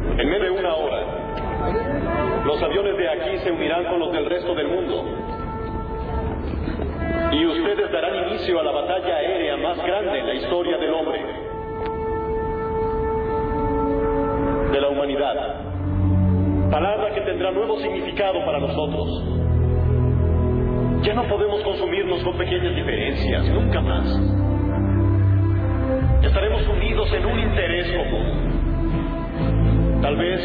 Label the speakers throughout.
Speaker 1: En menos de una hora, los aviones de aquí se unirán con los del resto del mundo. Y ustedes darán inicio a la batalla aérea más grande en la historia del hombre, de la humanidad. Palabra que tendrá nuevo significado para nosotros. Ya no podemos consumirnos con pequeñas diferencias, nunca más. Estaremos unidos en un interés común. Tal vez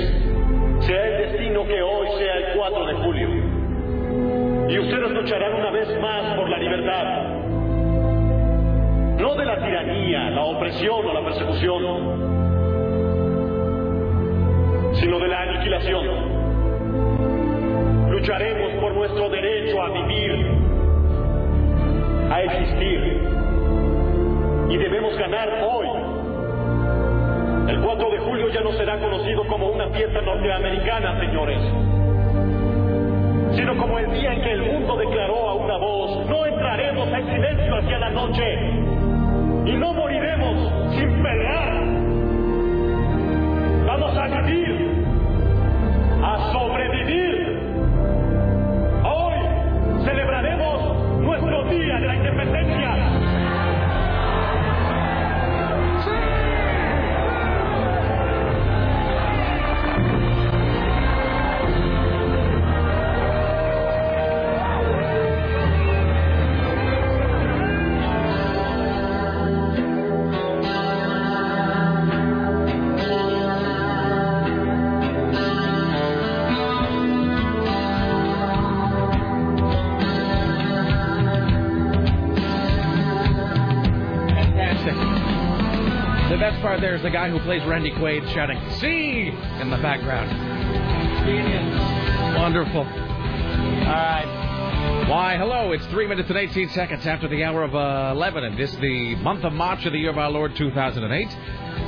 Speaker 1: sea el destino que hoy sea el 4 de julio. Y ustedes lucharán una vez más por la libertad. No de la tiranía, la opresión o la persecución, sino de la aniquilación. Lucharemos por nuestro derecho a vivir, a existir. Y debemos ganar hoy. El 4 de julio ya no será conocido como una fiesta norteamericana, señores, sino como el día en que el mundo declaró a una voz, no entraremos en silencio hacia la noche y no moriremos sin pelear vamos a vivir, a sobrevivir. Hoy celebraremos nuestro Día de la Independencia.
Speaker 2: Fantastic. The best part there is the guy who plays Randy Quaid shouting "See" in the background. Wonderful. All right. Why, hello, it's 3 minutes and 18 seconds after the hour of uh, 11, and this is the month of March of the year of our Lord 2008.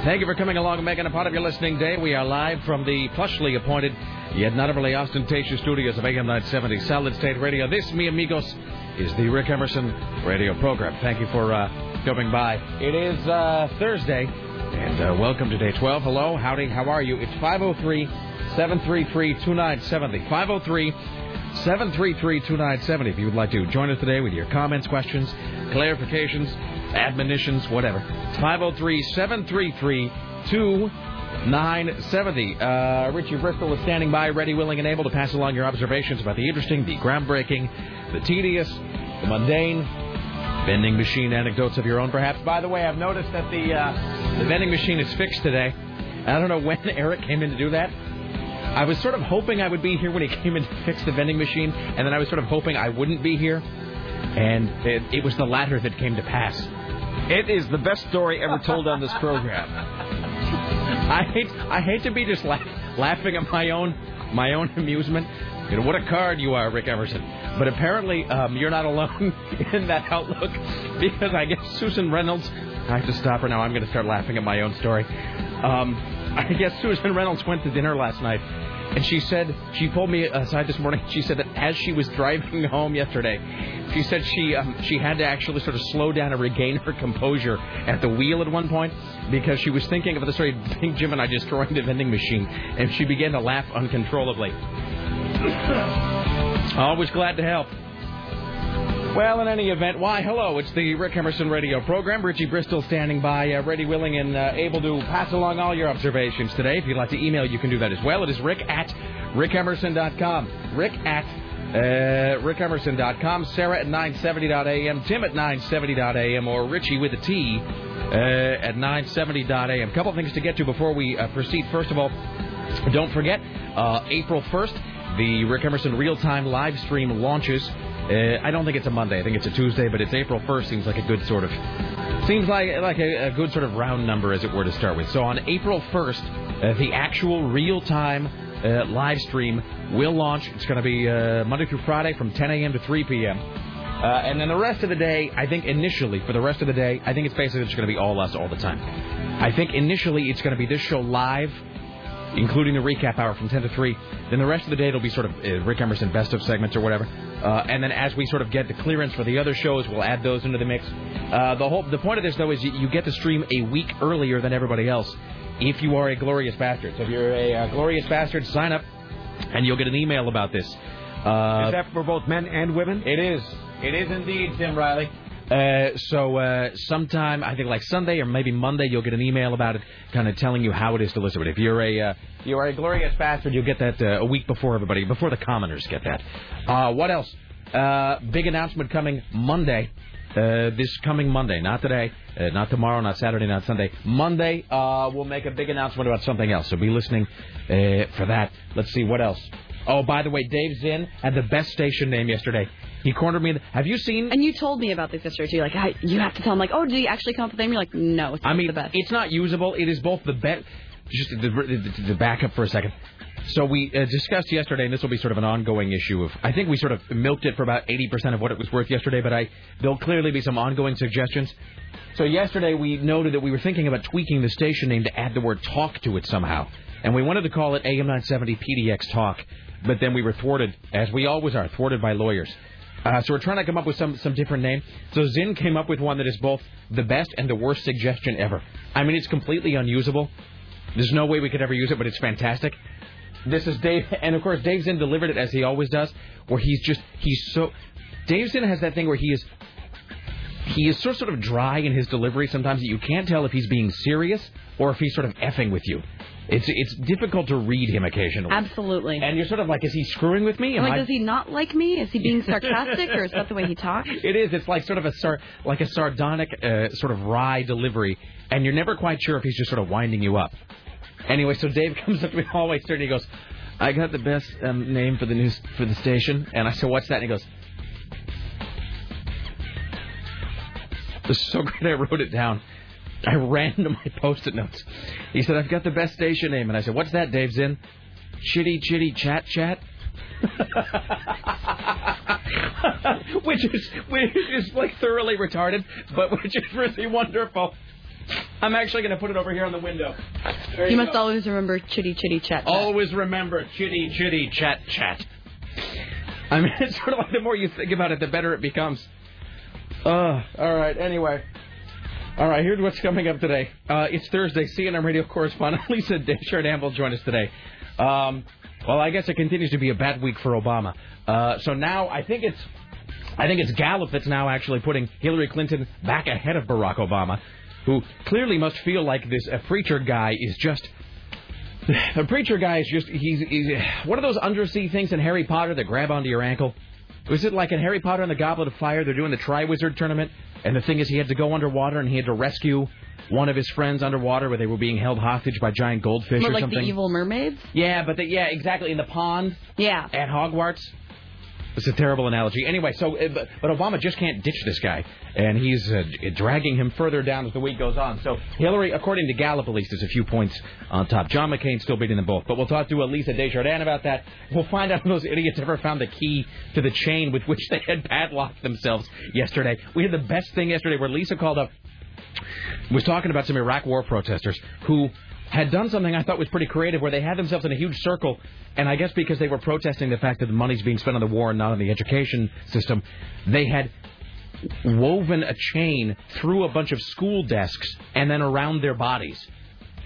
Speaker 2: Thank you for coming along and making a part of your listening day. We are live from the plushly appointed, yet not overly ostentatious studios of AM 970 Solid State Radio. This, mi amigos, is the Rick Emerson radio program. Thank you for uh, coming by. It is uh, Thursday, and uh, welcome to day 12. Hello, howdy, how are you? It's 503 733 2970. 503 733 2970. If you would like to join us today with your comments, questions, clarifications, admonitions, whatever. oh It's 503 733 2970. Uh, Richie Bristol is standing by, ready, willing, and able to pass along your observations about the interesting, the groundbreaking, the tedious, the mundane, vending machine anecdotes of your own, perhaps. By the way, I've noticed that the uh, the vending machine is fixed today. I don't know when Eric came in to do that. I was sort of hoping I would be here when he came in to fix the vending machine, and then I was sort of hoping I wouldn't be here. And it, it was the latter that came to pass. It is the best story ever told on this program. I hate I hate to be just laugh, laughing at my own my own amusement. You know, what a card you are, Rick Emerson. But apparently, um, you're not alone in that outlook because I guess Susan Reynolds. I have to stop her now. I'm going to start laughing at my own story. Um, I guess Susan Reynolds went to dinner last night, and she said she pulled me uh, aside this morning. She said that as she was driving home yesterday, she said she um, she had to actually sort of slow down and regain her composure at the wheel at one point because she was thinking of the story of Big Jim and I destroying the vending machine, and she began to laugh uncontrollably. Always glad to help. Well, in any event, why, hello, it's the Rick Emerson radio program. Richie Bristol standing by, uh, ready, willing, and uh, able to pass along all your observations today. If you'd like to email, you can do that as well. It is rick at rickemerson.com. Rick at uh, rickemerson.com. Sarah at 970.am. Tim at 970.am. Or Richie with a T uh, at 970.am. Couple things to get to before we uh, proceed. First of all, don't forget, uh, April 1st, the Rick Emerson real time live stream launches. Uh, I don't think it's a Monday. I think it's a Tuesday, but it's April 1st. Seems like a good sort of seems like like a, a good sort of round number, as it were, to start with. So on April 1st, uh, the actual real time uh, live stream will launch. It's going to be uh, Monday through Friday from 10 a.m. to 3 p.m. Uh, and then the rest of the day, I think initially, for the rest of the day, I think it's basically just going to be all us all the time. I think initially it's going to be this show live, including the recap hour from 10 to 3. Then the rest of the day it'll be sort of uh, Rick Emerson best of segments or whatever. Uh, and then as we sort of get the clearance for the other shows, we'll add those into the mix. Uh, the whole the point of this though is you, you get to stream a week earlier than everybody else if you are a glorious bastard. So if you're a uh, glorious bastard, sign up and you'll get an email about this. Uh,
Speaker 3: is that for both men and women?
Speaker 2: It is. It is indeed, Tim Riley. Uh, so uh, sometime, I think like Sunday or maybe Monday, you'll get an email about it, kind of telling you how it is to listen. But if you're a uh, you are a glorious bastard, you'll get that uh, a week before everybody, before the commoners get that. Uh, what else? Uh, big announcement coming Monday. Uh, this coming Monday, not today, uh, not tomorrow, not Saturday, not Sunday. Monday, uh, we'll make a big announcement about something else. So be listening uh, for that. Let's see what else. Oh, by the way, Dave Zinn had the best station name yesterday. He cornered me. in the- Have you seen?
Speaker 4: And you told me about this yesterday too. Like, I, you have to tell him. Like, oh, do you actually come up with a name? You're like, no, it's not
Speaker 2: I mean,
Speaker 4: the best.
Speaker 2: it's not usable. It is both the best. Just to, to, to back up for a second. So we uh, discussed yesterday, and this will be sort of an ongoing issue of. I think we sort of milked it for about 80% of what it was worth yesterday, but I there'll clearly be some ongoing suggestions. So yesterday we noted that we were thinking about tweaking the station name to add the word talk to it somehow, and we wanted to call it AM 970 PDX Talk, but then we were thwarted, as we always are, thwarted by lawyers. Uh, so we're trying to come up with some some different name. So Zinn came up with one that is both the best and the worst suggestion ever. I mean, it's completely unusable. There's no way we could ever use it, but it's fantastic. This is Dave, and of course Dave Zinn delivered it as he always does, where he's just he's so. Dave Zinn has that thing where he is he is so sort of dry in his delivery sometimes that you can't tell if he's being serious or if he's sort of effing with you. It's it's difficult to read him occasionally.
Speaker 4: Absolutely.
Speaker 2: And you're sort of like, is he screwing with me?
Speaker 4: I'm
Speaker 2: Am
Speaker 4: like,
Speaker 2: I-
Speaker 4: does he not like me? Is he being sarcastic, or is that the way he talks?
Speaker 2: It is. It's like sort of a sar- like a sardonic uh, sort of wry delivery, and you're never quite sure if he's just sort of winding you up. Anyway, so Dave comes up to me always third, and he goes, "I got the best um, name for the news for the station," and I said, "What's that?" And he goes. This is so great. I wrote it down. I ran to my post-it notes. He said, "I've got the best station name," and I said, "What's that, Dave Zinn?" Chitty chitty chat chat. which is which is like thoroughly retarded, but which is really wonderful. I'm actually going to put it over here on the window. There
Speaker 4: You, must
Speaker 2: go.
Speaker 4: always remember chitty chitty chat. chat.
Speaker 2: always remember chitty chitty chat chat. I mean, it's sort of like the more you think about it, the better it becomes. Uh, all right. Anyway. All right, here's what's coming up today. Uh, it's Thursday. CNN radio correspondent Lisa Desjardins will join us today. Um, well, I guess it continues to be a bad week for Obama. Uh, so now I think it's I think it's Gallup that's now actually putting Hillary Clinton back ahead of Barack Obama, who clearly must feel like this a preacher guy is just the preacher guy is just he's, he's one of those undersea things in Harry Potter that grab onto your ankle. Was it like in Harry Potter and the Goblet of Fire? They're doing the Triwizard tournament, and the thing is, he had to go underwater and he had to rescue one of his friends underwater where they were being held hostage by giant goldfish
Speaker 4: Remember,
Speaker 2: or
Speaker 4: like
Speaker 2: something.
Speaker 4: the evil mermaids.
Speaker 2: yeah, but the, yeah, exactly in the pond
Speaker 4: Yeah.
Speaker 2: at Hogwarts. It's a terrible analogy. Anyway, so uh, but, but Obama just can't ditch this guy, and he's uh, d- dragging him further down as the week goes on. So Hillary, according to Gallup, at least, is a few points on top. John McCain still beating them both, but we'll talk to Elisa Desjardins about that. We'll find out if those idiots ever found the key to the chain with which they had padlocked themselves yesterday. We had the best thing yesterday where Lisa called up was talking about some Iraq war protesters who had done something I thought was pretty creative where they had themselves in a huge circle and I guess because they were protesting the fact that the money's being spent on the war and not on the education system, they had woven a chain through a bunch of school desks and then around their bodies.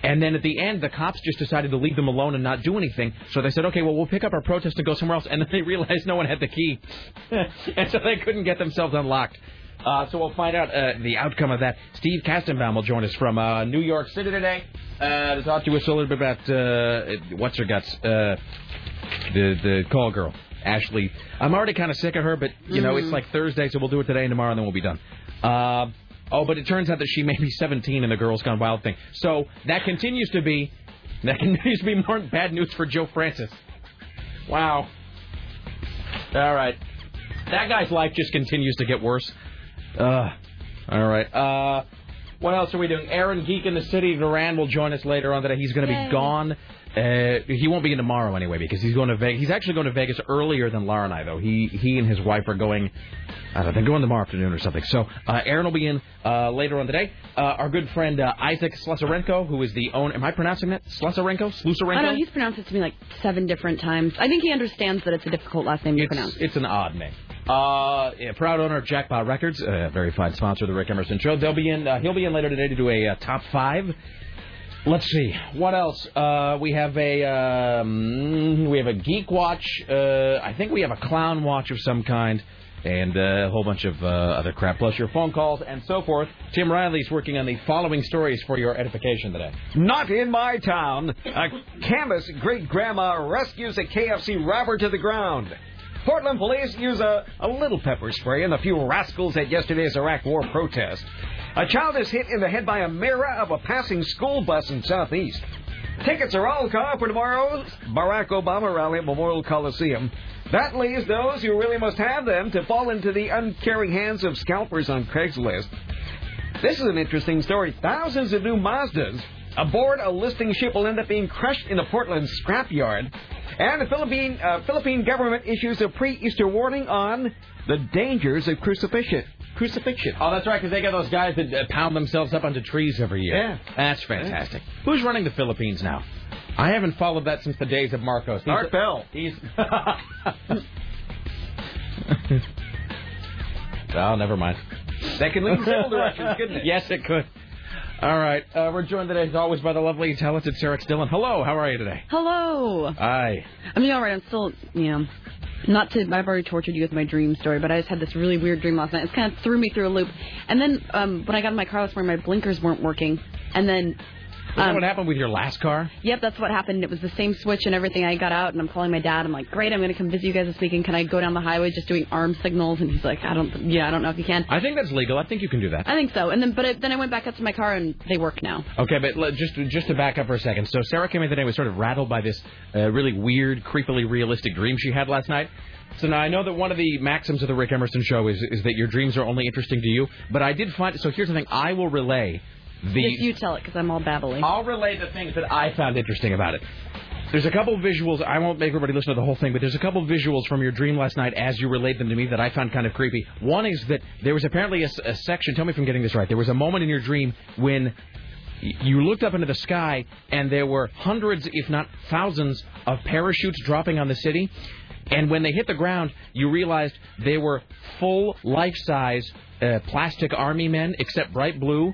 Speaker 2: And then at the end, the cops just decided to leave them alone and not do anything. So they said, okay, well, we'll pick up our protest and go somewhere else. And then they realized no one had the key. and so they couldn't get themselves unlocked. Uh, so we'll find out uh, the outcome of that. Steve Kastenbaum will join us from uh, New York City today uh, to talk to us a little bit about uh, what's her guts, uh, the the call girl, Ashley. I'm already kind of sick of her, but you know it's like Thursday, so we'll do it today and tomorrow, and then we'll be done. Uh, oh, but it turns out that she may be 17 in the Girls Gone Wild thing, so that continues to be that continues to be more bad news for Joe Francis. Wow. All right, that guy's life just continues to get worse. Uh, all right. Uh, what else are we doing? Aaron Geek in the city of Duran will join us later on today. He's going to be
Speaker 4: Yay.
Speaker 2: gone. Uh, he won't be in tomorrow anyway because he's going to Vegas. He's actually going to Vegas earlier than Laura and I, though. He he and his wife are going. I don't know. They're going tomorrow afternoon or something. So uh, Aaron will be in uh, later on today. Uh, our good friend uh, Isaac Slusarenko, who is the owner. Am I pronouncing that? Slusarenko? Slusarenko?
Speaker 4: I know he's pronounced it to me like seven different times. I think he understands that it's a difficult last name to pronounce.
Speaker 2: It's, it's an odd name. Uh, yeah, proud owner of Jackpot Records, uh, very fine sponsor of the Rick Emerson Show. They'll be in. Uh, he'll be in later today to do a uh, top five. Let's see what else. Uh, we have a um, we have a geek watch. Uh, I think we have a clown watch of some kind, and uh, a whole bunch of uh, other crap. Plus your phone calls and so forth. Tim Riley's working on the following stories for your edification today.
Speaker 3: Not in my town. A canvas great grandma rescues a KFC robber to the ground. Portland police use a, a little pepper spray and a few rascals at yesterday's Iraq war protest. A child is hit in the head by a mirror of a passing school bus in Southeast. Tickets are all gone for tomorrow's Barack Obama rally at Memorial Coliseum. That leaves those who really must have them to fall into the uncaring hands of scalpers on Craigslist. This is an interesting story. Thousands of new Mazdas aboard a listing ship will end up being crushed in a Portland scrapyard. And the Philippine, uh, Philippine government issues a pre-Easter warning on the dangers of crucifixion. Crucifixion.
Speaker 2: Oh, that's right, because they got those guys that uh, pound themselves up onto trees every year.
Speaker 3: Yeah.
Speaker 2: that's fantastic. Who's running the Philippines now? I haven't followed that since the days of Marcos. He's
Speaker 3: Art Bell.
Speaker 2: He's. oh, never mind.
Speaker 3: That can lead in several directions, couldn't it?
Speaker 2: Yes, it could. All right, uh, we're joined today as always by the lovely, talented Sarah Dillon. Hello, how are you today?
Speaker 4: Hello.
Speaker 2: Hi.
Speaker 4: I mean, all right, I'm still, you know, not to, I've already tortured you with my dream story, but I just had this really weird dream last night. It's kind of threw me through a loop. And then um, when I got in my car this morning, my blinkers weren't working. And then,
Speaker 2: You know
Speaker 4: um,
Speaker 2: what happened with your last car?
Speaker 4: yep, that's what happened. It was the same switch and everything. I got out and I'm calling my dad. I'm like, great, I'm going to come visit you guys this weekend. Can I go down the highway just doing arm signals? And he's like, I don't, yeah, I don't know if you can.
Speaker 2: I think that's legal. I think you can do that.
Speaker 4: I think so. And then, but it, then I went back up to my car and they work now.
Speaker 2: Okay, but let, just just to back up for a second. So Sarah came in today was sort of rattled by this uh, really weird, creepily realistic dream she had last night. So now I know that one of the maxims of the Rick Emerson show is is that your dreams are only interesting to you. But I did find so here's the thing. I will relay the
Speaker 4: Just you tell it because I'm all babbling.
Speaker 2: I'll relay the things that I found interesting about it. There's a couple visuals. I won't make everybody listen to the whole thing, but there's a couple visuals from your dream last night as you relayed them to me that I found kind of creepy. One is that there was apparently a, s- a section. Tell me if I'm getting this right. There was a moment in your dream when y- you looked up into the sky and there were hundreds, if not thousands, of parachutes dropping on the city. And when they hit the ground, you realized they were full life-size uh, plastic army men, except bright blue,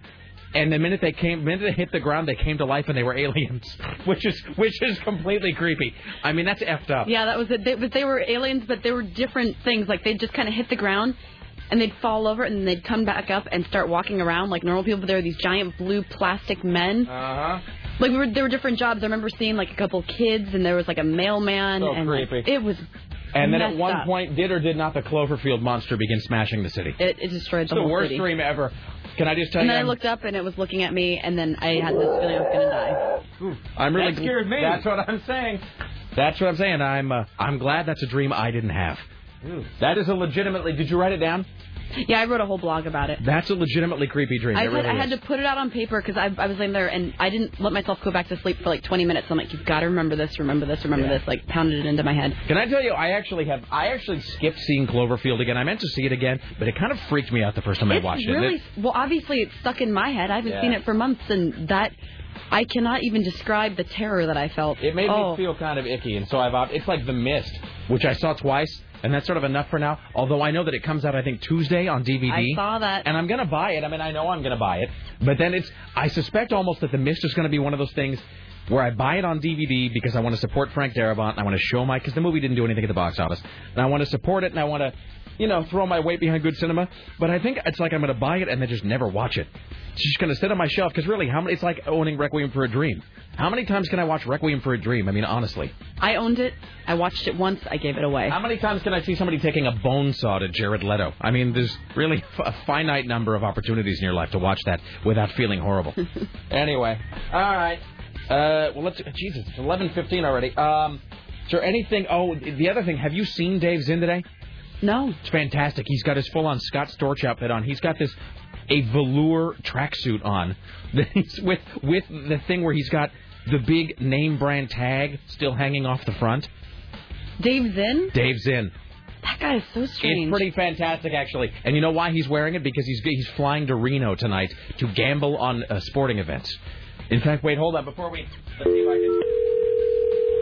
Speaker 2: and the minute they came, minute they hit the ground, they came to life and they were aliens, which is which is completely creepy. I mean, that's effed up.
Speaker 4: Yeah, that was it. They, but they were aliens, but they were different things. Like they'd just kind of hit the ground, and they'd fall over, and they'd come back up and start walking around like normal people. But there were these giant blue plastic men.
Speaker 2: Uh huh.
Speaker 4: Like we were, there were different jobs. I remember seeing like a couple kids, and there was like a mailman.
Speaker 2: So
Speaker 4: and like,
Speaker 2: creepy.
Speaker 4: it was.
Speaker 2: And then at
Speaker 4: messed
Speaker 2: one
Speaker 4: up.
Speaker 2: point, did or did not the Cloverfield monster begin smashing the city?
Speaker 4: it, it destroyed the,
Speaker 2: the
Speaker 4: whole
Speaker 2: worst
Speaker 4: city.
Speaker 2: dream ever. Can I just tell
Speaker 4: And
Speaker 2: you?
Speaker 4: then I
Speaker 2: I'm-
Speaker 4: looked up, and it was looking at me, and then I had this feeling I was gonna die.
Speaker 2: I'm really
Speaker 3: That scared me.
Speaker 2: That's what I'm saying. That's what I'm saying. I'm uh, I'm glad that's a dream I didn't have. That is a legitimately. Did you write it down?
Speaker 4: Yeah, I wrote a whole blog about it.
Speaker 2: That's a legitimately creepy dream.
Speaker 4: I
Speaker 2: it
Speaker 4: had,
Speaker 2: really
Speaker 4: I had
Speaker 2: is.
Speaker 4: to put it out on paper because I, I was laying there and I didn't let myself go back to sleep for like 20 minutes. I'm like, you've got to remember this, remember this, remember
Speaker 2: Yeah.
Speaker 4: this. Like, pounded it into my head.
Speaker 2: Can I tell you? I actually have. I actually skipped seeing Cloverfield again. I meant to see it again, but it kind of freaked me out the first time I
Speaker 4: It's
Speaker 2: watched it.
Speaker 4: really
Speaker 2: It-
Speaker 4: well. Obviously, it's stuck in my head. I haven't
Speaker 2: Yeah.
Speaker 4: seen it for months, and that I cannot even describe the terror that I felt.
Speaker 2: It made
Speaker 4: oh.
Speaker 2: me feel kind of icky, and so I've opted. It's like The Mist, which I saw twice, and that's sort of enough for now. Although I know that it comes out, I think Tuesday on DVD.
Speaker 4: I saw that.
Speaker 2: and I'm gonna buy it. I mean, I know I'm gonna buy it, but then it's. I suspect almost that The Mist is gonna be one of those things where I buy it on DVD because I want to support Frank Darabont. And I want to show my because the movie didn't do anything at the box office, and I want to support it, and I want to. You know, throw my weight behind good cinema, but I think it's like I'm going to buy it and then just never watch it. It's just going to sit on my shelf because really, how many? It's like owning Requiem for a Dream. How many times can I watch Requiem for a Dream? I mean, honestly,
Speaker 4: I owned it. I watched it once. I gave it away.
Speaker 2: how many times can I see somebody taking a bone saw to Jared Leto? I mean, there's really f- a finite number of opportunities in your life to watch that without feeling horrible. anyway, all right. Uh, well, let's. Jesus, it's 11:15 already. Um, is there anything? Oh, the other thing. Have you seen Dave Zinn today?
Speaker 4: no.
Speaker 2: It's fantastic. He's got his full-on Scott Storch outfit on. He's got this a velour tracksuit on. He's with with the thing where he's got the big name brand tag still hanging off the front.
Speaker 4: Dave Zinn?
Speaker 2: Dave Zinn.
Speaker 4: That guy is so strange.
Speaker 2: It's pretty fantastic, actually. And you know why he's wearing it? Because he's he's flying to Reno tonight to gamble on uh, sporting events. In fact, wait, hold on. Before we, let's see if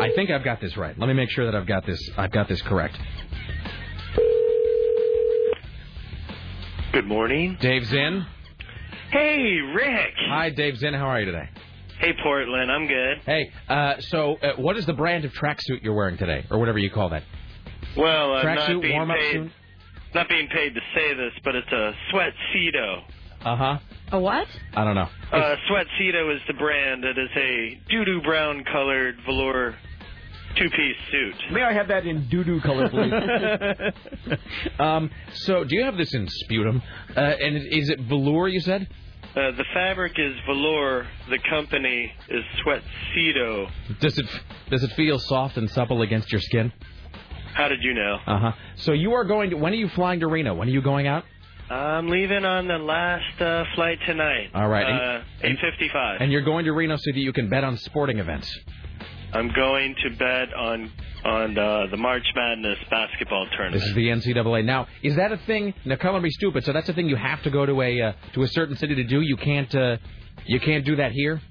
Speaker 2: I can. I think I've got this right. Let me make sure that I've got this. I've got this correct.
Speaker 5: Good morning.
Speaker 2: Dave Zinn.
Speaker 5: Hey, Rick.
Speaker 2: Hi, Dave Zinn. How are you today?
Speaker 5: Hey, Portland, I'm good.
Speaker 2: Hey, uh, so uh, what is the brand of tracksuit you're wearing today, or whatever you call that?
Speaker 5: Well, uh,
Speaker 2: Tracksuit
Speaker 5: not being
Speaker 2: warm-up
Speaker 5: paid,
Speaker 2: soon?
Speaker 5: not being paid to say this, but it's a sweatcedo.
Speaker 2: Uh huh.
Speaker 4: A what?
Speaker 2: I don't know.
Speaker 5: Uh, sweatcedo is the brand. It is a doo-doo brown colored velour two-piece suit.
Speaker 3: May I have that in doo doo color, please?
Speaker 2: um, so do you have this in sputum? Uh, and is it velour? You said.
Speaker 5: Uh, the fabric is velour. The company is sweatcedo.
Speaker 2: Does it does it feel soft and supple against your skin?
Speaker 5: How did you know?
Speaker 2: Uh huh. So you are going to. When are you flying to Reno? When are you going out?
Speaker 5: I'm leaving on the last uh, flight tonight.
Speaker 2: All right.
Speaker 5: Uh, 8:55.
Speaker 2: And you're going to Reno so that you can bet on sporting events.
Speaker 5: I'm going to bet on on uh, the March Madness basketball tournament.
Speaker 2: This is the NCAA. Now, is that a thing? Now, color me stupid. So that's a thing you have to go to a uh, to a certain city to do. You can't uh, you can't do that here.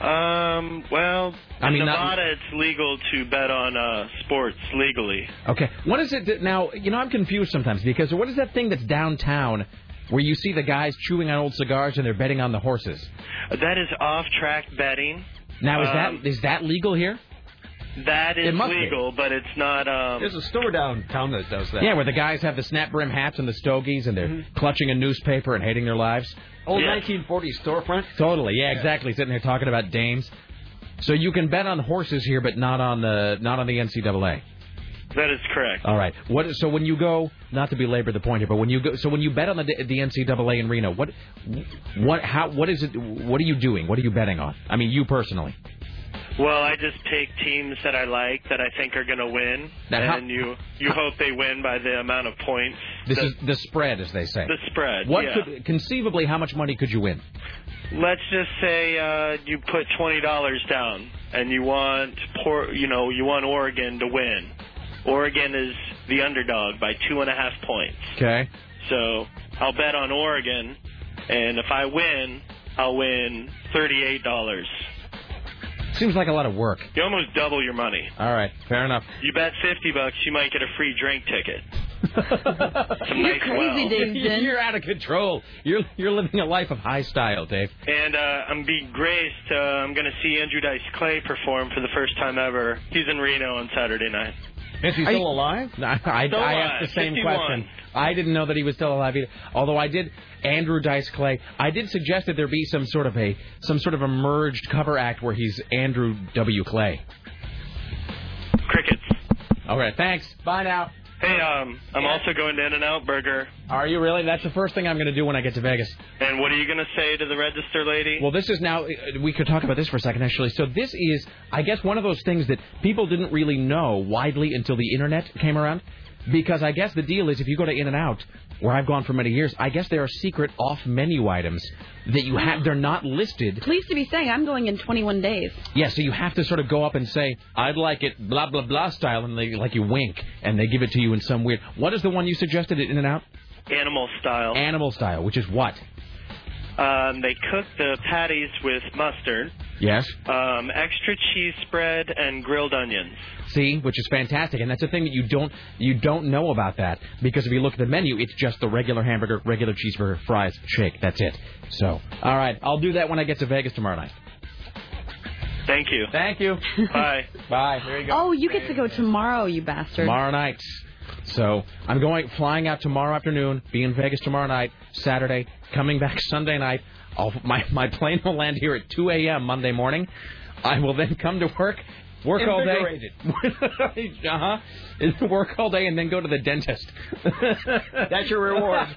Speaker 5: Um. Well,
Speaker 2: I mean,
Speaker 5: in
Speaker 2: not-
Speaker 5: Nevada, it's legal to bet on uh, sports legally.
Speaker 2: Okay. What is it that now? You know, I'm confused sometimes because what is that thing that's downtown where you see the guys chewing on old cigars and they're betting on the horses?
Speaker 5: That is off-track betting.
Speaker 2: Now, is
Speaker 5: Um,
Speaker 2: that is that legal here?
Speaker 5: That is
Speaker 2: It must be.
Speaker 5: legal, but it's not. Um,
Speaker 3: There's a store downtown that does that.
Speaker 2: Yeah, where the guys have the snap brim hats and the stogies and they're clutching a newspaper and hating their lives.
Speaker 3: Old
Speaker 5: Yeah.
Speaker 3: 1940s storefront.
Speaker 2: Totally. Yeah, exactly. Sitting here talking about dames. So you can bet on horses here, but not on the not on the NCAA.
Speaker 5: that is correct.
Speaker 2: All right. What? So when you go, not to belabor the point here, but when you go, so when you bet on the the NCAA in Reno, what, what, how, what is it? What are you doing? What are you betting on? I mean, you personally.
Speaker 5: well, I just pick teams that I like that I think are going to win,
Speaker 2: Now, how-
Speaker 5: and you you hope they win by the amount of points.
Speaker 2: This
Speaker 5: the,
Speaker 2: is the spread, as they say.
Speaker 5: the spread.
Speaker 2: What
Speaker 5: yeah.
Speaker 2: could conceivably, how much money could you win?
Speaker 5: Let's just say uh, you put twenty dollars down, and you want poor, you know, you want Oregon to win. Oregon is the underdog by two and a half points.
Speaker 2: Okay.
Speaker 5: So I'll bet on Oregon, and if I win, I'll win thirty-eight dollars.
Speaker 2: Seems like a lot of work.
Speaker 5: You almost double your money.
Speaker 2: All right. Fair enough.
Speaker 5: You bet fifty bucks, you might get a free drink ticket. Some
Speaker 4: You're
Speaker 5: nice
Speaker 4: crazy,
Speaker 5: well.
Speaker 4: Davidson.
Speaker 2: You're out of control. You're you're living a life of high style, Dave.
Speaker 5: And uh, I'm being graced. Uh, I'm going to see Andrew Dice Clay perform for the first time ever. He's in Reno on Saturday night.
Speaker 2: Is he
Speaker 3: Still alive?
Speaker 2: No, I, I,
Speaker 5: Still
Speaker 2: I
Speaker 5: alive,
Speaker 2: asked the same
Speaker 5: 51.
Speaker 2: question. I didn't know that he was still alive either. Although I did, Andrew Dice Clay. I did suggest that there be some sort of a some sort of a merged cover act where he's Andrew W. Clay.
Speaker 5: Crickets.
Speaker 2: All right, thanks. Bye now.
Speaker 5: Hey, um, I'm also going to In-N-Out Burger.
Speaker 2: Are you really? That's the first thing I'm going to do when I get to Vegas.
Speaker 5: And what are you going to say to the register lady?
Speaker 2: Well, this is now. uh, We could talk about this for a second, actually. So this is, I guess, one of those things that people didn't really know widely until the internet came around. Because I guess the deal is, if you go to In and Out, where I've gone for many years, I guess there are secret off-menu items that you have. They're not listed.
Speaker 4: Pleased to be saying I'm going in 21 days.
Speaker 2: Yeah, so you have to sort of go up and say, "I'd like it," blah blah blah style, and they like you wink, and they give it to you in some weird. What is the one you suggested at In and Out?
Speaker 5: Animal style.
Speaker 2: Animal style, which is what?
Speaker 5: Um, they cook the patties with mustard,
Speaker 2: Yes.
Speaker 5: um, extra cheese spread, and grilled onions.
Speaker 2: See, which is fantastic, and that's a thing that you don't you don't know about that because if you look at the menu, it's just the regular hamburger, regular cheeseburger, fries, shake. That's it. So, all right, I'll do that when I get to Vegas tomorrow night.
Speaker 5: Thank you.
Speaker 2: Thank you.
Speaker 5: Bye.
Speaker 2: Bye. There you
Speaker 4: Oh, you get to go tomorrow, you bastard.
Speaker 2: Tomorrow night. So I'm going flying out tomorrow afternoon, be in Vegas tomorrow night, Saturday, coming back Sunday night. I'll, my my plane will land here at 2 a.m. Monday morning. I will then come to work, work all day. uh huh. Work all day and then go to the dentist.
Speaker 3: That's your reward.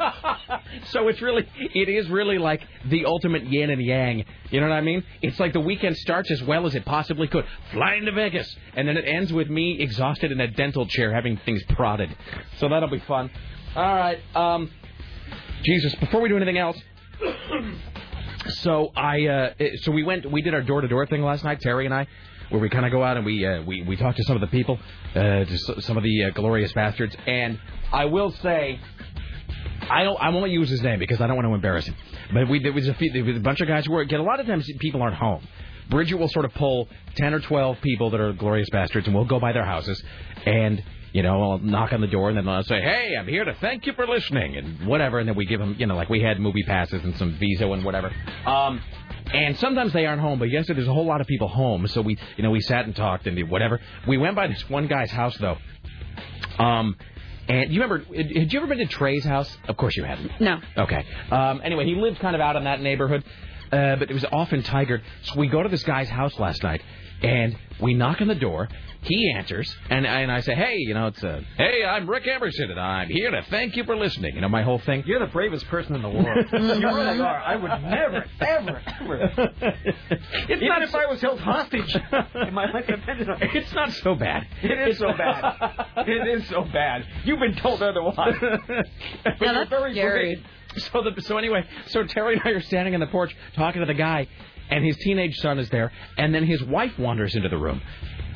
Speaker 2: so it's really it is really like the ultimate yin and yang. You know what I mean? It's like the weekend starts as well as it possibly could. Flying to Vegas. And then it ends with me exhausted in a dental chair having things prodded. So that'll be fun. All right. Um Jesus, before we do anything else, so I uh, so we went we did our door to door thing last night, Terry and I, where we kind of go out and we uh, we we talk to some of the people, uh, to s- some of the uh, glorious bastards, and I will say. I don't. I won't use his name because I don't want to embarrass him. But we there was a, few, there was a bunch of guys who were. Again, a lot of times people aren't home. Bridget will sort of pull ten or twelve people that are glorious bastards, and we'll go by their houses, and You know, I'll knock on the door and then I'll say, "Hey, I'm here to thank you for listening," and whatever. And then we give them, you know, like we had movie passes and some Visa and whatever. Um, and sometimes they aren't home, but yesterday there's a whole lot of people home, so we, you know, we sat and talked and did whatever. We went by this one guy's house though. Um, and you remember? Had had you ever been to Trey's house? Of course you hadn't.
Speaker 4: No.
Speaker 2: Okay. Um, anyway, he lived kind of out in that neighborhood, uh, but it was often tigered. So we go to this guy's house last night, and we knock on the door. He answers, and and I say, "Hey, you know, it's uh, hey, I'm Rick Emerson, and I'm here to thank you for listening." You know, my whole thing.
Speaker 3: You're the bravest person in the world. you really are. I would never, ever, ever. Even
Speaker 2: not
Speaker 3: if I was held hostage, and my life depended on it.
Speaker 2: It's not so bad.
Speaker 3: It is so bad. It is so bad. You've been told otherwise. But
Speaker 4: No,
Speaker 3: you're
Speaker 4: that's
Speaker 3: very
Speaker 4: scary.
Speaker 3: brave.
Speaker 2: So the, so anyway, so Terry and I are standing on the porch talking to the guy, and his teenage son is there, and then his wife wanders into the room,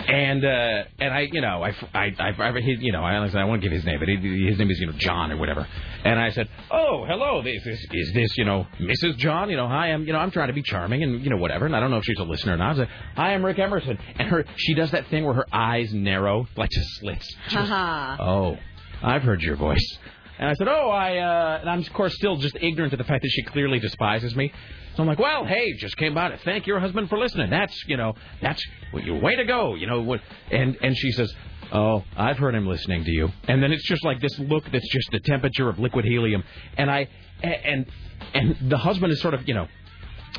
Speaker 2: and uh, and I you know I I I, I he, you know I, honestly, I won't give his name, but he, his name is you know John or whatever, and I said, oh hello, this is is this you know Mrs. John, you know hi I'm you know I'm trying to be charming and you know whatever, and I don't know if she's a listener or not. I was like, hi I'm Rick Emerson, and her she does that thing where her eyes narrow like just slits. She goes,
Speaker 4: Haha.
Speaker 2: Oh, I've heard your voice. And I said, Oh, I, uh, and I'm, of course, still just ignorant of the fact that she clearly despises me. So I'm like, Well, hey, just came by to thank your husband for listening. That's, you know, that's well, your way to go. You know, what, and, and she says, Oh, I've heard him listening to you. And then it's just like this look that's just the temperature of liquid helium. And I, and, and the husband is sort of, you know,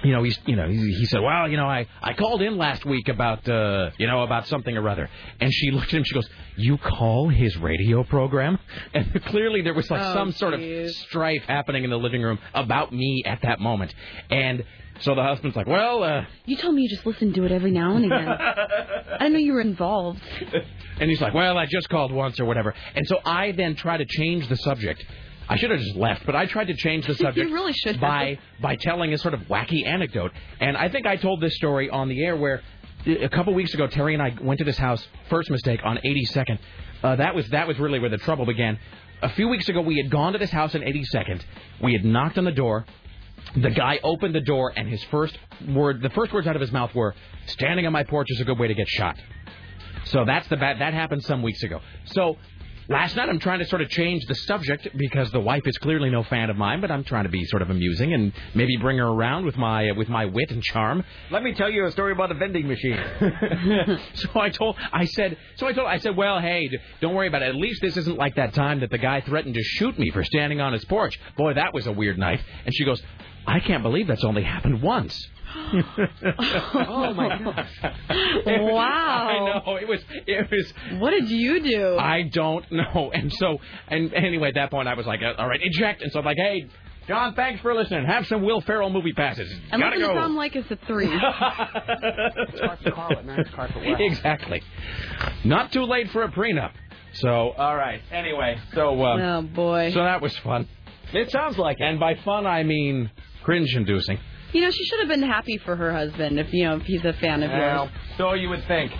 Speaker 2: you know, he's, you know, he, he said, well, you know, I, I called in last week about, uh, you know, about something or other. And she looked at him, she goes, you call his radio program? And clearly there was like
Speaker 4: Oh,
Speaker 2: some sort of
Speaker 4: geez.
Speaker 2: strife happening in the living room about me at that moment. And so the husband's like, well, uh,
Speaker 4: You told me you just listened to it every now and again. I didn't know you were involved.
Speaker 2: And he's like, well, I just called once or whatever. And so I then try to change the subject. I should have just left, but I tried to change the subject
Speaker 4: really should have.
Speaker 2: by by telling a sort of wacky anecdote. And I think I told this story on the air where a couple weeks ago Terry and I went to this house. First mistake on 82nd. Uh, that was that was really where the trouble began. A few weeks ago we had gone to this house on 82nd. We had knocked on the door. The guy opened the door, and his first word, the first words out of his mouth were, "Standing on my porch is a good way to get shot." So that's the bad. That happened some weeks ago. So last night I'm trying to sort of change the subject because the wife is clearly no fan of mine, but I'm trying to be sort of amusing and maybe bring her around with my with my wit and charm.
Speaker 3: Let me tell you a story about a vending machine.
Speaker 2: so I told, I said, so I told, I said, well, hey, d- don't worry about it. At least this isn't like that time that the guy threatened to shoot me for standing on his porch. Boy, that was a weird night. And she goes, I can't believe that's only happened once.
Speaker 3: oh my gosh.
Speaker 4: Wow.
Speaker 2: I know it was it was
Speaker 4: What did you do?
Speaker 2: I don't know. And so, and anyway, at that point, I was like, all right, eject. And so I'm like, hey, John, thanks for listening. Have some Will Ferrell movie passes.
Speaker 4: and
Speaker 2: Gotta
Speaker 4: listen to Tom
Speaker 2: go.
Speaker 4: Likas at three.
Speaker 2: exactly. Not too late for a prenup. So, all right. Anyway, so um,
Speaker 4: oh boy.
Speaker 2: so that was fun.
Speaker 3: It sounds like it.
Speaker 2: And by fun, I mean cringe-inducing.
Speaker 4: you know she should have been happy for her husband if you know if he's a fan of yours.
Speaker 2: so you would think.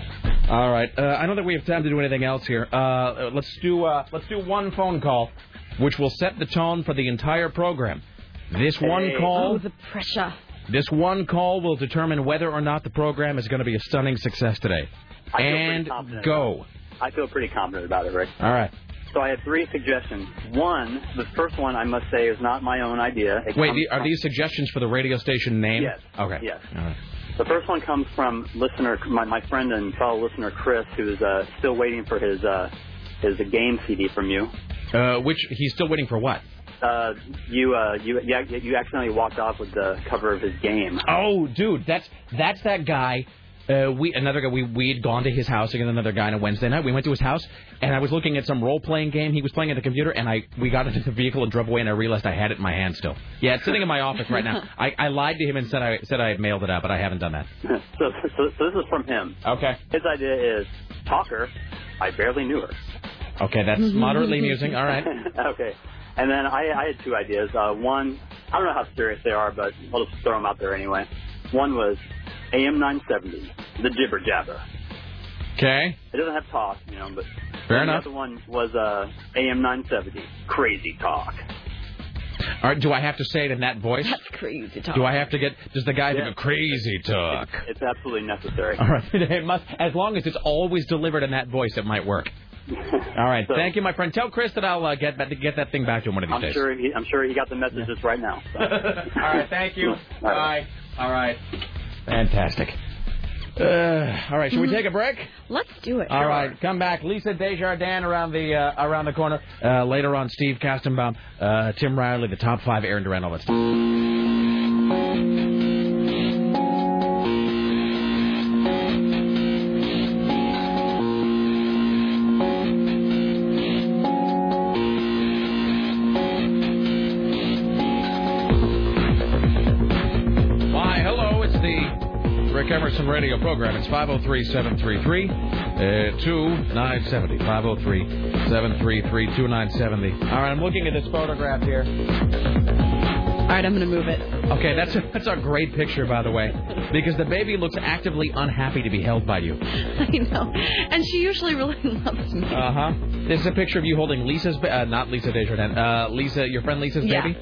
Speaker 2: All right. Uh, I don't think we have time to do anything else here. Uh, let's do uh, let's do one phone call, which will set the tone for the entire program. This one
Speaker 5: Hey.
Speaker 2: call,
Speaker 4: Oh, the pressure.
Speaker 2: this one call will determine whether or not the program is going to be a stunning success today.
Speaker 6: I feel pretty
Speaker 2: And
Speaker 6: confident
Speaker 2: go.
Speaker 6: I feel pretty confident about it, Rick.
Speaker 2: All right.
Speaker 6: So I have three suggestions. One, the first one I must say is not my own idea. It
Speaker 2: Wait,
Speaker 6: comes
Speaker 2: the- are
Speaker 6: from-
Speaker 2: these suggestions for the radio station name?
Speaker 6: Yes.
Speaker 2: Okay.
Speaker 6: Yes.
Speaker 2: All right.
Speaker 6: The first one comes from listener, my, my friend and fellow listener Chris, who's uh, still waiting for his uh, his game CD from you.
Speaker 2: Uh, which he's still waiting for what?
Speaker 6: Uh, you uh, you you ac- you accidentally walked off with the cover of his game.
Speaker 2: Oh, dude, that's that's that guy. Uh, we another guy. We we had gone to his house again. Another guy on a Wednesday night. We went to his house, and I was looking at some role playing game he was playing at the computer, and I we got into the vehicle and drove away, and I realized I had it in my hand still. Yeah, it's sitting in my office right now. I, I lied to him and said I said I had mailed it out, but I haven't done that.
Speaker 6: so, so so this is from him.
Speaker 2: Okay.
Speaker 6: His idea is talker. I barely knew her.
Speaker 2: Okay, that's moderately amusing. All right.
Speaker 6: Mm-hmm. okay. And then I, I had two ideas. Uh, one, I don't know how serious they are, but I'll just throw them out there anyway. One was AM 970, the jibber jabber.
Speaker 2: Okay.
Speaker 6: It doesn't have talk, you know, but.
Speaker 2: Fair
Speaker 6: and
Speaker 2: enough.
Speaker 6: The other one was uh, AM 970, crazy talk.
Speaker 2: All right. Do I have to say it in that voice?
Speaker 4: That's crazy talk.
Speaker 2: Do I have to get? Does the guy have to
Speaker 6: Yeah.
Speaker 2: go crazy talk?
Speaker 6: It's absolutely necessary.
Speaker 2: All right. It must. As long as it's always delivered in that voice, it might work. All right. Thank you, my friend. Tell Chris that I'll uh, get back, get that thing back to him one of these
Speaker 6: I'm
Speaker 2: days.
Speaker 6: sure he, I'm sure he got the messages right now. so.
Speaker 2: All right. Thank you. Bye. All right. Fantastic. Uh, all right. Should we take a break?
Speaker 4: Mm-hmm. Let's do it.
Speaker 2: All right, come back. Lisa Desjardins around the uh, around the corner. Uh, later on, Steve Kastenbaum, uh, Tim Riley, the top five, Aaron Duran, all that stuff. Why, hello, it's the Rick Emerson radio program. It's 503 733 uh, 2970. 503 733 2970. All right, I'm looking at this photograph here. All
Speaker 4: right, I'm going to move it.
Speaker 2: Okay, that's a, that's a great picture, by the way, because the baby looks actively unhappy to be held by you.
Speaker 4: I know. And she usually really loves me.
Speaker 2: Uh huh. This is a picture of you holding Lisa's, ba- uh, not Lisa Desjardins, uh, Lisa, your friend Lisa's
Speaker 4: Yeah.
Speaker 2: baby.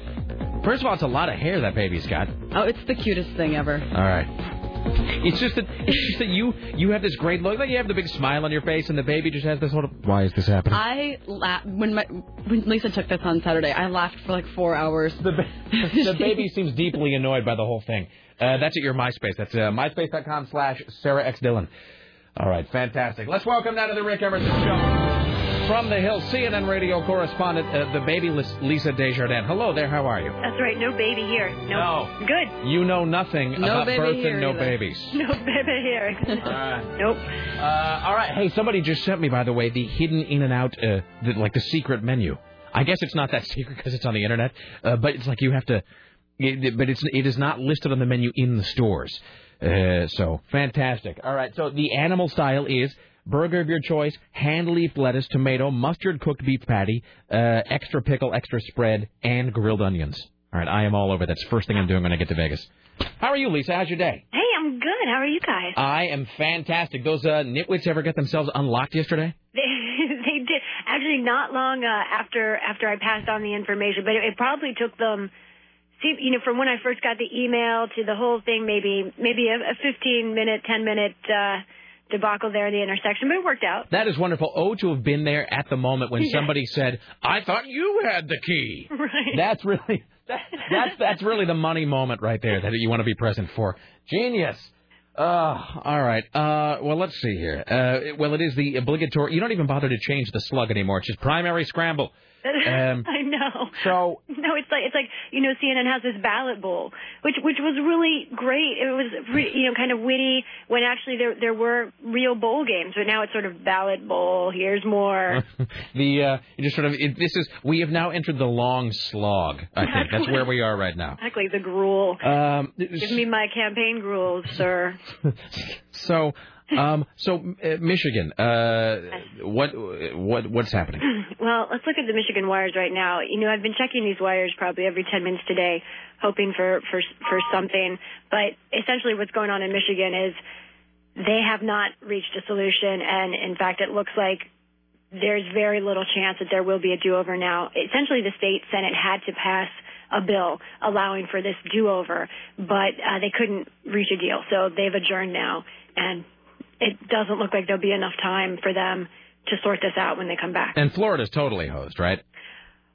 Speaker 2: First of all, it's a lot of hair that baby's got.
Speaker 4: Oh, it's the cutest thing ever.
Speaker 2: All right. It's just that it's just that you you have this great look, like you have the big smile on your face, and the baby just has this sort of. Why is this happening?
Speaker 4: I la- when my when Lisa took this on Saturday, I laughed for like four hours.
Speaker 2: The, the baby seems deeply annoyed by the whole thing. Uh, that's at your MySpace. That's uh, myspace.com slash Sarah X Dillon. All right, fantastic. Let's welcome now to the Rick Emerson Show. From the Hill, CNN radio correspondent, uh, the baby Lis- Lisa Desjardins. Hello there, how are you?
Speaker 7: That's right. No baby here. No. Good.
Speaker 2: You know nothing
Speaker 7: No
Speaker 2: about
Speaker 7: baby
Speaker 2: birth
Speaker 7: here
Speaker 2: and no
Speaker 7: either.
Speaker 2: babies.
Speaker 7: No baby here.
Speaker 2: nope. Uh, all right. Hey, somebody just sent me, by the way, the hidden in and out, uh, the, like the secret menu. I guess it's not that secret because it's on the internet, uh, but it's like you have to. It, but it's it is not listed on the menu in the stores. Uh, so fantastic. All right. So the animal style is burger of your choice, hand leaf lettuce, tomato, mustard cooked beef patty, uh, extra pickle, extra spread, and grilled onions. All right. I am all over. That's the first thing I'm doing when I get to Vegas. How are you, Lisa? How's your day?
Speaker 7: Hey, I'm good. How are you guys?
Speaker 2: I am fantastic. Those uh, nitwits ever get themselves unlocked yesterday?
Speaker 7: They, they did actually not long uh, after after I passed on the information, but it, it probably took them. See, you know, from when I first got the email to the whole thing, maybe maybe a, a 15 minute, 10 minute uh, debacle there in the intersection, but it worked out.
Speaker 2: That is wonderful. Oh, to have been there at the moment when
Speaker 7: Yeah.
Speaker 2: somebody said, "I thought you had the key."
Speaker 7: Right.
Speaker 2: That's really that's that's really the money moment right there that you want to be present for. Genius. Uh, all right. Uh, well, let's see here. Uh, it- well, it is the obligatory. You don't even bother to change the slug anymore. It's just primary scramble. Um,
Speaker 7: I know.
Speaker 2: So
Speaker 7: No, it's like it's like you know CNN has this ballot bowl, which which was really great. It was re- you know kind of witty when actually there there were real bowl games, but now it's sort of ballot bowl. Here's more.
Speaker 2: the uh, you just sort of it, this is we have now entered the long slog. I think that's where we are right now.
Speaker 7: Exactly the gruel.
Speaker 2: Um,
Speaker 7: Give me my campaign gruel, sir.
Speaker 2: So, um, so uh, Michigan, uh, what, what, what's happening?
Speaker 7: Well, let's look at the Michigan wires right now. You know, I've been checking these wires probably every 10 minutes today, hoping for for for something. But essentially, what's going on in Michigan is they have not reached a solution, and in fact, it looks like there's very little chance that there will be a do-over now. Essentially, the state senate had to pass a bill allowing for this do-over, but uh, they couldn't reach a deal, so they've adjourned now, and it doesn't look like there'll be enough time for them to sort this out when they come back.
Speaker 2: And Florida's totally hosed, right?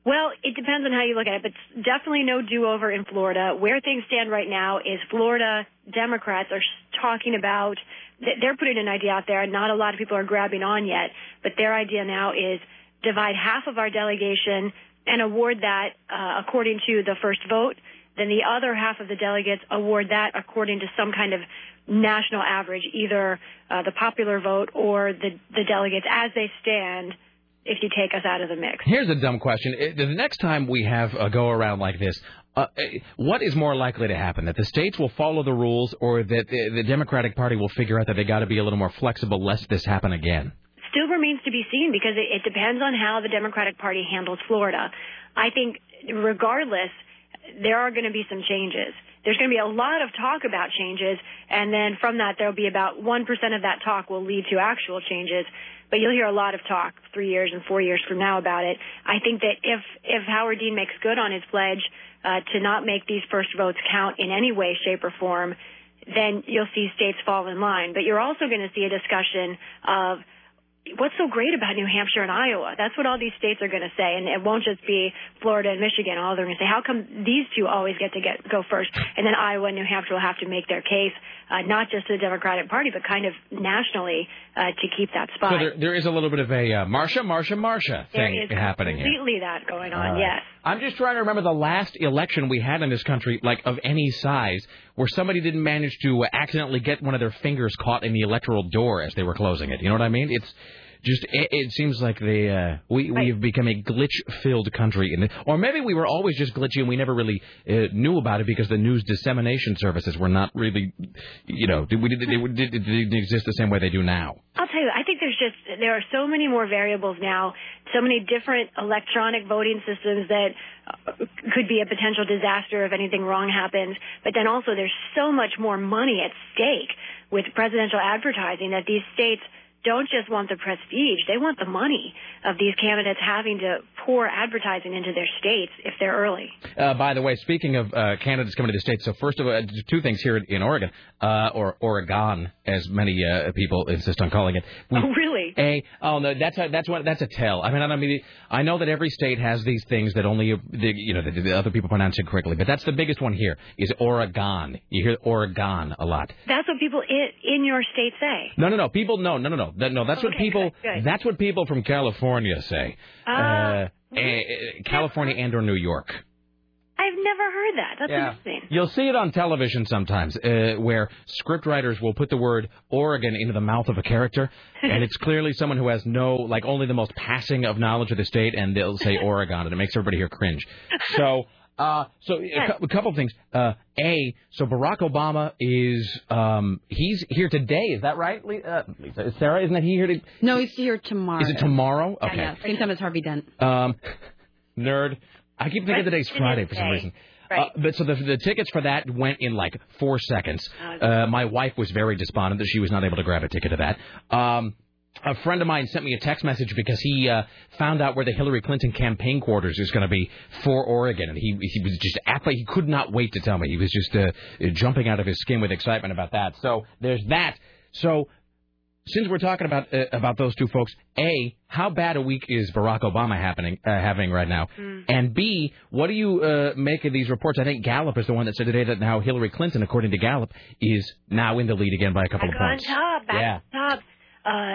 Speaker 7: Well, it depends on how you look at it, but it's definitely no do over in Florida. Where things stand right now is Florida Democrats are s- talking about, th- they're putting an idea out there, and not a lot of people are grabbing on yet, but their idea now is divide half of our delegation and award that uh, according to the first vote. Then the other half of the delegates award that according to some kind of national average, either uh, the popular vote or the, the delegates as they stand if you take us out of the mix.
Speaker 2: Here's a dumb question. Uh, The next time we have a go around like this, uh, uh, what is more likely to happen? That the states will follow the rules or that the, the Democratic Party will figure out that they got to be a little more flexible lest this happen again?
Speaker 7: still remains to be seen because it, it depends on how the Democratic Party handles Florida. I think, regardless, there are going to be some changes. There's going to be a lot of talk about changes, and then from that, there'll be about 1% of that talk will lead to actual changes. But you'll hear a lot of talk three years and four years from now about it. I think that if, if Howard Dean makes good on his pledge uh, to not make these first votes count in any way, shape, or form, then you'll see states fall in line. But you're also going to see a discussion of what's so great about New Hampshire and Iowa? That's what all these states are going to say, and it won't just be Florida and Michigan. All they're going to say, how come these two always get to get go first, and then Iowa and New Hampshire will have to make their case, uh, not just to the Democratic Party, but kind of nationally uh, to keep that spot.
Speaker 2: So there, there is a little bit of a uh, Marsha, Marsha, Marsha
Speaker 7: There
Speaker 2: thing
Speaker 7: is
Speaker 2: happening here.
Speaker 7: completely that going on.
Speaker 2: All right.
Speaker 7: Yes.
Speaker 2: I'm just trying to remember the last election we had in this country, like of any size, where somebody didn't manage to uh, accidentally get one of their fingers caught in the electoral door as they were closing it. You know what I mean? It's just it, it seems like the uh, we we have become a glitch-filled country, in the, or maybe we were always just glitchy and we never really uh, knew about it because the news dissemination services were not really, you know, did we did, they, did, they didn't exist the same way they do now.
Speaker 7: I'll tell you, I think there's just there are so many more variables now, so many different electronic voting systems that uh, could be a potential disaster if anything wrong happens. But then also there's so much more money at stake with presidential advertising that these states don't just want the prestige, they want the money of these candidates having to pour advertising into their states if they're early.
Speaker 2: Uh, by the way, speaking of uh, candidates coming to the states, so first of all, uh, two things here in, in Oregon, uh, or Oregon, as many uh, people insist on calling it. We,
Speaker 7: Oh, really?
Speaker 2: A, oh no, that's a, that's one that's a tell. I mean, I don't mean I know that every state has these things that only the, you know the, the other people pronounce it correctly, but that's the biggest one here is Oregon. You hear Oregon a lot.
Speaker 7: That's what people in, in your state say.
Speaker 2: No, no, no. People, no, no, no, no. That- No, that's what
Speaker 7: Oh, Okay,
Speaker 2: people.
Speaker 7: good, good.
Speaker 2: That's what people from California say.
Speaker 7: Ah.
Speaker 2: uh, eh, eh, California and or New York.
Speaker 7: I've never heard that. That's interesting.
Speaker 2: You'll see it on television sometimes, uh, where scriptwriters will put the word Oregon into the mouth of a character, and it's clearly someone who has no, like, only the most passing of knowledge of the state, and they'll say Oregon, and it makes everybody here cringe. So. Uh, so a, cou- a couple things. Uh, a, so Barack Obama is um, he's here today. Is that right, Le- uh, Lisa? Sarah? Isn't that he here? To,
Speaker 4: No, he's here tomorrow.
Speaker 2: Is it tomorrow?
Speaker 4: Yeah,
Speaker 2: Okay.
Speaker 4: yeah, same time as Harvey Dent.
Speaker 2: Um, nerd. I keep thinking
Speaker 4: Right.
Speaker 2: today's
Speaker 4: It is
Speaker 2: Friday for some
Speaker 4: today.
Speaker 2: reason.
Speaker 4: Right.
Speaker 2: Uh, but so the, the tickets for that went in like four seconds.
Speaker 8: Oh,
Speaker 2: Uh, my wife was very despondent that she was not able to grab a ticket to that. Um, a friend of mine sent me a text message because he uh, found out where the Hillary Clinton campaign quarters is going to be for Oregon, and he he was just apple. He could not wait to tell me. He was just uh, jumping out of his skin with excitement about that. So there's that. So since we're talking about uh, about those two folks, a how bad a week is Barack Obama happening uh, having right now, and b what do you uh, make of these reports? I think Gallup is the one that said today that now Hillary Clinton, according to Gallup, is now in the lead again by a couple
Speaker 7: back
Speaker 2: of points.
Speaker 7: on top, back
Speaker 2: Yeah.
Speaker 7: on top. Uh,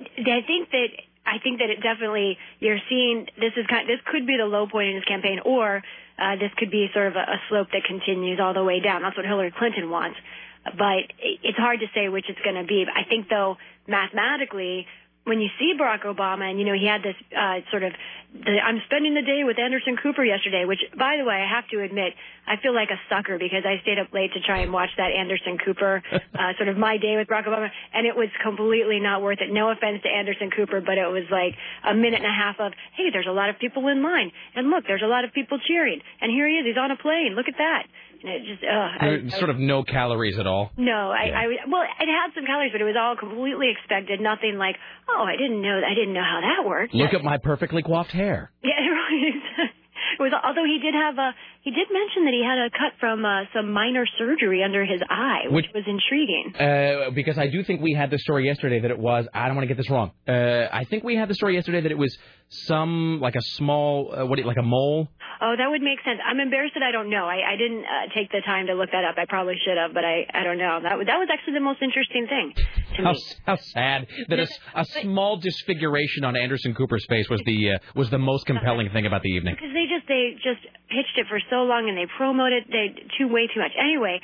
Speaker 7: I think that I think that it definitely you're seeing this is kind. This could be the low point in his campaign, or uh, this could be sort of a, a slope that continues all the way down. That's what Hillary Clinton wants, but it- it's hard to say which it's going to be. I think though mathematically. When you see Barack Obama, and you know he had this uh, sort of, the, I'm spending the day with Anderson Cooper yesterday, which, by the way, I have to admit, I feel like a sucker because I stayed up late to try and watch that Anderson Cooper uh, sort of my day with Barack Obama, and it was completely not worth it. No offense to Anderson Cooper, but it was like a minute and a half of, hey, there's a lot of people in line, and look, there's a lot of people cheering, and here he is, he's on a plane, look at that, and it just, ugh. I-
Speaker 2: There- sort of no calories at all.
Speaker 7: no, I,
Speaker 2: Yeah.
Speaker 7: I was well. It had some calories, but it was all completely expected. Nothing like, oh, I didn't know, I didn't know how that worked.
Speaker 2: Look at my perfectly coiffed hair.
Speaker 7: Yeah, right. It was, although he did have a, he did mention that he had a cut from uh, some minor surgery under his eye, which, was intriguing.
Speaker 2: Uh, because I do think we had the story yesterday that it was. I don't want to get this wrong. Uh, I think we had the story yesterday that it was some like a small uh, what do you- like a mole.
Speaker 7: Oh, that would make sense. I'm embarrassed that I don't know. I, I didn't uh, take the time to look that up. I probably should have, but I, I don't know. That was, that was actually the most interesting thing to
Speaker 2: How,
Speaker 7: me.
Speaker 2: how sad that a, a small disfiguration on Anderson Cooper's face was the uh, was the most compelling thing about the evening.
Speaker 7: Because they just they just pitched it for so long and they promoted they too way too much. Anyway,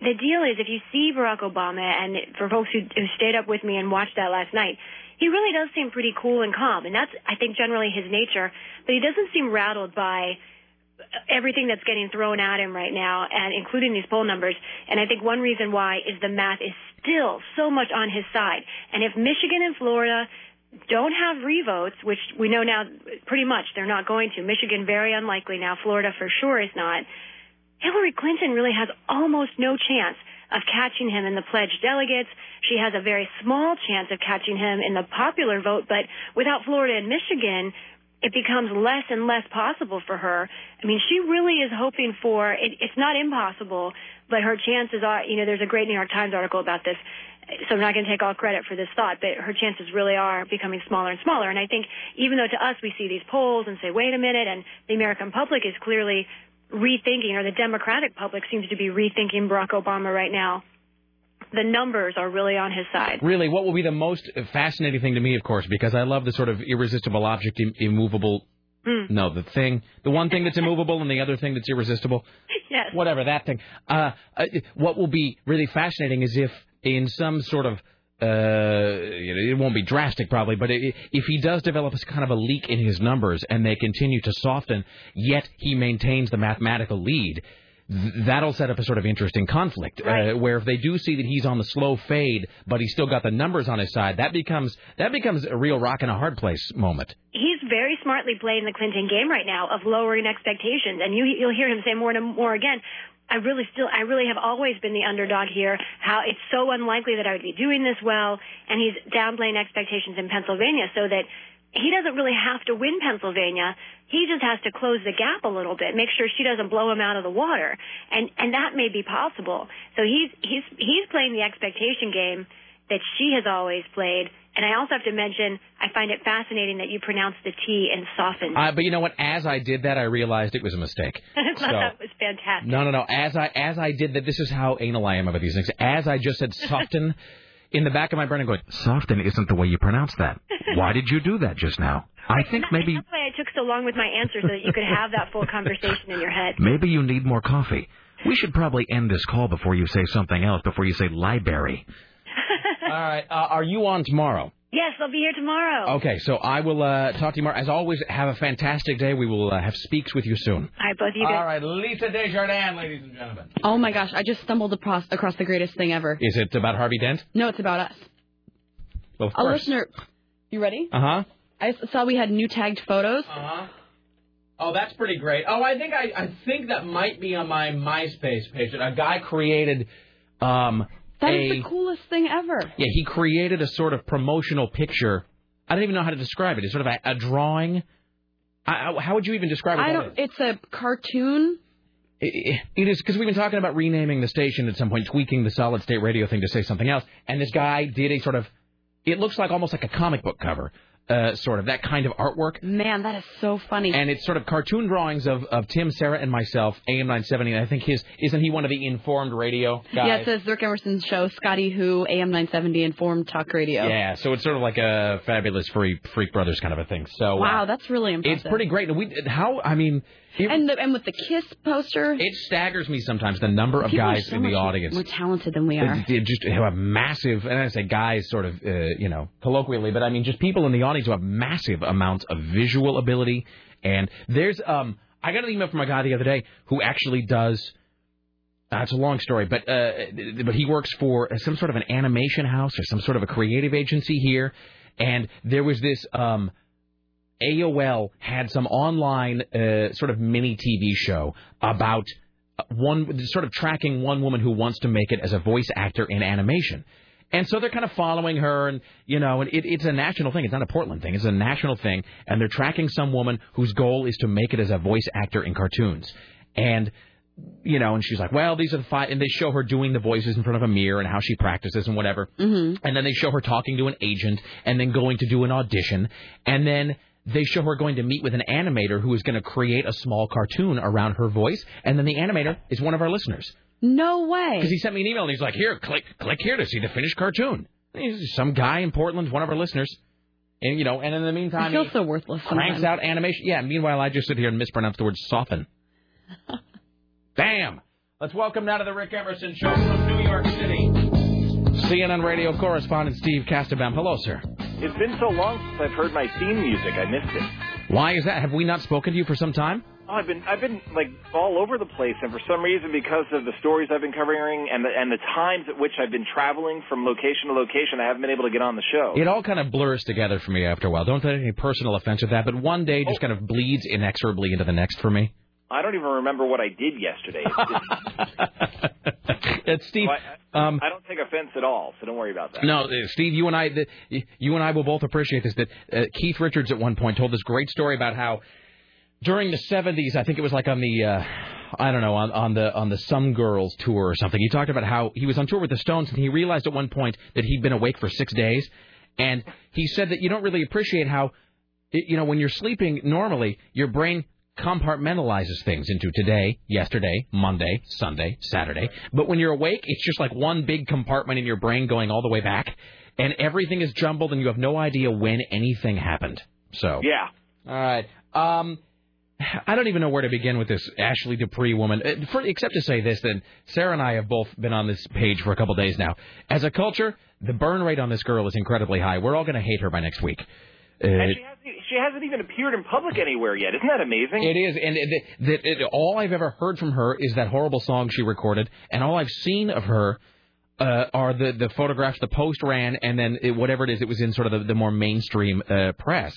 Speaker 7: the deal is if you see Barack Obama and for folks who, who stayed up with me and watched that last night, he really does seem pretty cool and calm, and that's I think generally his nature. But he doesn't seem rattled by everything that's getting thrown at him right now, and including these poll numbers. And I think one reason why is the math is still so much on his side. And if Michigan and Florida don't have revotes, which we know now pretty much they're not going to, Michigan very unlikely now, Florida for sure is not. Hillary Clinton really has almost no chance of catching him in the pledged delegates. She has a very small chance of catching him in the popular vote, but without Florida and Michigan, it becomes less and less possible for her. I mean, she really is hoping for it, it's not impossible, but her chances are, you know, there's a great New York Times article about this. So I'm not going to take all credit for this thought, but her chances really are becoming smaller and smaller. And I think even though to us we see these polls and say, wait a minute, and the American public is clearly rethinking, or the Democratic public seems to be rethinking Barack Obama right now, the numbers are really on his side.
Speaker 2: Really, what will be the most fascinating thing to me, of course, because I love the sort of irresistible object, Im- immovable.
Speaker 7: Mm.
Speaker 2: No, the thing, the one thing that's immovable, and the other thing that's irresistible.
Speaker 7: Yes.
Speaker 2: Whatever that thing. Uh, uh, what will be really fascinating is if, in some sort of, uh, you know, it won't be drastic probably, but i if he does develop a kind of a leak in his numbers and they continue to soften, yet he maintains the mathematical lead, th- that'll set up a sort of interesting conflict
Speaker 7: Right.
Speaker 2: uh, where if they do see that he's on the slow fade but he's still got the numbers on his side that becomes that becomes a real rock and a hard place moment
Speaker 7: he's very smartly playing the Clinton game right now of lowering expectations, and you you'll hear him say more and more again. I really still I really have always been the underdog here. How it's so unlikely that I would be doing this well, and he's downplaying expectations in Pennsylvania so that he doesn't really have to win Pennsylvania. He just has to close the gap a little bit, make sure she doesn't blow him out of the water, and and that may be possible. So he's he's he's playing the expectation game that she has always played. And I also have to mention, I find it fascinating that you pronounce the T and soften.
Speaker 2: uh, but you know what as i did that i realized it was a mistake
Speaker 7: I thought
Speaker 2: so-
Speaker 7: that was fantastic.
Speaker 2: No, no, no. As I as I did that, this is how anal I am about these things. As I just said, soften. In the back of my brain, I'm going, soften isn't the way you pronounce that. Why did you do that just now? I think
Speaker 7: That-
Speaker 2: maybe
Speaker 7: That's why I took so long with my answer, so that you could have that full conversation in your head.
Speaker 2: maybe you need more coffee. We should probably end this call before you say something else. Before you say library. All right. Uh, are you on tomorrow?
Speaker 7: Yes, I'll be here tomorrow.
Speaker 2: Okay. So I will uh, talk to you tomorrow. As always, have a fantastic day. We will uh, have speaks with you soon.
Speaker 7: All right, both of you guys.
Speaker 2: All right, Lisa Desjardins, ladies and gentlemen.
Speaker 4: Oh my gosh, I just stumbled across, across the greatest thing ever.
Speaker 2: Is it about Harvey Dent?
Speaker 4: No, it's about us.
Speaker 2: Well, of
Speaker 4: A
Speaker 2: course.
Speaker 4: listener, you ready?
Speaker 2: Uh huh.
Speaker 4: I saw we had new tagged photos.
Speaker 2: Uh-huh. Oh, that's pretty great. Oh, I think I, I think that might be on my MySpace page. A guy created um
Speaker 4: That
Speaker 2: a
Speaker 4: is the coolest thing ever.
Speaker 2: yeah he created a sort of promotional picture. I don't even know how to describe it. It's sort of a, a drawing. I, I- how would you even describe it?
Speaker 4: I
Speaker 2: What
Speaker 4: don't. It's a cartoon.
Speaker 2: it, it is because we've been talking about renaming the station at some point, tweaking the solid state radio thing to say something else. And this guy did a sort of, it looks like almost like a comic book cover, uh, sort of that kind of artwork.
Speaker 4: Man, that is so funny.
Speaker 2: and it's sort of cartoon drawings of, of Tim, Sarah, and myself, AM 970. And I think his isn't he one of the informed radio guys?
Speaker 4: yeah, it says Dirk Emerson's show, Scotty Who, AM 970, Informed Talk Radio.
Speaker 2: Yeah, so it's sort of like a fabulous freak, freak brothers kind of a thing. So uh,
Speaker 4: Wow, that's really impressive.
Speaker 2: it's pretty great. And we how I mean, it,
Speaker 4: And the, and with the Kiss poster,
Speaker 2: it staggers me sometimes the number of
Speaker 4: people are
Speaker 2: guys
Speaker 4: so
Speaker 2: in
Speaker 4: much
Speaker 2: the audience.
Speaker 4: more talented than we
Speaker 2: They,
Speaker 4: are.
Speaker 2: they just have a massive, and I say guys sort of, uh, you know, colloquially, but I mean just people in the audience who have massive amounts of visual ability. And there's, um, I got an email from a guy the other day who actually does. Uh, it's a long story, but uh, but he works for some sort of an animation house or some sort of a creative agency here, and there was this um, AOL had some online uh, sort of mini TV show about uh, one sort of tracking one woman who wants to make it as a voice actor in animation. And so they're kind of following her, and you know, and it, it's a national thing. It's not a Portland thing. It's a national thing, and they're tracking some woman whose goal is to make it as a voice actor in cartoons. And you know, and she's like, well, these are the five, and they show her doing the voices in front of a mirror and how she practices and whatever. Mm-hmm. And then they show her talking to an agent and then going to do an audition. And then they show her going to meet with an animator who is going to create a small cartoon around her voice. And then the animator is one of our listeners.
Speaker 4: No way.
Speaker 2: Because he sent me an email and he's like, here, click, click here to see the finished cartoon. And he's just some guy in Portland, one of our listeners. And, you know, and in the
Speaker 4: I
Speaker 2: meantime,
Speaker 4: feel
Speaker 2: he
Speaker 4: so worthless
Speaker 2: cranks
Speaker 4: sometimes.
Speaker 2: out animation. Yeah, meanwhile, I just sit here and mispronounce the word soften. Damn! Let's welcome now to the Rick Emerson Show from New York City. CNN radio correspondent Steve Castabaum. Hello, sir.
Speaker 8: It's been so long since I've heard my theme music. I missed it.
Speaker 2: Why is that? Have we not spoken to you for some time?
Speaker 8: Oh, I've been I've been like all over the place, and for some reason, because of the stories I've been covering and the and the times at which I've been traveling from location to location, I haven't been able to get on the show.
Speaker 2: It all kind of blurs together
Speaker 8: Oh.
Speaker 2: for me after a while. Don't take any personal offense with that, but one day just kind of bleeds inexorably into the next for me.
Speaker 8: I don't even remember what I did yesterday. It's just-
Speaker 2: It's Steve.
Speaker 8: so I,
Speaker 2: um,
Speaker 8: I don't take offense at all, so don't worry about that.
Speaker 2: No, uh, Steve, you and I, the, you and I will both appreciate this. That uh, Keith Richards at one point told this great story about how during the '70s, I think it was like on the, uh, I don't know, on, on the on the Some Girls tour or something. He talked about how he was on tour with the Stones and he realized at one point that he'd been awake for six days, and he said that you don't really appreciate how, it, you know, when you're sleeping normally, your brain compartmentalizes things into today, yesterday, Monday, Sunday, Saturday. But when you're awake, it's just like one big compartment in your brain going all the way back, and everything is jumbled, and you have no idea when anything happened. So
Speaker 8: yeah.
Speaker 2: All right. Um, I don't even know where to begin with this Ashley Dupree woman, Uh, for, except to say this. Then Sarah and I have both been on this page for a couple days now. As a culture, the burn rate on this girl is incredibly high. We're all going to hate her by next week. Uh,
Speaker 8: And she hasn't, she hasn't even appeared in public anywhere yet. Isn't that amazing?
Speaker 2: It is, and it, it, it, all I've ever heard from her is that horrible song she recorded, and all I've seen of her uh, are the the photographs the Post ran, and then it, whatever it is, it was in sort of the, the more mainstream uh, press.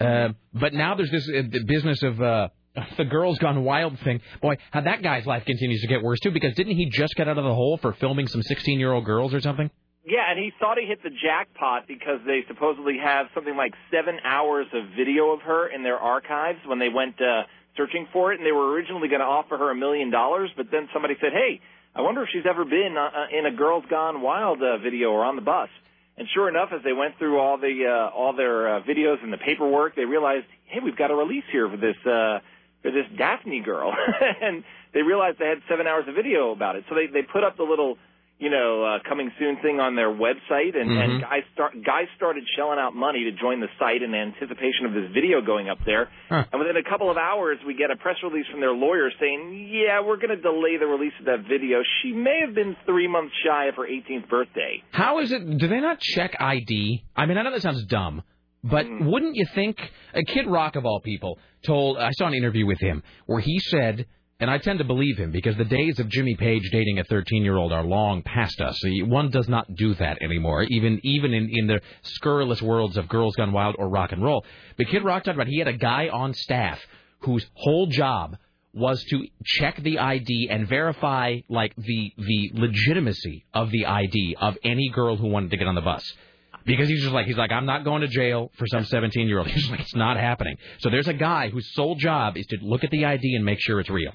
Speaker 2: Uh, but now there's this uh, the business of. Uh, the girls gone wild thing, boy, how that guy's life continues to get worse too. Because didn't he just get out of the hole for filming some 16-year-old girls or something?
Speaker 8: Yeah, and he thought he hit the jackpot because they supposedly have something like seven hours of video of her in their archives when they went uh, searching for it, and they were originally going to offer her a million dollars, but then somebody said, "Hey, I wonder if she's ever been uh, in a Girls Gone Wild uh, video or on the bus." And sure enough, as they went through all the uh, all their uh, videos and the paperwork, they realized, "Hey, we've got a release here for this uh, for this Daphne girl," and they realized they had seven hours of video about it. So they they put up the little you know, uh, coming soon thing on their website, and,
Speaker 9: Mhm.
Speaker 8: and guys start guys started shelling out money to join the site in anticipation of this video going up there.
Speaker 9: Huh.
Speaker 8: And within a couple of hours, we get a press release from their lawyer saying, "Yeah, we're going to delay the release of that video. She may have been three months shy of her 18th birthday."
Speaker 2: How is it? Do they not check ID? I mean, I know that sounds dumb, but wouldn't you think a Kid Rock of all people told? I saw an interview with him where he said, and I tend to believe him because the days of Jimmy Page dating a 13-year-old are long past us. The- One does not do that anymore, even even in in the scurrilous worlds of Girls Gone Wild or rock and roll. But Kid Rock talked about he had a guy on staff whose whole job was to check the ID and verify like the the legitimacy of the ID of any girl who wanted to get on the bus. Because he's just like he's like I'm not going to jail for some 17 year old. He's like it's not happening. So there's a guy whose sole job is to look at the ID and make sure it's real.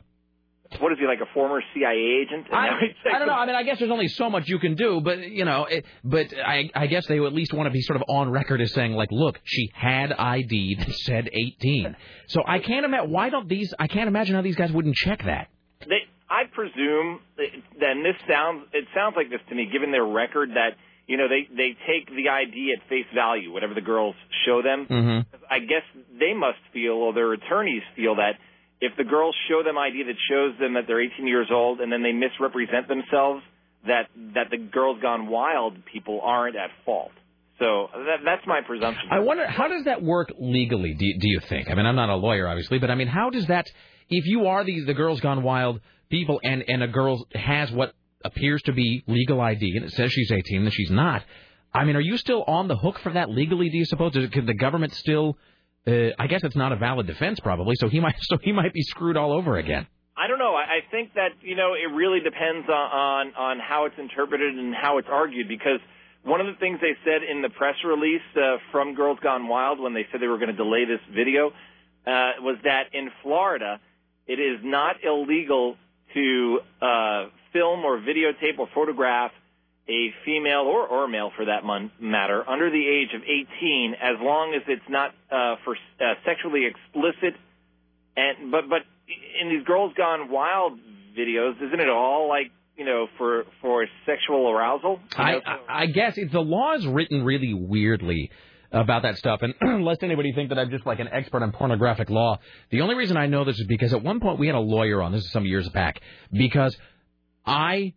Speaker 8: What is he like a former CIA agent? And now
Speaker 2: I,
Speaker 8: he's like-
Speaker 2: I don't know. I mean, I guess there's only so much you can do, but you know, it, but I, I guess they would at least want to be sort of on record as saying, like, look, she had ID that said 18. So I can't imagine why don't these? I can't imagine how these guys wouldn't check that.
Speaker 8: They, I presume, that- then this sounds, it sounds like this to me, given their record, that, you know, they, they take the ID at face value, whatever the girls show them. I guess they must feel, or their attorneys feel, that if the girls show them ID that shows them that they're 18 years old and then they misrepresent themselves, that, that the girls gone wild people aren't at fault. So that, that's my presumption.
Speaker 2: I wonder how does that work legally? Do you, do you think? I mean, I'm not a lawyer, obviously, but I mean, how does that? If you are the the girls gone wild people, and and a girl has what appears to be legal ID, and it says she's 18, and she's not. I mean, are you still on the hook for that legally? Do you suppose? Does- Could the government still? Uh, I guess it's not a valid defense, probably. So he might so he might be screwed all over again.
Speaker 8: I don't know. I, I think that you know it really depends on, on on how it's interpreted and how it's argued because one of the things they said in the press release uh, from Girls Gone Wild when they said they were going to delay this video uh, was that in Florida it is not illegal to uh, film or videotape or photograph a female or, or male for that mon- matter under the age of 18 as long as it's not uh, for uh, sexually explicit and but but in these girls gone wild videos isn't it all like you know for for sexual arousal
Speaker 2: I, I I guess it's, the law is written really weirdly about that stuff. And lest anybody think that I'm just like an expert on pornographic law, the only reason I know this is because at one point we had a lawyer on. This is some years back because I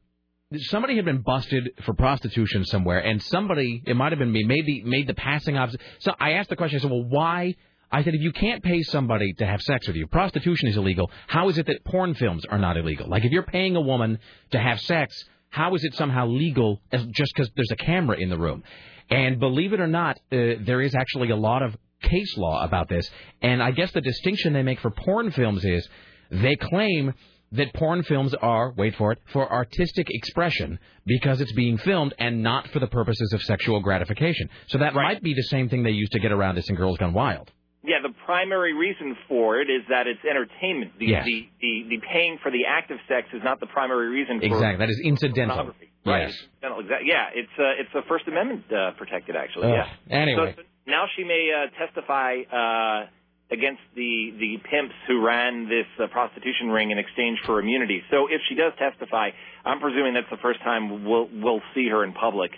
Speaker 2: somebody had been busted for prostitution somewhere, and somebody it might have been me maybe made the passing obs. So I asked the question. I said, well, why? I said, if you can't pay somebody to have sex with you, prostitution is illegal. How is it that porn films are not illegal? Like if you're paying a woman to have sex, how is it somehow legal as, just because there's a camera in the room? And believe it or not, uh, there is actually a lot of case law about this. And I guess the distinction they make for porn films is They claim that porn films are, wait for it, for artistic expression because it's being filmed and not for the purposes of sexual gratification. So that might be the same thing they used to get around this in Girls Gone Wild.
Speaker 8: Yeah, the primary reason for it is that it's entertainment. The,
Speaker 2: Yes.
Speaker 8: the, the, the paying for the act of sex is not the primary reason for
Speaker 2: Exactly. That is incidental.
Speaker 8: pornography.
Speaker 2: Yes.
Speaker 8: Right. It's incidental. Exact- Yeah, it's uh, it's a First Amendment uh, protected actually.
Speaker 2: Ugh.
Speaker 8: Yeah.
Speaker 2: Anyway.
Speaker 8: So, so now she may uh, testify uh, against the the pimps who ran this uh, prostitution ring in exchange for immunity. So if she does testify, I'm presuming that's the first time we'll we'll see her in public.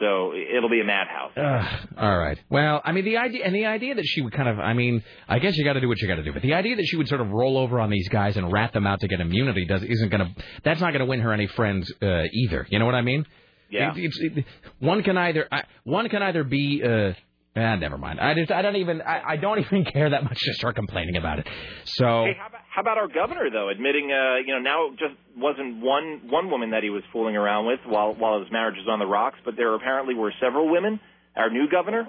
Speaker 8: So it'll be a madhouse.
Speaker 2: Ugh. All right. Well, I mean the idea and the idea that she would kind of I mean, I guess you got to do what you got to do, but the idea that she would sort of roll over on these guys and rat them out to get immunity does isn't going to that's not going to win her any friends uh, either. You know what I mean?
Speaker 8: Yeah.
Speaker 2: It- it's- it- one can either I, one can either be uh, ah, never mind. I just I don't even I, I don't even care that much to start complaining about it. So
Speaker 8: Hey, how about, how about our governor though? Admitting, uh, you know, now it just wasn't one one woman that he was fooling around with while while his marriage was on the rocks, but there apparently were several women. Our new governor.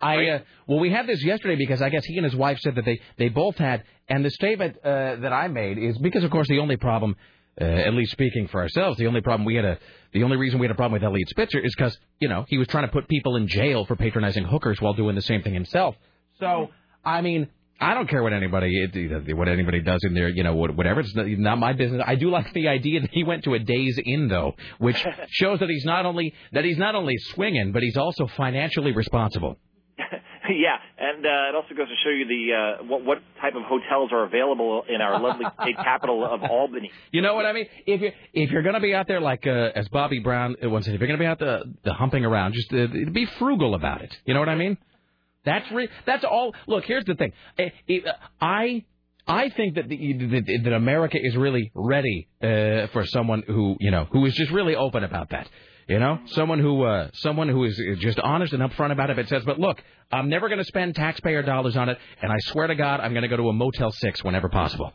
Speaker 2: I uh, well, we had this yesterday because I guess he and his wife said that they they both had, and the statement uh, that I made is because of course the only problem, uh, at least speaking for ourselves, the only problem we had a the only reason we had a problem with Elliot Spitzer is because you know he was trying to put people in jail for patronizing hookers while doing the same thing himself. So I mean. I don't care what anybody it- what anybody does in there, you know, what- whatever. It's not, not my business. I do like the idea that he went to a Days Inn though, which shows that he's not only that he's not only swinging, but he's also financially responsible.
Speaker 8: yeah, and uh, it also goes to show you the uh, what what type of hotels are available in our lovely state capital of Albany.
Speaker 2: You know what I mean? If you're if you're gonna be out there like uh, as Bobby Brown uh, once said, if you're gonna be out the the humping around, just uh, be frugal about it. You know what I mean? That's re- that's all. Look, here's the thing. I I, I think that, the, that that America is really ready uh, for someone who you know who is just really open about that. You know, someone who uh, someone who is just honest and upfront about it. But says, but look, I'm never going to spend taxpayer dollars on it, and I swear to God, I'm going to go to a Motel Six whenever possible.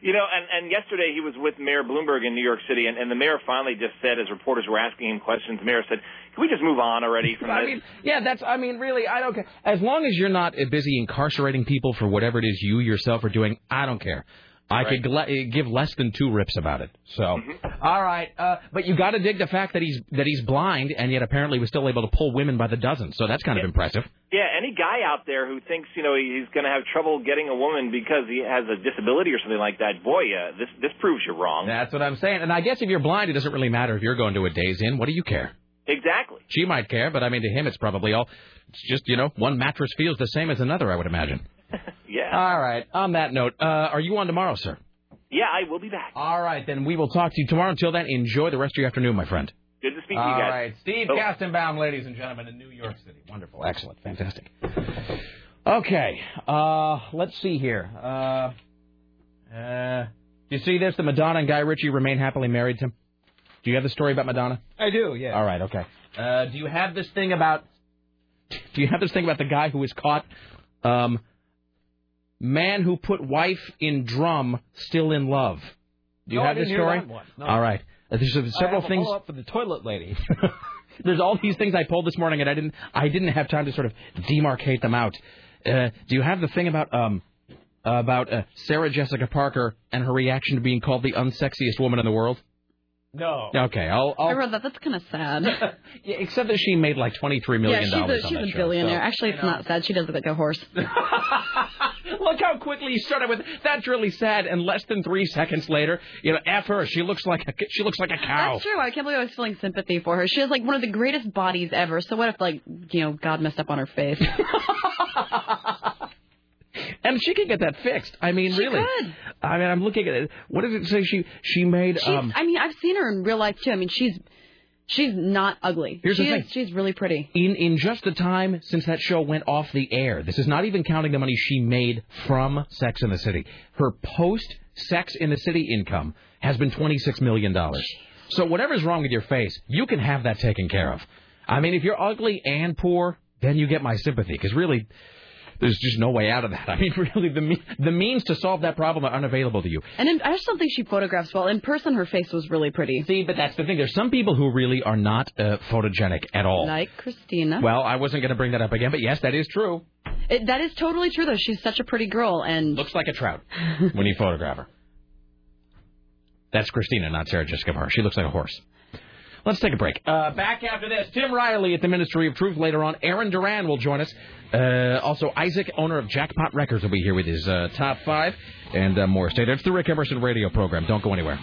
Speaker 8: You know, and, and yesterday he was with Mayor Bloomberg in New York City, and, and the mayor finally just said, as reporters were asking him questions, the mayor said, "Can we just move on already from
Speaker 2: I
Speaker 8: this?"
Speaker 2: mean, yeah, that's. I mean, really, I don't care. As long as you're not uh, busy incarcerating people for whatever it is you yourself are doing, I don't care. I could gla- eh, give less than two rips about it. So,
Speaker 10: Mm-hmm.
Speaker 2: all right, uh, but you got to dig the fact that he's that he's blind and yet apparently was still able to pull women by the dozen. So that's kind of impressive.
Speaker 8: Yeah, any guy out there who thinks you know he's going to have trouble getting a woman because he has a disability or something like that, boy, uh, this this proves you wrong.
Speaker 2: That's what I'm saying. And I guess if you're blind, it doesn't really matter if you're going to a days in. What do you care?
Speaker 8: Exactly.
Speaker 2: She might care, but I mean, to him, it's probably all. It's just you know, one mattress feels the same as another. I would imagine.
Speaker 8: Yeah.
Speaker 2: All right. On that note, uh, are you on tomorrow, sir?
Speaker 8: Yeah, I will be back.
Speaker 2: All right, then we will talk to you tomorrow. Until then, enjoy the rest of your afternoon, my friend.
Speaker 8: Good to speak
Speaker 2: All
Speaker 8: to you guys.
Speaker 2: right, Steve
Speaker 8: Oh.
Speaker 2: Kastenbaum, ladies and gentlemen, in New York City. Wonderful, excellent, fantastic. Okay, uh, let's see here. Uh, uh, you see this? The Madonna and Guy Ritchie remain happily married. Tim, do you have the story about Madonna?
Speaker 3: I do, yeah.
Speaker 2: All right, okay. Uh, do you have this thing about? Do you have this thing about the guy who was caught? Um, man who put wife in drum, still in love. Do you
Speaker 3: No, I
Speaker 2: have this
Speaker 3: didn't hear
Speaker 2: story?
Speaker 3: that one. No.
Speaker 2: All right. Uh, There's uh, several things.
Speaker 3: up for the toilet lady.
Speaker 2: There's all these things I pulled this morning, and I didn't. I didn't have time to sort of demarcate them out. Uh, do you have the thing about um about uh, Sarah Jessica Parker and her reaction to being called the unsexiest woman in the world?
Speaker 3: No.
Speaker 2: Okay, I'll.
Speaker 4: I
Speaker 2: I'll
Speaker 4: wrote that. That's kind of sad.
Speaker 2: yeah, except that she made like twenty three
Speaker 4: yeah,
Speaker 2: million
Speaker 4: she's
Speaker 2: dollars.
Speaker 4: a,
Speaker 2: on
Speaker 4: she's
Speaker 2: that
Speaker 4: a
Speaker 2: show,
Speaker 4: billionaire.
Speaker 2: so-
Speaker 4: Actually, it's not sad. She does look like a horse.
Speaker 2: Look how quickly he started with that's really sad, and less than three seconds later, you know, f her. She looks like a she looks like a cow.
Speaker 4: That's true. I can't believe I was feeling sympathy for her. She has like one of the greatest bodies ever. So what if like you know God messed up on her face?
Speaker 2: And she could get that fixed. I mean,
Speaker 4: She
Speaker 2: really.
Speaker 4: could.
Speaker 2: I mean, I'm looking at it. What does it say? She she made.
Speaker 4: She's,
Speaker 2: um
Speaker 4: I mean, I've seen her in real life too. I mean, she's she's not ugly.
Speaker 2: Here's the
Speaker 4: she is,
Speaker 2: thing.
Speaker 4: She's really pretty.
Speaker 2: in, in just the time since that show went off the air, this is not even counting the money she made from Sex in the City. Her post Sex in the City income has been $26 million. So, whatever's wrong with your face, you can have that taken care of. I mean, if you're ugly and poor, then you get my sympathy, because really, there's just no way out of that. I mean, really, the, me- the means to solve that problem are unavailable to you.
Speaker 4: And in, I just don't think she photographs well. In person, her face was really pretty.
Speaker 2: See, but that's the thing. There's some people who really are not uh, photogenic at all.
Speaker 4: Like Christina.
Speaker 2: Well, I wasn't going to bring that up again, but yes, that is true.
Speaker 4: It, that is totally true, though. She's such a pretty girl, and
Speaker 2: looks like a trout when you photograph her. That's Christina, not Sarah Jessica Parker. She looks like a horse. Let's take a break. Uh, back after this, Tim Riley at the Ministry of Truth later on. Aaron Duran will join us. Uh, also, Isaac, owner of Jackpot Records, will be here with his uh, top five and uh, more. Stay there. It's the Rick Emerson radio program. Don't go anywhere.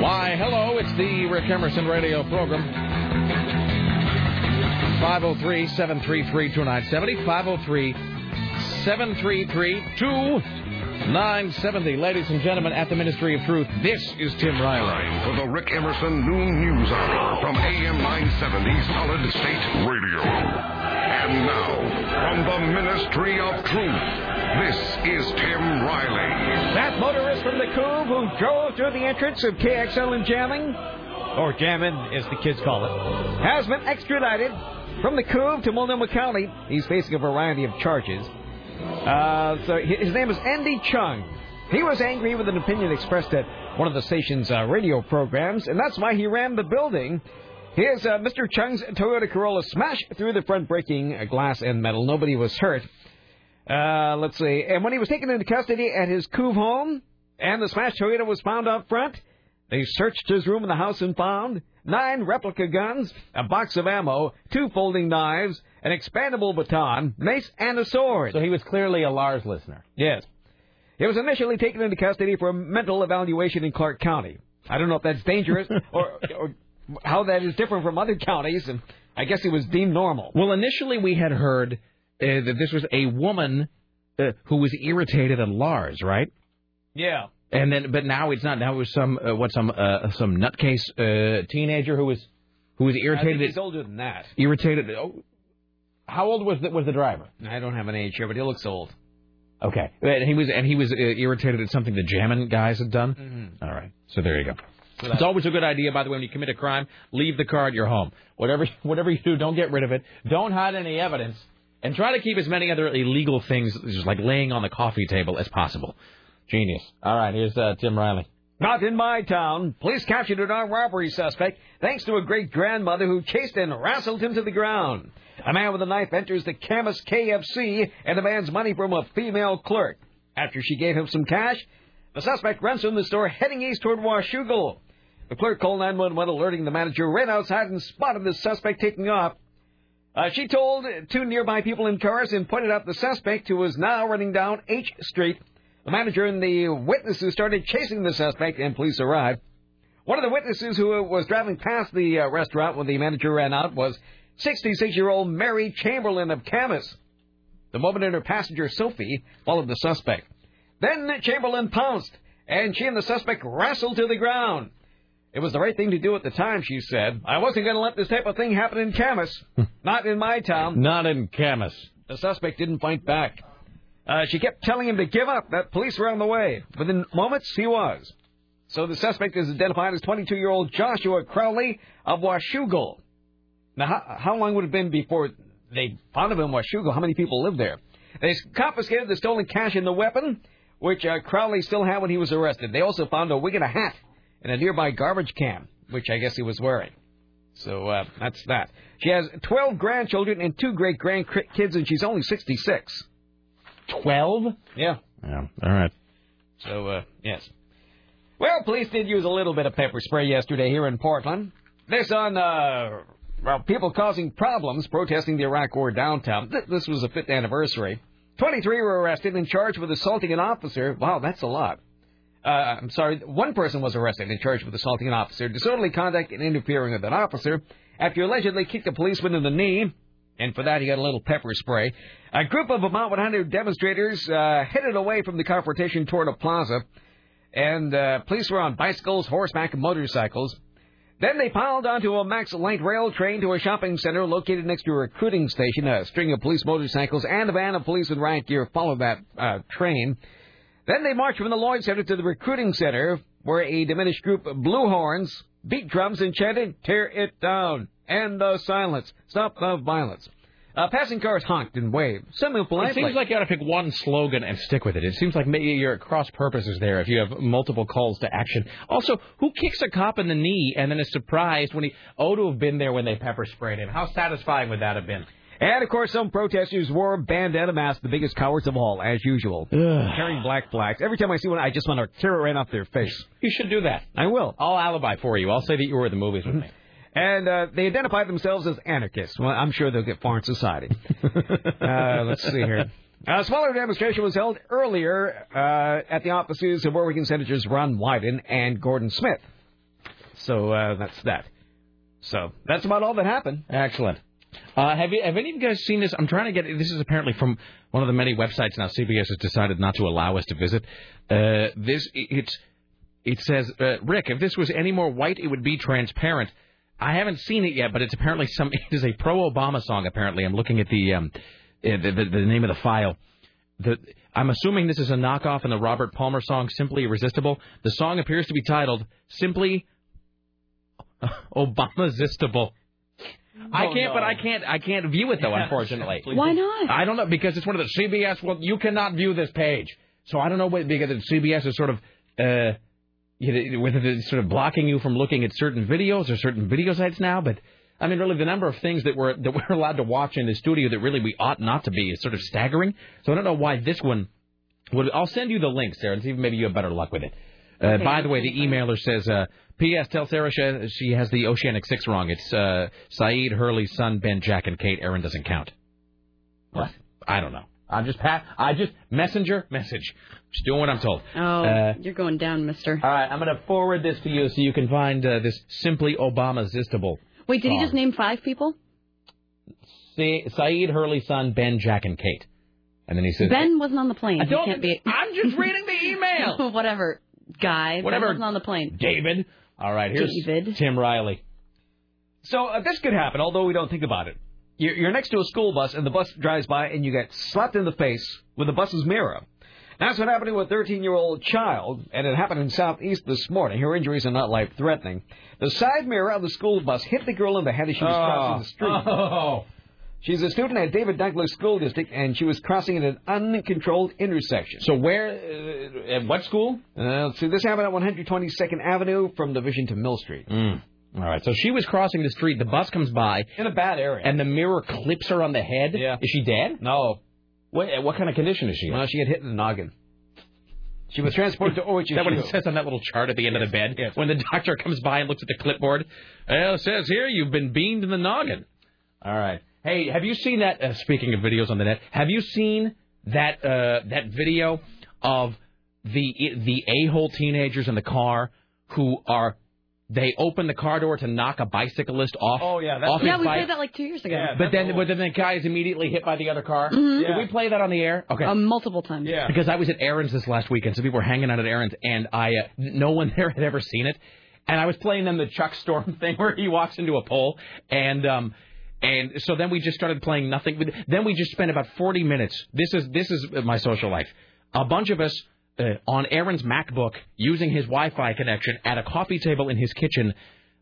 Speaker 2: Why, hello, it's the Rick Emerson radio program. 503 733 2970. 503 733 2970. Ladies and gentlemen, at the Ministry of Truth, this is Tim Riley.
Speaker 9: For the Rick Emerson Noon News Hour from AM 970 Solid State Radio. And now, from the Ministry of Truth, this is Tim Riley.
Speaker 3: That motorist from the Cove who drove through the entrance of KXL and jamming, or jamming as the kids call it, has been extradited from the Cove to Multnomah County. He's facing a variety of charges. Uh, so hi- his name is Andy Chung. He was angry with an opinion expressed at one of the station's uh, radio programs, and that's why he rammed the building. Here's uh, Mr. Chung's Toyota Corolla smashed through the front, breaking uh, glass and metal. Nobody was hurt. Uh, let's see. And when he was taken into custody at his Coove home, and the smashed Toyota was found out front, they searched his room in the house and found nine replica guns, a box of ammo, two folding knives, an expandable baton, mace, and a sword. So
Speaker 2: he was clearly a Lars listener.
Speaker 3: Yes. He was initially taken into custody for mental evaluation in Clark County. I don't know if that's dangerous or, or how that is different from other counties, and I guess he was deemed normal.
Speaker 2: Well, initially we had heard uh, that this was a woman uh, who was irritated at Lars, right?
Speaker 3: Yeah.
Speaker 2: And then, but now it's not. Now it was some uh, what some uh, some nutcase uh, teenager who was who was
Speaker 3: I think
Speaker 2: irritated.
Speaker 3: he's older than that.
Speaker 2: irritated. Oh, how old was the, was the driver?
Speaker 3: I don't have an age here, but he looks old.
Speaker 2: Okay, and he was and he was uh, irritated at something the jamming guys had done. All right, so there you go. it's always a good idea, by the way, when you commit a crime, leave the car at your home. Whatever whatever you do, don't get rid of it. Don't hide any evidence, and try to keep as many other illegal things, just like laying on the coffee table, as possible. Genius. All right, here's uh, Tim Riley.
Speaker 3: Not in my town. Police captured an armed robbery suspect thanks to a great grandmother who chased and wrestled him to the ground. A man with a knife enters the Camas KFC and demands money from a female clerk. After she gave him some cash, the suspect runs from the store heading east toward Washougal. The clerk called 911 alerting the manager ran outside and spotted the suspect taking off. Uh, she told two nearby people in cars and pointed out the suspect who was now running down H Street. The manager and the witnesses started chasing the suspect, and police arrived. One of the witnesses who was driving past the uh, restaurant when the manager ran out was 66 year old Mary Chamberlain of Camas. The woman and her passenger, Sophie, followed the suspect. Then Chamberlain pounced, and she and the suspect wrestled to the ground. It was the right thing to do at the time, she said. I wasn't going to let this type of thing happen in Camas. Not in my town.
Speaker 2: Not in Camas.
Speaker 3: The suspect didn't fight back. Uh, she kept telling him to give up, that police were on the way. Within moments, he was. So the suspect is identified as 22 year old Joshua Crowley of Washugal. Now, how, how long would it have been before they found him in Washugal? How many people lived there? They confiscated the stolen cash and the weapon, which uh, Crowley still had when he was arrested. They also found a wig and a hat in a nearby garbage can, which I guess he was wearing. So uh, that's that. She has 12 grandchildren and two great grandkids, and she's only 66.
Speaker 2: 12?
Speaker 3: Yeah.
Speaker 2: Yeah. All right.
Speaker 3: So, uh, yes. Well, police did use a little bit of pepper spray yesterday here in Portland. This on, uh, well, people causing problems protesting the Iraq War downtown. Th- this was the fifth anniversary. 23 were arrested and charged with assaulting an officer. Wow, that's a lot. Uh, I'm sorry, one person was arrested and charged with assaulting an officer, disorderly conduct, and interfering with an officer after allegedly kicked a policeman in the knee and for that he got a little pepper spray. A group of about 100 demonstrators uh, headed away from the confrontation toward a plaza, and uh, police were on bicycles, horseback, and motorcycles. Then they piled onto a Max Light Rail train to a shopping center located next to a recruiting station. A string of police motorcycles and a van of police in riot gear followed that uh, train. Then they marched from the Lloyd Center to the recruiting center, where a diminished group blew horns, beat drums, and chanted, Tear it down! End the silence! Stop the violence! Uh, passing cars honked and waved. Some
Speaker 2: It
Speaker 3: politely.
Speaker 2: seems like you ought to pick one slogan and stick with it. It seems like maybe you're at cross purposes there if you have multiple calls to action. Also, who kicks a cop in the knee and then is surprised when he ought to have been there when they pepper sprayed him? How satisfying would that have been?
Speaker 3: And of course, some protesters wore bandana masks, the biggest cowards of all, as usual. Carrying black flags. Every time I see one, I just want to tear it right off their face.
Speaker 2: You should do that.
Speaker 3: I will.
Speaker 2: I'll alibi for you. I'll say that you were at the movies with me.
Speaker 3: And uh, they identify themselves as anarchists. Well, I'm sure they'll get far in society. uh, let's see here. A smaller demonstration was held earlier uh, at the offices of Oregon Senators Ron Wyden and Gordon Smith. So uh, that's that. So that's about all that happened.
Speaker 2: Excellent. Uh, have you have any of you guys seen this? I'm trying to get this is apparently from one of the many websites now CBS has decided not to allow us to visit. Uh, this it- it's it says uh, Rick, if this was any more white, it would be transparent. I haven't seen it yet, but it's apparently some it is a pro Obama song. Apparently, I'm looking at the um eh, the, the, the name of the file. The, I'm assuming this is a knockoff in the Robert Palmer song "Simply Irresistible." The song appears to be titled "Simply Obama-sistible." I
Speaker 4: Oh,
Speaker 2: can't,
Speaker 4: no.
Speaker 2: but I can't. I can't view it though, unfortunately.
Speaker 4: Why not?
Speaker 2: I don't know because it's one of the CBS. Well, you cannot view this page, so I don't know what because it's CBS is sort of, uh, you know, whether it's sort of blocking you from looking at certain videos or certain video sites now. But I mean, really, the number of things that we're that we're allowed to watch in the studio that really we ought not to be is sort of staggering. So I don't know why this one would. I'll send you the links there and see if maybe you have better luck with it. Uh, by the way, the emailer says, uh, "P.S. Tell Sarah she, she has the Oceanic Six wrong. It's uh, Saeed, Hurley's son, Ben, Jack, and Kate. Aaron doesn't count." What? I don't know. I'm just pat. I just messenger message. Just doing what I'm told.
Speaker 4: Oh,
Speaker 2: Uh,
Speaker 4: you're going down, mister.
Speaker 2: all right, I'm going to forward this to you so you can find uh, this simply Obama sistible.
Speaker 4: Wait, did he just name five people?
Speaker 2: Sa- Saeed, Hurley's son, Ben, Jack, and Kate. And then he says,
Speaker 4: Ben wasn't on the plane.
Speaker 2: I
Speaker 4: He
Speaker 2: don't-
Speaker 4: can't be.
Speaker 2: I'm just reading the email.
Speaker 4: Whatever, guy.
Speaker 2: Whatever.
Speaker 4: Ben wasn't on the plane.
Speaker 2: David. All right, here's
Speaker 4: David.
Speaker 2: Tim Riley.
Speaker 3: So uh, this could happen, although we don't think about it. You're, you're next to a school bus, and the bus drives by, and you get slapped in the face with the bus's mirror. That's what happened to a 13-year-old child, and it happened in Southeast this morning. Her injuries are not life-threatening. The side mirror of the school bus hit the girl in the head as she was crossing the street.
Speaker 2: Ah. Oh.
Speaker 3: She's a student at David Douglas School District, and she was crossing at an uncontrolled intersection.
Speaker 2: So where? Uh, at what school?
Speaker 3: Uh, let's see, this happened at 122nd Avenue from Division to Mill Street.
Speaker 2: Mm. All right. So she was crossing the street. The bus comes by,
Speaker 3: In a bad area.
Speaker 2: and the mirror clips her on the head.
Speaker 3: Yeah.
Speaker 2: Is she dead?
Speaker 3: no,
Speaker 2: What, what kind of condition is she in?
Speaker 3: Well, she got hit in the noggin. She was transported to
Speaker 2: Is that what it
Speaker 3: Oichi.
Speaker 2: says on that little chart at the end of the bed? When the doctor comes by and looks at the clipboard, well, it says here you've been beamed in the noggin. All right. Hey, have you seen that? Uh, speaking of videos on the net, have you seen that uh, that video of the the a hole teenagers in the car who are they open the car door to knock a bicyclist off?
Speaker 3: Oh, yeah, that's-
Speaker 2: off his
Speaker 4: Yeah, we
Speaker 2: bike.
Speaker 4: played that like two years ago.
Speaker 3: Yeah.
Speaker 2: But then, but then the guy is immediately hit by the other car. Did we play that on the air? Okay.
Speaker 4: Uh, multiple times.
Speaker 3: Yeah.
Speaker 2: Because I was at Aaron's this last weekend, so people were hanging out at Aaron's, and I uh, no one there had ever seen it, and I was playing them the Chuck Storm thing where he walks into a pole, and um, and so then we just started playing nothing. But Then we just spent about 40 minutes. This is this is my social life. A bunch of us. Uh, on Aaron's MacBook, using his Wi-Fi connection at a coffee table in his kitchen,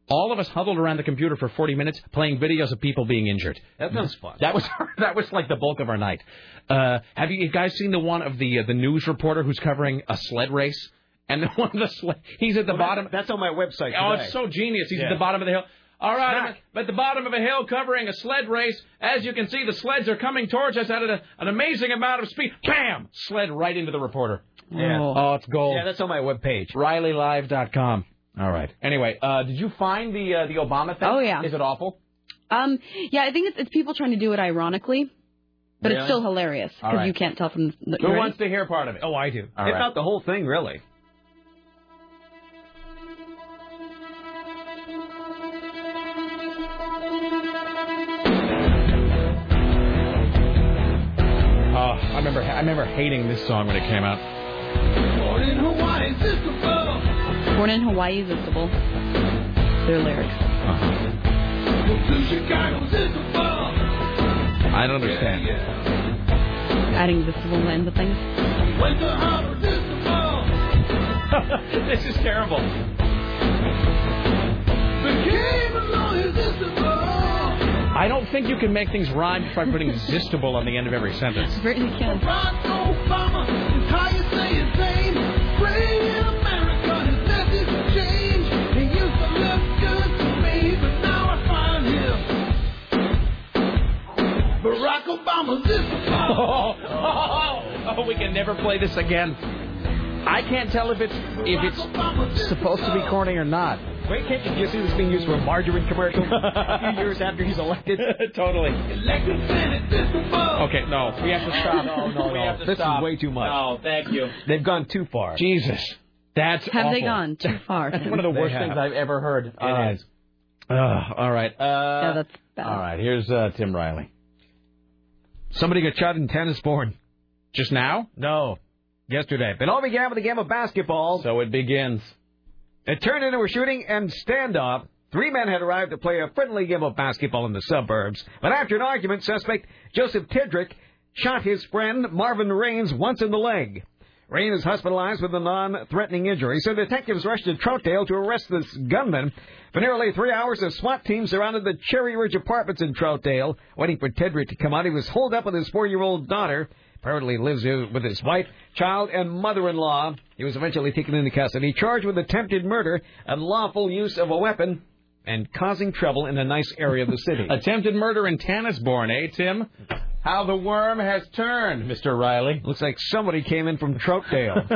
Speaker 2: all of us huddled around the computer for 40 minutes, playing videos of people being injured.
Speaker 3: That sounds fun.
Speaker 2: That was that was like the bulk of our night. Uh, have you guys seen the one of the uh, the news reporter who's covering a sled race? And the one of the sled, he's at the bottom.
Speaker 3: Oh, That's on my website.
Speaker 2: oh, it's so genius. He's at the bottom of the hill. All right, I'm at the bottom of a hill covering a sled race. As you can see, the sleds are coming towards us at a, an amazing amount of speed. Bam! Sled right into the reporter.
Speaker 3: Yeah.
Speaker 4: Oh.
Speaker 2: Oh, it's gold.
Speaker 3: yeah, that's on my webpage.
Speaker 2: RileyLive.com. All right. Anyway, uh, did you find the uh, the Obama thing?
Speaker 4: Oh, yeah.
Speaker 2: Is it awful?
Speaker 4: Um. Yeah, I think it's, it's people trying to do it ironically, but it's
Speaker 2: Really?
Speaker 4: still hilarious
Speaker 2: All
Speaker 4: because
Speaker 2: right.
Speaker 4: you can't tell from. The,
Speaker 2: Who wants to hear part of it?
Speaker 3: Oh, I do.
Speaker 2: All
Speaker 3: if
Speaker 2: right.
Speaker 3: not the whole thing, really.
Speaker 11: Uh-huh.
Speaker 2: Oh, I remember I remember hating this song when it came out.
Speaker 4: Born in Hawaii is visible. their lyrics.
Speaker 2: I don't understand.
Speaker 4: Adding this will end the things.
Speaker 2: this is terrible. I don't think you can make things rhyme just by putting existable on the end of every sentence.
Speaker 4: Certainly can.
Speaker 11: Barack Obama's this
Speaker 2: Oh, oh, oh, we can never play this again. I can't tell if it's if it's supposed to be corny or not.
Speaker 3: Wait, can't you see this being used for a margarine commercial a few years after he's elected?
Speaker 2: totally. Okay, no, we have to stop.
Speaker 3: No, no,
Speaker 2: we
Speaker 3: no.
Speaker 2: have to
Speaker 3: This is
Speaker 2: stop.
Speaker 3: way too much.
Speaker 2: No, thank you.
Speaker 3: They've gone too far.
Speaker 2: Jesus, that's
Speaker 4: Have they
Speaker 2: awful.
Speaker 4: gone too far?
Speaker 2: That's one of the
Speaker 3: They
Speaker 2: worst
Speaker 3: have.
Speaker 2: things I've ever heard. Uh, It
Speaker 3: is.
Speaker 2: all right. Uh,
Speaker 4: yeah, that's bad.
Speaker 2: all right. Here's uh, Tim Riley.
Speaker 3: Somebody got shot in Tennisborn.
Speaker 2: Just now,
Speaker 3: No, yesterday. It all began with a game of basketball.
Speaker 2: so it begins.
Speaker 3: It turned into a shooting and standoff. Three men had arrived to play a friendly game of basketball in the suburbs. But after an argument, suspect Joseph Tidrick shot his friend Marvin Raines once in the leg. Raines is hospitalized with a non-threatening injury, so detectives rushed to Troutdale to arrest this gunman. For nearly three hours, a SWAT team surrounded the Cherry Ridge apartments in Troutdale, waiting for Tedrick to come out. He was holed up with his four-year-old daughter. Apparently lives with his wife, child, and mother-in-law. He was eventually taken into custody, charged with attempted murder, unlawful use of a weapon, and causing trouble in a nice area of the city.
Speaker 2: Attempted murder in Tannisborn, eh, Tim? How the worm has turned, Mr. Riley.
Speaker 3: Looks like somebody came in from Troutdale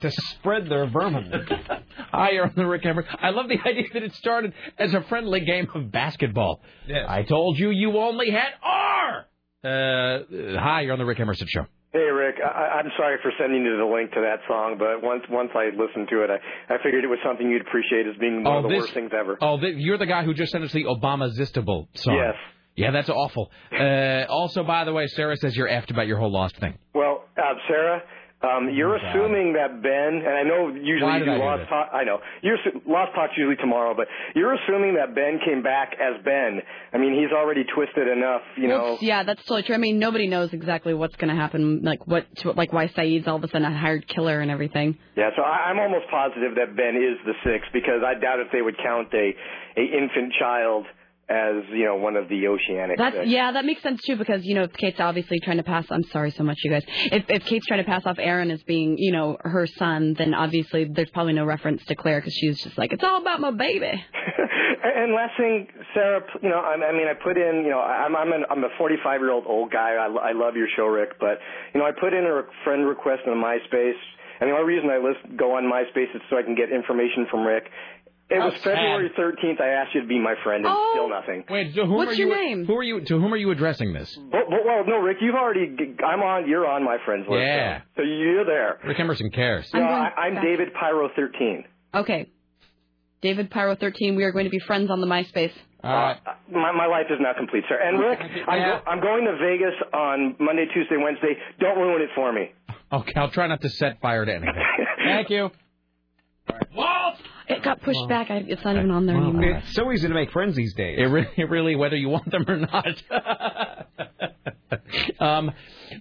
Speaker 3: to spread their vermin.
Speaker 2: Higher on the Rick Emerson. I love the idea that it started as a friendly game of basketball.
Speaker 3: Yes.
Speaker 2: I told you you only had R. Uh, hi, you're on the Rick Emerson show.
Speaker 12: Hey Rick, I, I'm sorry for sending you the link to that song, but once once I listened to it, I, I figured it was something you'd appreciate as being one of the worst things ever.
Speaker 2: Oh, thi- you're the guy who just sent us the Obama Zistable song.
Speaker 12: Yes.
Speaker 2: Yeah, that's awful. Uh, also, by the way, Sarah says you're effed about your whole lost thing.
Speaker 12: Well, uh, Sarah, um, you're
Speaker 2: Oh, God.
Speaker 12: assuming that Ben, and I know usually
Speaker 2: Why
Speaker 12: you
Speaker 2: did I
Speaker 12: do
Speaker 2: do
Speaker 12: Lost
Speaker 2: this?
Speaker 12: Talk. I know you're assu- Lost Talk's usually tomorrow, but you're assuming that Ben came back as Ben. I mean, he's already twisted enough, you know.
Speaker 4: Well, yeah, that's totally true. I mean, nobody knows exactly what's going to happen, like what, to, like why Saeed's all of a sudden a hired killer and everything.
Speaker 12: Yeah, so I, I'm almost positive that Ben is the six because I doubt if they would count a a infant child as you know one of the oceanic.
Speaker 4: That's
Speaker 12: six.
Speaker 4: yeah, that makes sense too because you know if Kate's obviously trying to pass. I'm sorry so much, you guys. If if Kate's trying to pass off Aaron as being you know her son, then obviously there's probably no reference to Claire because she's just like it's all about my baby.
Speaker 12: And and last thing, Sarah, p- you know, I, I mean, I put in, you know, I- I'm I'm an, I'm a 45 year old old guy. I, lo- I love your show, Rick, but you know, I put in a re- friend request on MySpace, and the only reason I list go on MySpace is so I can get information from Rick. It
Speaker 2: How
Speaker 12: was
Speaker 2: sad.
Speaker 12: February 13th. I asked you to be my friend, and
Speaker 4: Oh.
Speaker 12: still nothing.
Speaker 2: Wait, so whom
Speaker 4: What's
Speaker 2: are
Speaker 4: your
Speaker 2: you,
Speaker 4: name?
Speaker 2: Who are you? To whom are you addressing this?
Speaker 12: But, but, well, no, Rick, you've already. g- I'm on. You're on my friends list.
Speaker 2: Yeah.
Speaker 12: So so you're there.
Speaker 2: Rick Emerson cares.
Speaker 12: No,
Speaker 4: I'm going
Speaker 12: I, I'm
Speaker 4: back.
Speaker 12: David Pyro 13.
Speaker 4: Okay, David Pyro 13. We are going to be friends on the MySpace.
Speaker 2: All right.
Speaker 12: Uh, my, my life is not complete, sir. And Rick, I'm,
Speaker 2: Yeah.
Speaker 12: go- I'm going to Vegas on Monday, Tuesday, Wednesday. Don't ruin it for me.
Speaker 2: Okay, I'll try not to set fire to anything. Thank you.
Speaker 4: It got pushed back. I, it's not even on there anymore.
Speaker 3: It's so easy to make friends these days.
Speaker 2: It, re- it really, whether you want them or not. um,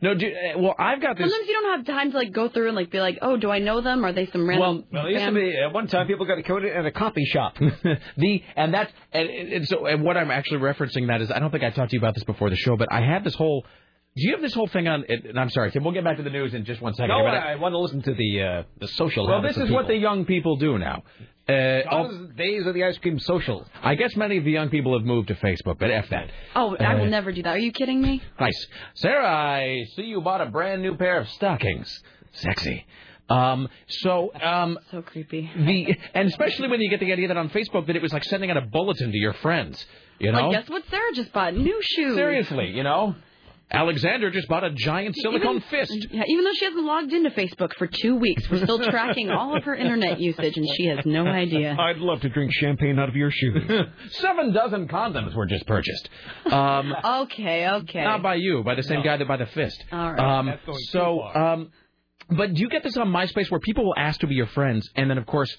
Speaker 2: no, do, uh, well, I've got this.
Speaker 4: Sometimes you don't have time to like go through and like be like, oh, do I know them? Are they some random?
Speaker 3: Well, it used to
Speaker 4: fam-
Speaker 3: be at one time people got coated at a coffee shop.
Speaker 2: the and that's and, and so and what I'm actually referencing that is I don't think I talked to you about this before the show, but I had this whole. Do you have this whole thing on? And I'm sorry, Tim. We'll get back to the news in just one second.
Speaker 3: No,
Speaker 2: here, but
Speaker 3: I, I want to listen to the uh, the social.
Speaker 2: well,
Speaker 3: habits
Speaker 2: this
Speaker 3: of
Speaker 2: is what the
Speaker 3: people.
Speaker 2: young people do now. Uh, all-
Speaker 3: All days of the ice cream social.
Speaker 2: I guess many of the young people have moved to Facebook, but f that.
Speaker 4: oh, I will never do that. Are you kidding me?
Speaker 2: Nice. Sarah, I see you bought a brand new pair of stockings. Sexy. Um, so, um,
Speaker 4: So creepy.
Speaker 2: the, and especially when you get the idea that on Facebook that it was like sending out a bulletin to your friends, you know?
Speaker 4: Like, guess what? Sarah just bought new shoes.
Speaker 2: Seriously, you know? Alexander just bought a giant silicone
Speaker 4: Even-
Speaker 2: fist.
Speaker 4: Yeah, even though she hasn't logged into Facebook for two weeks, we're still tracking all of her internet usage, and she has no idea.
Speaker 3: I'd love to drink champagne out of your shoes.
Speaker 2: Seven dozen condoms were just purchased. Um,
Speaker 4: Okay, okay.
Speaker 2: Not by you, by the same guy that by the fist.
Speaker 4: All right.
Speaker 2: Um,
Speaker 3: That's going too
Speaker 2: so,
Speaker 3: far.
Speaker 2: um, but do you get this on MySpace where people will ask to be your friends, and then of course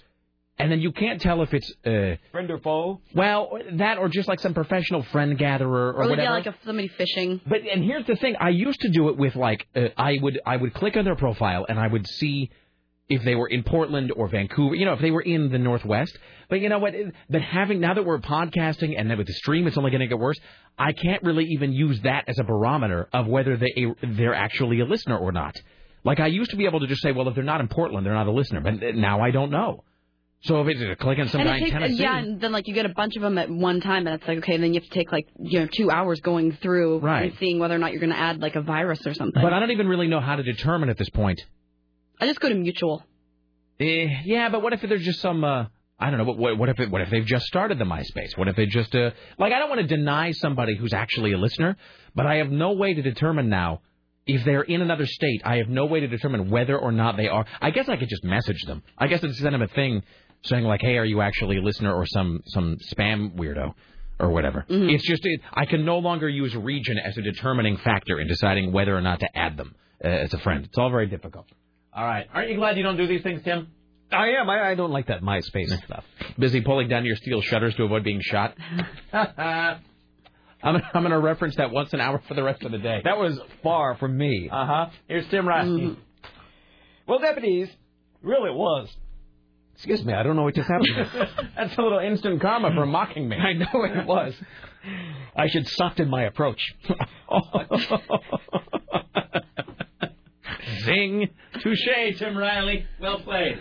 Speaker 2: and then you can't tell if it's uh,
Speaker 3: friend or foe.
Speaker 2: Well, that or just like some professional friend gatherer or,
Speaker 4: Or
Speaker 2: whatever.
Speaker 4: Oh, yeah, like a, somebody fishing.
Speaker 2: But and here's the thing: I used to do it with like uh, I would I would click on their profile and I would see if they were in Portland or Vancouver, you know, if they were in the Northwest. But you know what? But having now that we're podcasting and then with the stream, it's only going to get worse. I can't really even use that as a barometer of whether they they're actually a listener or not. Like I used to be able to just say, well, if they're not in Portland, they're not a listener. But uh, now I don't know. So if it's a click on some
Speaker 4: and
Speaker 2: guy
Speaker 4: it takes,
Speaker 2: in Tennessee,
Speaker 4: yeah, and then like you get a bunch of them at one time, and it's like okay, then you have to take like you know two hours going through
Speaker 2: Right.
Speaker 4: and seeing whether or not you're going to add like a virus or something.
Speaker 2: but I don't even really know how to determine at this point.
Speaker 4: I just go to mutual.
Speaker 2: Eh, yeah, but what if there's just some? Uh, I don't know. What, what, what if it, what if they've just started the MySpace? What if they just uh, like I don't want to deny somebody who's actually a listener, but I have no way to determine now if they're in another state. I have no way to determine whether or not they are. I guess I could just message them. I guess I'd send them a thing saying like, "Hey, are you actually a listener or some some spam weirdo?" Or whatever. It's just it, I can no longer use region as a determining factor in deciding whether or not to add them uh, as a friend. It's all very difficult. All right. Aren't you glad you don't do these things, Tim?
Speaker 3: I am. I, I don't like that MySpace stuff.
Speaker 2: Busy pulling down your steel shutters to avoid being shot. I'm, I'm going to reference that once an hour for the rest of the day.
Speaker 3: That was far from me. Mm-hmm.
Speaker 2: Uh huh. Here's Tim Roski.
Speaker 3: Well, deputies, really it was. Excuse me, I don't know what just happened.
Speaker 2: That's a little instant karma for mocking me.
Speaker 3: I know it was. I should soften my approach.
Speaker 2: Zing. Touche, Tim Riley. Well played.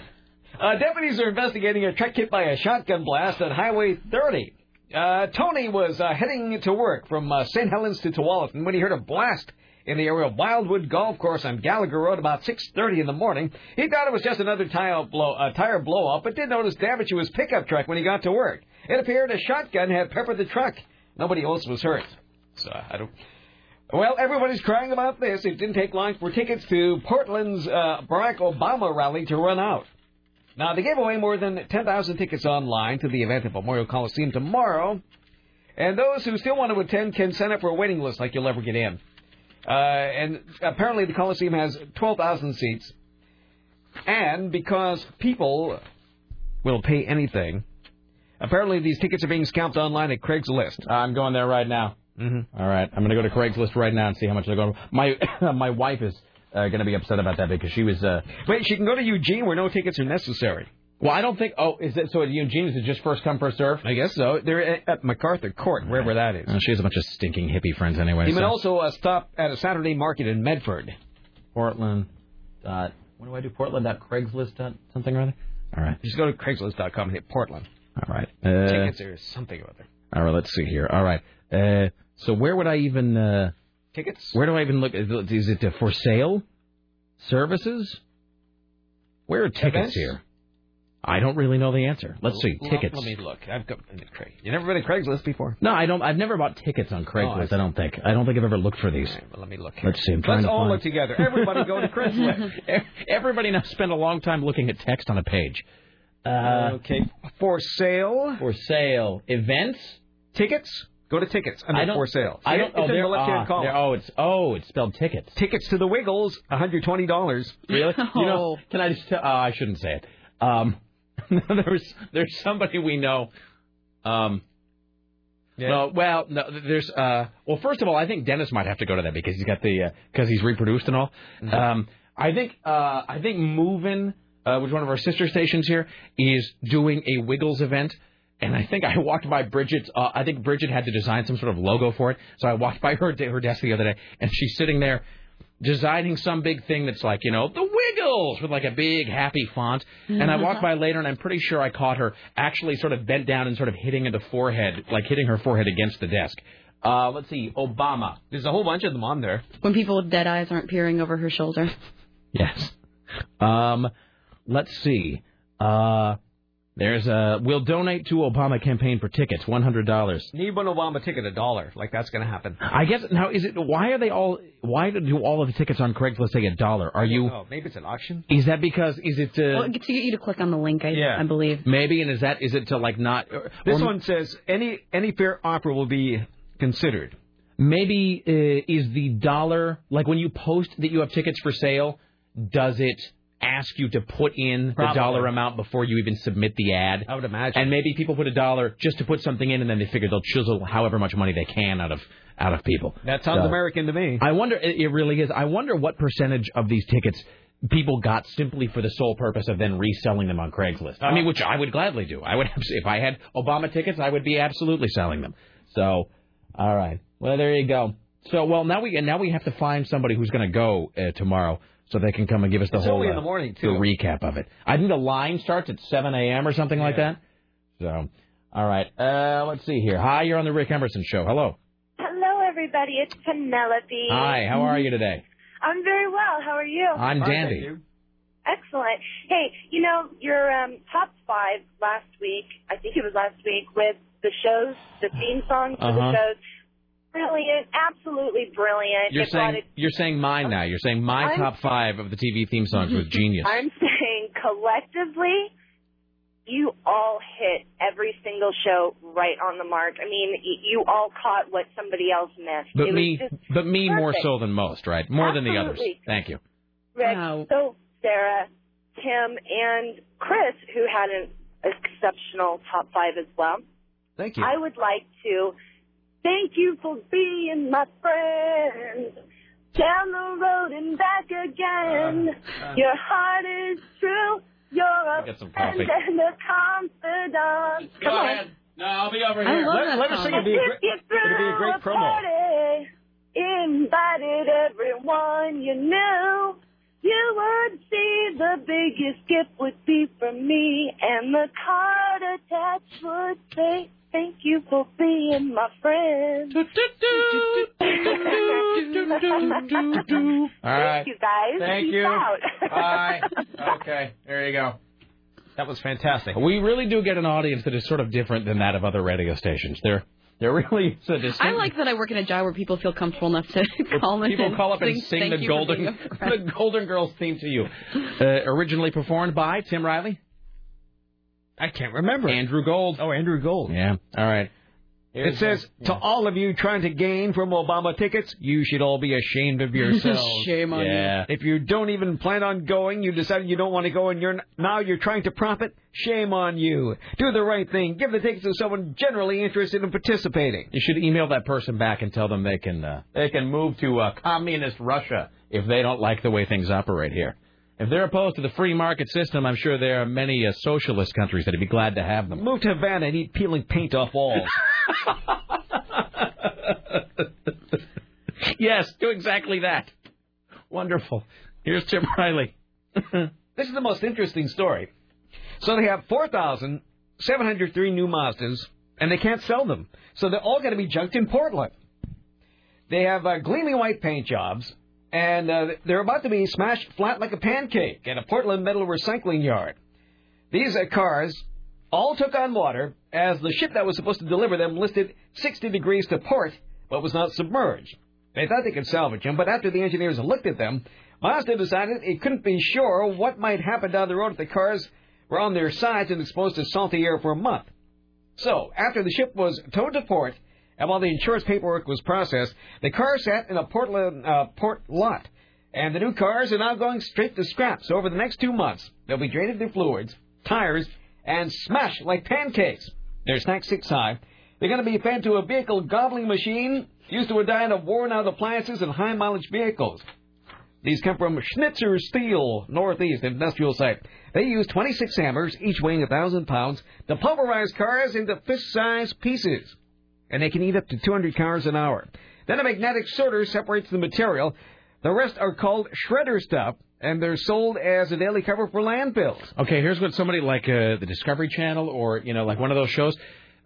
Speaker 3: Uh, deputies are investigating a truck hit by a shotgun blast on Highway 30. Uh, Tony was uh, heading to work from uh, St. Helens to Tualatin when he heard a blast in the area of Wildwood Golf Course on Gallagher Road about 6.30 in the morning. He thought it was just another tire blow, uh, tire blow up, but did notice damage to his pickup truck when he got to work. It appeared a shotgun had peppered the truck. Nobody else was hurt. So I don't... Well, everybody's crying about this. It didn't take long for tickets to Portland's uh, Barack Obama rally to run out. Now, they gave away more than 10,000 tickets online to the event at Memorial Coliseum tomorrow. And those who still want to attend can sign up for a waiting list like you'll never get in. Uh, and apparently the Coliseum has 12,000 seats. And because people will pay anything, apparently these tickets are being scalped online at Craigslist.
Speaker 2: I'm going there right now. Mm-hmm. right, I'm going to go to Craigslist right now and see how much they're going. My my wife is uh, going to be upset about that because she was. Uh,
Speaker 3: Wait, she can go to Eugene where no tickets are necessary.
Speaker 2: well, I don't think. Oh, is it so? At Eugene, is it just first come first serve?
Speaker 3: I guess so. They're at MacArthur Court, wherever that is.
Speaker 2: Uh, she has a bunch of stinking hippie friends anyway.
Speaker 3: You can
Speaker 2: so-
Speaker 3: also uh, stop at a Saturday market in Medford.
Speaker 2: Portland. Dot, what do I do? Portland. Dot Craigslist. Dot something or other. All right.
Speaker 3: Just go to Craigslist.com and hit Portland.
Speaker 2: All right. Uh,
Speaker 3: Tickets or something or other.
Speaker 2: all right. Let's see here. All right. Uh, so where would I even? Uh,
Speaker 3: Tickets?
Speaker 2: where do I even look? Is it uh, for sale? Services? Where are tickets
Speaker 3: Events?
Speaker 2: here? I don't really know the answer. Let's see.
Speaker 3: Let-
Speaker 2: Tickets.
Speaker 3: Let me look. I've got Craig. You never been to Craigslist before?
Speaker 2: No, I don't. I've never bought tickets on
Speaker 3: Oh, I
Speaker 2: Craigslist.
Speaker 3: see.
Speaker 2: I don't think. I don't think I've ever looked for these.
Speaker 3: All right, well, let me look. Here.
Speaker 2: Let's see. I'm trying
Speaker 3: Let's
Speaker 2: to
Speaker 3: all
Speaker 2: find. E-,
Speaker 3: look together. Everybody go to Craigslist.
Speaker 2: Everybody now spend a long time looking at text on a page. Uh,
Speaker 3: okay. For sale
Speaker 2: For sale, events.
Speaker 3: tickets. Go to tickets
Speaker 2: I
Speaker 3: under
Speaker 2: don't.
Speaker 3: for sale. See
Speaker 2: I
Speaker 3: it?
Speaker 2: don't.
Speaker 3: It's
Speaker 2: Oh,
Speaker 3: in
Speaker 2: they're-
Speaker 3: the left
Speaker 2: ah,
Speaker 3: hand column.
Speaker 2: they're- Oh, it's oh, it's spelled tickets.
Speaker 3: Tickets to the Wiggles, one hundred twenty dollars.
Speaker 2: Really? You know,
Speaker 4: Oh.
Speaker 2: can I just? Tell, oh, I shouldn't say it. Um, there's there's somebody we know. Um, no, well, no, there's. Uh, well, first of all, I think Dennis might have to go to that because he's got the because he's reproduced and all. Um, I think uh, I think Movin, uh, which is one of our sister stations here, is doing a Wiggles event. And I think I walked by Bridget's. Uh, I think Bridget had to design some sort of logo for it. So I walked by her her desk the other day, and she's sitting there designing some big thing that's like, you know, the Wiggles with like a big happy font. And I walked by later and I'm pretty sure I caught her actually sort of bent down and sort of hitting the forehead, like hitting her forehead against the desk. Uh, let's see, Obama.
Speaker 3: There's a whole bunch of them on there.
Speaker 4: When people with dead eyes aren't peering over her shoulder.
Speaker 2: Yes. Um, let's see. Uh, there's a we'll donate to Obama campaign for tickets, one hundred dollars.
Speaker 3: Need one Obama ticket, a dollar. Like that's gonna happen.
Speaker 2: I guess now is it why are they all why do all of the tickets on Craigslist say a dollar? Are you
Speaker 3: Oh, maybe it's an auction.
Speaker 2: is that because is it uh,
Speaker 4: Well, it gets to get you to click on the link, I,
Speaker 3: Yeah.
Speaker 4: I believe.
Speaker 2: Maybe, and is that is it to like not? Or,
Speaker 3: This
Speaker 2: or
Speaker 3: one says any any fair offer will be considered.
Speaker 2: maybe uh, is the dollar like when you post that you have tickets for sale? Does it ask you to put in
Speaker 3: Probably.
Speaker 2: the dollar amount before you even submit the ad. I
Speaker 3: would imagine.
Speaker 2: And maybe people put a dollar just to put something in, and then they figure they'll chisel however much money they can out of out of people.
Speaker 3: That sounds
Speaker 2: So-
Speaker 3: American to me.
Speaker 2: I wonder. It it really is. I wonder what percentage of these tickets people got simply for the sole purpose of then reselling them on Craigslist.
Speaker 3: Uh,
Speaker 2: I mean, which I would gladly do. I would abs- if I had Obama tickets, I would be absolutely selling them. So, all right. Well, there you go. So, well, now we and now we have to find somebody who's going to go uh, tomorrow. So they can come and give us the
Speaker 3: It's
Speaker 2: whole
Speaker 3: only in
Speaker 2: uh,
Speaker 3: the morning,
Speaker 2: the
Speaker 3: too.
Speaker 2: recap of it. I think the line starts at 7 a.m. or something like that. So, all right. Uh, let's see here. Hi, you're on the Rick Emerson show. Hello.
Speaker 13: Hello, everybody. It's Penelope.
Speaker 2: Hi. How are you today?
Speaker 13: I'm very well. How are you?
Speaker 2: I'm dandy.
Speaker 13: Excellent. Hey, you know your um, top five last week. I think it was last week with the shows, the theme songs for
Speaker 2: Uh-huh.
Speaker 13: the shows. Brilliant, absolutely brilliant.
Speaker 2: You're
Speaker 13: It brought
Speaker 2: saying
Speaker 13: it-
Speaker 2: you're saying mine now. You're saying my
Speaker 13: I'm-
Speaker 2: top five of the TV theme songs was genius.
Speaker 13: I'm saying collectively, you all hit every single show right on the mark. I mean, y- you all caught what somebody else missed.
Speaker 2: But
Speaker 13: it
Speaker 2: me,
Speaker 13: was just
Speaker 2: but me more
Speaker 13: perfect.
Speaker 2: so than most, right? More than the others.
Speaker 13: Absolutely.
Speaker 2: Thank you.
Speaker 13: Rick, so Sarah, Tim, and Chris, who had an exceptional top five as well.
Speaker 3: Thank
Speaker 13: I would like to thank you for being my friend. Down the road and back again.
Speaker 11: uh.
Speaker 13: Your heart is true. You're a
Speaker 2: Get some
Speaker 13: friend
Speaker 2: coffee.
Speaker 13: and a confidant.
Speaker 2: Go ahead. No, I'll be over
Speaker 13: I
Speaker 2: here.
Speaker 13: love
Speaker 2: Let-
Speaker 13: that
Speaker 2: let her
Speaker 13: song.
Speaker 2: sing. It'd be a
Speaker 13: If
Speaker 2: great-
Speaker 13: you
Speaker 2: it'd be a
Speaker 13: threw
Speaker 2: great promo.
Speaker 13: party, invited everyone you knew. You would see the biggest gift would be from me, and the card attached would say, "Thank you for being my friend."
Speaker 2: All right.
Speaker 13: Thank you guys.
Speaker 2: Thank
Speaker 13: Peace
Speaker 2: you.
Speaker 13: out.
Speaker 2: Bye. Okay. There you go.
Speaker 3: That was fantastic.
Speaker 2: We really do get an audience that is sort of different than that of other radio stations. There, there really is a distinct.
Speaker 4: I like that I work in a job where people feel comfortable enough to call in.
Speaker 2: People call up and
Speaker 4: sing,
Speaker 2: sing
Speaker 4: thank
Speaker 2: the
Speaker 4: you for
Speaker 2: Golden
Speaker 4: being a friend.
Speaker 2: the Golden Girls theme to you. Uh, originally performed by Tim Riley.
Speaker 3: I can't remember.
Speaker 2: Andrew Gold.
Speaker 3: Oh, Andrew Gold.
Speaker 2: Yeah. All right.
Speaker 3: It says to all of you trying to gain from Obama tickets, you should all be ashamed of yourselves.
Speaker 2: Shame on you. Yeah.
Speaker 3: If you don't even plan on going, you decided you don't want to go, and you're now you're trying to profit. Shame on you. Do the right thing. Give the tickets to someone generally interested in participating.
Speaker 2: You should email that person back and tell them they can uh, they can move to uh, communist Russia if they don't like the way things operate here. If they're opposed to the free market system, I'm sure there are many uh, socialist countries that'd be glad to have them.
Speaker 3: Move to Havana and eat peeling paint off walls.
Speaker 2: yes, do exactly that. Wonderful. Here's Tim Riley.
Speaker 3: this is the most interesting story. So they have 4,703 new Mazdas, and they can't sell them. So they're all going to be junked in Portland. They have uh, gleaming white paint jobs, and uh, they're about to be smashed flat like a pancake at a Portland metal recycling yard. These uh, cars all took on water as the ship that was supposed to deliver them listed 60 degrees to port but was not submerged. They thought they could salvage them, but after the engineers looked at them, Mazda decided it couldn't be sure what might happen down the road if the cars were on their sides and exposed to salty air for a month. So, after the ship was towed to port, and while the insurance paperwork was processed, the car sat in a Portland uh, port lot, and the new cars are now going straight to scrap. So, over the next two months, they'll be drained of their fluids, tires, and smashed like pancakes. They're stacked six high. They're going to be fed to a vehicle gobbling machine used to a diet of worn-out appliances and high-mileage vehicles. These come from Schnitzer Steel, Northeast Industrial Site. They use 26 hammers, each weighing 1,000 pounds, to pulverize cars into fist-sized pieces. And they can eat up to 200 cars an hour. Then a magnetic sorter separates the material. The rest are called shredder stuff, and they're sold as a daily cover for landfills.
Speaker 2: Okay, here's what somebody like uh, the Discovery Channel or you know like one of those shows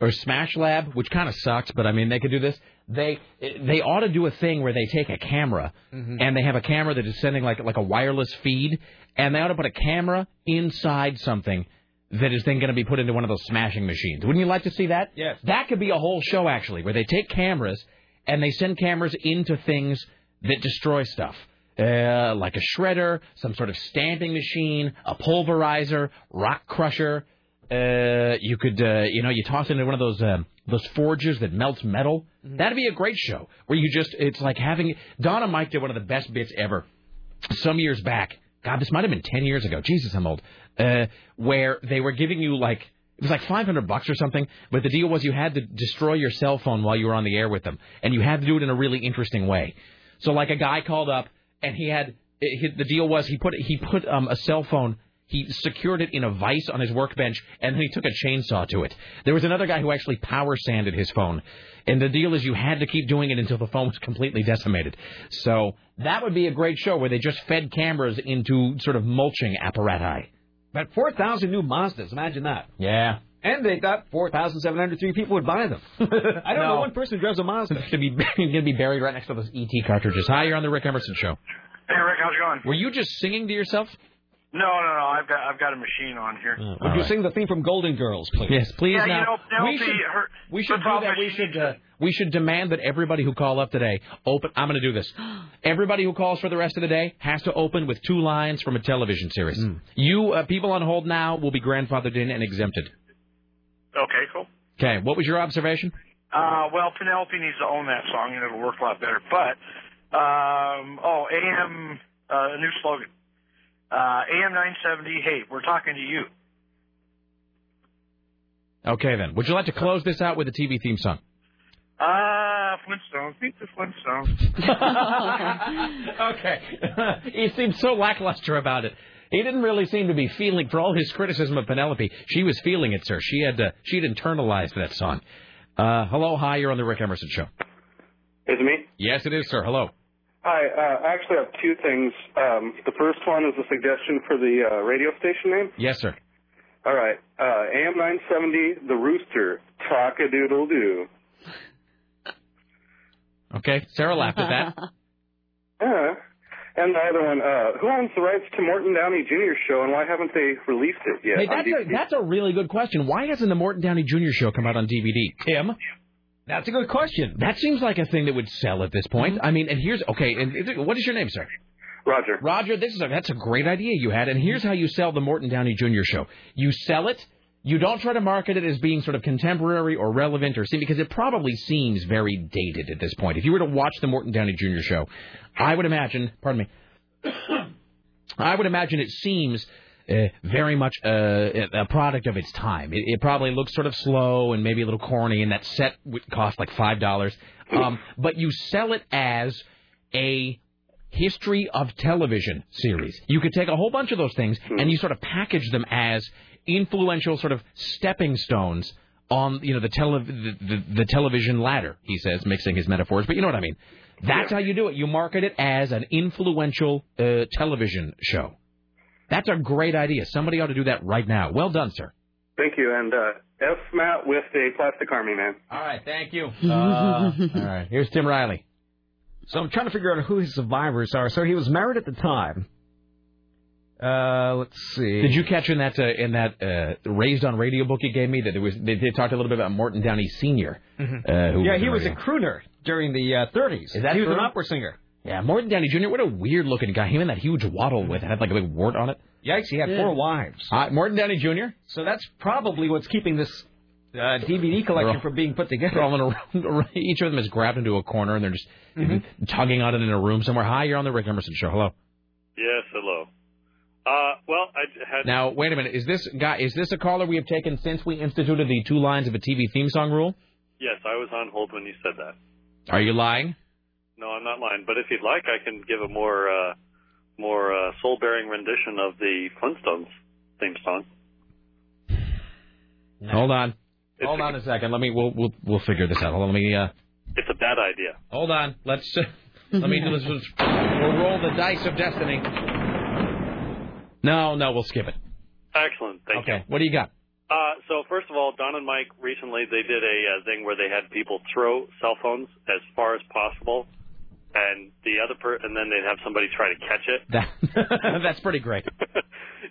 Speaker 2: or Smash Lab, which kind of sucks, but I mean they could do this. They they ought to do a thing where they take a camera and they have a camera that is sending like like a wireless feed, and they ought to put a camera inside something that is then going to be put into one of those smashing machines. Wouldn't you like to see that? Yes. That could be a whole show actually, where they take cameras and they send cameras into things that destroy stuff. Uh, like a shredder, some sort of stamping machine, a pulverizer, rock crusher. Uh, you could, uh, you know, you toss into one of those um, those forges that melts metal. That'd be a great show where you just, it's like having. Donna Mike did one of the best bits ever some years back. God, this might have been ten years ago. Jesus, I'm old. Uh, where they were giving you like it was like 500 bucks or something, but the deal was you had to destroy your cell phone while you were on the air with them, and you had to do it in a really interesting way. So like a guy called up and he had he, the deal was he put he put um, a cell phone. He secured it in a vise on his workbench, and then he took a chainsaw to it. There was another guy who actually power sanded his phone, and the deal is you had to keep doing it until the phone was completely decimated. So that would be a great show where they just fed cameras into sort of mulching apparatus.
Speaker 3: But 4,000 new Mazdas, imagine that.
Speaker 2: Yeah.
Speaker 3: And they thought 4,703 people would buy them. I don't
Speaker 2: No.
Speaker 3: know one person who drives a Mazda.
Speaker 2: It's gonna be going to be buried right next to those ET cartridges. Hi, you're on the Rick Emerson show.
Speaker 14: Hey Rick, how's it going?
Speaker 2: Were you just singing to yourself?
Speaker 14: No, no, no. I've got I've got a machine on here.
Speaker 3: Would you sing the theme from Golden Girls, please?
Speaker 2: Yes, please.
Speaker 14: yeah,
Speaker 2: now
Speaker 14: you know,
Speaker 2: we
Speaker 14: Penelope,
Speaker 2: should
Speaker 14: her,
Speaker 2: we
Speaker 14: her
Speaker 2: should do that.
Speaker 14: problem is
Speaker 2: We should uh, we should demand that everybody who call up today open. I'm going to do this. Everybody who calls for the rest of the day has to open with two lines from a television series. You uh, people on hold now will be grandfathered in and exempted.
Speaker 14: Okay, cool.
Speaker 2: Okay, what was your observation?
Speaker 14: Uh, well, Penelope needs to own that song, and it'll work a lot better. But um, oh, AM uh, a new slogan. Uh, AM 970. Hey, we're talking to you.
Speaker 2: Okay, then. Would you like to close this out with a TV theme song?
Speaker 14: Ah, uh, Flintstones. Meet the Flintstones.
Speaker 2: okay. he seemed so lackluster about it. He didn't really seem to be feeling for all his criticism of Penelope. She was feeling it, sir. She had uh, she'd internalized that song. Uh, hello, hi. You're on the Rick Emerson show.
Speaker 13: Is it me?
Speaker 2: Yes, it is, sir. Hello.
Speaker 13: Hi. Uh, I actually have two things. Um, the first one is a suggestion for the uh, radio station name.
Speaker 2: Yes, sir.
Speaker 13: All right. Uh, AM 970, The Rooster, Talk a Doodle Doo.
Speaker 2: Okay, Sarah laughed at that.
Speaker 13: Yeah. Uh, And the other one, uh, who owns the rights to Morton Downey Jr.'s show, and why haven't they released it yet?
Speaker 2: Hey,
Speaker 13: on
Speaker 2: that's a,
Speaker 13: DVD?
Speaker 2: that's a really good question. Why hasn't the Morton Downey Jr. show come out on DVD, Tim?
Speaker 3: That's a good question. Mm-hmm.
Speaker 2: That seems like a thing that would sell at this point. I mean, and here's okay. And what is your name, sir?
Speaker 13: Roger.
Speaker 2: Roger, this is a, that's a great idea you had. And here's how you sell the Morton Downey Jr. show. You sell it. You don't try to market it as being sort of contemporary or relevant or seen because it probably seems very dated at this point. If you were to watch the Morton Downey Jr. show, I would imagine. Pardon me. I would imagine it seems uh, very much uh, a, a product of its time. It, it probably looks sort of slow and maybe a little corny, and that set would cost like five dollars. Um, but you sell it as a history of television series. You could take a whole bunch of those things and you sort of package them as influential sort of stepping stones on you know the tele the, the, the television ladder. He says, mixing his metaphors, but you know what I mean. That's how you do it. You market it as an influential uh, television show. That's a great idea. Somebody ought to do that right now. Well done, sir.
Speaker 13: Thank you. And uh, F. Matt with a Plastic Army Man.
Speaker 2: All right. Thank you.
Speaker 3: Uh,
Speaker 2: all right. Here's Tim Riley.
Speaker 3: So I'm trying to figure out who his survivors are. So he was married at the time. Uh, let's see.
Speaker 2: Did you catch in that uh, in that uh, raised on radio book you gave me that there was they, they talked a little bit about Morton Downey Senior. Uh, who
Speaker 3: Mm-hmm. yeah,
Speaker 2: was
Speaker 3: he
Speaker 2: in
Speaker 3: was a
Speaker 2: radio.
Speaker 3: crooner during the uh, 30s.
Speaker 2: Is that
Speaker 3: he was
Speaker 2: true?
Speaker 3: an opera singer.
Speaker 2: Yeah, Morton Downey Jr. What a weird looking guy. Him and that huge waddle with had like a big wart on it.
Speaker 3: Yikes, he had
Speaker 2: Yeah.
Speaker 3: four wives.
Speaker 2: Uh, Morton Downey Jr.
Speaker 3: So that's probably what's keeping this uh, DVD collection from being put together.
Speaker 2: They're all in a room. Each of them is grabbed into a corner and they're just
Speaker 3: Mm-hmm.
Speaker 2: tugging on it in a room somewhere. Hi, you're on the Rick Emerson show. Hello.
Speaker 15: Yes, hello. Uh, well, I had
Speaker 2: Now, wait a minute. Is this guy? Is this a caller we have taken since we instituted the two lines of a TV theme song rule?
Speaker 15: yes, I was on hold when you said that.
Speaker 2: Are you lying?
Speaker 15: No, I'm not lying. But if you'd like, I can give a more uh, more uh, soul-bearing rendition of the Flintstones theme song.
Speaker 2: Hold on. Hold on a second. Let me. We'll we'll we'll figure this out. Hold on. Let me. Uh,
Speaker 15: It's a bad idea.
Speaker 2: hold on. Let's. Uh, let me. Let's, let's, we'll roll the dice of destiny. No, no. We'll skip it.
Speaker 15: Excellent. Thank you.
Speaker 2: okay. What do you got?
Speaker 15: Uh, so first of all, Don and Mike recently they did a uh, thing where they had people throw cell phones as far as possible, and the other per- and then they'd have somebody try to catch it.
Speaker 2: That, that's pretty great.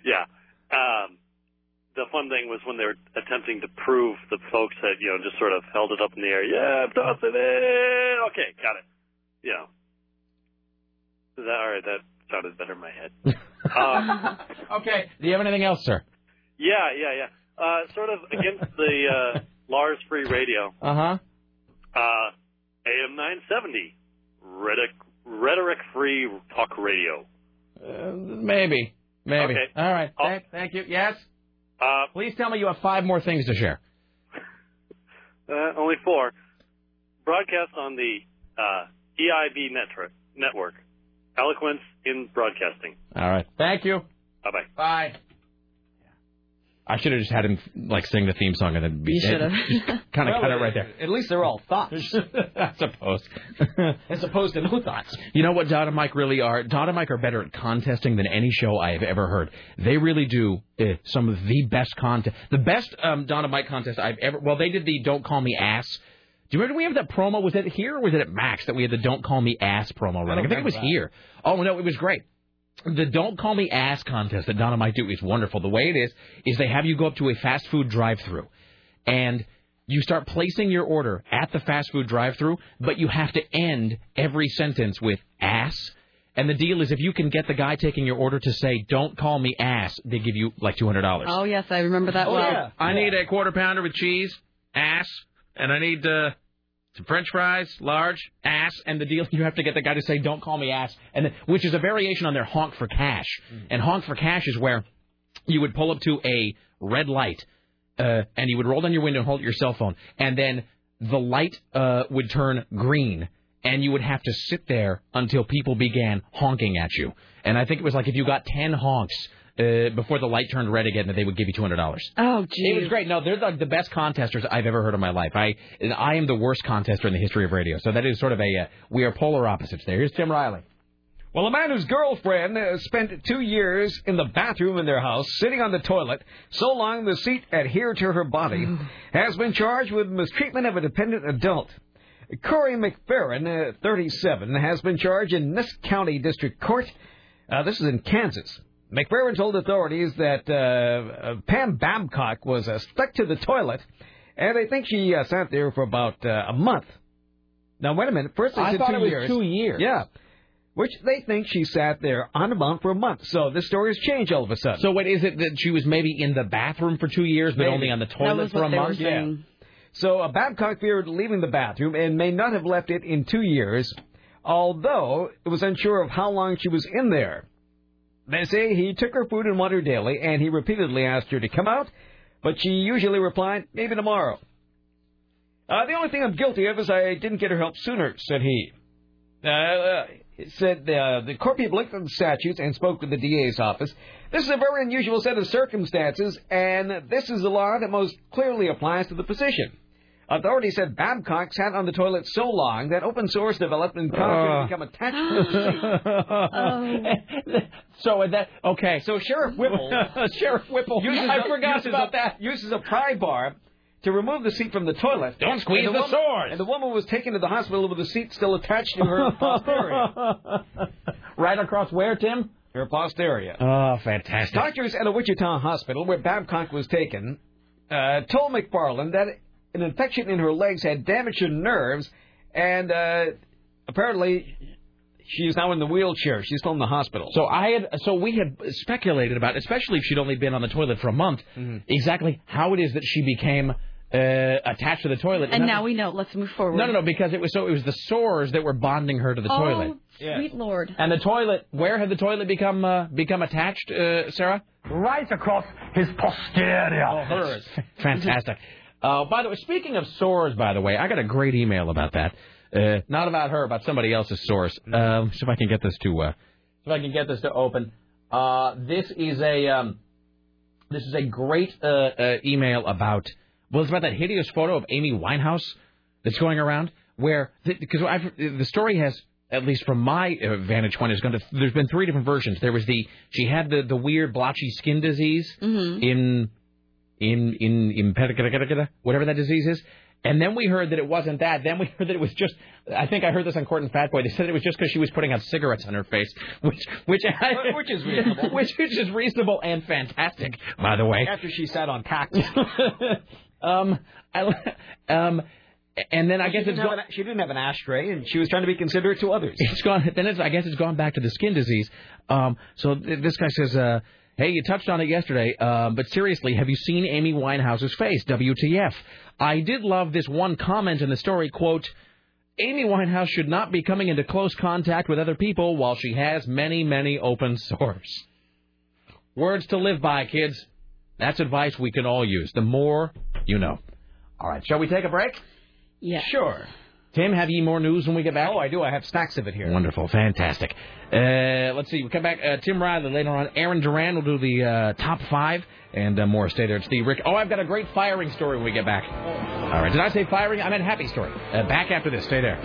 Speaker 15: Yeah. Um, the fun thing was when they were attempting to prove the folks had, you know, just sort of held it up in the air. Yeah, toss it in. Okay, got it. Yeah. Is that, all right, that sounded better in my head. Um,
Speaker 2: okay. Do you have anything else, sir?
Speaker 15: yeah, yeah, yeah. Uh, sort of against the uh, Lars Free Radio,
Speaker 2: Uh huh.
Speaker 15: uh, AM 970, rhetoric, rhetoric free talk radio.
Speaker 2: Uh, maybe. Maybe.
Speaker 15: Okay.
Speaker 2: All right.
Speaker 15: Oh.
Speaker 2: Thank, thank you. Yes?
Speaker 15: Uh,
Speaker 2: Please tell me you have five more things to share.
Speaker 15: Uh, only four. Broadcast on the uh, EIB network. Network. Eloquence in broadcasting.
Speaker 2: All right. Thank you.
Speaker 15: Bye bye.
Speaker 2: Bye. I should have just had him like sing the theme song and then be
Speaker 3: You should've.
Speaker 2: kind of
Speaker 3: Well,
Speaker 2: cut it right there.
Speaker 3: At least they're all thoughts,
Speaker 2: I suppose.
Speaker 3: as opposed to no thoughts.
Speaker 2: You know what Dot and Mike really are? Dot and Mike are better at contesting than any show I have ever heard. They really do uh, some of the best contest, the best um, Dot and Mike contest I've ever. Well, they did the "Don't Call Me Ass." Do you remember we have that promo? Was it here or was it at Max that we had the "Don't Call Me Ass" promo running? I, think it was
Speaker 3: remember that.
Speaker 2: here. Oh no, it was great. The "Don't Call Me Ass" contest that Dot and Mike do is wonderful. The way it is is they have you go up to a fast food drive-through and you start placing your order at the fast food drive-through, but you have to end every sentence with ass. And the deal is if you can get the guy taking your order to say, "Don't call me ass," they give you like $200.
Speaker 4: Oh yes, I remember that well.
Speaker 2: I need a quarter pounder with cheese, ass, and I need uh, some French fries, large, ass, and the deal. You have to get the guy to say, "Don't call me ass," and then, which is a variation on their honk for cash. And honk for cash is where you would pull up to a red light, uh, and you would roll down your window and hold your cell phone, and then the light uh, would turn green, and you would have to sit there until people began honking at you. And I think it was like if you got ten honks. Uh, before the light turned red again, that they would give you two hundred dollars.
Speaker 4: Oh,
Speaker 2: It was great. No, they're like the best contesters I've ever heard in my life. I and I am the worst contester in the history of radio. So that is sort of a uh, we are polar opposites. There. Here's Tim Riley.
Speaker 3: Well, a man whose girlfriend uh, spent two years in the bathroom in their house, sitting on the toilet, so long the seat adhered to her body, has been charged with mistreatment of a dependent adult. Corey McFerrin, uh, 37, has been charged in this county district court. Uh, this is in Kansas. McFerrin told authorities that uh, uh, Pam Babcock was uh, stuck to the toilet, and they think she uh, sat there for about uh, a month. Now, wait a minute. First, they
Speaker 2: I
Speaker 3: said
Speaker 2: thought
Speaker 3: two
Speaker 2: it was
Speaker 3: years.
Speaker 2: two years.
Speaker 3: Yeah. Which they think she sat there on a bump for a month. So this story has changed all of a sudden.
Speaker 2: So what is it that she was maybe in the bathroom for two years, but
Speaker 3: Maybe.
Speaker 2: only on the toilet for a month?
Speaker 3: Yeah. So uh, Babcock feared leaving the bathroom and may not have left it in two years, although it was unsure of how long she was in there. They say he took her food and water daily, and he repeatedly asked her to come out, but she usually replied, maybe tomorrow. Uh, the only thing I'm guilty of is I didn't get her help sooner, said he. Uh, uh, it said uh, the court people looked at the statutes and spoke with the DA's office. This is a very unusual set of circumstances, and this is the law that most clearly applies to the position. Authorities said Babcock sat on the toilet so long that open source development caused her to
Speaker 2: Oh.
Speaker 3: become attached to the seat.
Speaker 2: So and that okay.
Speaker 3: So Sheriff Whipple,
Speaker 2: Sheriff Whipple,
Speaker 3: uses
Speaker 2: I
Speaker 3: a-
Speaker 2: forgot
Speaker 3: uses
Speaker 2: about
Speaker 3: a, that. Uses a pry bar to remove the seat from the toilet.
Speaker 2: Don't squeeze
Speaker 3: And
Speaker 2: the
Speaker 3: woman-
Speaker 2: sword.
Speaker 3: And the woman was taken to the hospital with the seat still attached to her posterior.
Speaker 2: right across where, Tim?
Speaker 3: Her posterior.
Speaker 2: Oh, fantastic.
Speaker 3: Doctors at a Wichita hospital where Babcock was taken uh, told McFarland that an infection in her legs had damaged her nerves, and uh, apparently she is now in the wheelchair. She's still in the hospital.
Speaker 2: So I had, so we had speculated about, especially if she'd only been on the toilet for a month, exactly how it is that she became uh, attached to the toilet.
Speaker 4: And
Speaker 2: that
Speaker 4: now
Speaker 2: was-
Speaker 4: we know. Let's move forward.
Speaker 2: no, no, no, because it was so it was the sores that were bonding her to the
Speaker 4: oh,
Speaker 2: toilet.
Speaker 4: sweet lord.
Speaker 2: And the toilet, where had the toilet become uh, become attached, uh, Sarah? Right across his posterior. Oh, hers. Fantastic. Uh, by the way, speaking of sores, by the way, I got a great email about that. Uh, not about her, about somebody else's source. Um, see if I can get this to uh, see if I can get this to open. Uh, this is a um, this is a great uh, uh, email about well, it's about that hideous photo of Amy Winehouse that's going around where because I've the story has at least from my uh, vantage point has gone to there's been three different versions. There was the she had the the weird blotchy skin disease
Speaker 4: Mhm.
Speaker 2: in in in in pedicata- whatever that disease is. And then we heard that it wasn't that. Then we heard that it was just. I think I heard this on Court and Fat Boy. They said it was just because she was putting out cigarettes on her face, which which
Speaker 3: Which is reasonable.
Speaker 2: which which is reasonable and fantastic, by the way.
Speaker 3: After she sat on cactus.
Speaker 2: Um, I, um, and then I guess
Speaker 3: she,
Speaker 2: it's
Speaker 3: didn't have
Speaker 2: gone.
Speaker 3: an, she didn't have an ashtray, and she was trying to be considerate to others.
Speaker 2: It's gone. Then it's, I guess it's gone back to the skin disease. Um, so th- this guy says, uh, "Hey, you touched on it yesterday, um, but seriously, have you seen Amy Winehouse's face? WTF? I did love this one comment in the story. Quote: Amy Winehouse should not be coming into close contact with other people while she has many, many open sores. Words to live by, kids. That's advice we can all use. The more you know. All right, shall we take a break?
Speaker 4: Yeah.
Speaker 2: Sure. Tim, have ye more news when we get back?
Speaker 3: Oh, I do. I have stacks of it here.
Speaker 2: Wonderful, fantastic. Uh, let's see, we come back. Uh, Tim Riley later on. Aaron Duran will do the uh, top five, and uh, more. Stay there. It's the Rick. Oh, I've got a great firing story when we get back. All right, did I say firing? I meant happy story. Uh, back after this. Stay there.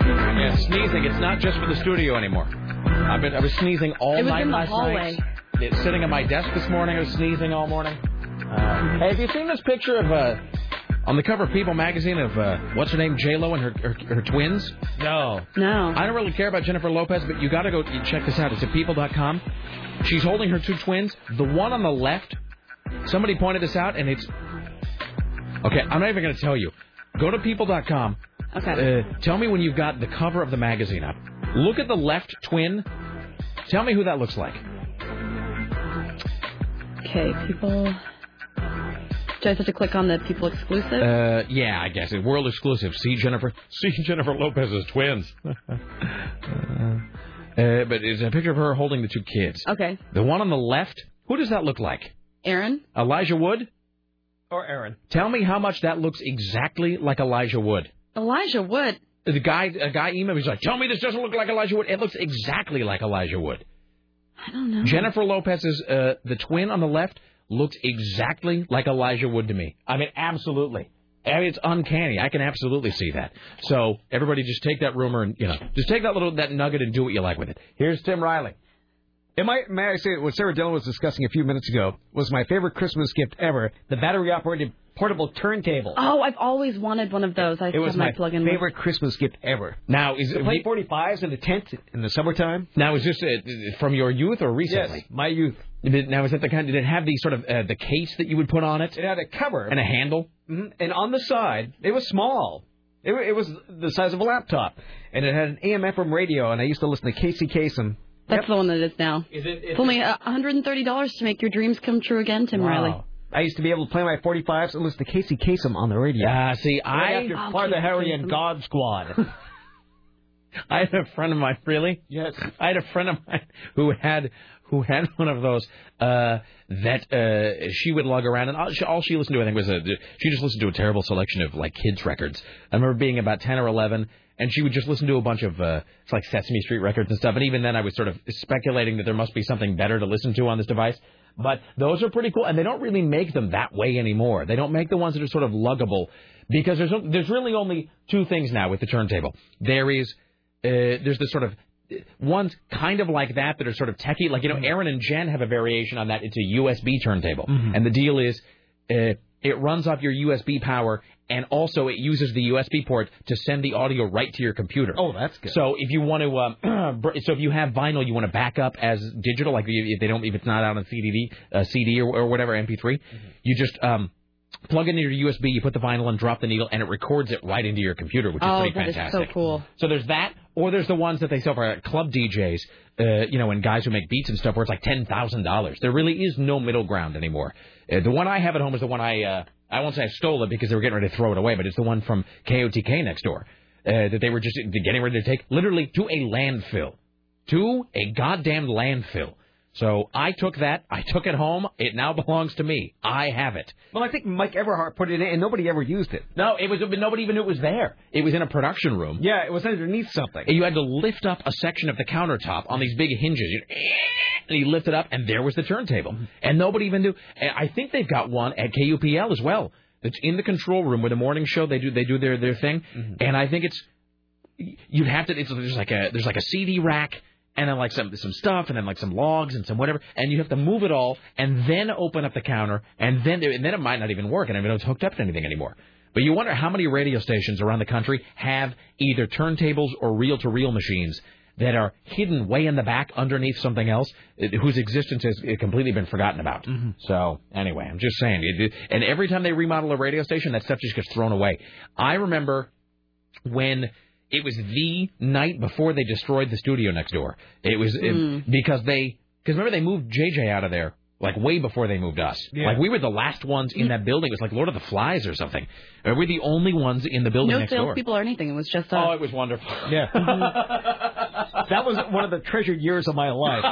Speaker 2: Yeah, sneezing. It's not just for the studio anymore. I've been, I was sneezing all
Speaker 4: It was
Speaker 2: night
Speaker 4: in the
Speaker 2: last
Speaker 4: hallway.
Speaker 2: night. It's sitting at my desk this morning. I was sneezing all morning. Uh, hey, have you seen this picture of uh, on the cover of People magazine of uh, what's her name, J Lo and her, her her twins? No,
Speaker 4: no.
Speaker 2: I don't really care about Jennifer Lopez, but you got to go you check this out. It's at People.com. She's holding her two twins. The one on the left, somebody pointed this out, and it's okay. I'm not even going to tell you. Go to People.com.
Speaker 4: Okay.
Speaker 2: Uh, tell me when you've got the cover of the magazine up. Look at the left twin. Tell me who that looks like.
Speaker 4: Okay, people. Do I have to click on the people exclusive?
Speaker 2: Uh, yeah, I guess it. World exclusive. See Jennifer. See Jennifer Lopez's twins. uh, but it's a picture of her holding the two kids.
Speaker 4: okay,
Speaker 2: The one on the left. Who does that look like?
Speaker 4: Aaron.
Speaker 2: Elijah Wood.
Speaker 3: Or Aaron.
Speaker 2: Tell me how much that looks exactly like Elijah Wood.
Speaker 4: Elijah Wood.
Speaker 2: The guy, a guy emailed me. He's like, "Tell me this doesn't look like Elijah Wood. It looks exactly like Elijah Wood."
Speaker 4: I don't know.
Speaker 2: Jennifer Lopez's uh, the twin on the left looks exactly like Elijah Wood to me. I mean, absolutely. I mean, it's uncanny. I can absolutely see that. So everybody, just take that rumor and you know, just take that little that nugget and do what you like with it. Here's Tim Riley.
Speaker 3: Am I, may I say, what Sarah Dillon was discussing a few minutes ago was my favorite Christmas gift ever the battery operated portable turntable.
Speaker 4: Oh, I've always wanted one of those. I
Speaker 3: it
Speaker 4: still
Speaker 3: was
Speaker 4: have
Speaker 3: my,
Speaker 4: my plug-in. one.
Speaker 3: favorite Christmas gift ever.
Speaker 2: Now is
Speaker 3: the
Speaker 2: it
Speaker 3: play 45s in the tent in the summertime?
Speaker 2: now is this uh, from your youth or recently?
Speaker 3: Yes, my youth.
Speaker 2: Now is that the kind? Did it have the sort of uh, the case that you would put on it?
Speaker 3: It had a cover
Speaker 2: and a handle.
Speaker 3: hmm And on the side, it was small. It, wa- it was the size of a laptop, and it had an AM FM radio. And I used to listen to Casey Kasem.
Speaker 4: That's the one that it is now.
Speaker 3: Is it-
Speaker 4: it's only uh, $130 to make your dreams come true again, Tim Riley.
Speaker 3: I used to be able to play my 45s and listen to Casey Kasem on the radio.
Speaker 2: Ah, see,
Speaker 3: right
Speaker 2: I-
Speaker 3: after
Speaker 2: Oh,
Speaker 3: Father
Speaker 2: Casey
Speaker 3: Harry and
Speaker 2: Kasem.
Speaker 3: God Squad.
Speaker 2: I had a friend of mine, really?
Speaker 3: Yes.
Speaker 2: I had a friend of mine who had who had one of those uh, that uh, she would lug around, and all she, all she listened to, I think, was a, she just listened to a terrible selection of like kids records. I remember being about ten or eleven, and she would just listen to a bunch of uh, it's like Sesame Street records and stuff. And even then, I was sort of speculating that there must be something better to listen to on this device. But those are pretty cool, and they don't really make them that way anymore. They don't make the ones that are sort of luggable because there's no- there's really only two things now with the turntable. There is uh, there's this sort of ones kind of like that that are sort of techie. Like you
Speaker 4: Mm-hmm.
Speaker 2: know, Aaron and Jen have a variation on that. It's a USB turntable,
Speaker 4: Mm-hmm.
Speaker 2: and the deal is uh, it runs off your USB power, and also it uses the USB port to send the audio right to your computer.
Speaker 3: Oh, that's good.
Speaker 2: So if you want to, um, br- so if you have vinyl, you want to back up as digital, like if they don't, if it's not out on CD, uh, CD or, or whatever MP3,
Speaker 4: Mm-hmm.
Speaker 2: you just um, plug in your USB, you put the vinyl and drop the needle, and it records it right into your computer, which
Speaker 4: oh,
Speaker 2: is pretty
Speaker 4: that is
Speaker 2: fantastic.
Speaker 4: so cool.
Speaker 2: So there's that, or there's the ones that they sell for club DJs, uh, you know, and guys who make beats and stuff, where it's like ten thousand dollars. There really is no middle ground anymore. Uh, the one I have at home is the one I uh, I won't say I stole it because they were getting ready to throw it away, but it's the one from KOTK next door uh, that they were just getting ready to take literally to a landfill, to a goddamn landfill. So I took that, I took it home. It now belongs to me. I have it.
Speaker 3: well, I think Mike Everhart put it in, and nobody ever used it.
Speaker 2: No, it was nobody even knew it was there. It was in a production room.
Speaker 3: Yeah, it was underneath something.
Speaker 2: And you had to lift up a section of the countertop on these big hinges. You- And he lifted up, and there was the turntable.
Speaker 3: Mm-hmm.
Speaker 2: And nobody even knew. And I think they've got one at KUPL as well. That's in the control room where the morning show they do they do their their thing.
Speaker 3: Mm-hmm.
Speaker 2: And I think it's you'd have to. It's there's like a there's like a CD rack. And then like some some stuff, and then like some logs and some whatever, and you have to move it all, and then open up the counter, and then and then it might not even work, and I mean it's hooked up to anything anymore. But you wonder how many radio stations around the country have either turntables or reel to reel machines that are hidden way in the back underneath something else eh, whose existence has eh, completely been forgotten about. So, anyway, I'm just saying. It, it- and every time they remodel a radio station, that stuff just gets thrown away. I remember when
Speaker 4: Hmm.
Speaker 2: it was the night before they destroyed the studio next door. It was eh, because they Because remember, they moved JJ out of there like way before they moved us.
Speaker 10: Yeah.
Speaker 2: Like we were the last ones
Speaker 4: Mm.
Speaker 2: in that building. It was like Lord of the Flies or something. Uh, We're the only ones in the building
Speaker 4: No
Speaker 2: next door.
Speaker 4: salespeople or anything. It was just us.
Speaker 2: Oh, it was wonderful.
Speaker 3: Yeah. that was one of the treasured years of my life.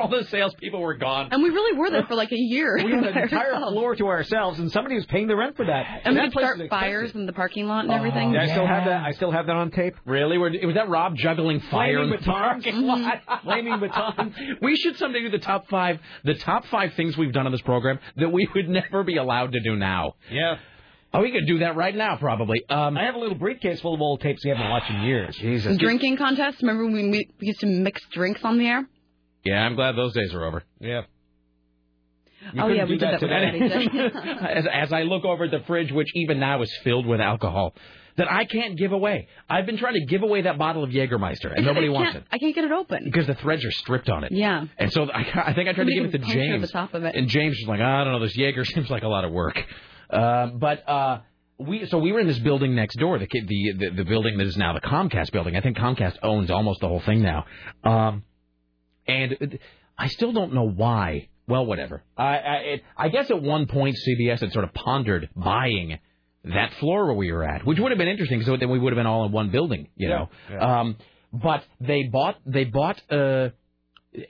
Speaker 2: All the salespeople were gone.
Speaker 4: And we really were there for like a year.
Speaker 3: We had an
Speaker 4: by
Speaker 3: entire
Speaker 4: ourselves.
Speaker 3: floor to ourselves, and somebody was paying the rent for that.
Speaker 4: And we
Speaker 3: that
Speaker 4: could
Speaker 3: place
Speaker 4: start
Speaker 3: is expensive. Oh,
Speaker 4: fires in the parking lot and everything.
Speaker 3: I still have that. I still have that on tape.
Speaker 2: Really? Were, was that Rob juggling fire
Speaker 3: Flaming
Speaker 2: in the
Speaker 3: batons.
Speaker 2: parking lot?
Speaker 3: Flaming batons.
Speaker 2: We should someday do the top five, the top five things we've done on this program that we would never be allowed to do now.
Speaker 3: Yeah.
Speaker 2: Oh, we could do that right now, probably. Um,
Speaker 3: I have a little briefcase full of old tapes we haven't watched in years. Jesus.
Speaker 4: Drinking contest. Remember when we mi- we used to mix drinks on the air?
Speaker 2: Yeah, I'm glad those days are over.
Speaker 3: Yeah.
Speaker 4: Oh, yeah, we did that with everybody.
Speaker 2: as, as I look over at the fridge, which even now is filled with alcohol, that I can't give away. I've been trying to give away that bottle of Jägermeister, and nobody
Speaker 4: I
Speaker 2: wants it
Speaker 4: can't- I can't get it open.
Speaker 2: because the threads are stripped on it.
Speaker 4: Yeah.
Speaker 2: And so I, I think I tried to
Speaker 4: Somebody
Speaker 2: give it to
Speaker 4: can puncture
Speaker 2: James.
Speaker 4: the top of it.
Speaker 2: And James was like, I don't know, this Jaeger seems like a lot of work. Uh, but uh, we so we were in this building next door, the, ki- the the the building that is now the Comcast building. I think Comcast owns almost the whole thing now. Um, and it- I still don't know why. Well, whatever. I I, it, I guess at one point CBS had sort of pondered buying that floor where we were at, which would have been interesting because then we would have been all in one building, you know. Um, but they bought they bought uh,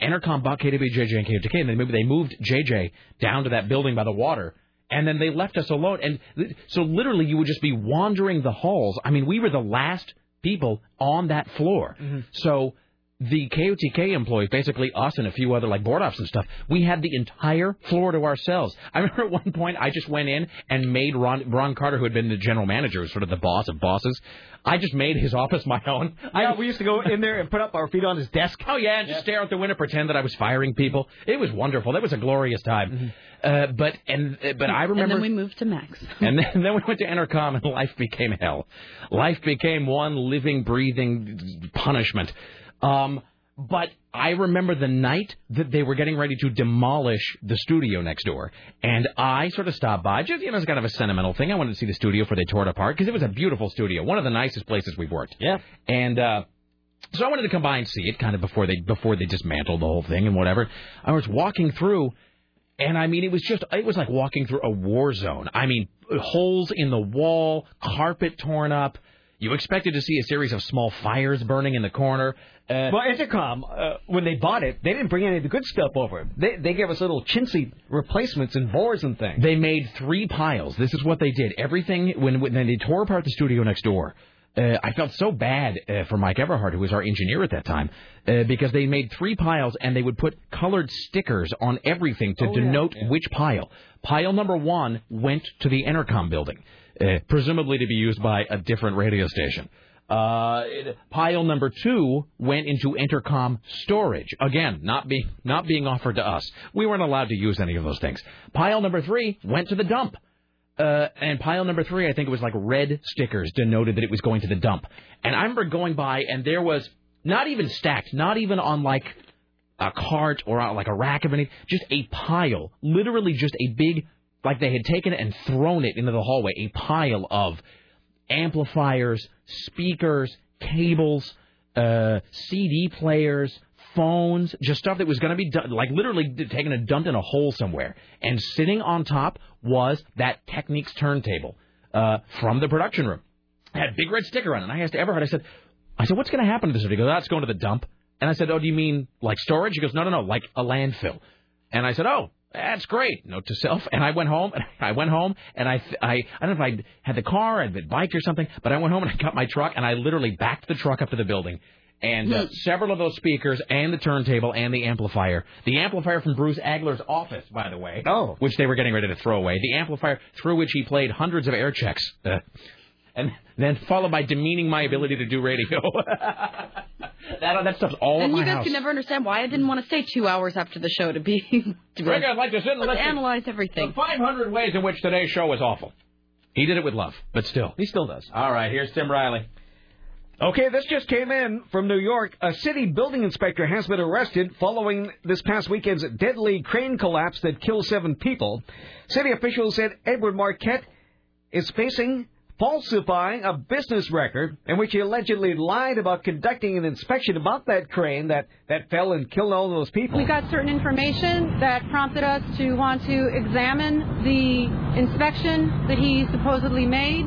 Speaker 2: Entercom bought KWJJ and KWJK, and then maybe they moved JJ down to that building by the water, and then they left us alone. And li- so literally, you would just be wandering the halls. I mean, we were the last people on that floor. So the KOTK employees, basically us and a few other like board ops and stuff, we had the entire floor to ourselves. I remember at one point I just went in and made Ron Ron Carter, who had been the general manager, was sort of the boss of bosses. I just made his office my own.
Speaker 3: Yeah, we used to go in there and put up our feet on his desk.
Speaker 2: Oh yeah, and just stare out the window, pretend that I was firing people. It was wonderful. That was a glorious
Speaker 3: Mm-hmm.
Speaker 2: time. Uh, but and uh, but I remember.
Speaker 4: And then we moved to Max.
Speaker 2: And then, and then we went to Entercom, and life became hell. Life became one living, breathing punishment. Um, but I remember the night that they were getting ready to demolish the studio next door, and I sort of stopped by, just you know, as kind of a sentimental thing. I wanted to see the studio before they tore it apart because it was a beautiful studio, one of the nicest places we've worked.
Speaker 3: Yeah.
Speaker 2: And uh, so I wanted to come by and see it, kind of before they before they dismantled the whole thing and whatever. I was walking through, and I mean, it was just, it was like walking through a war zone. I mean, holes in the wall, carpet torn up. You expected to see a series of small fires burning in the corner. Uh,
Speaker 3: Well, Intercom, uh, when they bought it, they didn't bring any of the good stuff over. They they gave us little chintzy replacements and boards and things.
Speaker 2: They made three piles. This is what they did. Everything when when they tore apart the studio next door. Uh, I felt so bad uh, for Mike Everhart, who was our engineer at that time, uh, because they made three piles and they would put colored stickers on everything to denote which pile. Pile number one went to the intercom building, uh, presumably to be used by a different radio station. Uh, it- pile number two went into intercom storage. Again, not being not being offered to us. We weren't allowed to use any of those things. Pile number three went to the dump. Uh, and pile number three, I think it was like red stickers denoted that it was going to the dump. And I remember going by, and there was not even stacked, not even on like a cart or on like a rack of anything, just a pile, literally just a big, like they had taken it and thrown it into the hallway, a pile of amplifiers, speakers, cables, uh, CD players, phones, just stuff that was going to be done, like literally d- taken and dumped in a hole somewhere. And sitting on top was that Techniques turntable uh, from the production room. It had a big red sticker on it. And I asked Everhard, I said, I said, what's going to happen to this? And he goes, that's going to the dump. And I said, oh, do you mean like storage? He goes, no, no, no, like a landfill. And I said, oh, that's great. Note to self. And I went home. And I went home. And I, I, I don't know if I had the car, I had the bike or something, but I went home and I got my truck and I literally backed the truck up to the building. And
Speaker 4: Hmm.
Speaker 2: uh, several of those speakers, and the turntable, and the amplifier. The amplifier from Bruce Agler's office, by the way. Oh. Which they were getting ready to throw away. The amplifier through which he played hundreds of air checks. Uh, and then followed by demeaning my ability to do radio. that, that stuff's all in
Speaker 4: and
Speaker 2: my
Speaker 4: you guys
Speaker 2: house.
Speaker 4: can never understand why I didn't want to stay two hours after the show to be. to
Speaker 2: Rick, I'd like to sit and
Speaker 4: let's
Speaker 2: listen.
Speaker 4: analyze everything.
Speaker 2: 500 ways in which today's show is awful. He did it with love, but still. He still does. All right, here's Tim Riley.
Speaker 3: Okay, this just came in from New York. A city building inspector has been arrested following this past weekend's deadly crane collapse that killed seven people. City officials said Edward Marquette is facing falsifying a business record in which he allegedly lied about conducting an inspection about that crane that, that fell and killed all those people.
Speaker 10: We got certain information that prompted us to want to examine the inspection that he supposedly made.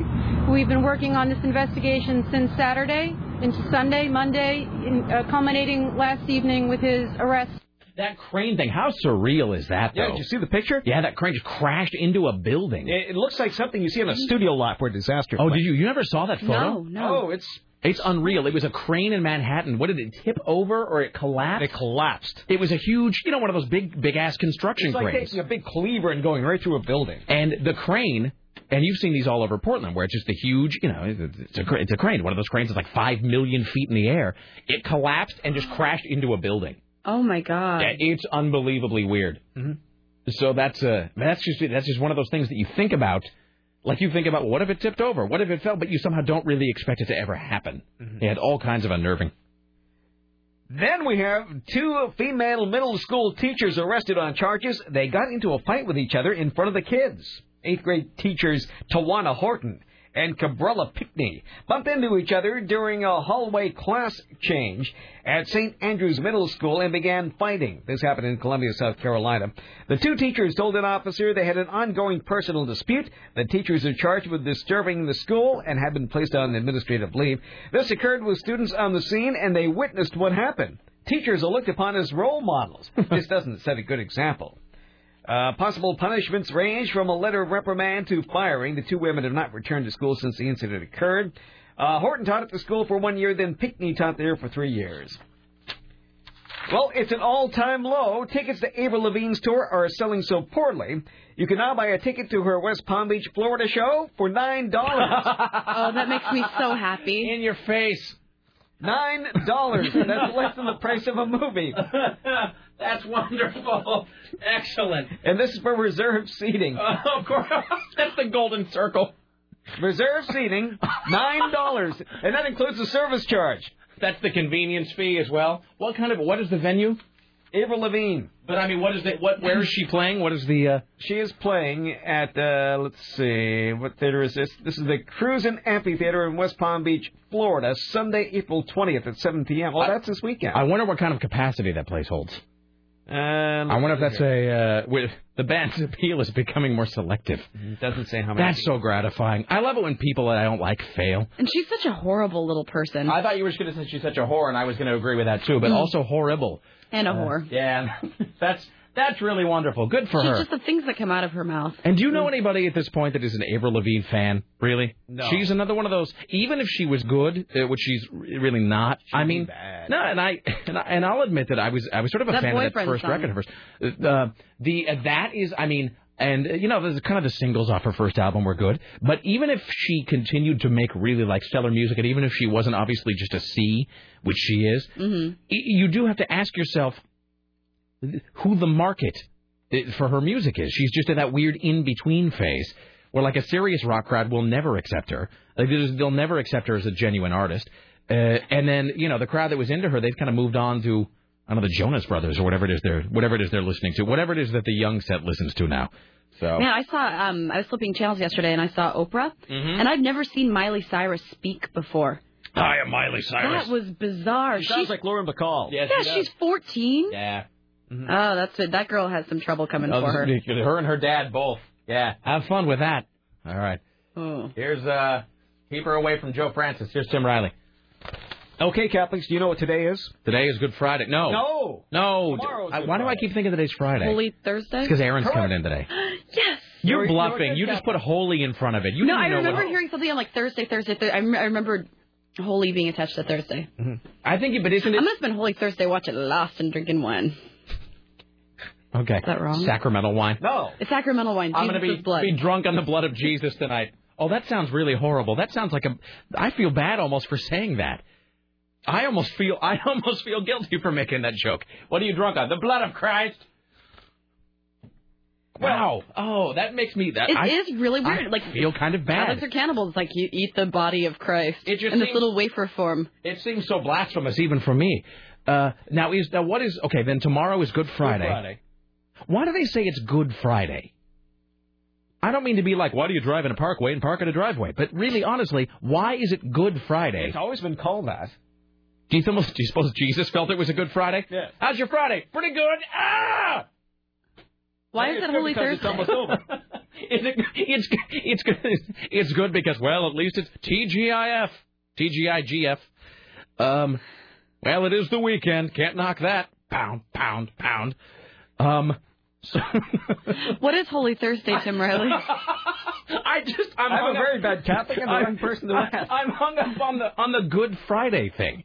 Speaker 10: We've been working on this investigation since Saturday into Sunday, Monday, in, uh, culminating last evening with his arrest.
Speaker 2: That crane thing, how surreal is that, though?
Speaker 3: Yeah, did you see the picture?
Speaker 2: Yeah, that crane just crashed into a building.
Speaker 3: It, it looks like something you see in a studio lot where disaster.
Speaker 2: Oh, did you? You never saw that photo?
Speaker 10: No, no.
Speaker 3: Oh, it's
Speaker 2: It's unreal. It was a crane in Manhattan. What did it tip over or it collapsed?
Speaker 3: It collapsed.
Speaker 2: It was a huge, you know, one of those big, big ass construction
Speaker 3: it's like
Speaker 2: cranes.
Speaker 3: taking a big cleaver and going right through a building.
Speaker 2: And the crane, and you've seen these all over Portland, where it's just a huge, you know, it's a cra- it's a crane. One of those cranes is like five million feet in the air. It collapsed and just crashed into a building.
Speaker 4: Oh my God.
Speaker 2: Yeah, it's unbelievably weird.
Speaker 3: Mhm.
Speaker 4: Mm-hmm.
Speaker 2: So that's uh, that's just that's just one of those things that you think about, like you think about what if it tipped over, what if it fell, but you somehow don't really expect it to ever happen.
Speaker 4: Mm-hmm.
Speaker 2: It had all kinds of unnerving.
Speaker 3: Then we have two female middle school teachers arrested on charges. They got into a fight with each other in front of the kids. Eighth grade teachers Tawana Horton and Cabrella Pickney bumped into each other during a hallway class change at St. Andrew's Middle School and began fighting. This happened in Columbia, South Carolina. The two teachers told an officer they had an ongoing personal dispute. The teachers are charged with disturbing the school and have been placed on administrative leave. This occurred with students on the scene and they witnessed what happened. Teachers are looked upon as role models. this doesn't set a good example. Uh, possible punishments range from a letter of reprimand to firing. The two women have not returned to school since the incident occurred. Uh, Horton taught at the school for one year, then Pickney taught there for three years. Well, it's an all-time low. Tickets to Avril Lavigne's tour are selling so poorly. You can now buy a ticket to her West Palm Beach, Florida show for nine dollars.
Speaker 4: oh, that makes me so happy.
Speaker 2: In your face.
Speaker 3: Nine dollars. That's less than the price of a movie.
Speaker 2: That's wonderful. Excellent.
Speaker 3: And this is for reserved seating.
Speaker 2: of course, that's the golden circle.
Speaker 3: Reserve seating, nine dollars, and that includes the service charge.
Speaker 2: That's the convenience fee as well. What kind of what is the venue?
Speaker 3: Avril Lavigne.
Speaker 2: But I mean, what is the what? Where is she playing? What is the? Uh...
Speaker 3: She is playing at uh, let's see, what theater is this? This is the Cruisin Amphitheater in West Palm Beach, Florida, Sunday, April twentieth at seven p.m. Oh, that's this weekend.
Speaker 2: I wonder what kind of capacity that place holds.
Speaker 3: Uh,
Speaker 2: I wonder if that's a uh, with the band's appeal is becoming more selective.
Speaker 3: Mm, It doesn't say how many.
Speaker 2: That's so gratifying. I love it when people that I don't like fail.
Speaker 4: And she's such a horrible little person.
Speaker 2: I thought you were just going to say she's such a whore, and I was going to agree with that too. But also horrible.
Speaker 4: Mm. and a
Speaker 2: uh,
Speaker 4: whore.
Speaker 2: Yeah, that's that's really wonderful. Good for
Speaker 4: She's
Speaker 2: her.
Speaker 4: just the things that come out of her mouth.
Speaker 2: And do you know anybody at this point that is an Avril Lavigne fan? Really?
Speaker 3: No.
Speaker 2: She's another one of those. Even if she was good, uh, which she's r- really not. I mean,
Speaker 3: bad.
Speaker 2: no. And I, and I and I'll admit that I was I was sort of a
Speaker 4: That
Speaker 2: fan of that
Speaker 4: boyfriend
Speaker 2: first
Speaker 4: song.
Speaker 2: record of hers. Uh, uh, the uh, that is, I mean. And uh, you know, there's kind of the singles off her first album were good, but even if she continued to make really like stellar music, and even if she wasn't obviously just a C, which she is,
Speaker 4: Mm-hmm.
Speaker 2: y- you do have to ask yourself, who the market for her music is. She's just in that weird in between phase where like a serious rock crowd will never accept her. Like they'll they'll never accept her as a genuine artist. Uh, and then you know the crowd that was into her, they've kind of moved on to I don't know the Jonas Brothers or whatever it is they're whatever it is they're listening to, whatever it is that the young set listens to now. So
Speaker 4: Man, I saw. Um, I was flipping channels yesterday, and I saw Oprah,
Speaker 2: Mm-hmm.
Speaker 4: and I've never seen Miley Cyrus speak before.
Speaker 2: I am Miley Cyrus.
Speaker 4: That was bizarre.
Speaker 3: She sounds
Speaker 4: She's-
Speaker 3: like Lauren Bacall.
Speaker 2: Yeah,
Speaker 4: yeah, she's 14.
Speaker 2: yeah.
Speaker 4: Oh, that's it. That girl has some trouble coming
Speaker 2: Mm-hmm. Oh,
Speaker 4: for her.
Speaker 2: this is ridiculous. Her and her dad both. Yeah. Have fun with that. All right.
Speaker 4: Oh.
Speaker 2: Here's uh keep her away from Joe Francis. Here's Tim Riley.
Speaker 3: Okay, Catholics, do you know what today is?
Speaker 2: Today is Good Friday. No.
Speaker 3: No.
Speaker 2: No.
Speaker 3: Tomorrow's
Speaker 2: I-
Speaker 3: Good
Speaker 2: why do I
Speaker 3: Friday.
Speaker 2: keep thinking today's Friday?
Speaker 4: Holy Thursday.
Speaker 2: It's because Aaron's coming in today.
Speaker 4: yes.
Speaker 2: You're
Speaker 3: You're- you're
Speaker 2: bluffing.
Speaker 3: good,
Speaker 2: You just put holy in front of it. You
Speaker 4: No,
Speaker 2: didn't
Speaker 4: I
Speaker 2: know
Speaker 4: remember
Speaker 2: what-
Speaker 4: hearing something on like Thursday, Thursday. Thur- I, rem- I remember Holy being attached to Thursday.
Speaker 2: I think, it- but isn't
Speaker 4: I
Speaker 2: it?
Speaker 4: must have been Holy Thursday watching Lost and drinking wine.
Speaker 2: Mm-hmm. Okay. Is
Speaker 4: that wrong?
Speaker 2: Sacramental wine.
Speaker 3: No.
Speaker 4: It's sacramental wine.
Speaker 2: I'm gonna
Speaker 4: Jesus'
Speaker 2: be
Speaker 4: blood.
Speaker 2: be drunk on the blood of Jesus tonight. Oh, that sounds really horrible. That sounds like a. I feel bad almost for saying that. I almost feel I almost feel guilty for making that joke. What are you drunk on? The blood of Christ. Wow. Oh, that makes me that
Speaker 4: It
Speaker 2: I
Speaker 4: is really
Speaker 2: I
Speaker 4: weird. like
Speaker 2: feel kind of bad.
Speaker 4: Catholics are cannibals. It's like you eat the body of Christ
Speaker 2: It just
Speaker 4: in
Speaker 2: seems-
Speaker 4: this little wafer form.
Speaker 2: It seems so blasphemous even for me. Uh, now is now what is okay? Then tomorrow is Good Friday. Why do they say it's Good Friday? I don't mean to be like, why do you drive in a parkway and park in a driveway? But really, honestly, why is it Good Friday? It's
Speaker 3: always been called that.
Speaker 2: Do you, think, do you suppose Jesus felt it was a Good Friday? Yeah. How's your Friday? Pretty good. Ah!
Speaker 4: Why
Speaker 2: Well,
Speaker 4: is
Speaker 2: it's
Speaker 4: it
Speaker 2: good
Speaker 4: Holy
Speaker 2: because it's
Speaker 4: Thursday?
Speaker 2: almost over. Is it- it's, it's, good, it's good because, well, at least it's TGIF. TGIGF. Um, well, it is the weekend. Can't knock that. Pound, pound, pound. Um, so
Speaker 4: What is Holy Thursday, Tim Riley?
Speaker 2: I just I'm,
Speaker 3: I'm
Speaker 2: hung
Speaker 3: a
Speaker 2: up-
Speaker 3: very bad Catholic and the
Speaker 2: I'm-
Speaker 3: wrong person to ask.
Speaker 2: I'm hung up on the on the Good Friday thing.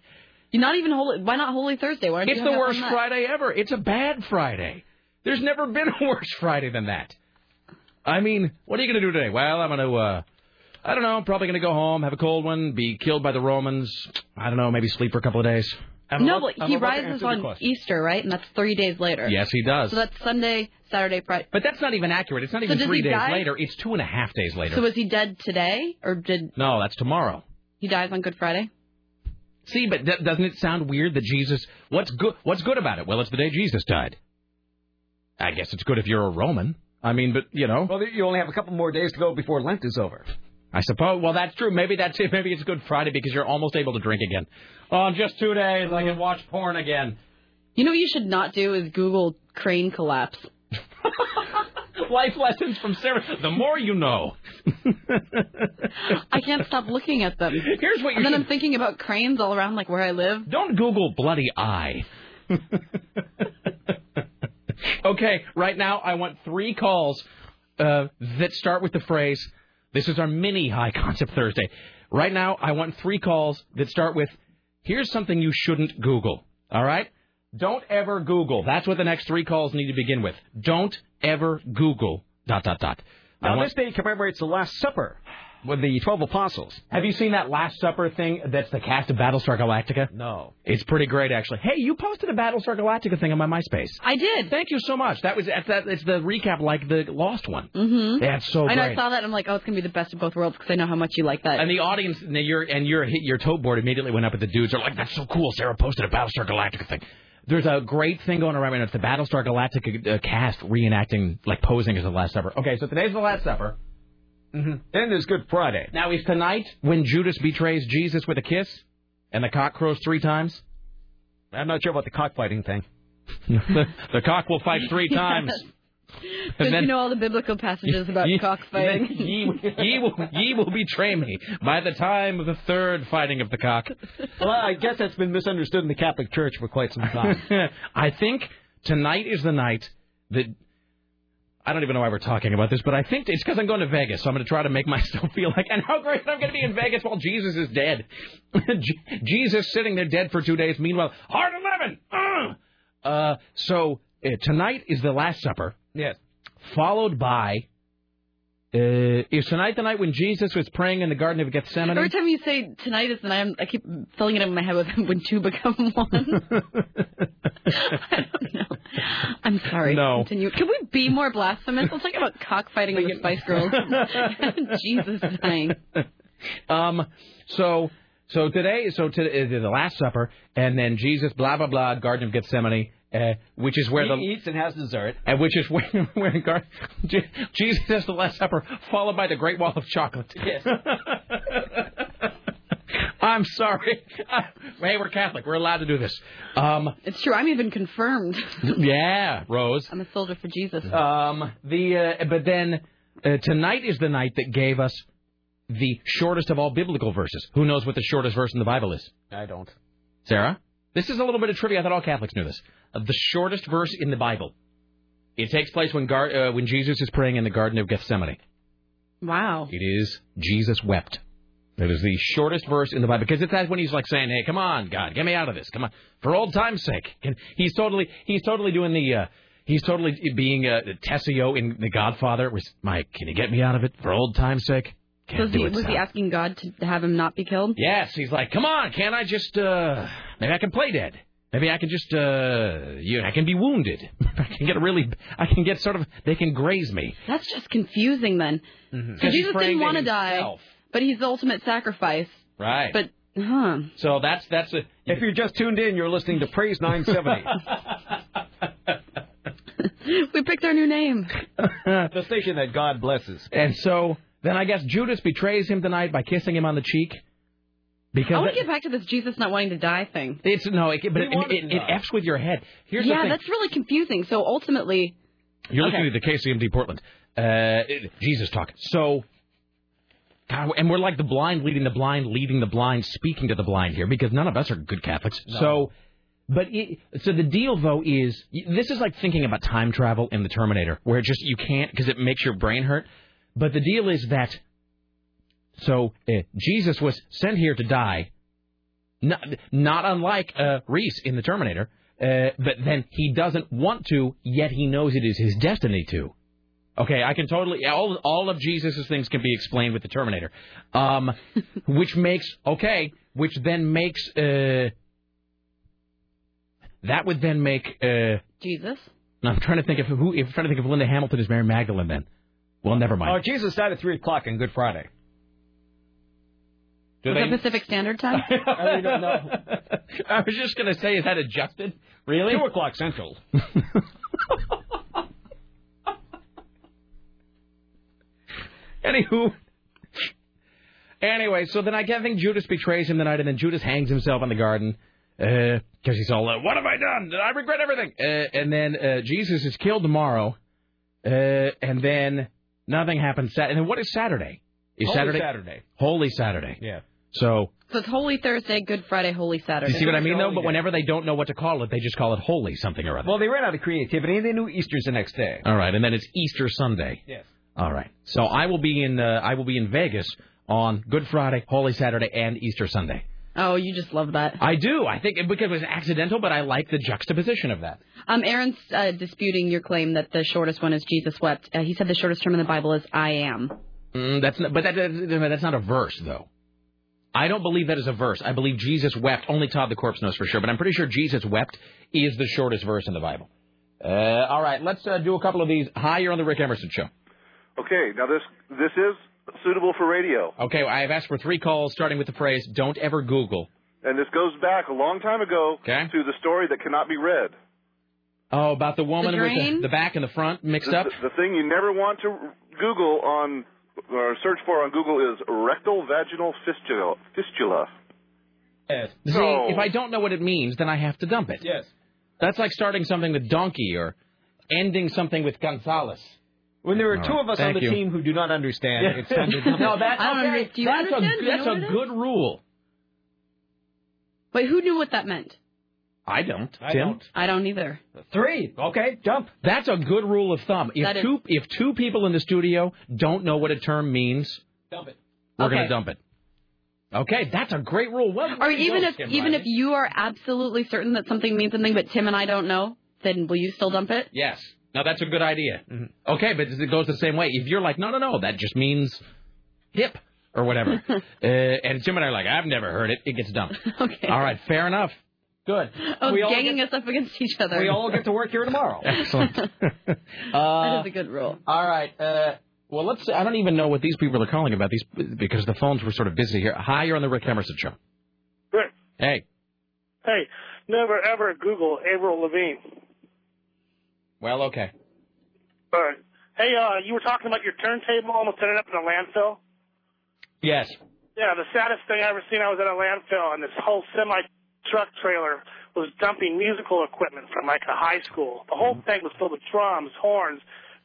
Speaker 4: You're not even Holy. Why not Holy Thursday? Why aren't
Speaker 2: It's
Speaker 4: you
Speaker 2: the
Speaker 4: hung up
Speaker 2: worst
Speaker 4: on that?
Speaker 2: Friday ever. It's a bad Friday. There's never been a worse Friday than that. I mean, what are you going to do today? Well, I'm going to, uh, I don't know, I'm probably going to go home, have a cold one, be killed by the Romans. I don't know, maybe sleep for a couple of days. Have a
Speaker 4: No,
Speaker 2: look-
Speaker 4: but
Speaker 2: have
Speaker 4: he
Speaker 2: a look
Speaker 4: rises
Speaker 2: answer the
Speaker 4: on
Speaker 2: question.
Speaker 4: Easter, right? And that's three days later.
Speaker 2: Yes, he does.
Speaker 4: So that's Sunday, Saturday, Friday.
Speaker 2: but that's not even accurate. It's not
Speaker 4: So
Speaker 2: even
Speaker 4: does
Speaker 2: three
Speaker 4: he
Speaker 2: days
Speaker 4: die?
Speaker 2: later. It's two and a half days later.
Speaker 4: So was he dead today, or did
Speaker 2: no, that's tomorrow.
Speaker 4: he dies on Good Friday?
Speaker 2: See, but that, doesn't it sound weird that Jesus? What's good? What's good about it? Well, it's the day Jesus died. I guess it's good if you're a Roman. I mean, but you know.
Speaker 3: Well, you only have a couple more days to go before Lent is over.
Speaker 2: I suppose. Well, that's true. Maybe that's it. Maybe it's Good Friday because you're almost able to drink again. Oh, in just two days, I can watch porn again.
Speaker 4: You know what you should not do is Google crane collapse.
Speaker 2: Life lessons from Sarah. The more you know.
Speaker 4: I can't stop looking at them.
Speaker 2: Here's what you
Speaker 4: And then
Speaker 2: should-
Speaker 4: I'm thinking about cranes all around, like where I live.
Speaker 2: Don't Google bloody eye. okay, right now I want three calls uh, that start with the phrase. This is our mini high concept Thursday. Right now I want three calls that start with. Here's something you shouldn't Google. All right. Don't ever Google. That's what the next three calls need to begin with. Don't ever Google. Dot dot dot. I
Speaker 3: Now,
Speaker 2: want-
Speaker 3: this day commemorates the Last Supper with the 12 apostles.
Speaker 2: Have you seen that Last Supper thing that's the cast of Battlestar Galactica?
Speaker 3: No.
Speaker 2: It's pretty great, actually. Hey, you posted a Battlestar Galactica thing on my MySpace.
Speaker 4: I did.
Speaker 2: Thank you so much. That was that, that, it's the recap, like the lost one.
Speaker 4: Mm-hmm.
Speaker 2: That's so
Speaker 4: I know. I
Speaker 2: great.
Speaker 4: saw that. And I'm like, oh, it's gonna be the best of both worlds because I know how much you like that.
Speaker 2: And the audience, and your and your your tote board immediately went up at the dudes. They're like, "That's so cool." Sarah posted a Battlestar Galactica thing. There's a great thing going around right now. It's the Battlestar Galactica uh, cast reenacting, like posing as the Last Supper. Okay, so today's the Last Supper. Mm-hmm.
Speaker 3: Then there's Good Friday.
Speaker 2: Now is tonight when Judas betrays Jesus with a kiss, and the cock crows three times.
Speaker 3: I'm not sure about the cockfighting thing.
Speaker 2: the, the cock will fight three times.
Speaker 4: Don't
Speaker 2: then-
Speaker 4: you know all the biblical passages about cockfighting?
Speaker 2: Ye, ye, will, ye will betray me by the time of the third fighting of the cock.
Speaker 3: Well, I guess that's been misunderstood in the Catholic Church for quite some time.
Speaker 2: I think tonight is the night that. I don't even know why we're talking about this, but I think it's because I'm going to Vegas, so I'm going to try to make myself feel like, and how great I'm going to be in Vegas while Jesus is dead. Je- Jesus sitting there dead for two days. Meanwhile, Heart 11! Uh, uh, so uh, tonight is the Last Supper.
Speaker 3: Yes.
Speaker 2: Followed by. Uh, is tonight the night when Jesus was praying in the Garden of Gethsemane?
Speaker 4: Every time you say tonight is the night, I'm- I keep filling it up in my head with when two become one. I don't know. I'm sorry.
Speaker 2: No.
Speaker 4: Continue. Can we be more blasphemous? Let's talk about cockfighting with the Spice Girls. Jesus dying.
Speaker 2: Um, so so today, so today is the Last Supper, and then Jesus, blah blah blah, Garden of Gethsemane, uh, which is where
Speaker 3: he
Speaker 2: the
Speaker 3: eats and has dessert.
Speaker 2: and which is where where Gar- Je- Jesus has the Last Supper, followed by the Great Wall of Chocolate.
Speaker 3: Yes. Uh-huh.
Speaker 2: I'm sorry. hey, we're Catholic. We're allowed to do this. Um,
Speaker 4: It's true. I'm even confirmed.
Speaker 2: yeah, Rose.
Speaker 4: I'm a soldier for Jesus.
Speaker 2: Um, the uh, but then uh, tonight is the night that gave us the shortest of all biblical verses. Who knows what the shortest verse in the Bible is?
Speaker 3: I don't.
Speaker 2: Sarah, this is a little bit of trivia. I thought all Catholics knew this. Uh, the shortest verse in the Bible. It takes place when gar- uh, when Jesus is praying in the Garden of Gethsemane.
Speaker 4: wow.
Speaker 2: It is Jesus wept. That is the shortest verse in the Bible because it's that when he's like saying, "Hey, come on, God, get me out of this. Come on, for old times' sake." And he's totally, he's totally doing the, uh, he's totally being uh, Tessio in The Godfather. It was Mike? Can you get me out of it for old times' sake? Can't
Speaker 4: Was
Speaker 2: do
Speaker 4: he,
Speaker 2: it,
Speaker 4: was
Speaker 2: son."
Speaker 4: he asking God to have him not be killed?
Speaker 2: Yes, he's like, come on, can't I just, uh, maybe I can play dead. Maybe I can just, uh, you I can be wounded. I can get a really, I can get sort of, they can graze me.
Speaker 4: That's just confusing then. So
Speaker 2: Hmm. Because he's
Speaker 4: Jesus
Speaker 2: praying
Speaker 4: didn't
Speaker 2: to
Speaker 4: want to die,
Speaker 2: himself.
Speaker 4: but he's the ultimate sacrifice.
Speaker 2: Right.
Speaker 4: But, huh.
Speaker 2: so that's, that's a,
Speaker 3: If you're just tuned in, you're listening to Praise 970.
Speaker 4: we picked our new name.
Speaker 3: the station that God blesses.
Speaker 2: And so then I guess Judas betrays him tonight by kissing him on the cheek. Because
Speaker 4: I want
Speaker 2: it-
Speaker 4: to get back to this Jesus not wanting to die thing.
Speaker 2: it's no, it, but
Speaker 4: We
Speaker 2: it,
Speaker 4: wanted
Speaker 2: it,
Speaker 4: to
Speaker 2: it
Speaker 4: die.
Speaker 2: f's with your head. Here's
Speaker 4: yeah,
Speaker 2: the thing.
Speaker 4: that's really confusing. So ultimately,
Speaker 2: You're
Speaker 4: Okay.
Speaker 2: listening to the KCMD Portland. Uh, it- Jesus talk. So, God, and we're like the blind leading the blind, leading the blind, speaking to the blind here because none of us are good Catholics. So, but it, so the deal though is this is like thinking about time travel in the Terminator, where it just you can't because it makes your brain hurt. But the deal is that so uh, Jesus was sent here to die, not, not unlike uh, Reese in the Terminator. Uh, but then he doesn't want to, yet he knows it is his destiny to. Okay, I can totally all all of Jesus' things can be explained with the Terminator, um, which makes okay, which then makes uh, that would then make. Uh,
Speaker 4: Jesus.
Speaker 2: I'm trying to think of who. I'm trying to think of Linda Hamilton as Mary Magdalene. Then, well, never mind.
Speaker 3: Oh, Jesus died at 3 o'clock on Good Friday.
Speaker 2: Do
Speaker 4: was
Speaker 2: they-
Speaker 4: that Pacific Standard Time?
Speaker 3: I really don't know.
Speaker 2: I was just gonna say, is that adjusted? Really? Two
Speaker 3: o'clock central.
Speaker 2: Anywho. Anyway, so then I get- I think Judas betrays him tonight, and then Judas hangs himself in the garden because he's all, uh, "What have I done? I regret everything." Uh, and then uh, Jesus is killed tomorrow, uh, and then nothing happens. Sat- and then what is Saturday? Is
Speaker 4: Holy
Speaker 2: Saturday
Speaker 3: Saturday.
Speaker 2: Holy Saturday.
Speaker 3: Yeah.
Speaker 2: So
Speaker 4: So it's Holy Thursday, Good Friday, Holy
Speaker 2: do
Speaker 4: Saturday. Oh,
Speaker 2: you see what I mean, though? But whenever they don't know what to call it, they just call it holy something or other.
Speaker 3: Well, they ran out of creativity. They knew Easter's the next day.
Speaker 2: All right, and then it's Easter Sunday.
Speaker 3: Yes.
Speaker 2: All right. So I will be in uh, I will be in Vegas on Good Friday, Holy Saturday, and Easter Sunday.
Speaker 4: Oh, you just love that.
Speaker 2: I do. I think because it was accidental, but I like the juxtaposition of that.
Speaker 4: Um, Aaron's uh, disputing your claim that the shortest one is Jesus wept. Uh, he said the shortest term in the Bible is "I am."
Speaker 2: Mm, that's not, but that, that- that's not a verse though. I don't believe that is a verse. I believe Jesus wept. Only Todd the corpse knows for sure, but I'm pretty sure Jesus wept is the shortest verse in the Bible. Uh, all right, let's uh, do a couple of these. Hi, you're on the Rick Emerson show.
Speaker 16: Okay, now this this is suitable for radio,
Speaker 2: Okay, I have asked for three calls, starting with the phrase "Don't ever Google."
Speaker 16: and this goes back a long time ago
Speaker 2: Okay.
Speaker 16: to the story that cannot be read.
Speaker 2: Oh, about the woman
Speaker 16: The
Speaker 2: with the,
Speaker 16: drain?
Speaker 2: the back and the front mixed
Speaker 16: the,
Speaker 2: up.
Speaker 16: The, the thing you never want to Google on or search for on Google is rectal vaginal fistula. Fistula.
Speaker 2: See,
Speaker 16: No.
Speaker 2: if I don't know what it means, then I have to dump it.
Speaker 3: Yes.
Speaker 2: That's like starting something with donkey or ending something with Gonzalez.
Speaker 3: When there are
Speaker 2: All
Speaker 3: two
Speaker 2: right.
Speaker 3: of us
Speaker 2: Thank
Speaker 3: on the
Speaker 2: you.
Speaker 3: team who do not understand,
Speaker 2: Yeah.
Speaker 3: it's time to dump
Speaker 2: No,
Speaker 3: it.
Speaker 2: that-
Speaker 4: I don't
Speaker 2: okay,
Speaker 4: understand. Do you
Speaker 2: that's
Speaker 4: understand?
Speaker 2: a
Speaker 4: Do you
Speaker 2: that's
Speaker 4: know
Speaker 2: a
Speaker 4: what it
Speaker 2: good rule.
Speaker 4: Wait, who knew what that meant?
Speaker 2: I don't.
Speaker 4: I
Speaker 2: Tim?
Speaker 4: don't. I don't either.
Speaker 3: Three. Okay, jump.
Speaker 2: That's a good rule of thumb. If
Speaker 4: That is-
Speaker 2: two if two people in the studio don't know what a term means,
Speaker 3: Dump it.
Speaker 2: we're
Speaker 4: Okay.
Speaker 2: gonna dump it. Okay, that's a great rule. Well,
Speaker 4: Or
Speaker 2: way to
Speaker 4: even
Speaker 2: go,
Speaker 4: if
Speaker 2: Tim
Speaker 4: even
Speaker 2: Riley.
Speaker 4: if you are absolutely certain that something means something, but Tim and I don't know, then will you still dump it?
Speaker 2: Yes. Now that's a good idea.
Speaker 4: Mm-hmm.
Speaker 2: Okay, but it goes the same way. If you're like, no, no, no, that just means hip or whatever, uh, and Jim and I are like, I've never heard it. It gets dumped. okay. All right, fair enough. Good.
Speaker 4: Oh,
Speaker 2: We all
Speaker 4: ganging us up against each other.
Speaker 2: we all get to work here tomorrow. Excellent. Uh,
Speaker 4: that is a good rule.
Speaker 2: All right. Uh, well, let's. I don't even know what these people are calling about these because the phones were sort of busy here. Hi, you're on the Rick Emerson show.
Speaker 17: Rick.
Speaker 2: Hey.
Speaker 17: Hey, never ever Google Avril Levine.
Speaker 2: Well, okay.
Speaker 17: All right. Hey, uh, you were talking about your turntable almost ended up in a landfill.
Speaker 2: Yes.
Speaker 17: Yeah, the saddest thing I ever seen. I was at a landfill, and this whole semi truck trailer was dumping musical equipment from like a high school. The whole thing was filled with drums, horns,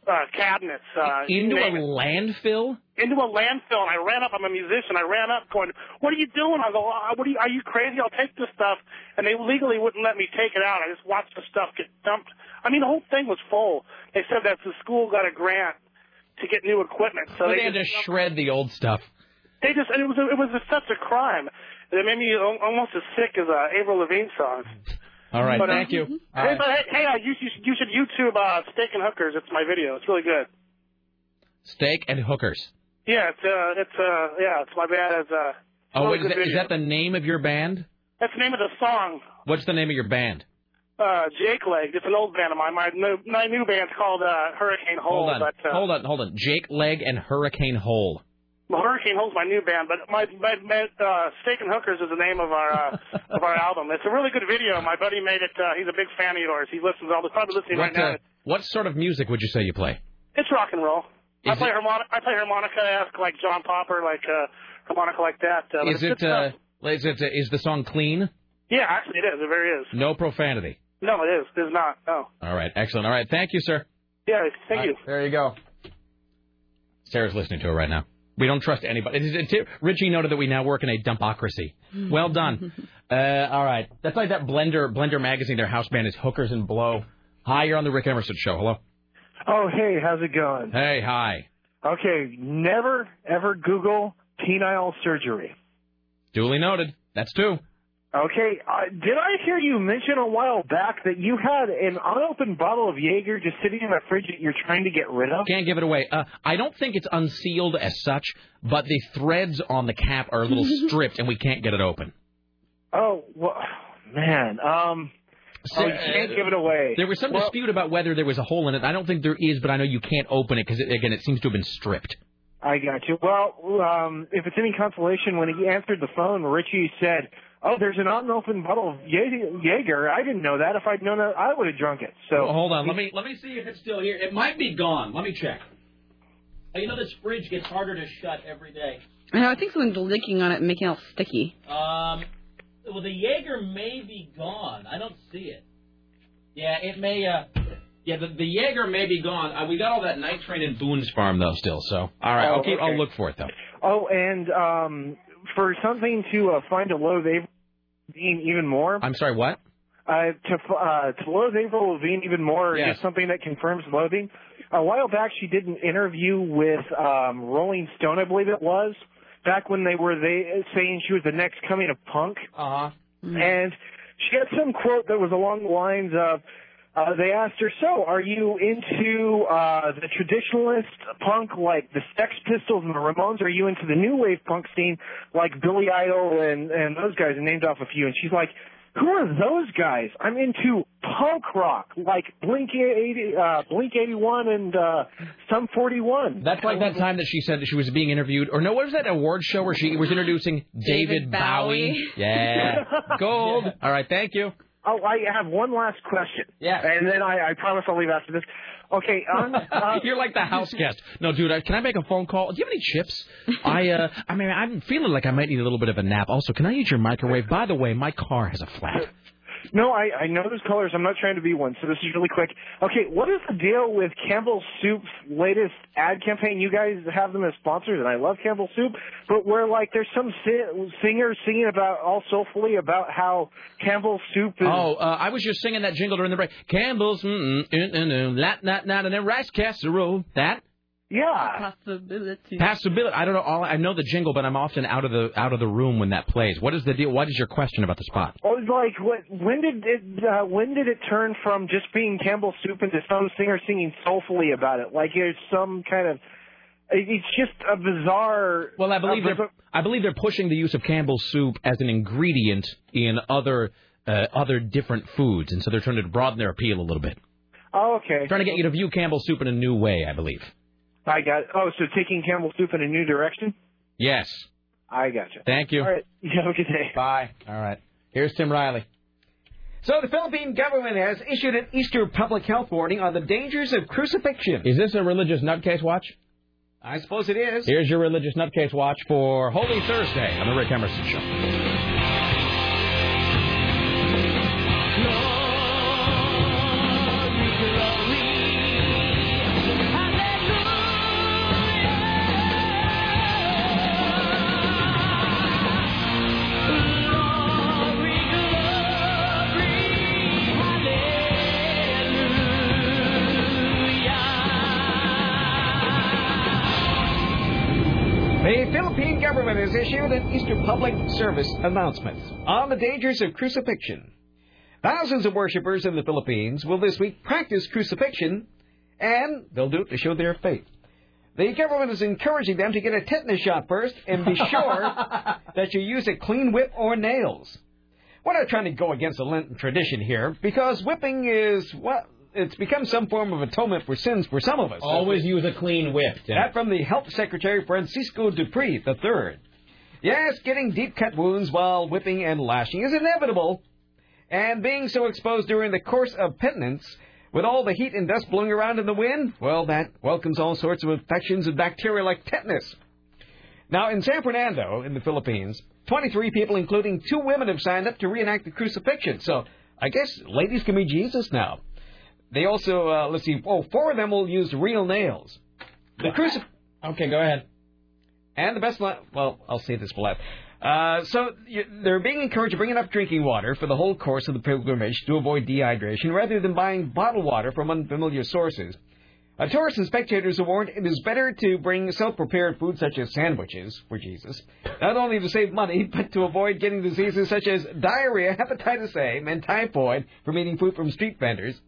Speaker 17: uh, cabinets. Uh, you
Speaker 2: Into a
Speaker 17: name it.
Speaker 2: landfill.
Speaker 17: into a landfill and I ran up. I'm a musician. I ran up going, what are you doing? I go, "Uh, what are you, are you crazy? I'll take this stuff. And they legally wouldn't let me take it out. I just watched the stuff get dumped. I mean, the whole thing was full. They said that the school got a grant to get new equipment. So
Speaker 2: they
Speaker 17: they
Speaker 2: had to
Speaker 17: just,
Speaker 2: shred the old stuff.
Speaker 17: they just, and it was, it was such a crime. And it made me al- almost as sick as uh, Avril Lavigne songs.
Speaker 2: All right.
Speaker 17: But, uh,
Speaker 2: thank you. All
Speaker 17: Hey,
Speaker 2: right.
Speaker 17: but, hey, hey uh, you, you, should- you should YouTube uh, Steak and Hookers. It's my video. It's really good.
Speaker 2: Steak and hookers.
Speaker 17: Yeah, it's uh, it's uh, yeah, it's my bad as uh.
Speaker 2: Oh,
Speaker 17: really
Speaker 2: wait, is
Speaker 17: good
Speaker 2: that, is
Speaker 17: video.
Speaker 2: that the name of your band?
Speaker 17: That's the name of the song,
Speaker 2: What's the name of your band?
Speaker 17: uh, Jake Leg. It's an old band of mine. My new, my new band's called uh, Hurricane Hole.
Speaker 2: Hold on,
Speaker 17: But, uh,
Speaker 2: hold on, hold on. Jake Leg and Hurricane Hole.
Speaker 17: Well, Hurricane Hope's my new band, but my, my, my uh, Steak and Hookers is the name of our uh, of our album. It's a really good video. My buddy made it. Uh, he's a big fan of yours. He listens all the probably listening
Speaker 2: What,
Speaker 17: right
Speaker 2: uh,
Speaker 17: now.
Speaker 2: what sort of music would you say you play?
Speaker 17: It's rock and roll. I
Speaker 2: Is
Speaker 17: play
Speaker 2: it-
Speaker 17: harmonica. I play harmonica. I ask like John Popper, like uh, harmonica like that. Uh, but
Speaker 2: Is it
Speaker 17: it's good
Speaker 2: uh,
Speaker 17: stuff.
Speaker 2: is it uh, is the song clean?
Speaker 17: Yeah, actually, it is. It very is.
Speaker 2: No profanity.
Speaker 17: No, it is. It's not. No.
Speaker 2: All right, excellent. All right, thank you, sir.
Speaker 17: Yeah. Thank
Speaker 2: All
Speaker 17: you.
Speaker 2: right, there you go. Sarah's listening to it right now. We don't trust anybody. It's- it's- Richie noted that we now work in a dumpocracy. Well done. Uh, all right, that's like that Blender Blender magazine. Their house band is Hookers and Blow. Hi, you're on the Rick Emerson show. Hello.
Speaker 18: Oh, hey, how's it going?
Speaker 2: Hey, hi.
Speaker 18: Okay, never ever Google penile surgery.
Speaker 2: Duly noted. That's two.
Speaker 18: Okay, uh, did I hear you mention a while back that you had an unopened bottle of Jaeger just sitting in the fridge that you're trying to get rid of?
Speaker 2: Can't give it away. Uh, I don't think it's unsealed as such, but the threads on the cap are a little stripped, and we can't get it open.
Speaker 18: Oh, well, man. Um,
Speaker 2: So- uh,
Speaker 18: oh, you can't give it away.
Speaker 2: There was some
Speaker 18: Well,
Speaker 2: dispute about whether there was a hole in it. I don't think there is, but I know you can't open it because, it, again, it seems to have been stripped.
Speaker 18: I got you. Well, um, if it's any consolation, when he answered the phone, Richie said, "Oh, there's an unopened bottle of Jae- Jaeger. I didn't know that. If I'd known that, I would have drunk it." So
Speaker 2: Well, hold on. Let me let me see if it's still here. It might be gone. Let me check. Oh, You know this fridge gets harder to shut every day.
Speaker 4: I know. I think someone's licking on it, and making it all sticky.
Speaker 2: Um, well, the Jaeger may be gone. I don't see it. Yeah, it may. Uh, yeah, the, the Jaeger may be gone. Uh, we got all that nitrate in Boone's farm though, still. So all right,
Speaker 18: Oh,
Speaker 2: I'll keep.
Speaker 18: okay.
Speaker 2: I'll look for it though.
Speaker 18: Oh, and um, for something to uh, find a low of April Levine even more,
Speaker 2: I'm sorry. What?
Speaker 18: uh, to f- uh, to loathe April Levine even more
Speaker 2: Yes.
Speaker 18: is something that confirms loathing. A while back, she did an interview with um, Rolling Stone, I believe it was, back when they were they saying she was the next coming of punk.
Speaker 2: Uh huh.
Speaker 18: And she had some quote that was along the lines of. Uh, they asked her, so are you into uh, the traditionalist punk like the Sex Pistols and the Ramones? Or are you into the new wave punk scene like Billy Idol and, and those guys? And named off a few. And she's like, who are those guys? I'm into punk rock like Blink 80, uh, Blink 81 and uh, Sum 41.
Speaker 2: That's like that time that she said that she was being interviewed, or no, what was that award show where she was introducing David,
Speaker 18: David Bowie.
Speaker 2: Yeah, gold. All right, thank you.
Speaker 18: Oh, I have one last question.
Speaker 2: Yeah.
Speaker 18: And then I, I promise I'll leave after this. Okay. Um, uh,
Speaker 2: You're like the house guest. No, dude, I, can I make a phone call? Do you have any chips? I, uh, I mean, I'm feeling like I might need a little bit of a nap. Also, can I use your microwave? By the way, my car has a flat.
Speaker 18: No, I, I know those colors. I'm not trying to be one, so this is really quick. Okay, what is the deal with Campbell Soup's latest ad campaign? You guys have them as sponsors, and I love Campbell Soup, but where like there's some si- singer singing about all soulfully about how Campbell Soup is.
Speaker 2: Oh, uh, I was just singing that jingle during the break. Campbell's, mm, mm, mm, mm, mm, that, that, that, and then rice casserole. That
Speaker 18: Yeah.
Speaker 4: Possibility.
Speaker 2: possibility. I don't know. All I know the jingle, but I'm often out of the out of the room when that plays. What is the deal? What is your question about the spot?
Speaker 18: Oh, it's like what? When did it? Uh, when did it turn from just being Campbell Soup into some singer singing soulfully about it? Like there's some kind of. it- It's just a bizarre.
Speaker 2: Well, I believe
Speaker 18: a
Speaker 2: they're I believe they're pushing the use of Campbell's soup as an ingredient in other uh, other different foods, and so they're trying to broaden their appeal a little bit.
Speaker 18: Oh, okay.
Speaker 2: Trying to get you to view Campbell's soup in a new way, I believe.
Speaker 18: I got. Oh, so taking Campbell Soup in a new direction.
Speaker 2: Yes.
Speaker 18: I gotcha.
Speaker 2: Thank you.
Speaker 18: All right. You have a good day.
Speaker 2: Bye. All right. Here's Tim Riley.
Speaker 3: So the Philippine government has issued an Easter public health warning on the dangers of crucifixion.
Speaker 2: Is this a religious nutcase watch?
Speaker 3: I suppose it is.
Speaker 2: Here's your religious nutcase watch for Holy Thursday on the Rick Emerson Show.
Speaker 3: The Philippine government has issued an Easter public service announcement on the dangers of crucifixion. Thousands of worshippers in the Philippines will this week practice crucifixion, and they'll do it to show their faith. The government is encouraging them to get a tetanus shot first and be sure that you use a clean whip or nails. We're not trying to go against the Lenten tradition here because whipping is, well, it's become some form of atonement for sins for some of us.
Speaker 2: Always use a clean whip. Dennis.
Speaker 3: That from the Health Secretary Francisco Dupree III. Yes, getting deep cut wounds while whipping and lashing is inevitable, and being so exposed during the course of penance. With all the heat and dust blowing around in the wind, well, that welcomes all sorts of infections and bacteria like tetanus. Now, in San Fernando, in the Philippines, 23 people, including two women, have signed up to reenact the crucifixion. So I guess ladies can be Jesus now. They also, uh, let's see, oh, four of them will use real nails. The crucif.
Speaker 2: Okay, go ahead.
Speaker 3: And the best line, well, I'll say this for last. Uh, so you, they're being encouraged to bring enough drinking water for the whole course of the pilgrimage to avoid dehydration rather than buying bottled water from unfamiliar sources. Uh, tourists and spectators are warned it is better to bring self-prepared food such as sandwiches for Jesus, not only to save money but to avoid getting diseases such as diarrhea, hepatitis A, and typhoid from eating food from street vendors.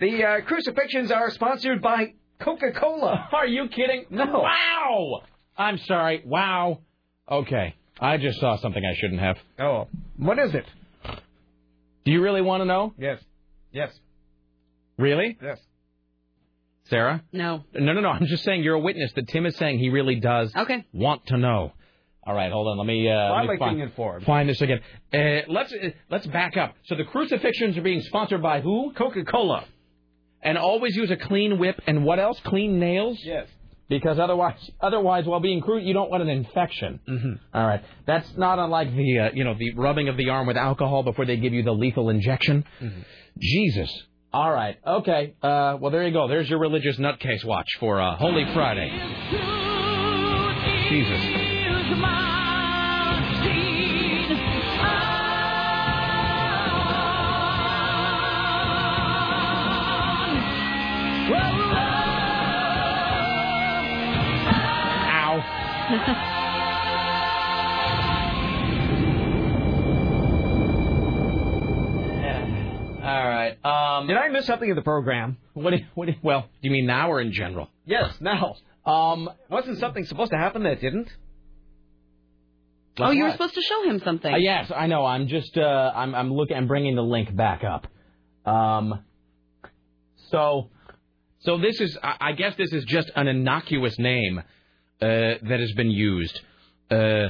Speaker 3: The uh, crucifixions are sponsored by Coca-Cola.
Speaker 2: Are you kidding?
Speaker 3: No.
Speaker 2: Wow. I'm sorry. Wow. Okay. I just saw something I shouldn't have.
Speaker 3: Oh, what is it?
Speaker 2: Do you really want to know?
Speaker 3: Yes. Yes.
Speaker 2: Really?
Speaker 3: Yes.
Speaker 2: Sarah?
Speaker 4: No.
Speaker 2: No, no, no. I'm just saying you're a witness that Tim is saying he really does
Speaker 4: okay.
Speaker 2: want to know. All right, hold on. Let me, uh,
Speaker 3: well,
Speaker 2: let
Speaker 3: me like
Speaker 2: find,
Speaker 3: being informed.
Speaker 2: find this again. Uh, let's uh, let's back up. So the crucifixions are being sponsored by who?
Speaker 3: Coca-Cola.
Speaker 2: And always use a clean whip and what else? Clean nails.
Speaker 3: Yes
Speaker 2: because otherwise, otherwise, while being crude, you don't want an infection.
Speaker 3: Mm-hmm.
Speaker 2: All right, that's not unlike the uh, you know the rubbing of the arm with alcohol before they give you the lethal injection.
Speaker 3: Mm-hmm.
Speaker 2: Jesus. All right. Okay. Uh, well, there you go. There's your religious nutcase watch for uh, Holy Friday. Jesus. All right. Um,
Speaker 3: Did I miss something in the program?
Speaker 2: What? Do, what? Do, well, do you mean now or in general?
Speaker 3: Yes, now.
Speaker 2: Um,
Speaker 3: wasn't something supposed to happen that didn't?
Speaker 4: Like oh, you what? were supposed to show him something.
Speaker 2: Uh, yes, I know. I'm just. Uh, I'm. I'm looking. I'm bringing the link back up. Um, so, so this is. I, I guess this is just an innocuous name. Uh, that has been used. Uh,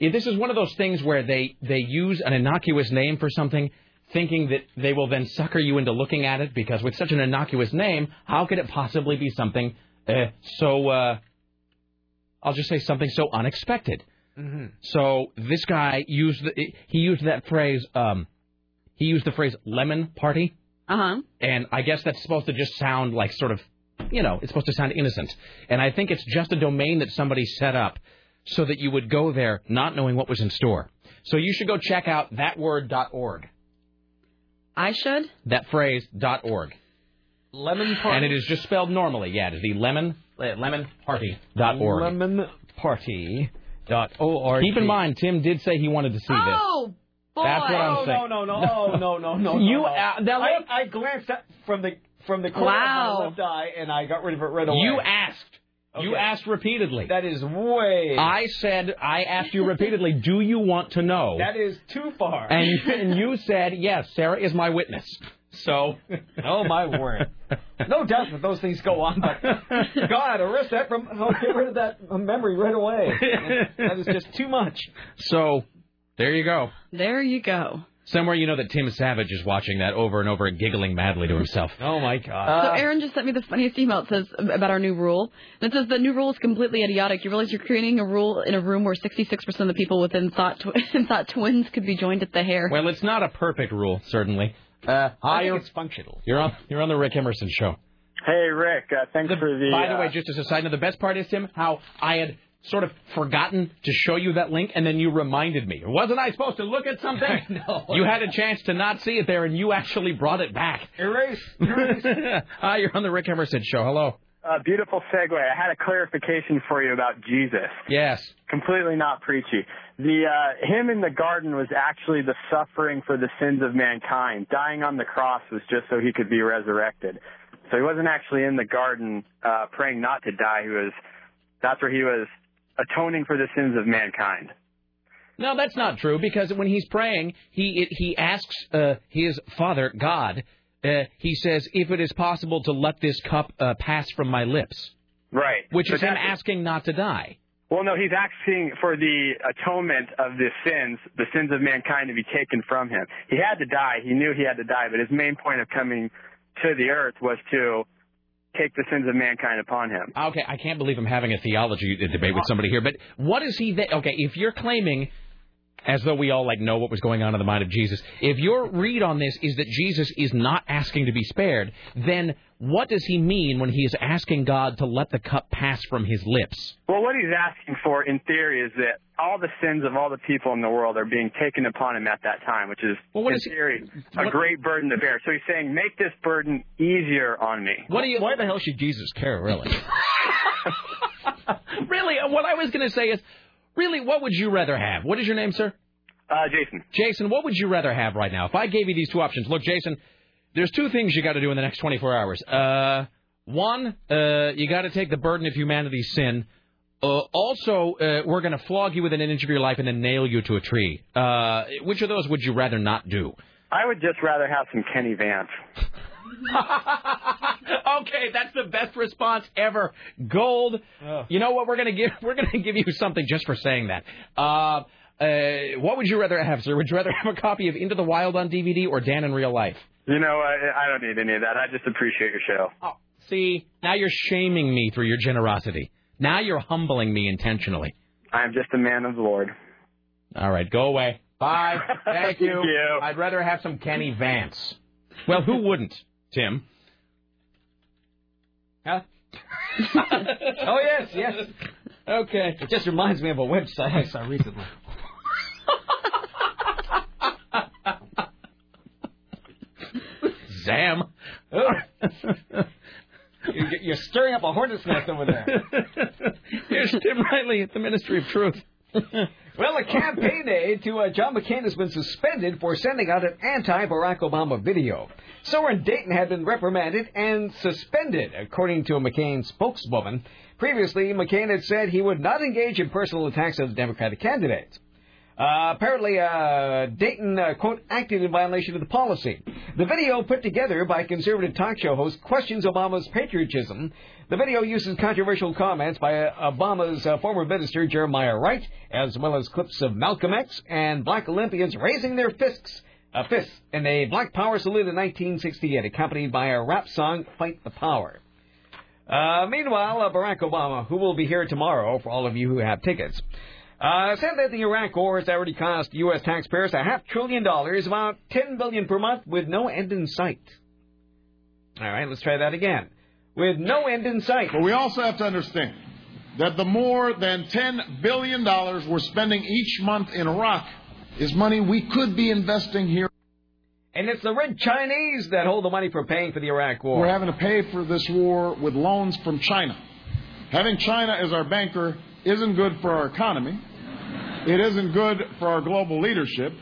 Speaker 2: this is one of those things where they, they use an innocuous name for something, thinking that they will then sucker you into looking at it, because with such an innocuous name, how could it possibly be something uh, so, I'll just say something so unexpected?
Speaker 3: Mm-hmm.
Speaker 2: So this guy used the, he used that phrase um, he used the phrase lemon party
Speaker 4: uh-huh.
Speaker 2: and I guess that's supposed to just sound like sort of you know, it's supposed to sound innocent. And I think it's just a domain that somebody set up so that you would go there not knowing what was in store. So you should go check out thatword.org.
Speaker 4: I should?
Speaker 2: That phrase, dot .org.
Speaker 3: Lemon party.
Speaker 2: And it is just spelled normally. Yeah, it is the lemon, uh, lemon party dot org.
Speaker 3: Lemon party dot org.
Speaker 2: Keep in mind, Tim did say he wanted to see this.
Speaker 4: Oh! Boy.
Speaker 2: That's what I'm
Speaker 3: no,
Speaker 2: saying.
Speaker 3: No, no, no, oh, no, no, no.
Speaker 2: You
Speaker 3: no, no.
Speaker 2: Uh, now
Speaker 3: I, I glanced up from the from the corner
Speaker 4: wow.
Speaker 3: of my left eye, and I got rid of it right away.
Speaker 2: You asked. You
Speaker 3: Okay.
Speaker 2: asked repeatedly.
Speaker 3: That is way.
Speaker 2: I said, I asked you repeatedly, do you want to know?
Speaker 3: that is too far.
Speaker 2: And, and you said, yes, Sarah is my witness. So,
Speaker 3: oh my word! No doubt that those things go on, but God, arrest that from. Oh, get rid of that memory right away. That is just too much.
Speaker 2: so there you go.
Speaker 4: There you go.
Speaker 2: Somewhere you know that Tim Savage is watching that over and over and giggling madly to himself.
Speaker 3: Oh my God!
Speaker 4: So
Speaker 2: Uh,
Speaker 4: Aaron just sent me the funniest email. It says about our new rule. And it says the new rule is completely idiotic. You realize you're creating a rule in a room where 66% of the people within thought tw- thought twins could be joined at the hair.
Speaker 2: well, it's not a perfect rule, certainly. Uh,
Speaker 3: I
Speaker 2: hi,
Speaker 3: think
Speaker 2: you're,
Speaker 3: it's functional.
Speaker 2: you're on you're on the Rick Emerson show.
Speaker 19: Hey, Rick. Uh, thanks for the.
Speaker 2: By
Speaker 19: uh,
Speaker 2: the way, just as a side note, the best part is Tim how I had sort of forgotten to show you that link, and then you reminded me. Wasn't I supposed to look at something?
Speaker 3: No.
Speaker 2: You had a chance to not see it there, and you actually brought it back.
Speaker 3: erase.
Speaker 2: Hi, you're on the Rick Emerson show. Hello.
Speaker 19: uh, beautiful segue. I had a clarification for you about Jesus.
Speaker 2: Yes.
Speaker 19: Completely not preachy. The uh, him in the garden was actually the suffering for the sins of mankind. Dying on the cross was just so he could be resurrected. So he wasn't actually in the garden uh, praying not to die. He was. That's where he was atoning for the sins of mankind.
Speaker 2: No, that's not true because when he's praying, he he asks uh, his father God Uh, he says, "If it is possible to let this cup uh, pass from my lips,"
Speaker 19: Right.
Speaker 2: which
Speaker 19: But
Speaker 2: is him
Speaker 19: that's-
Speaker 2: asking not to die.
Speaker 19: Well, no, he's asking for the atonement of the sins, the sins of mankind to be taken from him. He had to die. He knew he had to die, but his main point of coming to the earth was to take the sins of mankind upon him.
Speaker 2: Okay, I can't believe I'm having a theology debate with somebody here, but what is he that okay, if you're claiming as though we all like know what was going on in the mind of Jesus, if your read on this is that Jesus is not asking to be spared, then what does he mean when he is asking God to let the cup pass from his lips?
Speaker 19: Well, what he's asking for, in theory, is that all the sins of all the people in the world are being taken upon him at that time, which is, in theory, a great burden to bear. So he's saying, make this burden easier on me.
Speaker 20: What do you? Why the hell should Jesus care, really?
Speaker 2: Really, uh, what I was going to say is really what would you rather have? What is your name, sir?
Speaker 19: Uh, Jason.
Speaker 2: Jason, what would you rather have right now? If I gave you these two options, look, Jason, there's two things you got to do in the next 24 hours. Uh, one, uh, you got to take the burden of humanity's sin. Uh, also, uh, we're going to flog you within an inch of your life and then nail you to a tree. Uh, which of those would you rather not do?
Speaker 19: I would just rather have some Kenny Vance.
Speaker 2: okay, that's the best response ever. Gold. You know what? We're gonna give we're gonna give you something just for saying that. Uh, uh, what would you rather have, sir? Would you rather have a copy of Into the Wild on DVD or Dan in Real Life?
Speaker 19: You know, I, I don't need any of that. I just appreciate your show.
Speaker 2: See, now you're shaming me through your generosity. Now you're humbling me intentionally.
Speaker 19: I am just a man of the Lord.
Speaker 2: All right, go away. Bye. Thank you.
Speaker 20: Thank you.
Speaker 2: I'd rather have some Kenny Vance. Well, who wouldn't, Tim? Huh? oh yes, yes. Okay.
Speaker 3: It just reminds me of a website I saw recently.
Speaker 2: Zam.
Speaker 3: You're, you're stirring up a hornet's nest over there.
Speaker 2: Here's Tim Riley at the Ministry of Truth.
Speaker 3: Well, a campaign aide to uh, John McCain has been suspended for sending out an anti-Barack Obama video. Soren Dayton had been reprimanded and suspended, according to a McCain spokeswoman. Previously, McCain had said he would not engage in personal attacks on the Democratic candidates. Uh, apparently, uh, Dayton, uh, quote, acted in violation of the policy. The video put together by conservative talk show host questions Obama's patriotism. The video uses controversial comments by uh, Obama's uh, former minister, Jeremiah Wright, as well as clips of Malcolm X and black Olympians raising their fists, uh, fists in a black power salute in 1968, accompanied by a rap song, Fight the Power. Uh, meanwhile, uh, Barack Obama, who will be here tomorrow for all of you who have tickets, uh, said that the Iraq War has already cost U.S. taxpayers a half trillion dollars, about ten billion per month, with no end in sight. All right, let's try that again. With no end in sight.
Speaker 11: But we also have to understand that the more than $10 billion we're spending each month in Iraq is money we could be investing here.
Speaker 3: And it's the red Chinese that hold the money for paying for the Iraq War.
Speaker 11: We're having to pay for this war with loans from China. Having China as our banker isn't good for our economy, it isn't good for our global leadership,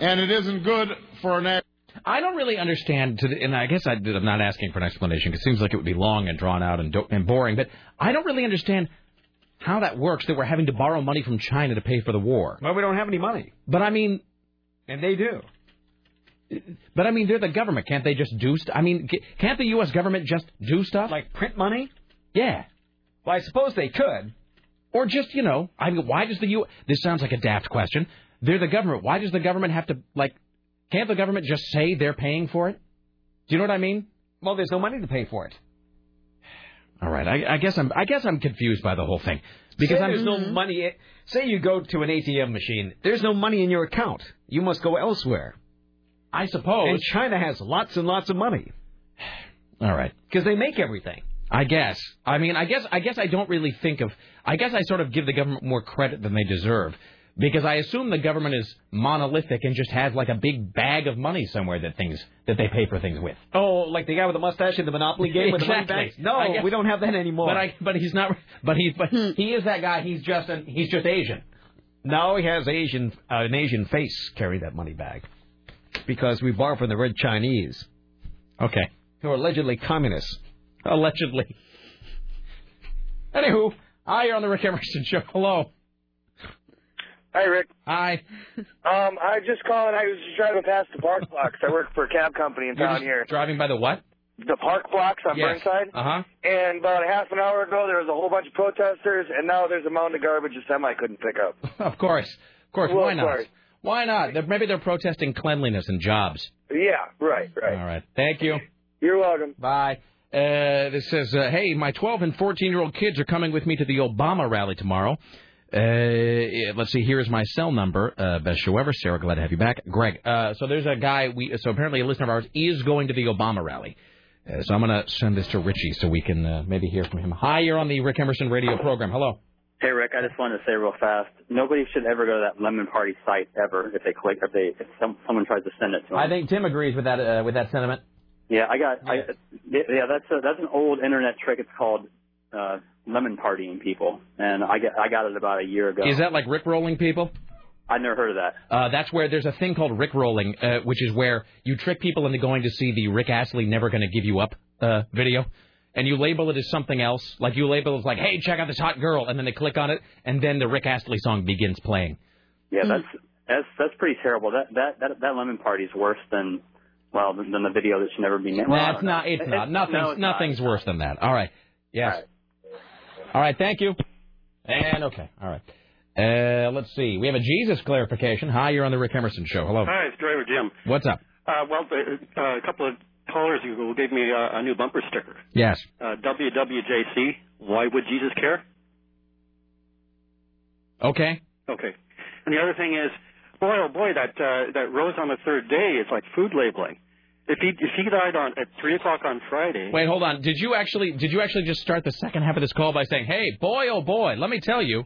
Speaker 11: and it isn't good for our national.
Speaker 2: I don't really understand, to the, and I guess I, I'm not asking for an explanation 'cause it seems like it would be long and drawn out and, do, and boring, but I don't really understand how that works that we're having to borrow money from China to pay for the war.
Speaker 3: Well, we don't have any money.
Speaker 2: But I mean.
Speaker 3: And they do.
Speaker 2: But I mean, they're the government. Can't they just do stuff? I mean, ca- can't the U.S. government just do stuff?
Speaker 3: Like print money?
Speaker 2: Yeah.
Speaker 3: Well, I suppose they could.
Speaker 2: Or just, you know, I mean, why does the U. This sounds like a daft question. They're the government. Why does the government have to, like, can't the government just say they're paying for it? Do you know what I mean?
Speaker 3: Well, there's no money to pay for it.
Speaker 2: All right, I, I guess I'm I guess I'm confused by the whole thing because
Speaker 3: say
Speaker 2: I'm
Speaker 3: there's no money. Say you go to an ATM machine. There's no money in your account. You must go elsewhere.
Speaker 2: I suppose.
Speaker 3: And China has lots and lots of money
Speaker 2: all right.
Speaker 3: because they make everything.
Speaker 2: I guess. I mean, I guess I guess I don't really think of. I guess I sort of give the government more credit than they deserve because I assume the government is monolithic and just has like a big bag of money somewhere that things that they pay for things with.
Speaker 3: Oh, like the guy with the mustache in the Monopoly game with
Speaker 2: exactly.
Speaker 3: the money bags? No,
Speaker 2: I guess-
Speaker 3: we don't have that anymore.
Speaker 2: But I but he's not. But he but he is that guy. He's just an, he's just Asian.
Speaker 3: No, he has Asian uh, an Asian face carry that money bag because we borrow from the red Chinese.
Speaker 2: Okay.
Speaker 3: Who are allegedly communists.
Speaker 2: Allegedly. Anywho, I are on the Rick Emerson show. Hello.
Speaker 18: Hi, Rick.
Speaker 2: Hi.
Speaker 18: Um, I was just calling. I was just driving past the park blocks. I work for a cab company in
Speaker 2: You're
Speaker 18: town
Speaker 2: just
Speaker 18: here.
Speaker 2: driving by the what?
Speaker 18: The park blocks on
Speaker 2: Yes.
Speaker 18: Burnside.
Speaker 2: Uh-huh.
Speaker 18: And about a half an hour ago, there was a whole bunch of protesters, and now there's a mound of garbage a semi couldn't pick up.
Speaker 2: Of course. Of course.
Speaker 18: Well,
Speaker 2: Why
Speaker 18: of
Speaker 2: not?
Speaker 18: course.
Speaker 2: Why not? They're, maybe they're protesting cleanliness and jobs.
Speaker 18: Yeah, right, right.
Speaker 2: All right. Thank you.
Speaker 18: You're welcome.
Speaker 2: Bye. Uh, this says, uh, hey, my 12 and 14 year old kids are coming with me to the Obama rally tomorrow. Uh, eh, let's see. Here is my cell number. Uh, best show ever. Sarah, glad to have you back. Greg. Uh, so there's a guy. We so apparently a listener of ours is going to the Obama rally. Uh, so I'm gonna send this to Richie so we can uh, maybe hear from him. Hi, you're on the Rick Emerson radio program. Hello.
Speaker 6: Hey Rick, I just wanted to say real fast, nobody should ever go to that Lemon Party site ever if they click if they if some, someone tries to send it to them.
Speaker 21: I think Tim agrees with that uh, with that sentiment.
Speaker 6: Yeah, I got. I, yeah, that's a, that's an old internet trick. It's called uh, lemon partying people, and I get I got it about a year ago.
Speaker 2: Is that like Rick rolling people?
Speaker 6: I never heard of that.
Speaker 2: Uh, that's where there's a thing called Rick rolling, uh, which is where you trick people into going to see the Rick Astley never going to give you up uh, video, and you label it as something else. Like you label it as like, hey, check out this hot girl, and then they click on it, and then the Rick Astley song begins playing.
Speaker 6: Yeah,
Speaker 2: Hmm.
Speaker 6: that's that's that's pretty terrible. That that that, that lemon party's worse than well than, than the video that should never be named. Well, I
Speaker 2: That's
Speaker 6: don't know.
Speaker 2: not. It's
Speaker 6: It-
Speaker 2: not.
Speaker 6: it-
Speaker 2: Nothing's
Speaker 6: no, it's not.
Speaker 2: nothing's worse than that. All right. Yes. All right. Thank you. And okay. All right. Uh, let's see. We have a Jesus clarification. Hi, you're on the Rick Emerson show. Hello.
Speaker 22: Hi, it's Driver Jim.
Speaker 2: What's up?
Speaker 22: Uh, well, uh, uh, a couple of callers ago gave me uh, a new bumper sticker.
Speaker 2: Yes.
Speaker 22: Uh, WWJC, why would Jesus care?
Speaker 2: Okay.
Speaker 22: Okay. And the other thing is, boy, oh boy, that uh, that rose on the third day is like food labeling. If he if he died on at three o'clock on Friday,
Speaker 2: Wait, hold on. Did you actually did you actually just start the second half of this call by saying, "Hey, boy, oh boy, let me tell you."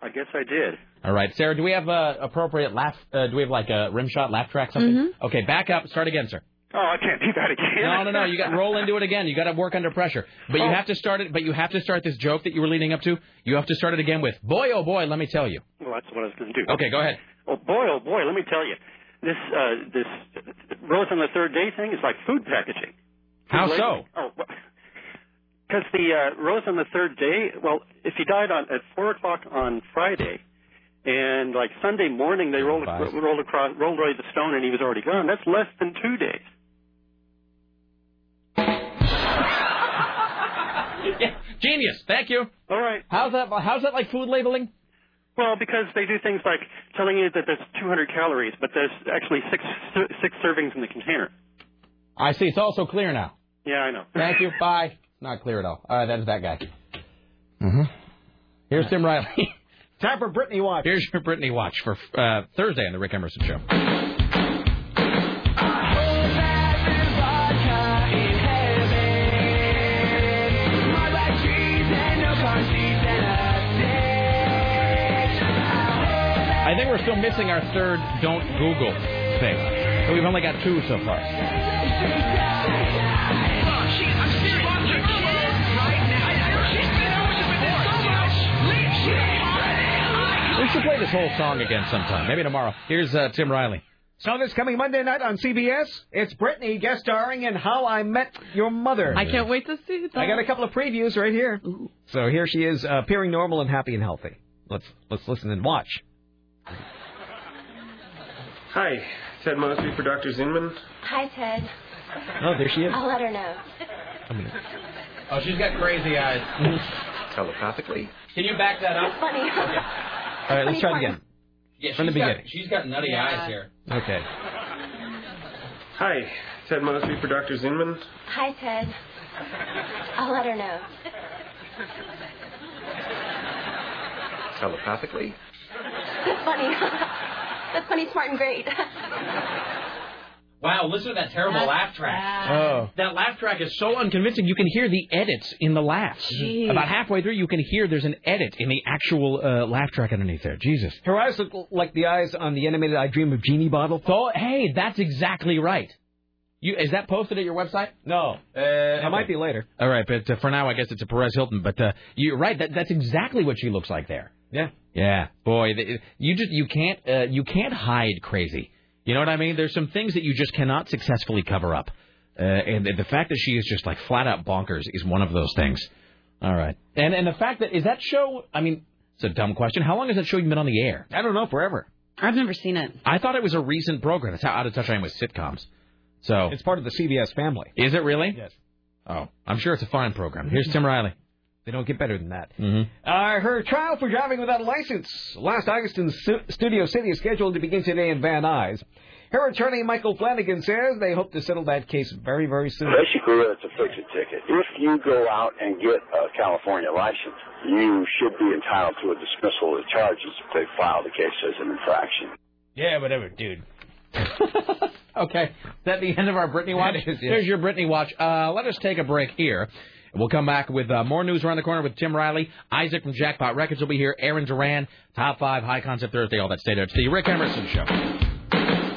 Speaker 22: I guess I did.
Speaker 2: All right, Sarah, do we have uh, appropriate laugh? Uh, do we have like a rim shot laugh track something? Okay, back up. Start again, sir.
Speaker 22: Oh, I can't do that again.
Speaker 2: No, no, no. You got roll into it again. You got to work under pressure. But you
Speaker 22: Oh.
Speaker 2: have to start it. But you have to start this joke that you were leading up to. You have to start it again with, "Boy, oh boy, let me tell you."
Speaker 22: Well, that's what I was going to do.
Speaker 2: Okay, go ahead.
Speaker 22: Oh boy, oh boy, let me tell you, this uh, this rose on the third day thing is like food packaging.
Speaker 2: How
Speaker 22: Food
Speaker 2: so?
Speaker 22: labeling. Oh, because the uh, rose on the third day. Well, if he died on at four o'clock on Friday, and like Sunday morning they rolled
Speaker 2: Five.
Speaker 22: rolled across rolled away the stone and he was already gone. That's less than two days.
Speaker 2: Yeah, genius. Thank you.
Speaker 22: All right.
Speaker 2: How's that? How's that like food labeling?
Speaker 22: Well, because they do things like telling you that there's 200 calories, but there's actually six six servings in the container.
Speaker 2: I see. It's also clear now.
Speaker 22: Yeah, I know.
Speaker 2: Thank you. Bye. Not clear at all. All right, that's that guy. Mm-hmm. Here's Tim Riley.
Speaker 23: Time for Brittany Watch.
Speaker 2: Here's your Brittany Watch for uh, Thursday on the Rick Emerson Show. I think we're still missing our third don't Google thing. So we've only got two so far. We should play this whole song again sometime. Maybe tomorrow. Here's uh, Tim Riley.
Speaker 3: So this coming Monday night on CBS, it's Brittany guest starring in How I Met Your Mother.
Speaker 11: I can't wait to see that.
Speaker 3: I got a couple of previews right here. So here she is, uh, appearing normal and happy and healthy. Let's let's listen and watch.
Speaker 24: Hi, Ted Mosby for Dr. Zinman.
Speaker 13: Hi, Ted.
Speaker 24: Oh, there she is.
Speaker 13: I'll let her know.
Speaker 2: Oh, she's got crazy eyes.
Speaker 24: Telepathically.
Speaker 2: Can you back that up?
Speaker 13: Funny.
Speaker 3: All right, let's try it again.
Speaker 2: Yeah,
Speaker 24: From the
Speaker 2: she's got-
Speaker 24: beginning.
Speaker 2: she's got nutty
Speaker 13: Yeah.
Speaker 2: eyes here.
Speaker 24: Okay. Hi, Ted Mosby for Dr. Zinman.
Speaker 13: Hi, Ted. I'll let her know.
Speaker 24: Telepathically.
Speaker 13: That's funny. That's funny, smart, and great.
Speaker 2: Wow, listen to that terrible laugh
Speaker 13: Uh,
Speaker 2: track.
Speaker 24: Oh.
Speaker 2: That laugh track is so unconvincing. You can hear the edits in the laughs.
Speaker 3: Jeez.
Speaker 2: About halfway through, you can hear there's an edit in the actual uh, laugh track underneath there. Jesus.
Speaker 3: Her eyes look like the eyes on the animated I Dream of Genie bottle.
Speaker 2: So Oh, hey, that's exactly right. You is that posted at your website?
Speaker 3: No,
Speaker 2: uh, it
Speaker 3: might be later.
Speaker 2: All right, but uh, for now, I guess it's a Perez Hilton. But uh, you're right. That, that's exactly what she looks like there.
Speaker 3: Yeah.
Speaker 2: Yeah, boy, th- you just you can't uh, you can't hide crazy. You know what I mean? There's some things that you just cannot successfully cover up, uh, and the fact that she is just like flat out bonkers is one of those things. All right, and and the fact that is that show. I mean, It's a dumb question. How long has that show been on the air?
Speaker 3: I don't know, forever.
Speaker 4: I've never seen it.
Speaker 2: I thought it was a recent program. That's how out of touch I am with sitcoms. So
Speaker 3: It's part of the CBS family.
Speaker 2: Is it really?
Speaker 3: Yes.
Speaker 2: Oh, I'm sure it's a fine program. Here's Tim Riley.
Speaker 3: They don't get better than that.
Speaker 2: Mm-hmm.
Speaker 3: Uh, her trial for driving without a license last August in Su- Studio City is scheduled to begin today in Van Nuys. Her attorney, Michael Flanagan, says they hope to settle that case very, very soon.
Speaker 14: Basically, it's a fix-it ticket. If you go out and get a California license, you should be entitled to a dismissal of the charges if they file the case as an infraction.
Speaker 2: Yeah, whatever, dude. okay. Is that the end of our Britney Watch?
Speaker 3: That is, yes.
Speaker 2: There's your Britney Watch. Uh, let us take a break here. We'll come back with uh, more news around the corner with Tim Riley. Isaac from Jackpot Records will be here. Aaron Duran, Top 5, High Concept Thursday, all that. Stay there. It's the Rick Emerson Show.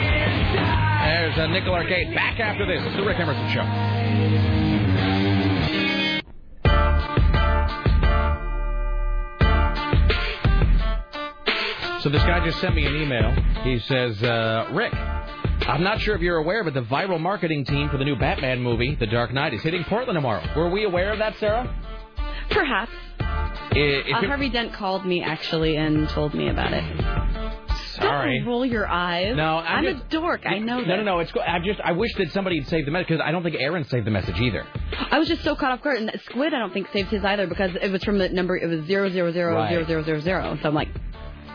Speaker 2: There's a Nickel Arcade. Back after this. It's the Rick Emerson Show. So this guy just sent me an email. He says, uh, Rick, I'm not sure if you're aware, but the viral marketing team for the new Batman movie, The Dark Knight, is hitting Portland tomorrow. Were we aware of that, Sarah?
Speaker 4: Perhaps.
Speaker 2: I- if
Speaker 4: Uh,
Speaker 2: it-
Speaker 4: Harvey Dent called me actually and told me about it.
Speaker 2: Sorry.
Speaker 4: Don't roll your eyes.
Speaker 2: No, I'm
Speaker 4: I'm, a dork. I know that.
Speaker 2: No, no, no. It's. Cool. I just. I wish that somebody had saved the message because I don't think Aaron saved the message either.
Speaker 4: I was just so caught off guard, and that Squid I don't think saved his either because it was from the number it was zero zero zero zero zero zero zero. So I'm like,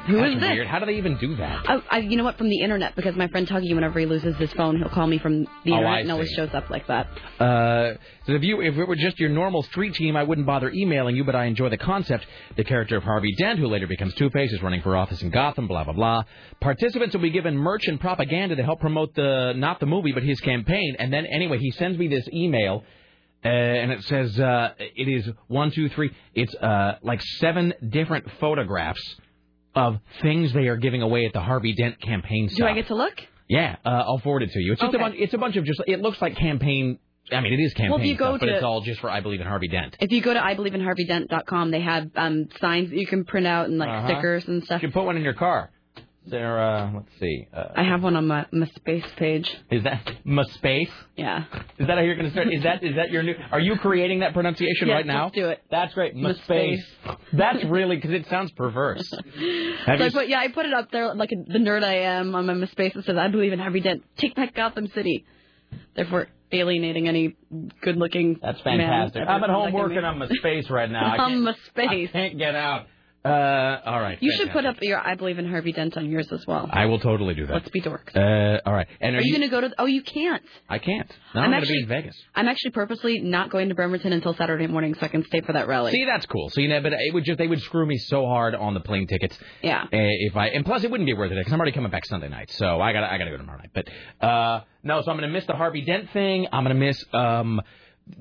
Speaker 4: who
Speaker 2: That's
Speaker 4: is this?
Speaker 2: Weird. How do they even do that?
Speaker 4: I, I, you know what? From the internet because my friend Tuggy, whenever he loses his phone, he'll call me from the
Speaker 2: Oh,
Speaker 4: internet
Speaker 2: I
Speaker 4: and always
Speaker 2: see.
Speaker 4: shows up like that.
Speaker 2: Uh, so if you, if it were just your normal street team, I wouldn't bother emailing you, but I enjoy the concept. The character of Harvey Dent, who later becomes Two Face, is running for office in Gotham. Blah blah blah. Participants will be given merch and propaganda to help promote the not the movie, but his campaign. And then anyway, he sends me this email. Uh, and it says uh, it is one, two, three. It's uh, like seven different photographs of things they are giving away at the Harvey Dent campaign.
Speaker 4: Do I get to look?
Speaker 2: Yeah, uh, I'll forward it to you. It's just a
Speaker 4: Okay.
Speaker 2: bunch. It's a bunch of just. It looks like campaign. I mean, it is campaign
Speaker 4: Well, if you go
Speaker 2: stuff, but
Speaker 4: to-
Speaker 2: it's all just for I believe in Harvey Dent.
Speaker 4: If you go to ibelieveinharveydent.com, they have um, signs that you can print out and like
Speaker 2: Uh-huh.
Speaker 4: stickers and stuff.
Speaker 2: You can put one in your car. There. Uh, let's see. Uh,
Speaker 4: I have one on my, my space page.
Speaker 2: Is that MySpace?
Speaker 4: Yeah.
Speaker 2: Is that how you're going to start? Is that is that your new? Are you creating that pronunciation
Speaker 4: Yes,
Speaker 2: right now?
Speaker 4: let's do it.
Speaker 2: That's great. MySpace. That's really because it sounds perverse. Have you
Speaker 4: so I put, yeah, I put it up there like the nerd I am on my MySpace that says I believe in Harvey Dent. Take back Gotham City. Therefore alienating any good-looking.
Speaker 2: That's fantastic. I'm at Um, home working on my space right now. I
Speaker 4: on
Speaker 2: can't,
Speaker 4: my space.
Speaker 2: I can't get out. Uh, all right.
Speaker 4: You should
Speaker 2: fantastic.
Speaker 4: put up your I believe in Harvey Dent on yours as well.
Speaker 2: I will totally do that.
Speaker 4: Let's be dorks.
Speaker 2: Uh, all right. And
Speaker 4: Are,
Speaker 2: are,
Speaker 4: you, going to go to? Oh, you can't.
Speaker 2: I can't. No,
Speaker 4: I'm
Speaker 2: I'm, going to
Speaker 4: actually-
Speaker 2: be in Vegas.
Speaker 4: I'm actually purposely not going to Bremerton until Saturday morning so I can stay for that rally.
Speaker 2: See, that's cool. So you know, but it would just they would screw me so hard on the plane tickets.
Speaker 4: Yeah.
Speaker 2: Uh, if I and plus it wouldn't be worth it because I'm already coming back Sunday night, so I got to I got to go tomorrow night. But uh, no, so I'm going to miss the Harvey Dent thing. I'm going to miss um,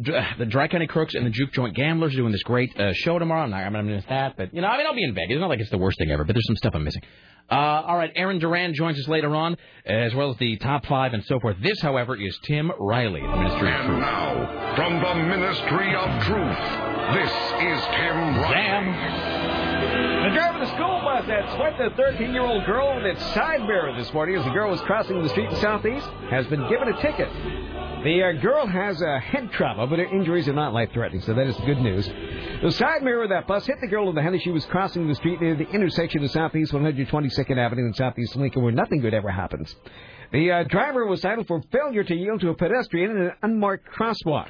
Speaker 2: dr- the Dry County Crooks and the Juke Joint Gamblers are doing this great uh, show tomorrow. I'm not I'm going to miss that, but you know, I mean, I'll be in Vegas. It's not like it's the worst thing ever, but there's some stuff I'm missing. Uh, all right, Aaron Duran joins us later on, as well as the top five and so forth. This, however, is Tim Riley, the Ministry of Truth.
Speaker 9: Now, from the Ministry of Truth, this is Tim
Speaker 3: The driver of the school bus that swept a 13-year-old girl with its side mirror this morning as the girl was crossing the street in Southeast has been given a ticket. The uh, girl has a head trauma, but her injuries are not life-threatening, so that is good news. The side mirror of that bus hit the girl in the head as she was crossing the street near the intersection of Southeast 122nd Avenue and Southeast Lincoln, where nothing good ever happens. The uh, driver was cited for failure to yield to a pedestrian in an unmarked crosswalk.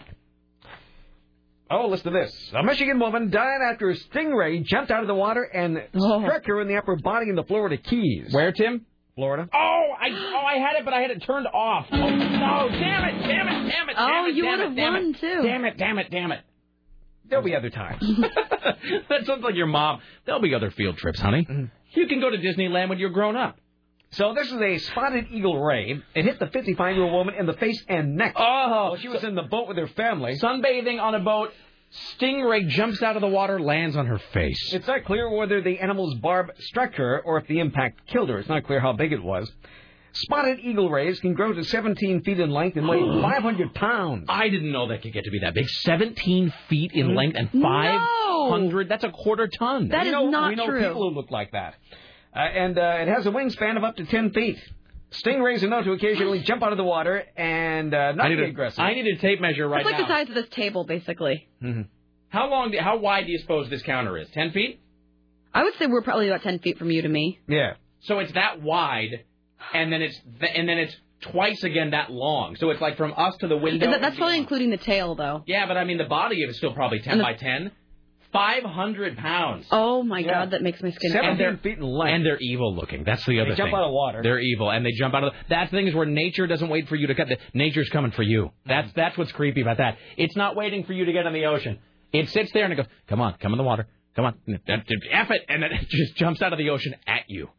Speaker 3: Oh, listen to this. A Michigan woman died after a stingray jumped out of the water and
Speaker 4: Oh.
Speaker 3: struck her in the upper body in the Florida Keys. Where,
Speaker 2: Tim?
Speaker 3: Florida.
Speaker 2: Oh, I oh I had it, but I had it turned off. Oh no! Damn it! Damn it! Damn it!
Speaker 4: Oh,
Speaker 2: damn it,
Speaker 4: you
Speaker 2: damn it,
Speaker 4: would've
Speaker 2: damn
Speaker 4: won,
Speaker 2: it.
Speaker 4: too.
Speaker 2: Damn it! Damn it! Damn it!
Speaker 3: There'll be other times.
Speaker 2: that sounds like your mom. There'll be other field trips, honey.
Speaker 3: Mm-hmm.
Speaker 2: You can go to Disneyland when you're grown up.
Speaker 3: So this is a spotted eagle ray. It hit the 55-year-old woman in the face and neck.
Speaker 2: Oh,
Speaker 3: she was in the boat with her family.
Speaker 2: Sunbathing on a boat. Stingray jumps out of the water, lands on her face.
Speaker 3: It's not clear whether the animal's barb struck her or if the impact killed her. It's not clear how big it was. Spotted eagle rays can grow to 17 feet in length and weigh 500 pounds.
Speaker 2: I didn't know that could get to be that big. 17 feet in length and 500. That's a quarter ton.
Speaker 3: we know, we know people who look like that. Uh, and uh, it has a wingspan of up to 10 feet. Stingrays are known to occasionally jump out of the water and uh, not
Speaker 2: I need
Speaker 3: be
Speaker 2: a-
Speaker 3: aggressive.
Speaker 2: I need a tape measure right
Speaker 4: it's like
Speaker 2: now.
Speaker 4: the size of this table, basically.
Speaker 2: How long? Do, how wide do you suppose this counter is? Ten feet?
Speaker 4: I would say we're probably about 10 feet from you to me.
Speaker 3: Yeah.
Speaker 2: So it's that wide, and then it's th- and then it's twice again that long. So it's like from us to the window.
Speaker 4: Is that- that's probably including the tail, though.
Speaker 2: yeah, but I mean the body of it's still probably ten
Speaker 4: And the-
Speaker 2: by ten. Five hundred pounds.
Speaker 4: Oh my god, that makes my skin.
Speaker 2: And they're-
Speaker 3: feet in
Speaker 2: And they're evil looking. That's the
Speaker 3: They
Speaker 2: other thing.
Speaker 3: jump out of water.
Speaker 2: They're evil, and they jump out of. The, that thing is where nature doesn't wait for you to cut. The, nature's coming for you. That's
Speaker 3: Mm-hmm.
Speaker 2: that's what's creepy about that. It's not waiting for you to get in the ocean. It sits there and it goes, "Come on, come in the water, come on, F it," and then it just jumps out of the ocean at you.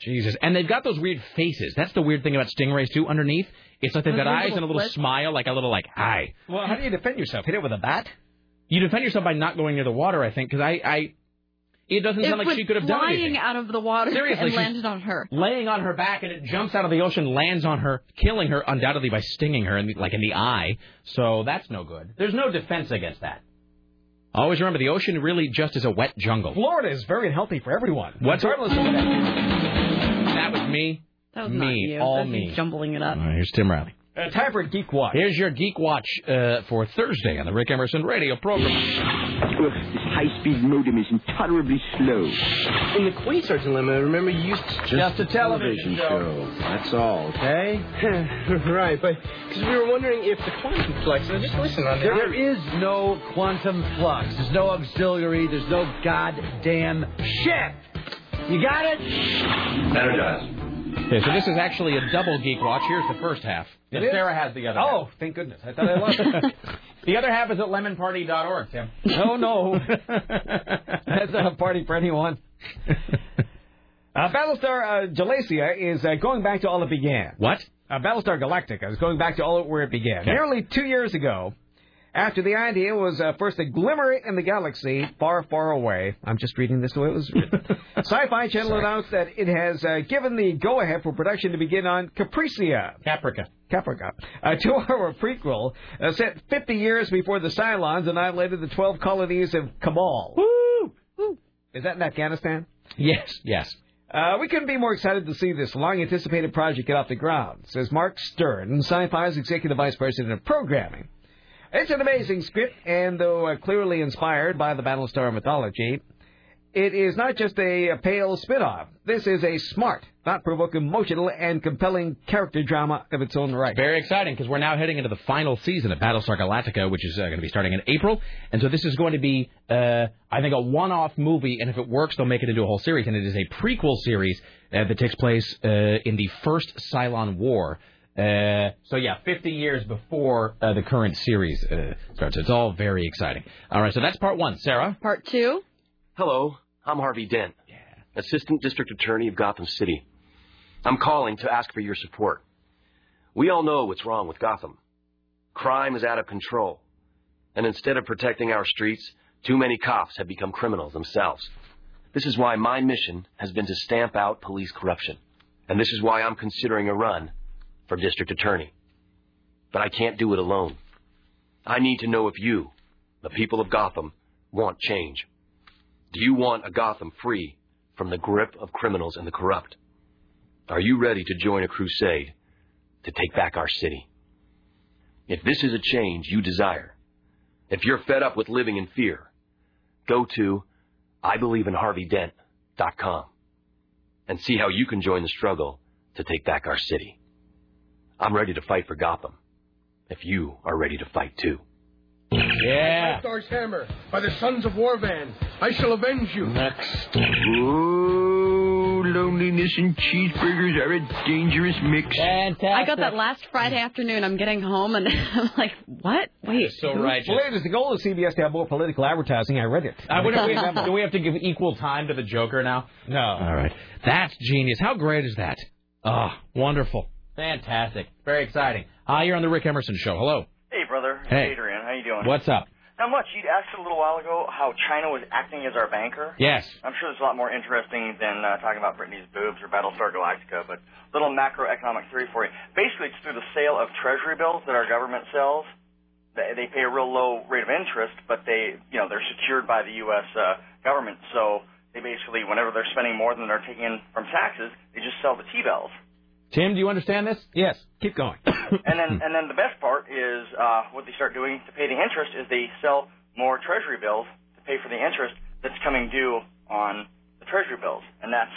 Speaker 2: Jesus, and they've got those weird faces. That's the weird thing about stingrays too. Underneath, it's like they've
Speaker 3: Those
Speaker 2: got
Speaker 3: weird
Speaker 2: eyes and a
Speaker 3: little
Speaker 2: little
Speaker 3: flips.
Speaker 2: smile, like a little like hi.
Speaker 3: Well, how do you defend yourself? Hit it with a bat?
Speaker 2: You defend yourself by not going near the water, I think, because I, I, it doesn't
Speaker 4: It
Speaker 2: sound like
Speaker 4: was
Speaker 2: she could have done
Speaker 4: flying
Speaker 2: anything.
Speaker 4: out of the water
Speaker 2: Seriously,
Speaker 4: and
Speaker 2: she's-
Speaker 4: landed on her.
Speaker 2: laying on her back and it jumps out of the ocean, lands on her, killing her undoubtedly by stinging her in the, like in the eye. So that's no good. There's no defense against that. Always remember the ocean really just is a wet jungle.
Speaker 3: Florida is very healthy for everyone.
Speaker 2: What's
Speaker 3: Regardless of
Speaker 2: That was me.
Speaker 4: That
Speaker 3: was
Speaker 2: me,
Speaker 3: not you.
Speaker 2: all
Speaker 3: That's
Speaker 2: me.
Speaker 3: you
Speaker 4: Jumbling it up.
Speaker 2: All right, here's Tim Riley.
Speaker 3: Uh, time for Geek Watch.
Speaker 2: Here's your Geek Watch uh, for Thursday on the Rick Emerson radio program.
Speaker 11: Ugh, this high-speed modem is intolerably slow. In the Quasar Dilemma, remember, you used
Speaker 10: Just a television show.
Speaker 11: That's all, okay?
Speaker 10: right, but because we were wondering if the quantum flux. Now just listen on
Speaker 25: There is no quantum flux. There's no auxiliary. There's no goddamn shit. You got it?
Speaker 2: Okay, so this is actually a double Geek Watch. Here's the first half.
Speaker 3: It
Speaker 2: And
Speaker 3: is?
Speaker 2: Sarah has the other half.
Speaker 3: Oh, thank goodness. I thought I lost it.
Speaker 2: The other half is at lemonparty.org, Tim.
Speaker 3: No, no. That's not a party for anyone. Uh, Battlestar uh, Galaxia is uh, going back to all it began.
Speaker 2: What?
Speaker 3: Uh, Battlestar Galactica is going back to all it, where it began. Nearly two years ago, after the idea was uh, first a glimmer in the galaxy far, far away. I'm just reading this the way it was written. Sci-Fi Channel announced that it has uh, given the go-ahead for production to begin on Capricia.
Speaker 2: Caprica.
Speaker 3: Caprica. A two-hour prequel uh, set 50 years before the Cylons annihilated the 12 colonies of Kabal. Woo! Is that in Afghanistan?
Speaker 2: Yes, yes.
Speaker 3: Uh, we couldn't be more excited to see this long-anticipated project get off the ground, says Mark Stern, Sci-Fi's executive vice president of programming. It's an amazing script, and though uh, clearly inspired by the Battlestar mythology, it is not just a, a pale spin-off. This is a smart, thought-provoking, emotional, and compelling character drama of its own right.
Speaker 2: Very exciting because we're now heading into the final season of Battlestar Galactica, which is uh, going to be starting in April. And so this is going to be, uh, I think, a one off movie. And if it works, they'll make it into a whole series. And it is a prequel series uh, that takes place uh, in the first Cylon War. Uh, so yeah, 50 years before uh, the current series uh, starts. It's all very exciting. All right, so that's part one. Sarah?
Speaker 4: Part two.
Speaker 26: Hello, I'm Harvey Dent, Assistant District Attorney of Gotham City. I'm calling to ask for your support. We all know what's wrong with Gotham. Crime is out of control. And instead of protecting our streets, too many cops have become criminals themselves. This is why my mission has been to stamp out police corruption. And this is why I'm considering a run for district attorney. But I can't do it alone. I need to know if you, the people of Gotham, want change. Do you want a Gotham free from the grip of criminals and the corrupt? Are you ready to join a crusade to take back our city? If this is a change you desire, if you're fed up with living in fear, go to IBelieveInHarveyDent.com and see how you can join the struggle to take back our city. I'm ready to fight for Gotham if you are ready to fight too.
Speaker 10: By Stark's hammer, by the sons of Warvan, I shall avenge you. Next.
Speaker 11: Oh, loneliness and cheeseburgers are a dangerous mix. Fantastic.
Speaker 4: I got that last Friday afternoon. I'm getting home and I'm like, what? Wait.
Speaker 2: So
Speaker 3: Hmm? Well, it is the goal of CBS to have more political advertising. I read it.
Speaker 2: I wonder if we have, do we have to give equal time to the Joker now?
Speaker 3: No. All
Speaker 2: right. That's genius. How great is that? Ah, wonderful. Fantastic. Very exciting. Hi, you're on the Rick Emerson Show. Hello.
Speaker 14: Hey, brother.
Speaker 2: Hey.
Speaker 14: Adrian, how you doing?
Speaker 2: What's up?
Speaker 14: Not much. You'd asked a little while ago how China was acting as our banker.
Speaker 2: Yes.
Speaker 14: I'm sure it's a lot more interesting than uh, talking about Britney's boobs or Battlestar Galactica, but little macroeconomic theory for you. Basically, it's through the sale of treasury bills that our government sells. They, they pay a real low rate of interest, but they, you know, they're secured by the U.S. Uh, government. So they basically, whenever they're spending more than they're taking in from taxes, they just sell the T-bills.
Speaker 2: Tim, do you understand this?
Speaker 3: Yes. Keep going.
Speaker 14: and
Speaker 2: Hmm.
Speaker 14: then and then the best part is uh, what they start doing to pay the interest is they sell more treasury bills to pay for the interest that's coming due on the treasury bills, and that's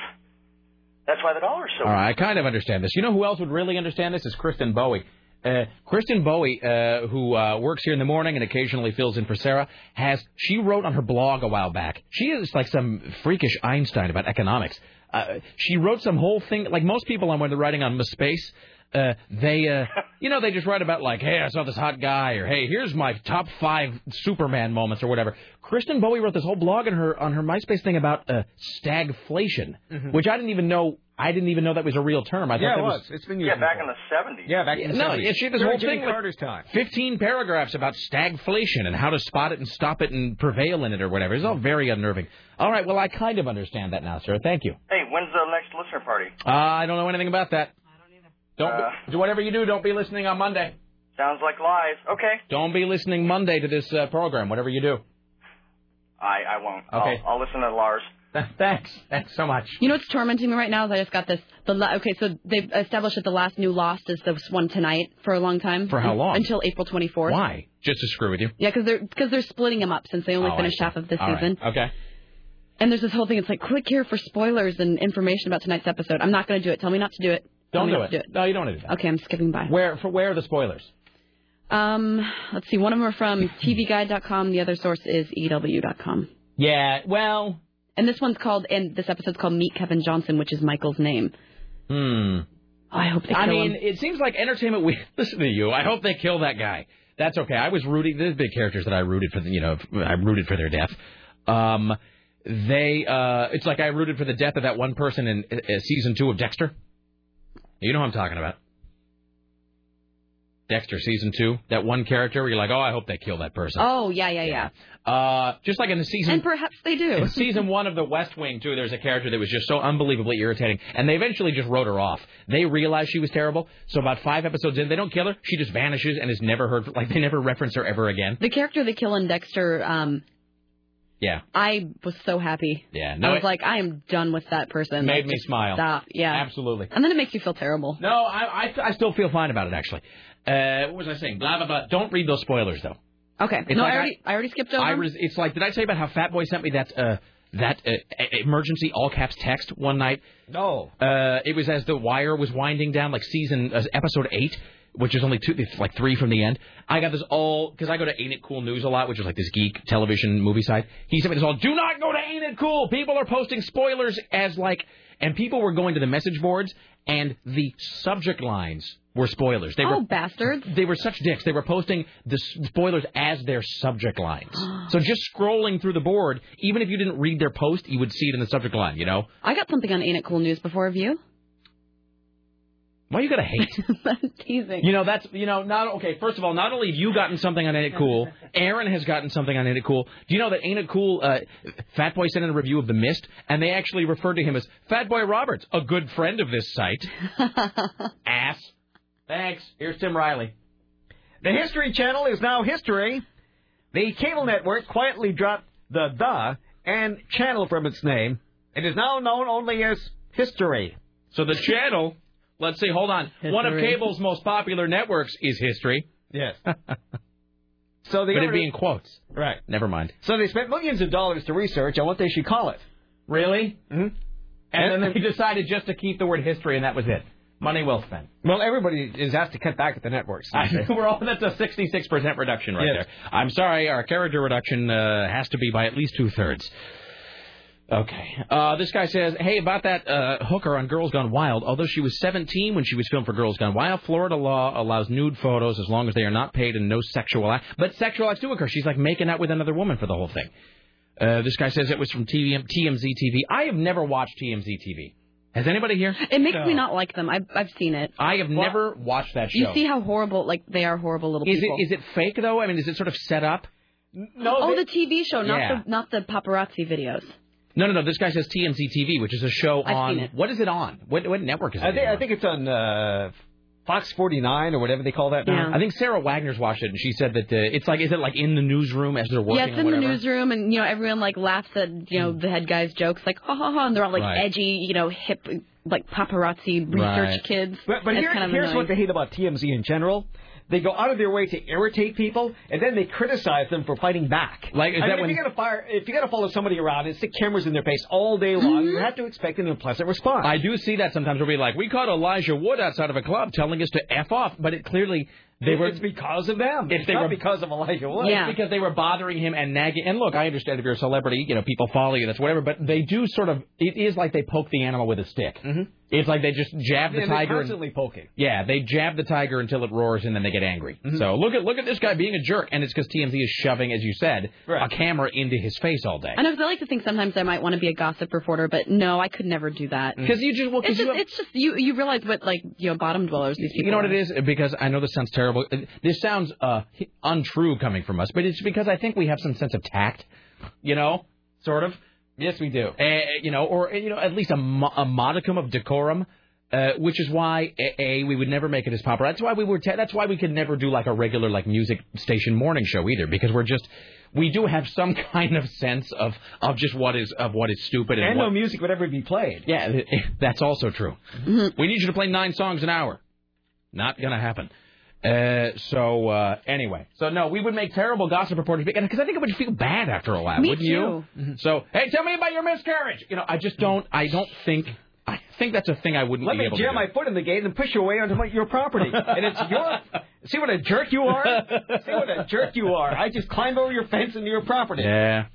Speaker 14: that's why the dollar's so.
Speaker 2: All right, I kind of understand this. You know who else would really understand this is Kristen Bowie. Uh, Kristen Bowie, uh, who uh, works here in the morning and occasionally fills in for Sarah, has she wrote on her blog a while back. She is like some freakish Einstein about economics. Uh, she wrote some whole thing like most people on when they're writing on Miss Space. Uh, they, uh, you know, they just write about like, hey, I saw this hot guy, or hey, here's my top five Superman moments, or whatever. Kristen Bowie wrote this whole blog on her on her MySpace thing about uh, stagflation,
Speaker 3: Mhm.
Speaker 2: which I didn't even know. I didn't even know that was a real term. I
Speaker 3: yeah,
Speaker 2: thought
Speaker 3: it
Speaker 2: that
Speaker 3: was. It's been used.
Speaker 14: Yeah, back in the 70s.
Speaker 3: Yeah, back in the
Speaker 2: no,
Speaker 3: 70s.
Speaker 2: yeah, she had this
Speaker 3: During
Speaker 2: whole
Speaker 3: Jimmy
Speaker 2: thing with
Speaker 3: Carter's time.
Speaker 2: 15 paragraphs about stagflation and how to spot it and stop it and prevail in it or whatever. It's all very unnerving. All right, well, I kind of understand that now, sir. Thank you.
Speaker 14: Hey, when's the next listener party? Uh.
Speaker 2: Uh, I don't know anything about that. I don't either. Don't be- do whatever you do. Don't be listening on Monday.
Speaker 14: Sounds like lies. Okay,
Speaker 2: Don't be listening Monday to this uh, program. Whatever you do.
Speaker 14: I I won't.
Speaker 2: Okay.
Speaker 14: I'll, I'll listen to Lars.
Speaker 2: Thanks. Thanks so much.
Speaker 4: You know what's tormenting me right now is I just got this. The la- okay, so they've established that the last new Lost is this one tonight for a long time.
Speaker 2: For how long?
Speaker 4: Until April 24th.
Speaker 2: Why? Just to screw with you.
Speaker 4: Yeah, because they're because they're splitting them up since they only
Speaker 2: Oh, I
Speaker 4: finished
Speaker 2: see.
Speaker 4: half of this
Speaker 2: All right.
Speaker 4: season.
Speaker 2: Okay.
Speaker 4: And there's this whole thing. It's like click here for spoilers and information about tonight's episode. I'm not going to do it. Tell me not to do it. Tell
Speaker 2: Don't
Speaker 4: me
Speaker 2: do
Speaker 4: not
Speaker 2: it.
Speaker 4: to
Speaker 2: No, you don't want to do that.
Speaker 4: Okay, I'm skipping by.
Speaker 2: Where for where are the spoilers?
Speaker 4: Um, let's see. One of them are from TVGuide.com. The other source is E EW.com.
Speaker 2: Yeah. Well.
Speaker 4: And this one's called, and this episode's called Meet Kevin Johnson, which is Michael's name.
Speaker 2: Hmm.
Speaker 4: I hope they
Speaker 2: I
Speaker 4: kill
Speaker 2: mean,
Speaker 4: him.
Speaker 2: it seems like Entertainment Week. Listen to you. I hope they kill that guy. That's okay. I was rooting. There's big characters that I rooted for. You know, I rooted for their death. Um, they. Uh, it's like I rooted for the death of that one person in uh, season two of Dexter. You know who I'm talking about. Dexter season two. That one character where you're like, oh, I hope they kill that person.
Speaker 4: Oh yeah, yeah, yeah.
Speaker 2: Uh, just like in the season.
Speaker 4: And perhaps they do.
Speaker 2: In season one of The West Wing, too, there's a character that was just so unbelievably irritating, and they eventually just wrote her off. They realized she was terrible, so about five episodes in, they don't kill her. She just vanishes and is never heard. Like they never reference her ever again.
Speaker 4: The character they kill in Dexter, um,
Speaker 2: Yeah,
Speaker 4: I was so happy.
Speaker 2: yeah. No,
Speaker 4: I was
Speaker 2: it
Speaker 4: like, I am done with that person.
Speaker 2: made
Speaker 4: Like,
Speaker 2: me
Speaker 4: just
Speaker 2: smile.
Speaker 4: Stop. Yeah.
Speaker 2: absolutely.
Speaker 4: And then it makes you feel terrible.
Speaker 2: No, I, I I still feel fine about it actually. Uh, what was I saying? Blah blah blah. Don't read those spoilers though.
Speaker 4: Okay.
Speaker 2: It's
Speaker 4: no,
Speaker 2: like
Speaker 4: I already I, already skipped over.
Speaker 2: I
Speaker 4: them.
Speaker 2: was. It's like, did I tell you about how Fatboy sent me that uh, that uh, e- emergency all caps text one night?
Speaker 3: No.
Speaker 2: Uh, it was as the wire was winding down, like season uh, episode eight, which is only two, it's like three from the end. I got this all because I go to Ain't It Cool News a lot, which is like this geek television movie site. He sent me this all. Do not go to Ain't It Cool. People are posting spoilers as like, and people were going to the message boards, and the subject lines were spoilers. They
Speaker 4: oh
Speaker 2: were
Speaker 4: bastards.
Speaker 2: they were such dicks. They were posting the s- spoilers as their subject lines. So just scrolling through the board, even if you didn't read their post, you would see it in the subject line. You know?
Speaker 4: I got something on Ain't It Cool News before of you.
Speaker 2: Why you gotta hate?
Speaker 4: Teasing.
Speaker 2: you know that's you know not okay. First of all, not only have you gotten something on Ain't It Cool, Aaron has gotten something on Ain't It Cool. Do you know that Ain't It Cool? Uh, Fat Boy sent in a review of The Mist, and they actually referred to him as Fat Boy Roberts, a good friend of this site. Ass. Thanks. Here's Tim Riley.
Speaker 3: The History Channel is now history. The cable network quietly dropped the the and channel from its name. It is now known only as history.
Speaker 2: So the channel, let's see, hold on. One of
Speaker 3: History.
Speaker 2: cable's most popular networks is History.
Speaker 3: Yes. so they
Speaker 2: but it'd be in quotes.
Speaker 3: Right.
Speaker 2: Never mind.
Speaker 3: So they spent millions of dollars to research on what they should call it.
Speaker 2: Really?
Speaker 3: Mm-hmm.
Speaker 2: And then they decided just to keep the word history, and that was it. Money well spent.
Speaker 3: Well, everybody is asked to cut back at the networks.
Speaker 2: I think we're all that's a 66% reduction right
Speaker 3: Yes.
Speaker 2: there. I'm sorry, our character reduction uh, has to be by at least two thirds. Okay. Uh, this guy says, "Hey, about that uh, hooker on Girls Gone Wild. Although she was 17 when she was filmed for Girls Gone Wild, Florida law allows nude photos as long as they are not paid and no sexual act. But sexual acts do occur. She's like making out with another woman for the whole thing." Uh, this guy says it was from TVM, TMZ TV. I have never watched TMZ TV. Has anybody here?
Speaker 4: It makes me not like them. I've I've seen it.
Speaker 2: I have never watched that show.
Speaker 4: You see how horrible like they are horrible little
Speaker 2: Is
Speaker 4: people.
Speaker 2: it is it fake though? I mean, is it sort of set up?
Speaker 1: No.
Speaker 4: oh,
Speaker 1: they-
Speaker 4: the TV show, not
Speaker 1: Yeah.
Speaker 4: the not the paparazzi videos.
Speaker 2: No, no, no. This guy says TMZ TV, which is a show
Speaker 4: I've
Speaker 2: on.
Speaker 4: seen it.
Speaker 2: What is it on? What, what network is it?
Speaker 1: I think, I think it's on uh, Fox 49 or whatever they call that now.
Speaker 2: I think Sarah Wagner's watched it, and she said that uh, it's like, is it like in the newsroom as they're working?
Speaker 4: yeah, it's
Speaker 2: or
Speaker 4: in the
Speaker 2: whatever?
Speaker 4: newsroom, and you know everyone like laughs at you know the head guy's jokes, like ha ha ha, and they're all like
Speaker 1: Right.
Speaker 4: edgy, you know, hip, like paparazzi research
Speaker 1: Right.
Speaker 4: kids.
Speaker 1: But, but
Speaker 4: It's
Speaker 1: here-
Speaker 4: kind of
Speaker 1: here's
Speaker 4: annoying.
Speaker 1: what they hate about TMZ in general. They go out of their way to irritate people, and then they criticize them for fighting back.
Speaker 2: Like, is
Speaker 1: I
Speaker 2: that
Speaker 1: mean,
Speaker 2: when-
Speaker 1: if you got to fire, if you got to follow somebody around and stick cameras in their face all day long,
Speaker 2: Mm-hmm.
Speaker 1: you have to expect an unpleasant response.
Speaker 2: I do see that sometimes. We'll be like, we caught Elijah Wood outside of a club telling us to f off, but it clearly they were. It's
Speaker 1: because of them.
Speaker 2: If
Speaker 1: It's
Speaker 2: they
Speaker 1: not
Speaker 2: were
Speaker 1: because of Elijah Wood.
Speaker 2: It's because they were bothering him and nagging. And look, I understand if you're a celebrity, you know, people follow you, that's whatever. But they do sort of. It is like they poke the animal with a stick. Mm-hmm. It's like they just jab the
Speaker 1: and they're
Speaker 2: tiger. and-
Speaker 1: constantly poking.
Speaker 2: Yeah, they jab the tiger until it roars, and then they get angry.
Speaker 1: Mm-hmm.
Speaker 2: So look at look at this guy being a jerk, and it's because TMZ is shoving, as you said, a camera into his face all day.
Speaker 4: I know 'cause I like to think sometimes I might want to be a gossip reporter, but no, I could never do that.
Speaker 2: Mm. 'Cause you just- well, 'cause
Speaker 4: it's
Speaker 2: you
Speaker 4: just,
Speaker 2: have-
Speaker 4: it's just you you realize what like you know bottom dwellers these people.
Speaker 2: You know what
Speaker 4: are.
Speaker 2: it is? Because I know this sounds terrible. This sounds uh, untrue coming from us, but it's because I think we have some sense of tact, you know, sort of.
Speaker 1: Yes, we do.
Speaker 2: Uh, you know, or you know, at least a, mo- a modicum of decorum, uh, which is why a, a we would never make it as popular. That's why we were. Te- that's why we could never do like a regular like music station morning show either, because we're just we do have some kind of sense of of just what is of what is stupid and,
Speaker 1: And
Speaker 2: what,
Speaker 1: no music would ever be played.
Speaker 2: yeah, th- that's also true.
Speaker 27: Mm-hmm.
Speaker 2: We need you to play nine songs an hour. Not gonna happen. Uh, so uh, anyway, so no, we would make terrible gossip reporters because I think it would feel bad after a while,
Speaker 27: Me
Speaker 2: wouldn't
Speaker 27: too.
Speaker 2: you? Mm-hmm. So hey, tell me about your miscarriage. You know, I just don't. I don't think. I think that's a thing I wouldn't
Speaker 1: Let
Speaker 2: be
Speaker 1: me
Speaker 2: able to.
Speaker 1: jam my foot in the gate and push you away onto my, your property. And it's your. See what a jerk you are? See what a jerk you are. I just climbed over your fence into your property.
Speaker 2: do. Yeah.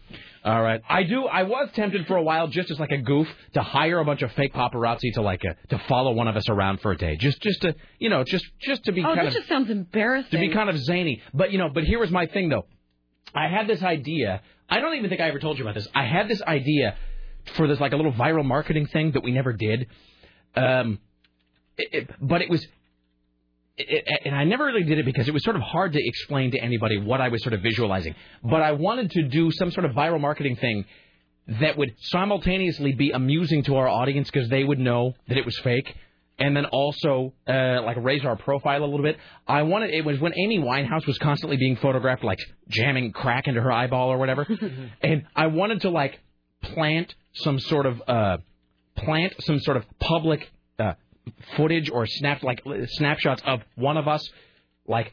Speaker 2: All right. I do. I was tempted for a while, just as like a goof, to hire a bunch of fake paparazzi to like uh to follow one of us around for a day, just just to you know, just just to be
Speaker 4: Oh,
Speaker 2: kind
Speaker 4: that
Speaker 2: of
Speaker 4: just sounds embarrassing.
Speaker 2: to be kind of zany. But you know, but here was my thing though. I had this idea. I don't even think I ever told you about this. I had this idea for this like a little viral marketing thing that we never did. Um, it- it- but it was. It, it- and I never really did it because it was sort of hard to explain to anybody what I was sort of visualizing. But I wanted to do some sort of viral marketing thing that would simultaneously be amusing to our audience because they would know that it was fake, and then also uh, like raise our profile a little bit. I wanted it was when Amy Winehouse was constantly being photographed like jamming crack into her eyeball or whatever, and I wanted to like plant some sort of uh, plant some sort of public uh, footage or snap like uh, snapshots of one of us like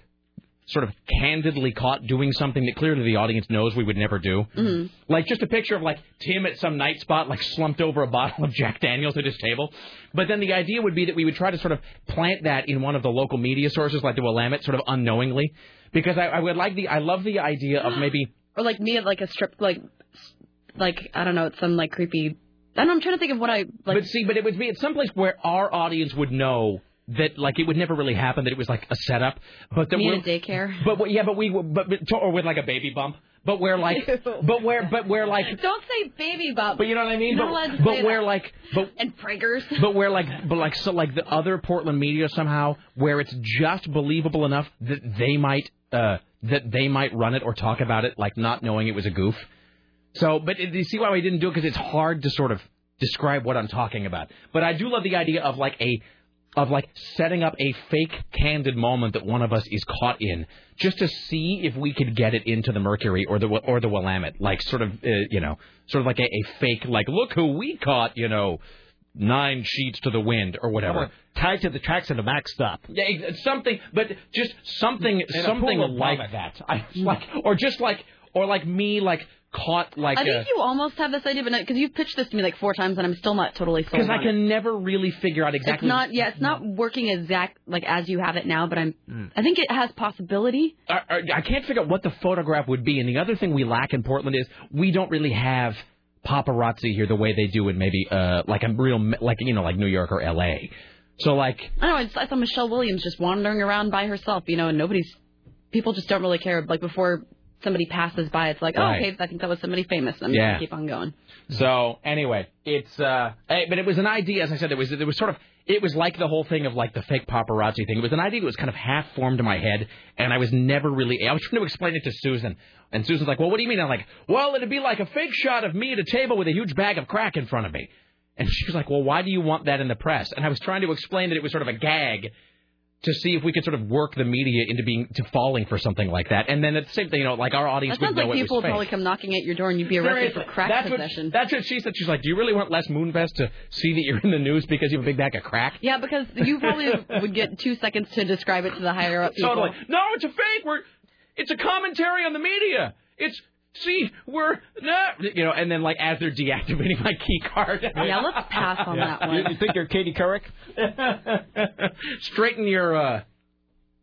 Speaker 2: sort of candidly caught doing something that clearly the audience knows we would never do. Like just a picture of like Tim at some night spot, like slumped over a bottle of Jack Daniels at his table. But then the idea would be that we would try to sort of plant that in one of the local media sources, like the Willamette, sort of unknowingly, because I, I would like the I love the idea of maybe
Speaker 4: or like me at like a strip like s- like I don't know, it's some like creepy. I don't know, I'm trying to think of what I like.
Speaker 2: But see, but it would be at some place where our audience would know that like it would never really happen that it was like a setup, but that
Speaker 4: me
Speaker 2: we're,
Speaker 4: in a daycare.
Speaker 2: But what- yeah, but we but, but or with like a baby bump, but where like but where but where like
Speaker 4: Don't say baby bump.
Speaker 2: But you know what I mean?
Speaker 4: You're
Speaker 2: but
Speaker 4: not allowed to
Speaker 2: but
Speaker 4: say
Speaker 2: where
Speaker 4: that.
Speaker 2: like but
Speaker 4: and Prager's.
Speaker 2: but where like but like so like the other Portland media somehow where it's just believable enough that they might uh that they might run it or talk about it like not knowing it was a goof. So, but it- you see why we didn't do it because it's hard to sort of describe what I'm talking about. But I do love the idea of like a of like setting up a fake candid moment that one of us is caught in just to see if we could get it into the mercury or the or the willamette like sort of uh, you know sort of like a, a fake like look who we caught you know nine sheets to the wind or whatever
Speaker 1: tied to the tracks at a backstop
Speaker 2: yeah ex- something but just something
Speaker 1: In a
Speaker 2: something
Speaker 1: pool of
Speaker 2: like
Speaker 1: vomit.
Speaker 2: that I, like or just like or like me like caught like
Speaker 4: I
Speaker 2: uh,
Speaker 4: think you almost have this idea, but because you've pitched this to me like four times, and I'm still not totally sold.
Speaker 2: because I
Speaker 4: on it.
Speaker 2: can never really figure out
Speaker 4: It's
Speaker 2: exactly.
Speaker 4: not. Yeah, it's not working exact like as you have it now. But I'm.
Speaker 1: Hmm.
Speaker 4: I think it has possibility.
Speaker 2: I, I- I can't figure out what the photograph would be. And the other thing we lack in Portland is we don't really have paparazzi here the way they do in maybe uh like a real like you know like New York or L.A. So like
Speaker 4: I don't know. I, just, I saw Michelle Williams just wandering around by herself, you know, and nobody's. People just don't really care. Like before somebody passes by, it's like, oh,
Speaker 2: Right.
Speaker 4: okay, I think that was somebody famous. I'm
Speaker 2: Yeah.
Speaker 4: gonna keep on going.
Speaker 2: eh, so anyway, it's uh hey, but it was an idea as I said it was it was sort of It was like the whole thing of like the fake paparazzi thing. It was an idea that was kind of half formed in my head, and I was never really. I was trying to explain it to Susan, and Susan's like, "Well, what do you mean?" I'm like, "Well, it'd be like a fake shot of me at a table with a huge bag of crack in front of me." And she was like, "Well, why do you want that in the press?" And I was trying to explain that it was sort of a gag to see if we could sort of work the media into being to falling for something like that. And then at the same thing, you know, like our audience
Speaker 4: That sounds
Speaker 2: would know
Speaker 4: like
Speaker 2: it
Speaker 4: people
Speaker 2: was
Speaker 4: would
Speaker 2: fake.
Speaker 4: probably come knocking at your door and you'd be arrested for
Speaker 2: Seriously,
Speaker 4: crack
Speaker 2: that's
Speaker 4: possession.
Speaker 2: What, that's what she said. She's like, "Do you really want Les Moonves to see that you're in the news because you have a big bag of crack?"
Speaker 4: yeah, because you probably would get two seconds to describe it to the higher up people.
Speaker 2: Totally. No, it's a fake. We're, it's a commentary on the media. It's see, we're not, you know. And then like as they're deactivating my key card.
Speaker 4: Yeah, let's pass on that
Speaker 3: You, you
Speaker 4: one.
Speaker 3: think you're Katie Couric?
Speaker 2: Straighten your uh,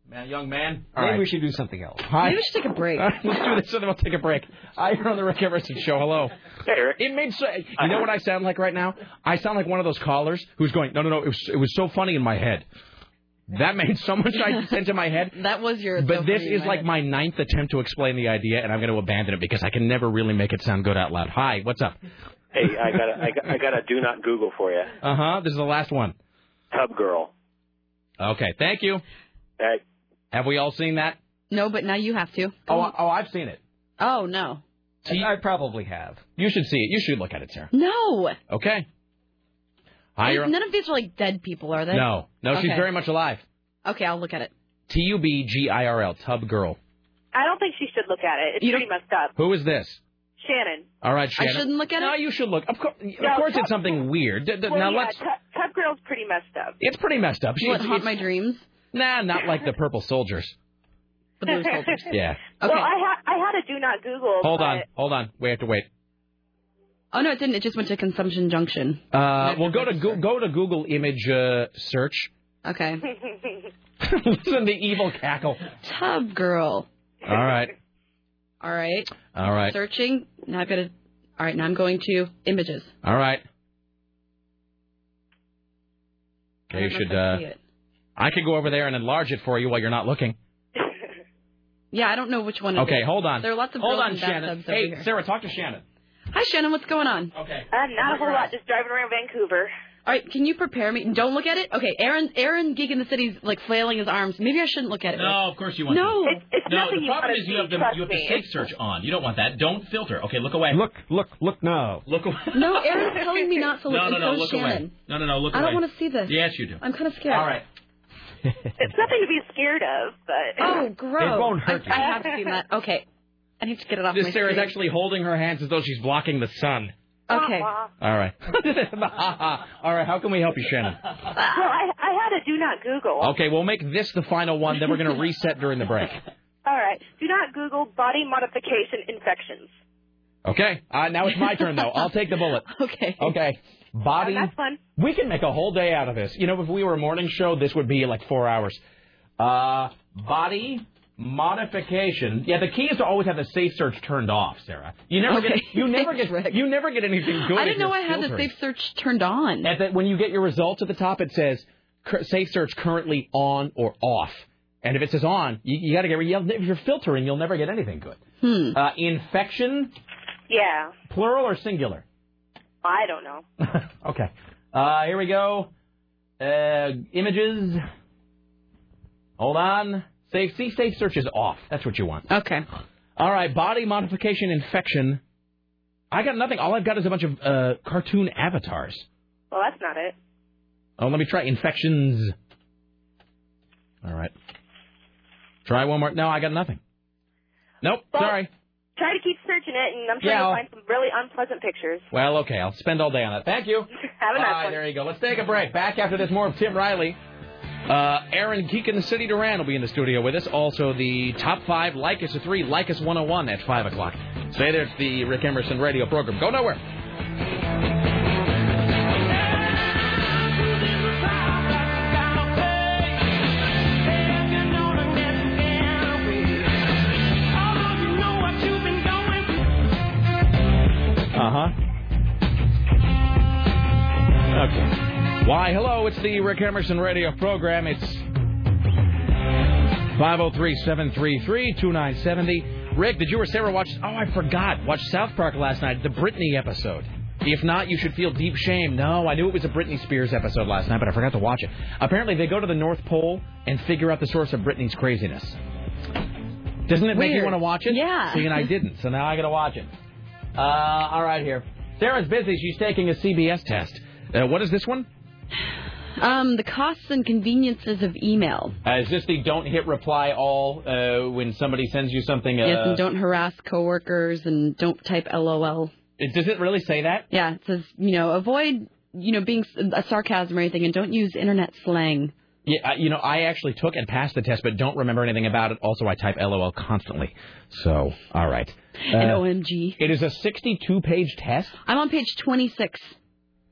Speaker 2: man, young man. All
Speaker 3: Maybe
Speaker 2: right.
Speaker 3: we should do something else.
Speaker 2: Hi.
Speaker 4: Maybe we should take a break.
Speaker 2: All right, let's do this, and then we'll take a break. I hear on the Rick Emerson show. Hello.
Speaker 6: Hey, Rick.
Speaker 2: It made so. You know what I sound like right now? I sound like one of those callers who's going, no, no, no. It was, it was so funny in my head. That made so much sense in my head.
Speaker 4: That was your.
Speaker 2: But this
Speaker 4: opening,
Speaker 2: is like my ninth attempt to explain the idea, and I'm going to abandon it because I can never really make it sound good out loud. Hi, what's up?
Speaker 6: Hey, I got a, I got, I got a do not Google for you.
Speaker 2: Uh huh. This is the last one.
Speaker 6: Tub girl.
Speaker 2: Okay, thank you.
Speaker 6: Hey.
Speaker 2: Have we all seen that?
Speaker 4: No, but now you have to.
Speaker 2: Oh,
Speaker 13: uh,
Speaker 2: I- oh, I've seen it.
Speaker 4: Oh no,
Speaker 3: I probably have.
Speaker 2: You should see it. You should look at it, Sarah.
Speaker 4: no.
Speaker 2: Okay. Hi, you're-
Speaker 4: None of these are like dead people, are they?
Speaker 2: no, no, she's
Speaker 4: Okay.
Speaker 2: very much alive.
Speaker 4: Okay, I'll look at it.
Speaker 2: T U B G I R L, Tub Girl.
Speaker 13: I don't think she should look at it. It's
Speaker 2: You don't-
Speaker 13: pretty messed up.
Speaker 2: Who is this?
Speaker 13: Shannon.
Speaker 2: All right, Shannon.
Speaker 13: shouldn't look at
Speaker 2: no,
Speaker 13: it?
Speaker 2: you should look. Of, course, of
Speaker 13: No,
Speaker 2: course,
Speaker 13: Tub-
Speaker 2: it's something weird. D- d-
Speaker 13: well,
Speaker 2: now
Speaker 13: yeah,
Speaker 2: let's.
Speaker 13: Tub- Tub Girl's pretty messed up.
Speaker 2: It's pretty messed up. She,
Speaker 13: What, Haunt
Speaker 2: My
Speaker 4: Dreams?
Speaker 2: Nah, not like the Purple Soldiers.
Speaker 4: The
Speaker 13: blue
Speaker 2: soldiers. Yeah.
Speaker 13: Well, I, ha- I had a do not Google.
Speaker 2: Hold
Speaker 13: but-
Speaker 2: on, hold on. We have to wait.
Speaker 4: Oh no, it didn't. It just went to Consumption Junction.
Speaker 2: Uh, well, go to go, go to Google image uh, search.
Speaker 4: Okay.
Speaker 2: Listen to evil cackle.
Speaker 4: Tub girl.
Speaker 2: All right.
Speaker 4: All right.
Speaker 2: All right.
Speaker 4: Searching. Now I've got to. All right. Now I'm going to images.
Speaker 2: All right. Okay, you
Speaker 4: I don't know
Speaker 2: should.
Speaker 4: if I
Speaker 2: Uh,
Speaker 4: see it.
Speaker 2: I could go over there and enlarge it for you while you're not looking.
Speaker 4: Yeah, I don't know which one. it
Speaker 2: Okay,
Speaker 4: is.
Speaker 2: hold on.
Speaker 4: There are lots of
Speaker 2: hold
Speaker 4: girls
Speaker 2: on,
Speaker 4: in
Speaker 2: Shannon.
Speaker 4: bathtubs
Speaker 2: Hey,
Speaker 4: over here.
Speaker 2: Sarah, talk to Shannon.
Speaker 4: Hi, Shannon. What's going on?
Speaker 2: Okay.
Speaker 13: Uh, not a whole lot. Just driving around Vancouver.
Speaker 4: All right. Can you prepare me? Don't look at it. Okay. Aaron. Aaron Geek in the city's like flailing his arms. Maybe I shouldn't look at it.
Speaker 2: No, of course you want
Speaker 4: No.
Speaker 2: to. no, the problem is you have the you have the safe search on. You don't want that. Don't filter. Okay, look away.
Speaker 3: Look, look, look now.
Speaker 2: Look away.
Speaker 4: No, Aaron's telling me not to look.
Speaker 2: No, no,
Speaker 4: and
Speaker 2: no.
Speaker 4: so is
Speaker 2: Look
Speaker 4: Shannon.
Speaker 2: away. No, no, no. Look
Speaker 4: I
Speaker 2: away.
Speaker 4: don't want to see this.
Speaker 2: Yes, you do.
Speaker 4: I'm kind of scared.
Speaker 2: All right.
Speaker 13: It's nothing to be scared of, but.
Speaker 4: Oh, gross.
Speaker 2: It won't hurt
Speaker 4: I, I have seen that. Okay. I need to get it off my
Speaker 2: This Sarah's
Speaker 4: screen.
Speaker 2: actually holding her hands as though she's blocking the sun.
Speaker 4: Okay.
Speaker 2: All right. All right. How can we help you, Shannon?
Speaker 13: Well, I, I had a do not Google.
Speaker 2: Okay, we'll make this the final one. Then we're going to reset during the break.
Speaker 13: All right. Do not Google body modification infections.
Speaker 2: Okay. Uh, now it's my turn though. I'll take the bullet.
Speaker 4: Okay.
Speaker 2: Okay. Body.
Speaker 13: That's fun.
Speaker 2: We can make a whole day out of this. You know, if we were a morning show, this would be like four hours. Uh, body modification. Yeah, the key is to always have the safe search turned off, Sarah. You never
Speaker 4: Okay.
Speaker 2: get you never get you never get anything good.
Speaker 4: I
Speaker 2: if
Speaker 4: didn't know
Speaker 2: you're
Speaker 4: I had the
Speaker 2: filtering.
Speaker 4: safe search turned on.
Speaker 2: At the, when you get your results at the top, it says cur- safe search currently on or off. And if it says on, you, you got to get. you'll- If you're filtering, you'll never get anything good.
Speaker 4: Hmm.
Speaker 2: Uh, infection,
Speaker 13: Yeah.
Speaker 2: plural or singular?
Speaker 13: I don't know.
Speaker 2: Okay. Uh, here we go. Uh, images. Hold on. Safe, see, safe search is off. That's what you want.
Speaker 4: Okay.
Speaker 2: All right. Body modification infection. I got nothing. All I've got is a bunch of uh, cartoon avatars.
Speaker 13: Well, that's not it.
Speaker 2: Oh, let me try infections. All right. Try one more. No, I got nothing. Nope. Sorry.
Speaker 13: Try to keep searching it, and I'm sure
Speaker 2: Yeah,
Speaker 13: you'll
Speaker 2: I'll-
Speaker 13: find some really unpleasant pictures.
Speaker 2: Well, okay. I'll spend all day on that. Thank you.
Speaker 13: Have a nice
Speaker 2: All right,
Speaker 13: one.
Speaker 2: there you go. Let's take a break. Back after this, more of Tim Riley. Uh, Aaron Geek in the City Duran will be in the studio with us. Also, the top five Like Us a Three, Like Us 101 at 5 o'clock. Stay there. It's the Rick Emerson radio program. Go nowhere. Uh huh. Okay. Why, hello, it's the Rick Emerson radio program. It's 503 733 oh, 2970. Rick, did you or Sarah watch? Oh, I forgot. Watch South Park last night, the Britney episode. If not, you should feel deep shame. No, I knew it was a Britney Spears episode last night, but I forgot to watch it. Apparently, they go to the North Pole and figure out the source of Britney's craziness. Doesn't it make you
Speaker 27: Weird.
Speaker 2: want to watch it?
Speaker 27: Yeah.
Speaker 2: See, and I didn't, so now I got to watch it. Uh, all right, here. Sarah's busy. She's taking a CBS test. Uh, what is this one?
Speaker 4: Um, the costs and conveniences of email.
Speaker 2: Uh, is this the don't hit reply all uh, when somebody sends you something? Uh,
Speaker 4: yes, and don't harass coworkers and don't type LOL.
Speaker 2: It- Does it really say that?
Speaker 4: Yeah, it says you know avoid you know being s- a sarcasm or anything, and don't use internet slang.
Speaker 2: Yeah, I- you know, I actually took and passed the test, but don't remember anything about it. Also, I type LOL constantly. So, all right.
Speaker 4: and
Speaker 2: Uh,
Speaker 4: OMG,
Speaker 2: it is a 62-page test.
Speaker 4: I'm on page 26.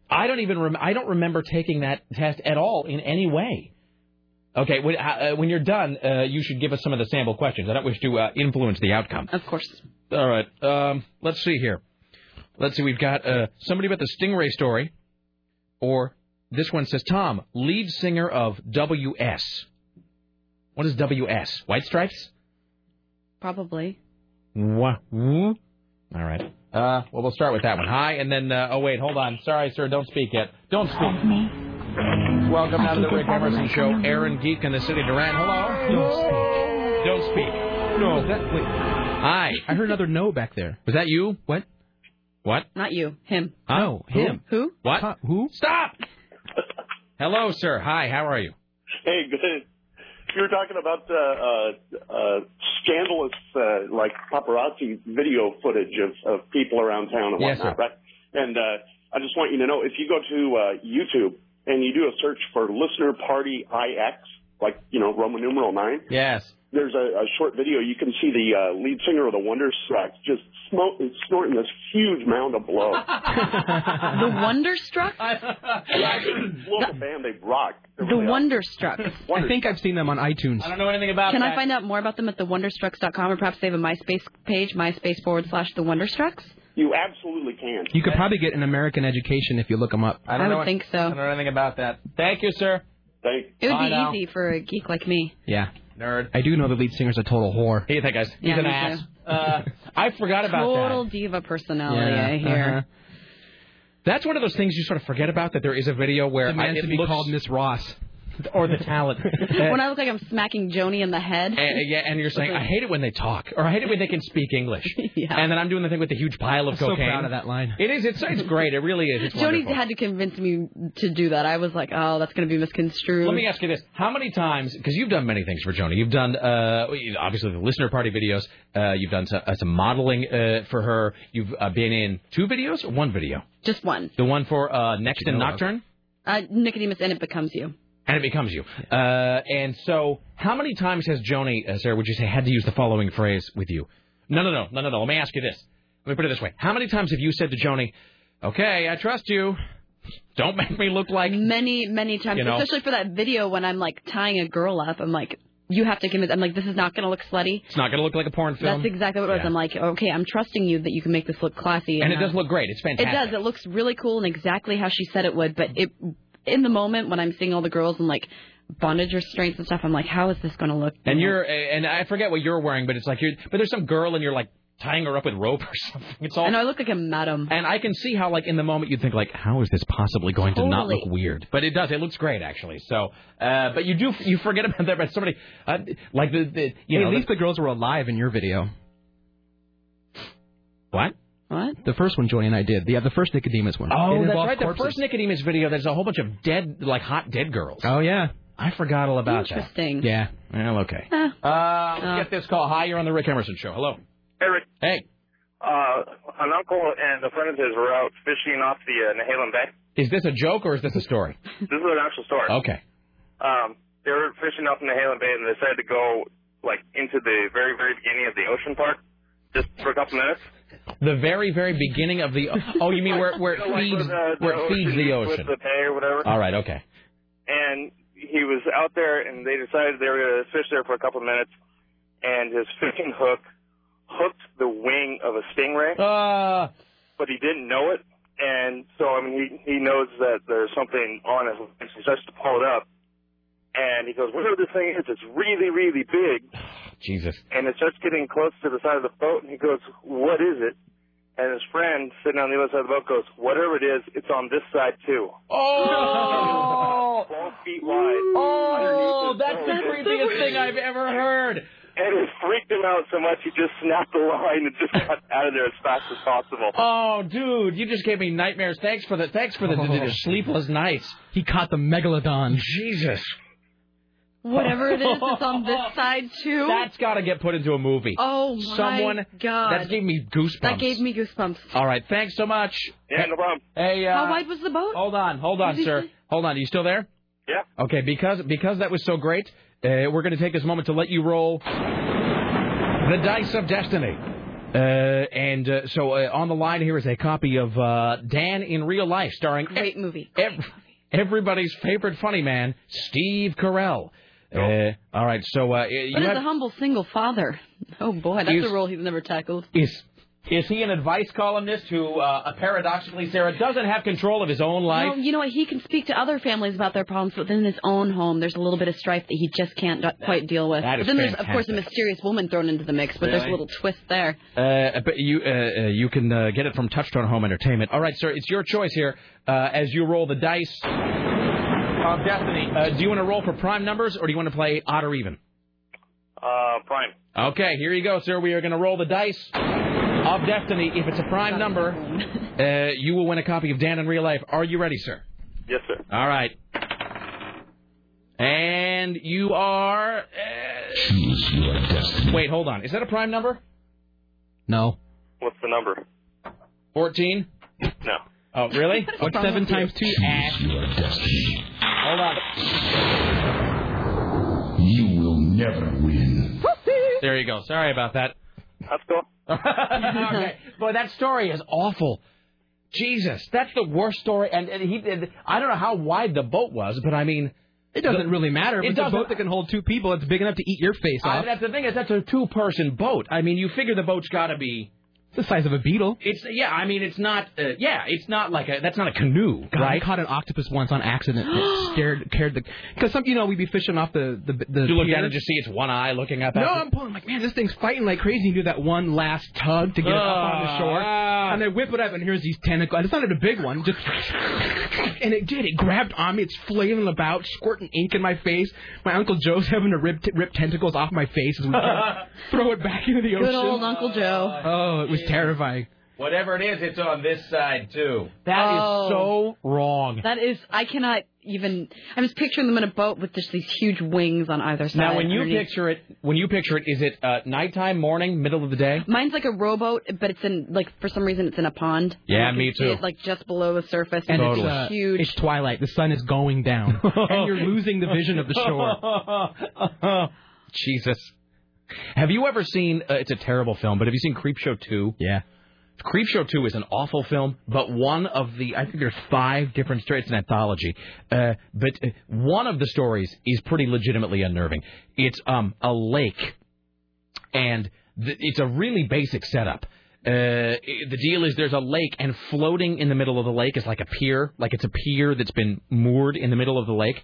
Speaker 2: I don't even rem- I don't remember taking that test at all in any way. Okay, when, uh, uh, when you're done, uh, you should give us some of the sample questions. I don't wish to uh, influence the outcome.
Speaker 4: Of course.
Speaker 2: All right. Um, let's see here. Let's see. We've got uh, somebody about the Stingray story, or this one says Tom, lead singer of WS. What is WS? White Stripes.
Speaker 4: Probably.
Speaker 2: What? All right. Uh, well, we'll start with that one. Hi, and then uh, oh wait, hold on. Sorry, sir, don't speak yet. Don't speak. Welcome now to the Rick Emerson Show. Aaron Geek in the city of Durant. Hello. Don't speak. Don't speak. No. That, wait. Hi. I heard another no back there. Was that you? What? What?
Speaker 4: Not you, him.
Speaker 2: Oh, him.
Speaker 4: Who?
Speaker 2: What? who? Stop! Hello, sir. Hi. How are you?
Speaker 15: Hey, good. You were talking about uh, uh, uh, scandalous, uh, like paparazzi video footage of, of people around town and
Speaker 2: Yes,
Speaker 15: whatnot, right? And uh, I just want you to know if you go to uh, YouTube and you do a search for Listener Party IX, like, you know, Roman numeral 9,
Speaker 2: Yes.
Speaker 15: there's a, a short video. You can see the uh, lead singer of the Wonder Strike just smoke, snorting this huge mound of
Speaker 16: Oh.
Speaker 15: blow.
Speaker 4: the Wonderstruck.
Speaker 15: what a band they rock.
Speaker 4: The Wonderstruck.
Speaker 10: I think I've seen them on iTunes.
Speaker 2: I don't know anything about
Speaker 4: Can I find out more about them at thewonderstrucks.com or perhaps they have a MySpace page, MySpace forward slash the Wonderstrucks?
Speaker 15: You absolutely can.
Speaker 10: You could probably get an American education if you look them up.
Speaker 4: I would think so.
Speaker 2: I don't know anything about that. Thank you, sir.
Speaker 15: Thank.
Speaker 4: It would
Speaker 10: Bye
Speaker 4: be
Speaker 10: now.
Speaker 4: easy for a geek like me.
Speaker 10: Yeah.
Speaker 2: Nerd.
Speaker 10: I do know the lead singer's a total whore.
Speaker 2: Hey, that guy's
Speaker 4: Yeah,
Speaker 10: he's an
Speaker 4: me
Speaker 10: ass.
Speaker 4: too.
Speaker 2: Uh, I forgot about that.
Speaker 4: Total diva personality
Speaker 2: Yeah,
Speaker 4: Oh, I hear.
Speaker 2: uh-huh. That's one of those things you sort of forget about that there is a video where
Speaker 10: The man
Speaker 2: I, it
Speaker 10: to be
Speaker 2: looks,
Speaker 10: called Miss Ross.
Speaker 2: or the talent.
Speaker 4: when I look like I'm smacking Joni in the head.
Speaker 2: And, uh, yeah, and you're saying, I hate it when they talk, or I hate it when they can speak English. And then I'm doing the thing with the huge pile of
Speaker 10: so
Speaker 2: cocaine.
Speaker 10: proud of that line.
Speaker 2: It is. It's, it's great. It really is. It's
Speaker 4: Joni
Speaker 2: wonderful.
Speaker 4: had to convince me to do that. I was like, oh, that's going to be misconstrued.
Speaker 2: Let me ask you this: How many times? Because you've done many things for Joni. You've done uh, obviously the listener party videos. Uh, you've done some, uh, some modeling uh, for her. You've uh, been in two videos, or one video,
Speaker 4: Just one.
Speaker 2: the one for uh, Next and Nocturne,
Speaker 4: Uh, Nicodemus and it becomes you.
Speaker 2: and it becomes you. Uh, and so, how many times has Joni, uh, Sarah, would you say, had to use the following phrase with you? No, no, no, no, no, no. Let me ask you this. Let me put it this way: How many times have you said to Joni, "Okay, I trust you. Don't make me look like
Speaker 4: Many, many times,
Speaker 2: You know?
Speaker 4: especially for that video when I'm like tying a girl up. I'm like, you have to convince. I'm like, this is not going to look slutty.
Speaker 2: it's not going to look like a porn film."
Speaker 4: That's exactly what it was.
Speaker 2: Yeah.
Speaker 4: I'm like, okay, I'm trusting you that you can make this look classy.
Speaker 2: And it
Speaker 4: uh,
Speaker 2: does look great. It's fantastic.
Speaker 4: It does. It looks really cool and exactly how she said it would. But it, in the moment when I'm seeing all the girls and like bondage restraints and stuff, I'm like, how is this going to look?
Speaker 2: And you're and I forget what you're wearing, but it's like you're but there's some girl and you're like tying her up with rope or something. It's all
Speaker 4: and I look like a madam.
Speaker 2: and I can see how like in the moment you'd think like how is this possibly going to not
Speaker 4: Totally.
Speaker 2: look weird, but it does. It looks great actually. So, uh, but you do you forget about that. But somebody uh, like the, the you
Speaker 10: Hey,
Speaker 2: know
Speaker 10: at least the girls were alive in your video.
Speaker 2: What?
Speaker 4: What?
Speaker 10: The first one Joni and I did. Yeah, the first Nicodemus one.
Speaker 2: oh
Speaker 10: It
Speaker 2: that's
Speaker 10: involved
Speaker 2: right
Speaker 10: corpses.
Speaker 2: the first Nicodemus video there's a whole bunch of dead like hot dead girls.
Speaker 10: Oh yeah.
Speaker 2: I forgot all about that.
Speaker 4: Interesting.
Speaker 10: Yeah.
Speaker 2: Well, okay. Uh, let's get this call. Hi, you're on the Rick Emerson show. Hello.
Speaker 16: Eric,
Speaker 2: Hey,
Speaker 16: uh, an uncle and a friend of his were out fishing off the uh, Nehalem Bay.
Speaker 2: is this a joke or is this a story?
Speaker 16: This is an actual story.
Speaker 2: Okay.
Speaker 16: Um, they were fishing off the Nehalem Bay and they decided to go like into the very, very beginning of the ocean park just for a couple minutes.
Speaker 2: The very, very beginning of the. Oh, you mean where where it
Speaker 16: You know,
Speaker 2: feeds
Speaker 16: like, where the,
Speaker 2: where it feeds the ocean?
Speaker 16: with the bay or whatever.
Speaker 2: All right, okay.
Speaker 16: and he was out there, and they decided they were going to fish there for a couple of minutes, and his fishing hook hooked the wing of a stingray.
Speaker 2: Uh.
Speaker 16: But he didn't know it, and so I mean, he he knows that there's something on it. And he starts to pull it up, and he goes, "Whatever this thing is, it's really, really big."
Speaker 2: Jesus.
Speaker 16: And it starts getting close to the side of the boat, and he goes, "What is it?" And his friend sitting on the other side of the boat goes, whatever it is, it's on this side too.
Speaker 2: Oh!
Speaker 16: Twelve feet wide.
Speaker 2: Oh, that's the creepiest thing I've ever heard.
Speaker 16: And it freaked him out so much he just snapped the line and just got out of there as fast as possible.
Speaker 2: Oh, dude, you just gave me nightmares. Thanks for the thanks for the, the- the sleepless nights.
Speaker 10: He caught the megalodon.
Speaker 2: Jesus.
Speaker 4: Whatever it is, it's on this side too.
Speaker 2: That's got to get put into a movie.
Speaker 4: Oh my
Speaker 2: Someone,
Speaker 4: God.
Speaker 2: That gave me goosebumps.
Speaker 4: that gave me goosebumps.
Speaker 2: All right, thanks so much.
Speaker 16: Yeah, no problem.
Speaker 2: Hey, uh,
Speaker 4: How wide was the boat?
Speaker 2: Hold on, hold on, sir. Hold on. Are you still there?
Speaker 16: Yeah.
Speaker 2: Okay, because because that was so great, uh, we're going to take this moment to let you roll the dice of destiny. Uh, and uh, so uh, on the line here is a copy of uh, Dan in Real Life, starring
Speaker 4: Great movie.
Speaker 2: ev- everybody's favorite funny man, Steve Carell. Uh, all right, so uh, you
Speaker 4: But as
Speaker 2: have-
Speaker 4: a humble single father, oh boy, that's
Speaker 2: You-
Speaker 4: a role he's never tackled.
Speaker 2: Is is he an advice columnist who, uh, paradoxically, Sarah doesn't have control of his own life?
Speaker 4: No, you know what? He can speak to other families about their problems, but within his own home, there's a little bit of strife that he just can't do- quite deal with.
Speaker 2: That is
Speaker 4: but then there's, of course, a
Speaker 2: fantastic.
Speaker 4: mysterious woman thrown into the mix, but there's a
Speaker 2: Really?
Speaker 4: little twist there.
Speaker 2: Uh, but you uh, uh, you can uh, get it from Touchstone Home Entertainment. All right, sir, it's your choice here uh, as you roll the dice of destiny. Uh, do you want to roll for prime numbers or do you want to play odd or even?
Speaker 16: Uh, prime.
Speaker 2: Okay, here you go, sir. We are going to roll the dice of destiny. If it's a prime number, uh, you will win a copy of Dan in Real Life. Are you ready, sir?
Speaker 16: Yes, sir.
Speaker 2: All right. And you are. Uh, Choose your destiny. Wait, hold on. Is that a prime number?
Speaker 10: No.
Speaker 16: What's the number?
Speaker 2: 14?
Speaker 16: No.
Speaker 2: Oh, really?
Speaker 10: What's seven times two? Ash.
Speaker 2: Hold on.
Speaker 8: You will never win.
Speaker 2: There you go. Sorry about that.
Speaker 16: That's cool.
Speaker 2: okay. Boy, that story is awful. Jesus, that's the worst story. And, and he did. I don't know how wide the boat was, but I mean,
Speaker 10: It doesn't really matter.
Speaker 2: It
Speaker 10: If it's a
Speaker 2: doesn't.
Speaker 10: boat that can hold two people, it's big enough to eat your face
Speaker 2: I-
Speaker 10: off.
Speaker 2: that's the thing is that's a two-person boat. I mean, you figure the boat's got to be.
Speaker 10: It's the size of a beetle.
Speaker 2: It's yeah. I mean, it's not. Uh, yeah, it's not like a. That's not a canoe,
Speaker 10: God, I
Speaker 2: right?
Speaker 10: caught an octopus once on accident. It scared, cared the because some you know we'd be fishing off the the the.
Speaker 2: You look
Speaker 10: pier.
Speaker 2: down and just see it's one eye looking up.
Speaker 10: No,
Speaker 2: at you.
Speaker 10: I'm pulling. I'm like, man, this thing's fighting like crazy. You do that one last tug to get it up on the shore,
Speaker 2: Ah.
Speaker 10: and I whip it up, and here's these tentacles. It's not even a big one, just and it did. It grabbed on me. It's flailing about, squirting ink in my face. My uncle Joe's having to rip rip tentacles off my face as we try to throw it back into the ocean.
Speaker 4: Good old Uncle Joe.
Speaker 10: Oh, it was terrifying.
Speaker 2: Whatever it is, it's on this side too. That is
Speaker 4: Oh.
Speaker 2: so wrong.
Speaker 4: That is, I cannot even. I'm just picturing them in a boat with just these huge wings on either side.
Speaker 2: Now, when you
Speaker 4: underneath.
Speaker 2: picture it, when you picture it, is it uh, nighttime, morning, middle of the day?
Speaker 4: Mine's like a rowboat, but it's in like for some reason it's in a pond.
Speaker 2: Yeah,
Speaker 4: You can
Speaker 2: me
Speaker 4: see
Speaker 2: too.
Speaker 4: It, like just below the surface,
Speaker 10: And
Speaker 4: it's
Speaker 10: it's uh,
Speaker 4: huge.
Speaker 10: It's twilight. The sun is going down, and you're losing the vision of the shore.
Speaker 2: shore. Jesus. Have you ever seen? Uh, it's a terrible film, but have you seen Creepshow Two?
Speaker 10: Yeah.
Speaker 2: Creepshow Two is an awful film, but one of the I think there's five different stories. It's an anthology, uh, but uh, one of the stories is pretty legitimately unnerving. It's um a lake and th- it's a really basic setup. Uh, i- the deal is there's a lake, and floating in the middle of the lake is like a pier, like it's a pier that's been moored in the middle of the lake,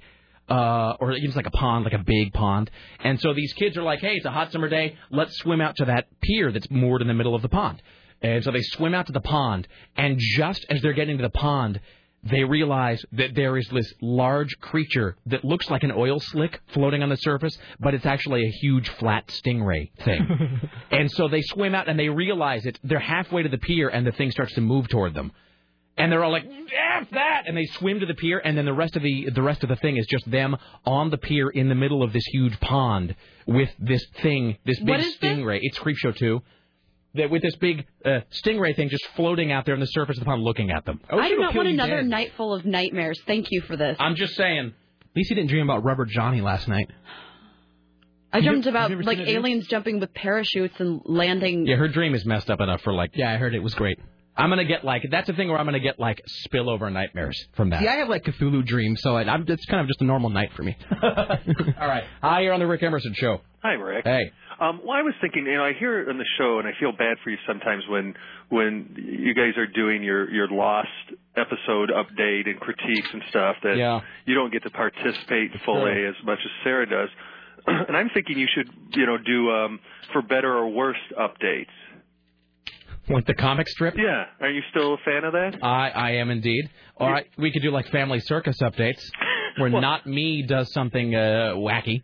Speaker 2: uh, or it's like a pond, like a big pond. And so these kids are like, "Hey, it's a hot summer day. Let's swim out to that pier that's moored in the middle of the pond." And so they swim out to the pond, and just as they're getting to the pond, they realize that there is this large creature that looks like an oil slick floating on the surface, but it's actually a huge flat stingray thing. and so they swim out and they realize it. They're halfway to the pier and the thing starts to move toward them. And they're all like, "F that!" And they swim to the pier, and then the rest of the the rest of the thing is just them on the pier in the middle of this huge pond with this thing, this big
Speaker 4: What is this?
Speaker 2: stingray. It's Creepshow two. That with this big uh, stingray thing just floating out there on the surface of the pond, looking at them.
Speaker 4: I do
Speaker 2: Ocean will
Speaker 4: not
Speaker 2: kill
Speaker 4: want
Speaker 2: you
Speaker 4: another
Speaker 2: dead.
Speaker 4: night full of nightmares. Thank you for this.
Speaker 2: I'm just saying.
Speaker 10: At least he didn't dream about Rubber Johnny last night.
Speaker 4: I
Speaker 10: Have you-
Speaker 4: dreamt
Speaker 10: have
Speaker 4: about
Speaker 10: you ever
Speaker 4: like
Speaker 10: seen that, dude?
Speaker 4: aliens jumping with parachutes and landing.
Speaker 2: Yeah, her dream is messed up enough for like.
Speaker 10: Yeah, I heard it was great.
Speaker 2: I'm gonna get like that's a thing where I'm gonna get like spillover nightmares from that.
Speaker 10: See, I have like Cthulhu dreams, so it, I'm, it's kind of just a normal night for me.
Speaker 2: All right. Hi, you're on the Rick Emerson show.
Speaker 28: Hi, Rick.
Speaker 2: Hey.
Speaker 28: Um, well, I was thinking, you know, I hear on the show, and I feel bad for you sometimes when when you guys are doing your your Lost episode update and critiques and stuff that
Speaker 2: Yeah.
Speaker 28: you don't get to participate fully
Speaker 2: Sure.
Speaker 28: as much as Sarah does. and I'm thinking you should, you know, do um, for better or worse updates.
Speaker 2: With the comic strip?
Speaker 28: Yeah. Are you still a fan of that?
Speaker 2: I, I am indeed. All right, we could do like family circus updates where
Speaker 28: Well-
Speaker 2: not me does something uh, wacky.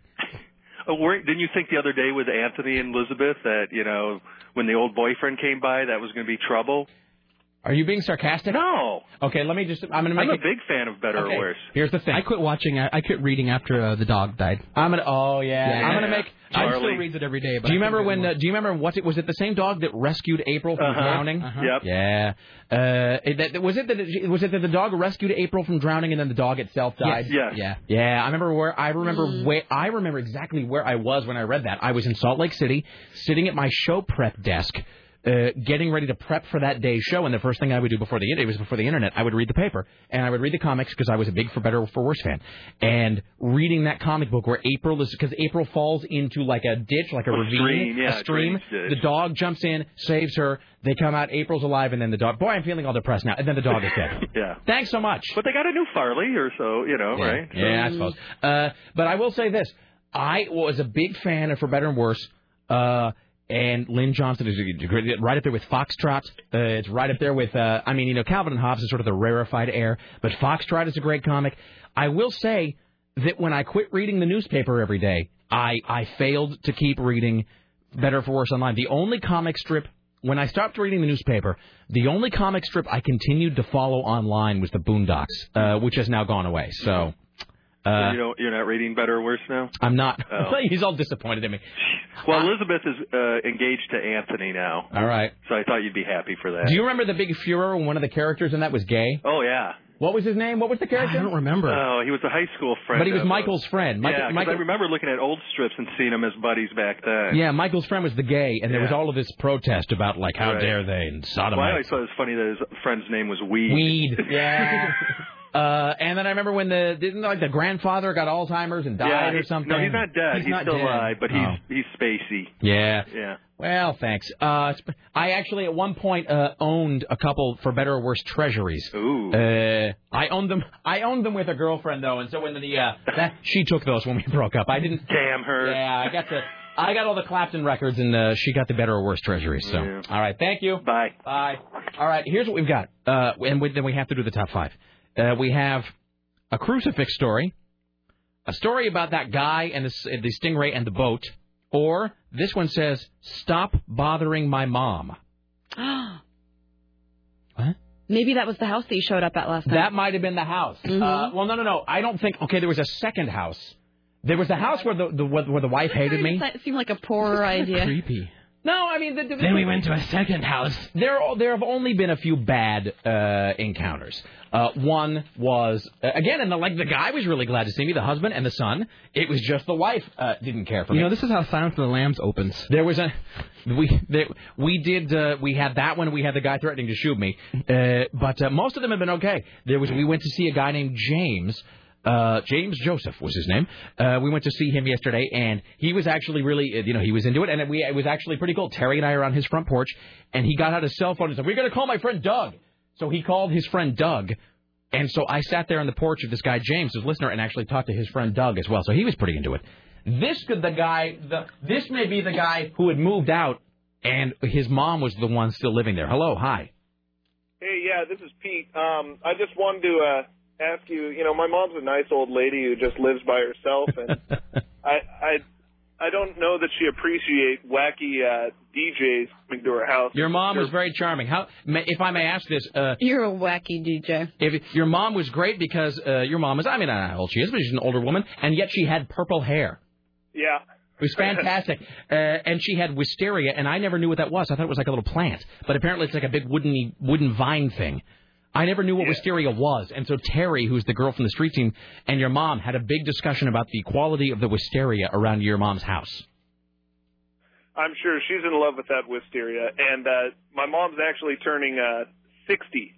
Speaker 28: Oh, were, didn't you think the other day with Anthony and Elizabeth that you know when the old boyfriend came by that was going to be trouble?
Speaker 2: Are you being sarcastic?
Speaker 28: No.
Speaker 2: Okay, let me just. I'm gonna make.
Speaker 28: I'm a
Speaker 2: it-
Speaker 28: big fan of Better
Speaker 2: Okay.
Speaker 28: or Worse.
Speaker 2: Here's the thing.
Speaker 10: I quit watching. I, I quit reading after uh, the dog died.
Speaker 2: I'm gonna. Oh yeah.
Speaker 10: Yeah.
Speaker 2: I'm gonna make.
Speaker 10: Charlie still reads it every day. But
Speaker 2: do you
Speaker 10: I
Speaker 2: remember
Speaker 10: couldn't
Speaker 2: when? Uh, do you remember what it was? It the same dog that rescued April from
Speaker 10: Uh-huh.
Speaker 2: drowning.
Speaker 10: Uh-huh.
Speaker 28: Yep.
Speaker 2: Yeah. Uh, it, that, was it that it, was it that the dog rescued April from drowning and then the dog itself died?
Speaker 10: Yes. Mm. Yes.
Speaker 2: Yeah. Yeah. I remember where. I remember where. I remember exactly where I was when I read that. I was in Salt Lake City, sitting at my show prep desk. Uh, getting ready to prep for that day's show, and the first thing I would do before the it was before the internet, I would read the paper and I would read the comics because I was a big for better or for worse fan. And reading that comic book where April is because April falls into like a ditch, like a,
Speaker 28: A
Speaker 2: ravine,
Speaker 28: stream, yeah,
Speaker 2: a stream.
Speaker 28: drainage ditch.
Speaker 2: The dog jumps in, saves her. They come out. April's alive, and then the dog. Boy, I'm feeling all depressed now. And then the dog is dead.
Speaker 28: Yeah.
Speaker 2: Thanks so much.
Speaker 28: But they got a new Farley or so, you know,
Speaker 2: Yeah,
Speaker 28: right? So-
Speaker 2: yeah, I suppose. Uh, but I will say this: I was a big fan of For Better and Worse. Uh, and Lynn Johnson is right up there with Foxtrot. Uh, it's right up there with, uh, I mean, you know, Calvin and Hobbes is sort of the rarefied air, but Foxtrot is a great comic. I will say that when I quit reading the newspaper every day, I, I failed to keep reading Better for Worse Online. The only comic strip, when I stopped reading the newspaper, the only comic strip I continued to follow online was the Boondocks, uh, which has now gone away. So.
Speaker 28: so
Speaker 2: Uh,
Speaker 28: you know, you're not reading Better or Worse now.
Speaker 2: I'm not.
Speaker 28: Oh.
Speaker 2: He's all disappointed in me.
Speaker 28: Well, Elizabeth is uh, engaged to Anthony now,
Speaker 2: All right.
Speaker 28: so I thought you'd be happy for that.
Speaker 2: Do you remember the big furor when one of the characters in that was gay?
Speaker 28: Oh yeah.
Speaker 2: What was his name? What was the character? I don't remember.
Speaker 28: Oh, he was a high school friend.
Speaker 2: But he was
Speaker 28: of- uh,
Speaker 2: Michael's friend. Michael-
Speaker 28: yeah, 'cause
Speaker 2: Michael-
Speaker 28: I remember looking at old strips and seeing him as buddies back then.
Speaker 2: Yeah, Michael's friend was the gay, and there was
Speaker 28: Yeah.
Speaker 2: all of this protest about like how
Speaker 28: Right.
Speaker 2: dare they and
Speaker 28: Well, I always
Speaker 2: sodomites.
Speaker 28: thought it was funny that his friend's name was Weed.
Speaker 2: Weed. Yeah. Uh, and then I remember when the didn't like the grandfather got Alzheimer's and died
Speaker 28: yeah,
Speaker 2: or
Speaker 28: he-
Speaker 2: something.
Speaker 28: No, he's not dead. He's,
Speaker 2: not
Speaker 28: still
Speaker 2: dead.
Speaker 28: alive, but he's
Speaker 2: Oh.
Speaker 28: he's spacey.
Speaker 2: Yeah.
Speaker 28: Yeah.
Speaker 2: Well, thanks. Uh, it's- I actually at one point uh, owned a couple, for better or worse, treasuries.
Speaker 28: Ooh.
Speaker 2: Uh, I owned them. I owned them with a girlfriend though, and so when the uh, that, she took those when we broke up, I didn't.
Speaker 28: Damn her.
Speaker 2: Yeah, I got the. I got all the Clapton records, and uh, she got the better or worse treasuries. So, all right, thank you.
Speaker 28: Bye.
Speaker 2: Bye. All right, here's what we've got, uh, and we, then we have to do the top five. Uh, we have a crucifix story a story about that guy and the, the stingray and the boat, or this one says, "Stop bothering my mom."
Speaker 4: Maybe that was the house that you showed up at last night.
Speaker 2: That might have been the house.
Speaker 4: Mm-hmm.
Speaker 2: Uh, well, no, no, no. I don't think. Okay, there was a second house. There was the house where the, the where, where the wife hated me.
Speaker 4: That seemed like a poorer idea.
Speaker 2: Creepy. No, I mean. The, the,
Speaker 4: Then we went to a
Speaker 2: second house. There, there have only been a few bad uh, encounters. Uh, one was uh, again, and the, like the guy was really glad to see me, the husband and the son. It was just the wife uh, didn't care for
Speaker 10: You
Speaker 2: me.
Speaker 10: know, this is how Silence of the Lambs opens.
Speaker 2: There was a we there, we did uh, we had that one. We had the guy threatening to shoot me, uh, but uh, most of them have been okay. There was we went to see a guy named James. Uh, James Joseph was his name. Uh, we went to see him yesterday, and he was actually really, uh, you know, he was into it, and we, it was actually pretty cool. Terry and I are on his front porch, and he got out his cell phone and said, "We're gonna call my friend Doug." So he called his friend Doug, and so I sat there on the porch of this guy James, his listener, and actually talked to his friend Doug as well. So he was pretty into it. This could the guy. The, this may be the guy who had moved out, and his mom was the one still living there. Hello, hi.
Speaker 5: Hey, yeah, this is Pete. Um, I just wanted to uh, ask you. You know, my mom's a nice old lady who just lives by herself, and I, I, I don't know that she appreciates wacky uh, DJs coming to her house.
Speaker 2: Your mom was very charming. How, may- if I may ask this, uh,
Speaker 4: You're a wacky DJ.
Speaker 2: if your mom was great because uh, your mom is, I mean, I don't know how old she is, but she's an older woman, and yet she had purple hair.
Speaker 5: Yeah.
Speaker 2: It was fantastic. uh, and she had wisteria, and I never knew what that was. I thought it was like a little plant, but apparently it's like a big wooden wooden vine thing. I never knew what wisteria was, and so Terry, who's the girl from the street team, and your mom had a big discussion about the quality of the wisteria around your mom's house.
Speaker 5: I'm sure she's in love with that wisteria, and uh, my mom's actually turning uh, 60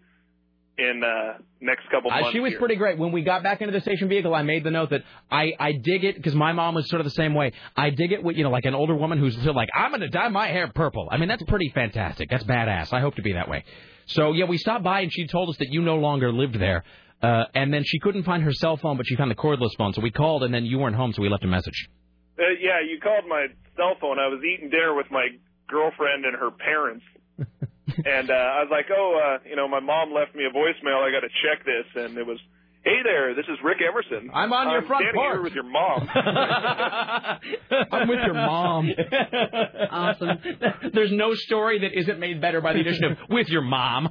Speaker 5: in uh, next couple
Speaker 2: Uh,
Speaker 5: months.
Speaker 2: she was
Speaker 5: here.
Speaker 2: pretty great. When we got back into the station vehicle, I made the note that I, I dig it because my mom was sort of the same way. I dig it, with, you know, like an older woman who's still like, I'm going to dye my hair purple. I mean, that's pretty fantastic. That's badass. I hope to be that way. So, yeah, we stopped by and she told us that you no longer lived there. Uh, and then she couldn't find her cell phone, but she found the cordless phone. So we called and then you weren't home, so we left a message.
Speaker 5: Uh, yeah, you called my cell phone. I was eating dinner with my girlfriend and her parents,
Speaker 27: and uh, I was like, oh, uh, you know, my mom left me a voicemail. I got to check this, and it was, hey there, this is Rick Emerson.
Speaker 11: I'm on your front
Speaker 27: standing
Speaker 11: porch."
Speaker 27: here with your mom.
Speaker 11: I'm with your mom.
Speaker 4: awesome.
Speaker 2: There's no story that isn't made better by the addition of with your mom.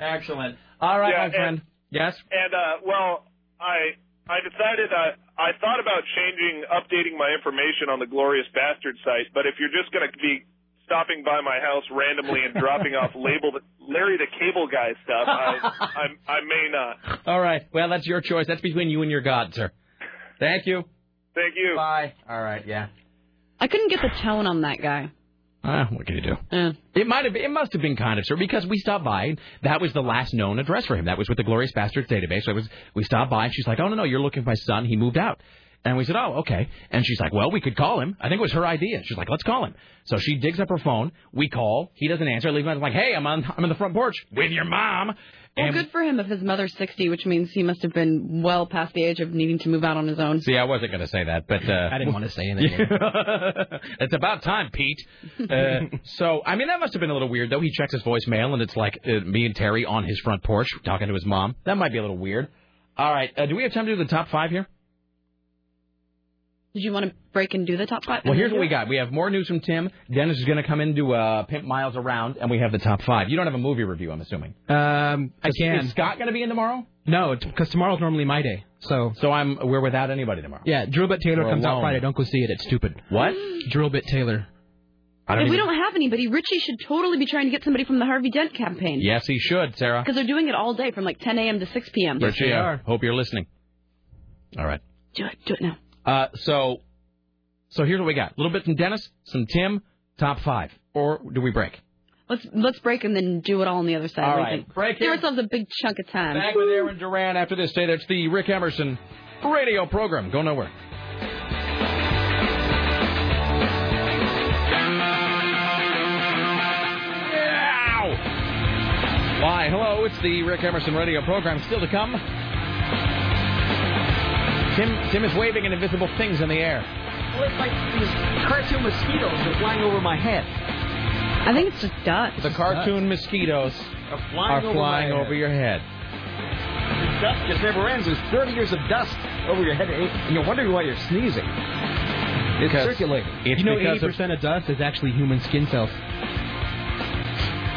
Speaker 2: Excellent. All right,
Speaker 27: Yeah,
Speaker 2: my friend. yes.
Speaker 27: And uh, well, I I decided I I thought about changing updating my information on the Glorious Bastard site, but if you're just going to be stopping by my house randomly and dropping off label Larry the Cable Guy stuff, I I, I may not.
Speaker 2: All right. Well, that's your choice. That's between you and your God, sir. Thank you.
Speaker 27: Thank you.
Speaker 2: Bye. All right. Yeah.
Speaker 4: I couldn't get the tone on that guy.
Speaker 2: Uh, what can you do? It might have. It must have been kind of sir because we stopped by. and That was the last known address for him. That was with the Glorious Bastards database. So it was. We stopped by and she's like, "Oh no, no, you're looking for my son. He moved out." And we said, "Oh, okay." And she's like, "Well, we could call him." I think it was her idea. She's like, "Let's call him." So she digs up her phone. We call. He doesn't answer. I leave him. I'm like, "Hey, I'm on. I'm on the front porch with your mom."
Speaker 4: Well,
Speaker 2: And
Speaker 4: good for him if his mother's 60, which means he must have been well past the age of needing to move out on his own.
Speaker 2: See, I wasn't going to say that, but uh, I didn't want to say anything. it's about time, Pete. Uh, so, I mean, that must have been a little weird, though. He checks his voicemail, and it's like uh, me and Terry on his front porch talking to his mom. That might be a little weird. All right, uh, do we have time to do the top five here?
Speaker 4: Did you want to break and do the top five?
Speaker 2: Well, here's what we got. We have more news from Tim. Dennis is going to come in to uh, pimp miles around, and we have the top five. You don't have a movie review, I'm assuming.
Speaker 10: Um, I can.
Speaker 2: Is Scott going to be in tomorrow?
Speaker 10: No, because tomorrow's normally my day. So.
Speaker 2: So I'm we're without anybody tomorrow.
Speaker 10: Yeah, Drillbit Taylor
Speaker 2: We're
Speaker 10: comes out
Speaker 2: alone.
Speaker 10: Friday. Don't go see it. It's stupid.
Speaker 2: What?
Speaker 10: Drillbit Taylor.
Speaker 2: I
Speaker 4: if we don't have anybody, Richie should totally be trying to get somebody from the Harvey Dent campaign.
Speaker 2: Yes, he should, Sarah.
Speaker 4: Because they're doing it all day from like 10 a.m. to 6 p.m.
Speaker 2: Richie, I hope you're listening. All right.
Speaker 4: Do it. Do it now.
Speaker 2: Uh, so, so here's what we got: a little bit from Dennis, some Tim, top five, or do we break?
Speaker 4: Let's let's break and then do it all on the other side.
Speaker 2: All
Speaker 4: What do you
Speaker 2: right.
Speaker 4: think?
Speaker 2: Break
Speaker 4: Give
Speaker 2: it.
Speaker 4: ourselves a big chunk of time.
Speaker 2: Back with Aaron Duran after this. Stay there. It's the Rick Emerson radio program. Go nowhere. Meow. Why, hello, it's the Rick Emerson radio program. Still to come. Tim, Tim is waving at invisible things in the air.
Speaker 3: Like these cartoon mosquitoes are flying over my head.
Speaker 4: I think it's just dust.
Speaker 2: The cartoon mosquitoes are
Speaker 3: flying over
Speaker 2: flying
Speaker 3: my head.
Speaker 2: over your head.
Speaker 3: Dust just never ends. There's 30 years of dust over your head, and you're wondering why you're sneezing. It's circulating.
Speaker 10: you know, 80% of, dust is actually human skin cells.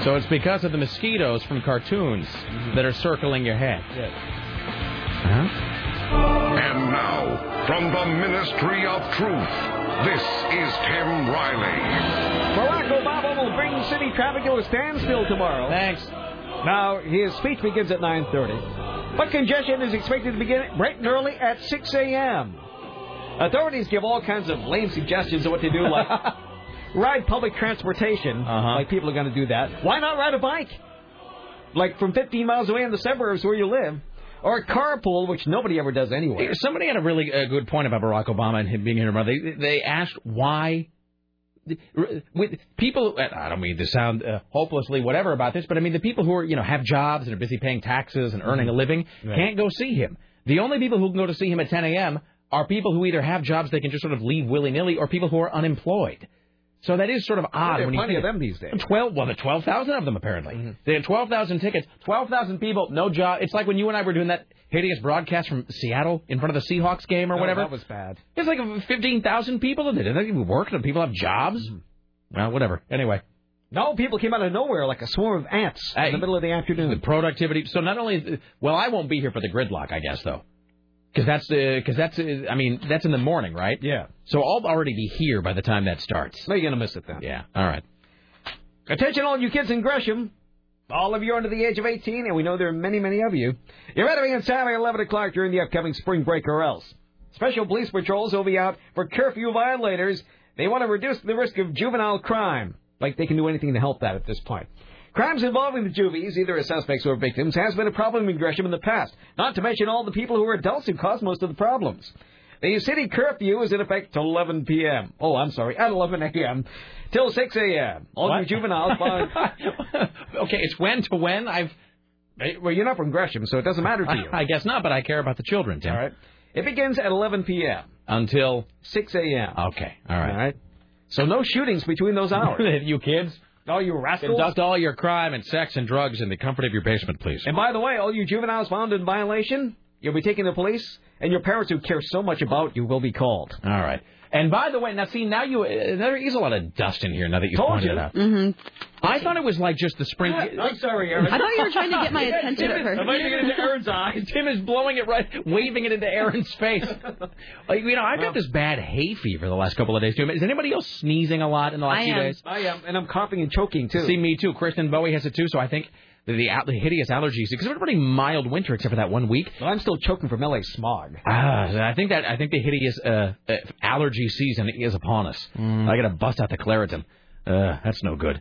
Speaker 2: So it's because of the mosquitoes from cartoons that are circling your head. Uh-huh.
Speaker 9: And now, from the Ministry of Truth, this is Tim Riley.
Speaker 3: Barack Obama will bring city traffic to a standstill tomorrow.
Speaker 2: Thanks.
Speaker 3: Now his speech begins at 9:30, but congestion is expected to begin bright and early at 6 a.m. Authorities give all kinds of lame suggestions of what to do, like ride public transportation. Like people are going to do that. Why not ride a bike? Like from 15 miles away in the suburbs where you live, or carpool, which nobody ever does anyway.
Speaker 2: Somebody had a really uh, good point about Barack Obama and him being in Iran. They, they asked why. With people, and I don't mean to sound uh, hopelessly whatever about this, but I mean the people who are you know have jobs and are busy paying taxes and
Speaker 3: Mm-hmm.
Speaker 2: earning a living
Speaker 11: Right.
Speaker 2: can't go see him. The only people who can go to see him at 10 a.m. are people who either have jobs they can just sort of leave willy nilly, or people who are unemployed. So that is sort of odd.
Speaker 3: there are
Speaker 2: when you
Speaker 3: plenty
Speaker 2: think
Speaker 3: of them these days.
Speaker 2: Twelve, well, the twelve thousand of them apparently.
Speaker 3: Mm-hmm.
Speaker 2: They had twelve thousand tickets, twelve thousand people, no job. It's like when you and I were doing that hideous broadcast from Seattle in front of the Seahawks game or
Speaker 3: No,
Speaker 2: whatever.
Speaker 3: Oh, that was bad.
Speaker 2: It's like fifteen thousand people, and they didn't even work. And people have jobs. Well, whatever. Anyway.
Speaker 3: Mm-hmm. No, people came out of nowhere like a swarm of ants in the middle of the afternoon.
Speaker 2: The productivity. So not only, is- well, I won't be here for the gridlock, I guess though, because that's because that's uh, I mean that's in the morning, right?
Speaker 3: Yeah.
Speaker 2: So I'll already be here by the time that starts.
Speaker 3: No, you're gonna miss it then.
Speaker 2: Yeah. All right.
Speaker 3: Attention, all you kids in Gresham. All of you under the age of 18, and we know there are many, many of you. You better be in Saturday at 11 o'clock during the upcoming spring break or else. Special police patrols will be out for curfew violators. They want to reduce the risk of juvenile crime. Like they can do anything to help that at this point. Crimes involving the juvies, either as suspects or victims, has been a problem in Gresham in the past. Not to mention all the people who are adults who cause most of the problems. The city curfew is in effect till 11 p.m. Oh, I'm sorry, at 11 a.m. till 6 a.m. All you juveniles.
Speaker 2: okay, it's when to when. I've
Speaker 3: eh, well, you're not from Gresham, so it doesn't matter to you.
Speaker 2: I guess not, but I care about the children, Tim.
Speaker 3: All right. It begins at 11 p.m.
Speaker 2: Until
Speaker 3: 6 a.m.
Speaker 2: Okay. All right.
Speaker 3: All right. So no shootings between those hours.
Speaker 2: you kids.
Speaker 3: All you rascals.
Speaker 2: Conduct all your crime and sex and drugs in the comfort of your basement, please.
Speaker 3: And by the way, all you juveniles found in violation, you'll be taken to police, and your parents who care so much about you will be called.
Speaker 2: All right. And by the way, now see, now you uh, there is a lot of dust in here. Now that you
Speaker 3: Told
Speaker 2: pointed
Speaker 3: you.
Speaker 2: it out,
Speaker 4: Mm-hmm.
Speaker 2: I thought it was like just the spring.
Speaker 3: I'm sorry,
Speaker 4: Aaron. I thought you were trying to get my attention at first.
Speaker 2: I might get into Aaron's eyes. Tim is blowing it right, waving it into Aaron's face. Like, you know, I've got this bad hay fever the last couple of days too. Is anybody else sneezing a lot in the last
Speaker 3: I
Speaker 2: few
Speaker 3: am.
Speaker 2: days?
Speaker 3: I am, and I'm coughing and choking too.
Speaker 2: See, me too. Kristen Bowie has it too. So I think the, the, out- the hideous allergies. Because it's a pretty mild winter, except for that one week.
Speaker 3: Well, I'm still choking from LA smog.
Speaker 2: Ah, I think that I think the hideous uh, uh, allergy season is upon us.
Speaker 3: Mm.
Speaker 2: I gotta bust out the Claritin. Uh, that's no good.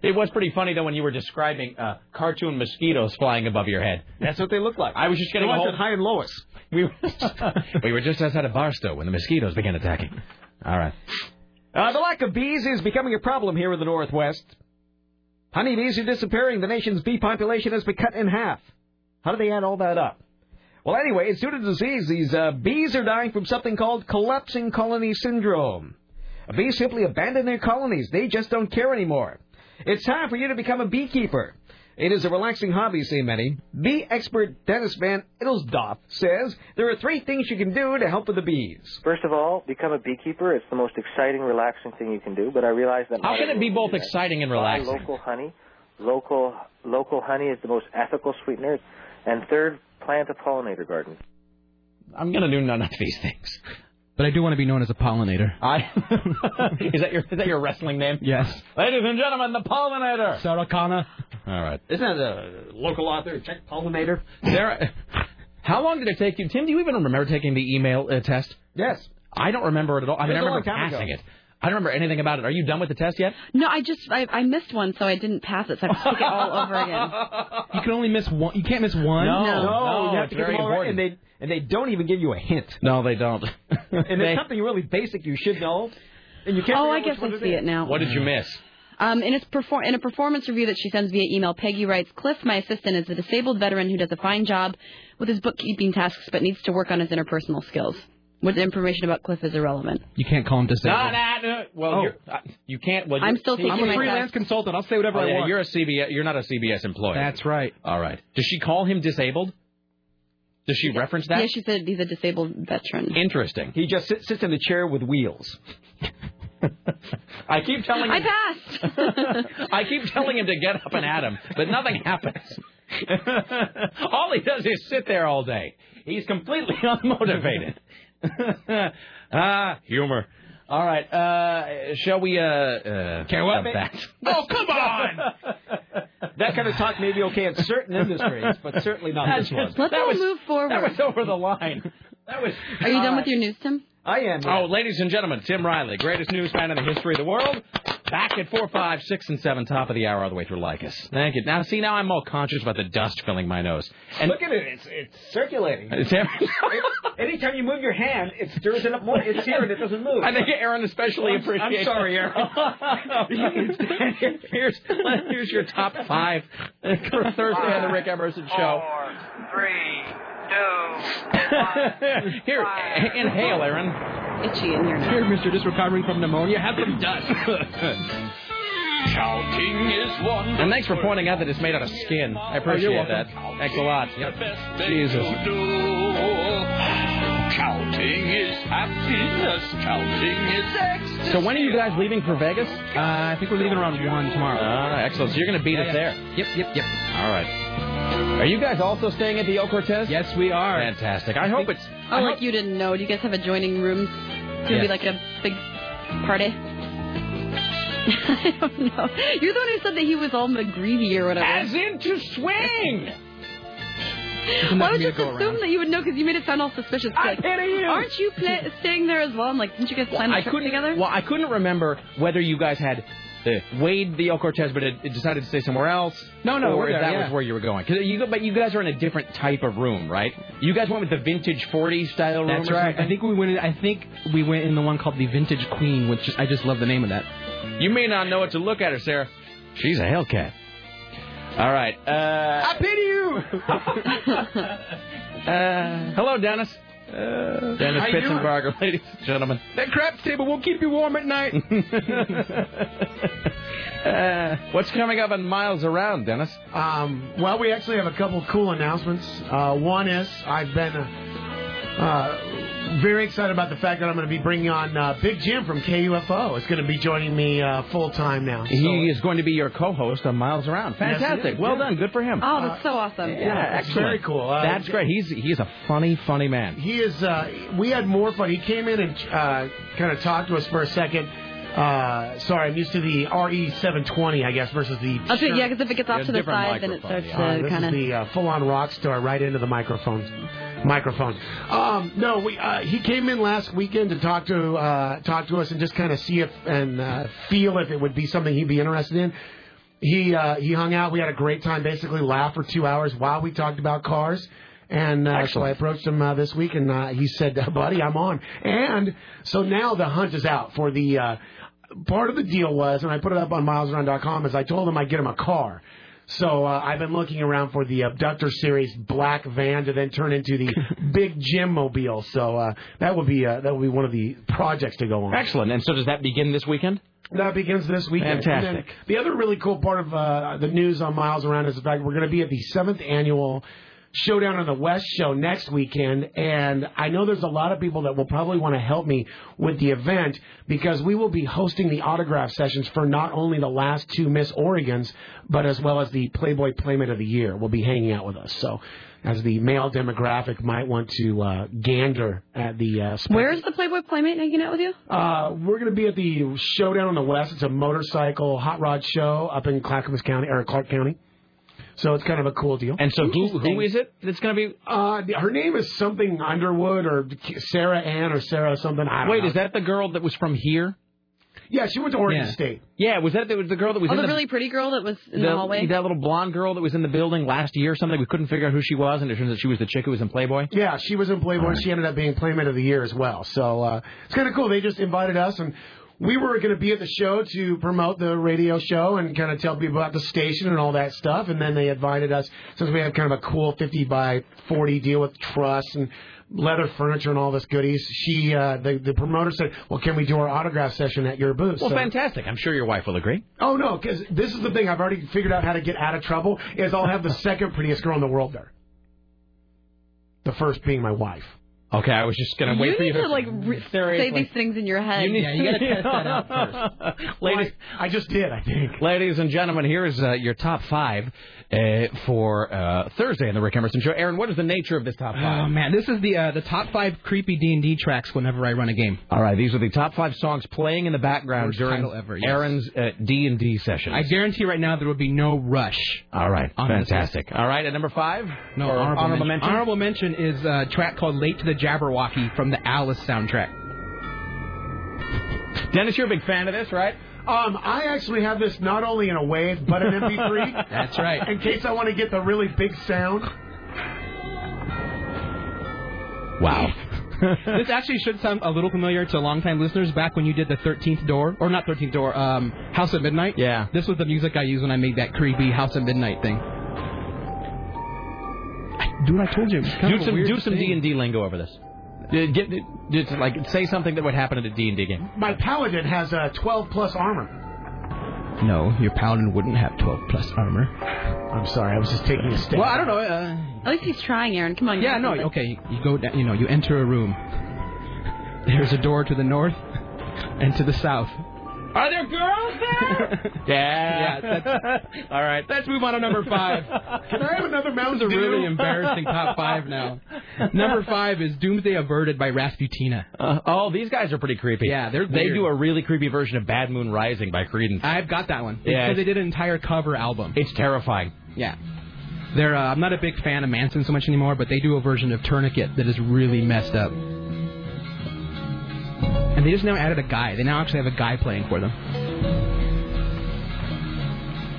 Speaker 2: It was pretty funny though when you were describing uh, cartoon mosquitoes flying above your head.
Speaker 3: That's what they look like.
Speaker 2: I was just getting
Speaker 3: the
Speaker 2: a
Speaker 3: ones
Speaker 2: hold-
Speaker 3: at high and lowest.
Speaker 2: We were, we were just outside of Barstow when the mosquitoes began attacking. All right.
Speaker 3: Uh, the lack of bees is becoming a problem here in the Northwest. Honeybees are disappearing. The nation's bee population has been cut in half. How do they add all that up? Well, anyway, it's due to disease. These uh, bees are dying from something called collapsing colony syndrome. Bees simply abandon their colonies. They just don't care anymore. It's time for you to become a beekeeper. It is a relaxing hobby, say many. Bee expert Dennis Van Ittelsdorf says there are three things you can do to help with the bees.
Speaker 18: First of all, become a beekeeper. It's the most exciting, relaxing thing you can do. But I realize that
Speaker 2: How
Speaker 18: not
Speaker 2: can it be
Speaker 18: everyone
Speaker 2: both
Speaker 18: can do that.
Speaker 2: exciting and
Speaker 18: Buy
Speaker 2: relaxing?
Speaker 18: Local honey, local local honey is the most ethical sweetener. And third, plant a pollinator garden.
Speaker 2: I'm gonna do none of these things.
Speaker 10: But I do want to be known as a pollinator.
Speaker 2: I is that your is that your wrestling name?
Speaker 10: Yes.
Speaker 2: Ladies and gentlemen, the pollinator.
Speaker 10: Sarah Connor.
Speaker 2: All right.
Speaker 3: Isn't that a local author, Czech pollinator?
Speaker 2: Sarah, how long did it take you, Tim? Do you even remember taking the email uh, test?
Speaker 3: Yes.
Speaker 2: I don't remember it at all. I mean, I
Speaker 4: It was a
Speaker 2: remember
Speaker 4: long time ago.
Speaker 2: passing it. I don't remember anything about it. Are you done with the test yet?
Speaker 4: No, I just I, I missed one, so I didn't pass it, so I have to take it all over again.
Speaker 10: You can only miss one. You can't miss one.
Speaker 2: No, No.
Speaker 3: No,
Speaker 2: no,
Speaker 3: you have
Speaker 2: it's
Speaker 3: to get
Speaker 2: very
Speaker 3: them all right,
Speaker 2: important.
Speaker 3: and they and they don't even give you a hint.
Speaker 2: No, they don't.
Speaker 3: And
Speaker 2: They-
Speaker 3: it's something really basic you should know, and you can't.
Speaker 4: Oh,
Speaker 3: figure out
Speaker 4: I
Speaker 3: which
Speaker 4: guess
Speaker 3: one
Speaker 4: I see
Speaker 3: is.
Speaker 4: it now.
Speaker 2: What did you miss?
Speaker 4: Um, in, his perfor- in a performance review that she sends via email, Peggy writes, Cliff, my assistant, is a disabled veteran who does a fine job with his bookkeeping tasks but needs to work on his interpersonal skills. With information about Cliff is irrelevant.
Speaker 10: You can't call him
Speaker 2: No,
Speaker 10: disabled.
Speaker 2: no, no. Well,
Speaker 10: Oh.
Speaker 2: you're, uh, you can't. Well,
Speaker 4: I'm
Speaker 2: you're-
Speaker 4: still
Speaker 10: I'm
Speaker 4: taking
Speaker 10: a
Speaker 4: my
Speaker 10: freelance
Speaker 4: test.
Speaker 10: consultant. I'll say whatever
Speaker 2: Oh,
Speaker 10: I
Speaker 2: yeah,
Speaker 10: want.
Speaker 2: you're a CBS. You're not a CBS employee.
Speaker 10: That's right.
Speaker 2: All right. Does she call him disabled? Does she reference that?
Speaker 4: Yeah, she said he's a disabled veteran.
Speaker 2: Interesting.
Speaker 3: He just sits, sits in a chair with wheels.
Speaker 2: I keep telling
Speaker 4: I
Speaker 2: him.
Speaker 4: passed.
Speaker 2: I keep telling him to get up and at him, but nothing happens. all he does is sit there all day. He's completely unmotivated. ah, humor. All right. Uh, shall we? Uh, uh,
Speaker 10: Care what?
Speaker 2: have that?
Speaker 10: Oh, come on!
Speaker 3: That kind of talk may be okay in certain industries, but certainly not this one.
Speaker 4: Let's all move forward.
Speaker 2: That was over the line. That was.
Speaker 4: Are you done with your news, Tim?
Speaker 3: I am. uh,
Speaker 2: Oh, ladies and gentlemen, Tim Riley, greatest newsman in the history of the world. Back at four, five, six, and seven, top of the hour, all the way through Lycus. Thank you. Now, see, now I'm all conscious about the dust filling my nose. And
Speaker 3: Look at it. It's it's circulating.
Speaker 2: Tim,
Speaker 3: Anytime you move your hand, it stirs it up more. It's here and it doesn't move.
Speaker 2: I think Aaron especially
Speaker 3: I'm-
Speaker 2: appreciates.
Speaker 3: I'm sorry,
Speaker 2: Aaron. here's here's your top five Thursday on the Rick Emerson Show.
Speaker 29: Four, three, two,
Speaker 10: Oh.
Speaker 2: Here, inhale, Aaron.
Speaker 4: Itchy in here now.
Speaker 10: Here, Mister, just recovering from pneumonia. Have some dust.
Speaker 2: Shouting is one. And thanks for pointing out that it's made out of skin. I appreciate
Speaker 10: Oh, you're
Speaker 2: that.
Speaker 10: welcome.
Speaker 2: Thanks a lot. Jesus.
Speaker 11: Counting is happiness. Counting is ecstasy.
Speaker 2: So when are you guys leaving for Vegas?
Speaker 10: Uh, I think we're leaving around one tomorrow.
Speaker 2: Ah, excellent. So you're going to beat
Speaker 10: Yeah,
Speaker 2: us
Speaker 10: yeah.
Speaker 2: there.
Speaker 10: Yep, yep, yep.
Speaker 2: All right. Are you guys also staying at the El Cortez?
Speaker 10: Yes, we are.
Speaker 2: Fantastic. I hope it's.
Speaker 10: Uh-huh.
Speaker 4: Oh, like you didn't know. Do you guys have adjoining rooms? It's gonna
Speaker 2: Yes.
Speaker 4: be like a big party. I don't know. You're the one who said that he was all McGreevy or whatever.
Speaker 2: in to swing.
Speaker 4: Well, I
Speaker 10: for
Speaker 4: would
Speaker 10: me to
Speaker 4: just
Speaker 10: go
Speaker 4: assume
Speaker 10: around.
Speaker 4: that you would know because you made it sound all suspicious.
Speaker 2: I
Speaker 4: like,
Speaker 2: pity you.
Speaker 4: Aren't you pla- staying there as well? I'm like, didn't you guys plan a
Speaker 2: I
Speaker 4: trip
Speaker 2: couldn't.
Speaker 4: together?
Speaker 2: Well, I couldn't remember whether you guys had uh, weighed the El Cortez, but had had decided to stay somewhere else.
Speaker 10: No, no,
Speaker 2: or
Speaker 10: we're
Speaker 2: if
Speaker 10: there,
Speaker 2: that
Speaker 10: yeah.
Speaker 2: was where you were going. 'Cause you, go- but you guys are in a different type of room, right? You guys went with the vintage '40s style room.
Speaker 10: That's
Speaker 2: or
Speaker 10: right.
Speaker 2: something?
Speaker 10: I think we went. In, I think we went in the one called the Vintage Queen, which I just love the name of that.
Speaker 2: You may not know what to look at her, Sarah. She's a Hellcat. All right. Uh, I pity you. uh, hello, Dennis. Dennis
Speaker 10: How you doing?
Speaker 2: Pitzenbarger, ladies and gentlemen.
Speaker 10: That crap table will keep you warm at night.
Speaker 2: Uh, what's coming up on Miles Around, Dennis?
Speaker 30: Um, well, we actually have a couple cool announcements. Uh, one is I've been uh, uh, very excited about the fact that I'm going to be bringing on uh, Big Jim from KUFO. Is going to be joining me uh, full time now.
Speaker 2: He is going to be your co-host on Miles Around.
Speaker 30: Yes, he is.
Speaker 2: Fantastic. well
Speaker 30: Yeah.
Speaker 2: done. Good for him.
Speaker 30: Oh, that's
Speaker 4: so awesome.
Speaker 2: Yeah,
Speaker 30: yeah, it's
Speaker 2: excellent.
Speaker 30: very cool. Uh,
Speaker 2: That's great. He's he's a funny, funny man.
Speaker 30: He is. Uh, we had more fun. He came in and uh, kind of talked to us for a second. Uh, sorry, I'm used to the RE720, I guess, versus the.
Speaker 4: I'll do it, yeah, 'cause if it gets off Yeah, to the different side, then it microphone, starts yeah. to
Speaker 30: Uh, this
Speaker 4: kinda-
Speaker 30: is the uh, full-on rock star right into the microphone. Microphone. Um, no, we. Uh, he came in last weekend to talk to uh, talk to us and just kind of see if and uh, feel if it would be something he'd be interested in. He uh, he hung out. We had a great time. Basically, laughed for two hours while we talked about cars. And uh, so I approached him uh, this week, and uh, he said, uh, "Buddy, I'm on." And so now the hunt is out for the. Uh, part of the deal was, and I put it up on MilesRun.com, is I told him I'd get him a car. So uh, I've been looking around for the Abductor Series black van to then turn into the Big Jim Mobile. So uh, that would be uh, that would be one of the projects to go on.
Speaker 2: Excellent. And so does that begin this weekend?
Speaker 30: That begins this weekend.
Speaker 2: Fantastic.
Speaker 30: And then the other really cool part of uh, the news on Miles Around is the fact we're going to be at the seventh annual Showdown on the West show next weekend, and I know there's a lot of people that will probably want to help me with the event because we will be hosting the autograph sessions for not only the last two Miss Oregons, but as well as the Playboy Playmate of the Year will be hanging out with us. So, as the male demographic might want to uh, gander at the uh, sport.
Speaker 4: Where's the Playboy Playmate hanging out with you?
Speaker 30: Uh, we're going to be at the Showdown on the West. It's a motorcycle hot rod show up in Clackamas County or Clark County. So it's kind of a cool deal.
Speaker 2: And so who who is it that's going to be?
Speaker 30: Uh, her name is something Underwood or Sarah Ann or Sarah something. I don't
Speaker 2: Wait,
Speaker 30: know.
Speaker 2: is that the girl that was from here?
Speaker 30: Yeah, she went to Oregon
Speaker 2: Yeah.
Speaker 30: State.
Speaker 2: Yeah, was that the, was the girl that was
Speaker 4: oh,
Speaker 2: in
Speaker 4: the,
Speaker 2: the
Speaker 4: really pretty girl that was in the, hallway.
Speaker 2: That little blonde girl that was in the building last year or something. We couldn't figure out who she was, and it turns out she was the chick who was in Playboy.
Speaker 30: Yeah, she was in Playboy. She ended up being Playmate of the Year as well. So uh, it's kind of cool. They just invited us, and we were going to be at the show to promote the radio show and kind of tell people about the station and all that stuff. And then they invited us since we have kind of a cool 50 by 40 deal with truss and leather furniture and all this goodies. She, uh, the, the promoter said, "Well, can we do our autograph session at your booth?"
Speaker 2: Well,
Speaker 30: So-
Speaker 2: fantastic. I'm sure your wife will agree.
Speaker 30: Oh no, because this is the thing. I've already figured out how to get out of trouble. Is I'll have the second prettiest girl in the world there. The first being my wife.
Speaker 2: Okay, I was just going to wait
Speaker 4: you
Speaker 2: for you
Speaker 4: need to like re- say these things in your head.
Speaker 2: You need- Yeah, you gotta test that out
Speaker 30: first. Ladies, I, just did. I think.
Speaker 2: Ladies and gentlemen, here's uh, your top five uh, for uh, Thursday on the Rick Emerson Show. Aaron, what is the nature of this top five?
Speaker 10: Oh man, this is the uh, the top five creepy D and D tracks whenever I run a game.
Speaker 2: All right, these are the top five songs playing in the background
Speaker 10: Worst
Speaker 2: during
Speaker 10: title ever, yes.
Speaker 2: Aaron's uh, D and D session.
Speaker 10: I guarantee right now there will be no rush.
Speaker 2: All right,
Speaker 10: On this
Speaker 2: fantastic. All right, at number five,
Speaker 10: No
Speaker 2: or
Speaker 10: honorable,
Speaker 2: honorable
Speaker 10: mention. Honorable mention is a track called "Late to the Jabberwocky" from the Alice soundtrack.
Speaker 2: Dennis, you're a big fan of this, right?
Speaker 30: Um, I actually have this not only in a wave but an MP3.
Speaker 10: That's right.
Speaker 30: In case I want to get the really big sound.
Speaker 2: Wow.
Speaker 10: this actually should sound a little familiar to longtime listeners. Back when you did the Thirteenth Door, or not Thirteenth Door, um, House at Midnight.
Speaker 2: Yeah.
Speaker 10: This was the music I used when I made that creepy House at Midnight thing. Dude, I told you. It was kind
Speaker 2: do
Speaker 10: of a
Speaker 2: some
Speaker 10: weird
Speaker 2: do some
Speaker 10: thing.
Speaker 2: D and D lingo over this. Uh, Get, just like say something that would happen at a D and D game.
Speaker 30: My paladin has a 12 plus armor.
Speaker 10: No, your paladin wouldn't have 12 plus armor.
Speaker 30: I'm sorry, I was just taking a step.
Speaker 10: Well, I don't know. Uh,
Speaker 4: At least he's trying, Aaron. Come on.
Speaker 10: yeah, no, okay. You go down, you know, you enter a room. There's a door to the north and to the south.
Speaker 2: Are there girls there?
Speaker 10: Yeah, that's-
Speaker 2: All right.
Speaker 10: Let's move on to number five.
Speaker 30: Can I have another
Speaker 10: That was
Speaker 30: Mountain
Speaker 10: a
Speaker 30: Dew?
Speaker 10: really embarrassing top five now. Number five is Doomsday Averted by Rasputina.
Speaker 2: Uh, oh, these guys are pretty creepy.
Speaker 10: Yeah, they're
Speaker 2: they
Speaker 10: weird.
Speaker 2: do a really creepy version of Bad Moon Rising by Creedence.
Speaker 10: I've got that one.
Speaker 2: Yeah,
Speaker 10: Because they did an entire cover album.
Speaker 2: It's terrifying.
Speaker 10: Yeah. They're, uh, I'm not a big fan of Manson so much anymore, but they do a version of Tourniquet that is really messed up. And they just now added a guy. They now actually have a guy playing for them.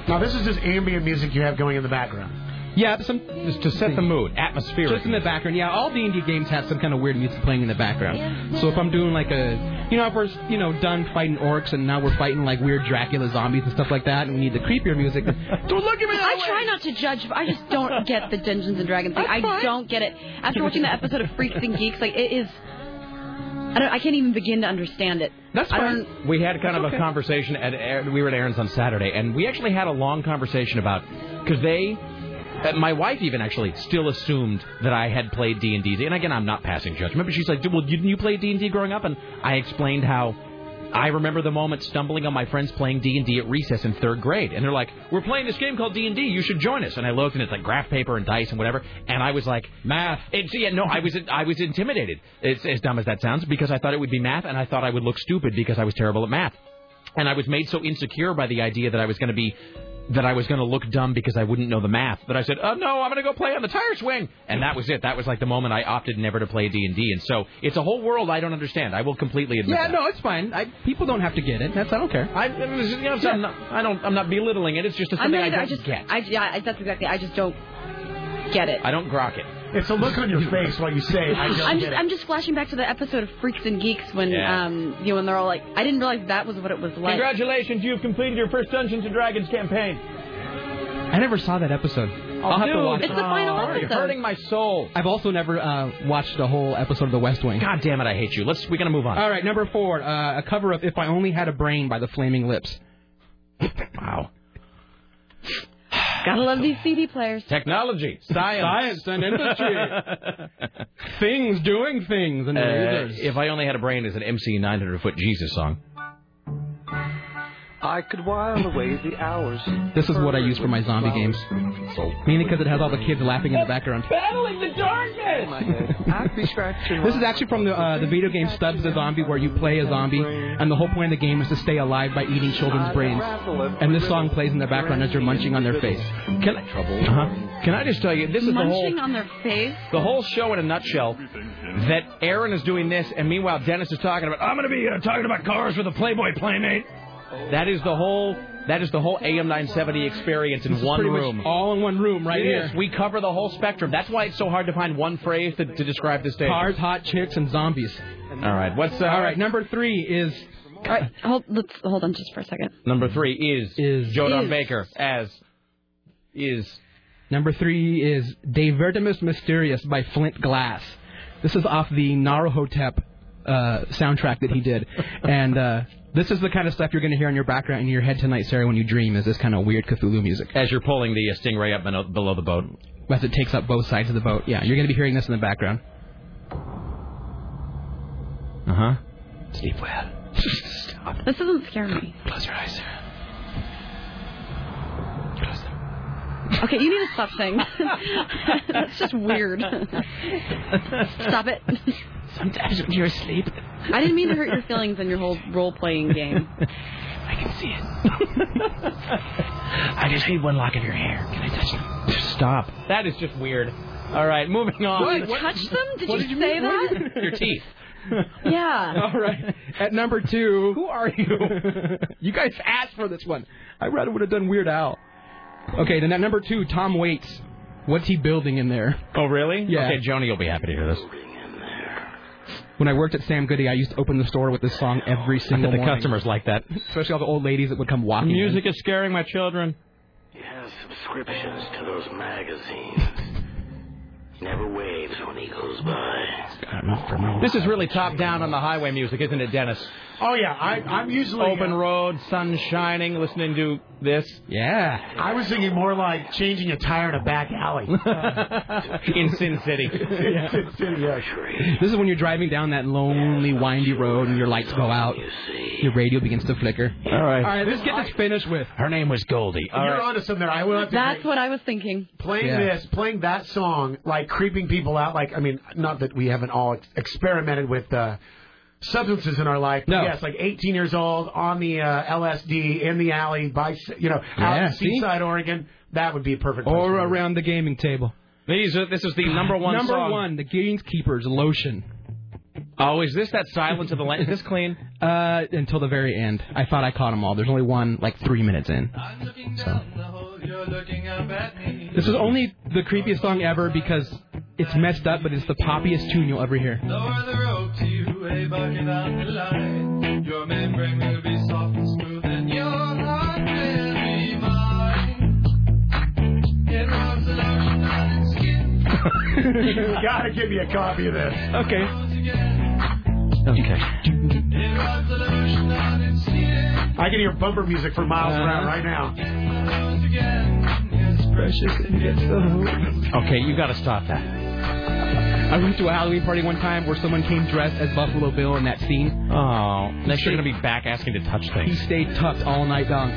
Speaker 30: Now this is just ambient music you have going in the background.
Speaker 10: Yeah, some just
Speaker 2: to set the mood, atmospheric.
Speaker 10: Just in the background. Yeah, all D and D games have some kind of weird music playing in the background. So if I'm doing like a You know, if we're you know done fighting orcs and now we're fighting like weird Dracula zombies and stuff like that, and we need the creepier music. Don't look at me.
Speaker 4: I try not to judge. I just don't get the Dungeons and Dragons thing. I don't get it. After watching that episode of Freaks and Geeks, like it is. I don't. I can't even begin to understand it.
Speaker 2: That's
Speaker 4: I
Speaker 2: fine.
Speaker 4: don't-
Speaker 2: We had kind of
Speaker 4: That's
Speaker 2: a
Speaker 4: okay.
Speaker 2: conversation at Aaron- we were at Aaron's on Saturday, and we actually had a long conversation about because they, uh, my wife even actually still assumed that I had played D and D. And again, I'm not passing judgment, but she's like, "Well, didn't you play D and D growing up?" And I explained how. I remember the moment stumbling on my friends playing D and D at recess in third grade, and they're like, "We're playing this game called D and D. You should join us." And I looked, and it's like graph paper and dice and whatever, and I was like, "Math." It's yeah, no, I was I was intimidated. It's as dumb as that sounds, because I thought it would be math, and I thought I would look stupid because I was terrible at math, and I was made so insecure by the idea that I was going to be that I was going to look dumb because I wouldn't know the math that I said, "Oh no, I'm going to go play on the tire swing," and that was it. That was like the moment I opted never to play D and D, and so it's a whole world I don't understand. I will completely admit.
Speaker 10: Yeah,
Speaker 2: that.
Speaker 10: no, it's fine. I, people don't have to get it. That's I don't care.
Speaker 2: I, I'm not, I don't. I'm not belittling it. It's just it's
Speaker 4: I'm
Speaker 2: something
Speaker 4: not either.
Speaker 2: I
Speaker 4: I
Speaker 2: don't
Speaker 4: just.
Speaker 2: get.
Speaker 4: I, yeah, I- that's exactly. I just don't get it.
Speaker 2: I don't grok it.
Speaker 3: It's a look on your face while you say, "I don't
Speaker 4: I'm
Speaker 3: get
Speaker 4: just,
Speaker 3: it."
Speaker 4: I'm just flashing back to the episode of Freaks and Geeks when
Speaker 2: Yeah.
Speaker 4: um you know when they're all like I didn't realize that was what it was like.
Speaker 2: Congratulations, you've completed your first Dungeons and Dragons campaign.
Speaker 10: I never saw that episode. I'll have to
Speaker 2: dude,
Speaker 10: watch
Speaker 2: it's
Speaker 10: it.
Speaker 2: the final Sorry, episode. hurting my soul.
Speaker 10: I've also never uh, watched the whole episode of The West Wing.
Speaker 2: God damn it, I hate you. Let's we're gonna move on.
Speaker 10: All right, number four, uh, a cover of "If I Only Had a Brain" by the Flaming Lips.
Speaker 2: wow.
Speaker 4: Gotta love these CD players.
Speaker 2: Technology, science,
Speaker 10: Science and industry. things doing things and
Speaker 2: Uh,
Speaker 10: lasers.
Speaker 2: if I only had a brain is an MC 900 foot Jesus song.
Speaker 18: I could while away the hours.
Speaker 10: This is what I use for my zombie games, mainly because it has all the kids laughing in the background.
Speaker 18: Battling the darkness. I'd be scratching.
Speaker 10: This is actually from the uh, the video game Stubbs the Zombie, where you play a zombie, and the whole point of the game is to stay alive by eating children's brains. And this song plays in the background as you're munching on their face.
Speaker 2: Can I, uh-huh. Can I just tell you, this is the whole
Speaker 4: Munching on their face.
Speaker 2: the whole show in a nutshell that Aaron is doing this, and meanwhile Dennis is talking about I'm going to be uh, talking about cars with a Playboy playmate. That is the whole that is the whole AM 970 experience in
Speaker 10: This is
Speaker 2: one
Speaker 10: pretty much
Speaker 2: room.
Speaker 10: all in one room, right
Speaker 2: It
Speaker 10: here.
Speaker 2: is. We cover the whole spectrum. That's why it's so hard to find one phrase to, to describe this stage.
Speaker 10: Cars, hot chicks, and zombies.
Speaker 2: All right. What's uh,
Speaker 10: all right? Number three is.
Speaker 4: All right, hold let's hold on just for a second.
Speaker 2: number three is
Speaker 10: is
Speaker 2: Jodan
Speaker 10: Is.
Speaker 2: Baker as is.
Speaker 10: Number three is De Vertimus Mysterious by Flint Glass. This is off the Naruhotep uh, soundtrack that he did, and uh, this is the kind of stuff you're going to hear in your background in your head tonight, Sarah, when you dream. Is this kind of weird Cthulhu music
Speaker 2: as you're pulling the uh, stingray up below, below the boat?
Speaker 10: as it takes up both sides of the boat? Yeah, you're going to be hearing this in the background.
Speaker 2: Uh
Speaker 10: Uh-huh.
Speaker 2: huh. Sleep well.
Speaker 4: This doesn't scare me.
Speaker 2: Close your eyes, Sarah.
Speaker 4: Okay, you need to stop saying that. That's just weird. Stop it.
Speaker 2: Sometimes when you're asleep,
Speaker 4: I didn't mean to hurt your feelings in your whole role playing game.
Speaker 2: I can see it. I just need one lock of your hair. Can I touch them? Stop. That is just weird. All right, moving on.
Speaker 4: Did you touch them? Did you, say that?
Speaker 2: Your teeth.
Speaker 4: Yeah.
Speaker 10: All right. At number two. Who
Speaker 2: are you?
Speaker 10: you guys asked for this one. I rather would have done Weird Al. Okay, then at number two, Tom Waits. What's he building in there?
Speaker 2: Oh, really?
Speaker 10: Yeah.
Speaker 2: Okay, Joni will be happy to hear this.
Speaker 10: When I worked at Sam Goody, I used to open the store with this song every single
Speaker 2: the
Speaker 10: morning.
Speaker 2: customers like that.
Speaker 10: Especially all the old ladies that would come walking.
Speaker 2: Music is scaring my children.
Speaker 17: He has subscriptions to those magazines. He never waves when he goes by.
Speaker 2: This is really top down on the highway music, isn't it, Dennis?
Speaker 3: Oh yeah, I, I'm usually
Speaker 2: open
Speaker 30: uh,
Speaker 2: road, sun shining, listening to this. Yeah.
Speaker 3: I was thinking more like changing a tire in a back alley.
Speaker 2: In Sin City.
Speaker 10: in. This is when you're driving down that lonely, windy road and your lights go out. Your radio begins to flicker. All
Speaker 2: right.
Speaker 10: All right, let's get this finished with.
Speaker 2: Her name was Goldie.
Speaker 3: You're onto something there. I will have to
Speaker 4: That's
Speaker 3: agree.
Speaker 4: what I was thinking.
Speaker 3: Playing this, playing that song, like creeping people out. Like I mean, not that we haven't all ex- experimented with uh, substances in our life. But
Speaker 10: No.
Speaker 3: Yes, like 18 years old on the uh, LSD in the alley by s- you know out
Speaker 10: Yeah,
Speaker 3: in
Speaker 10: see?
Speaker 3: Seaside, Oregon. That would be a perfect. place
Speaker 10: Or
Speaker 3: for it.
Speaker 10: around the gaming table.
Speaker 2: These are, this is the number one
Speaker 10: Number
Speaker 2: song.
Speaker 10: one, the Gamekeepers, Lotion.
Speaker 2: Oh, is this that Silence of the Land? Is this clean?
Speaker 10: Uh, until the very end. I thought I caught them all. There's only one, like three minutes in. This is only the creepiest song ever because it's messed up, but it's the poppiest tune you'll ever hear.
Speaker 17: Lower the rope to
Speaker 11: way back down the line. Your membrane will be soft and smooth, and your heart will be mine. It rubs along your darling skin.
Speaker 30: you gotta give me a copy of this.
Speaker 10: Okay.
Speaker 31: Okay.
Speaker 11: It rubs along your darling skin.
Speaker 30: I can hear bumper music for miles
Speaker 10: Uh-huh.
Speaker 30: around right now.
Speaker 11: Once again, it's precious and it's the hope.
Speaker 2: Okay, you got to stop that.
Speaker 10: I went to a Halloween party one time where someone came dressed as Buffalo Bill in that scene.
Speaker 2: Oh, next you're gonna be back asking to touch
Speaker 10: He
Speaker 2: things.
Speaker 10: stayed tucked all night long.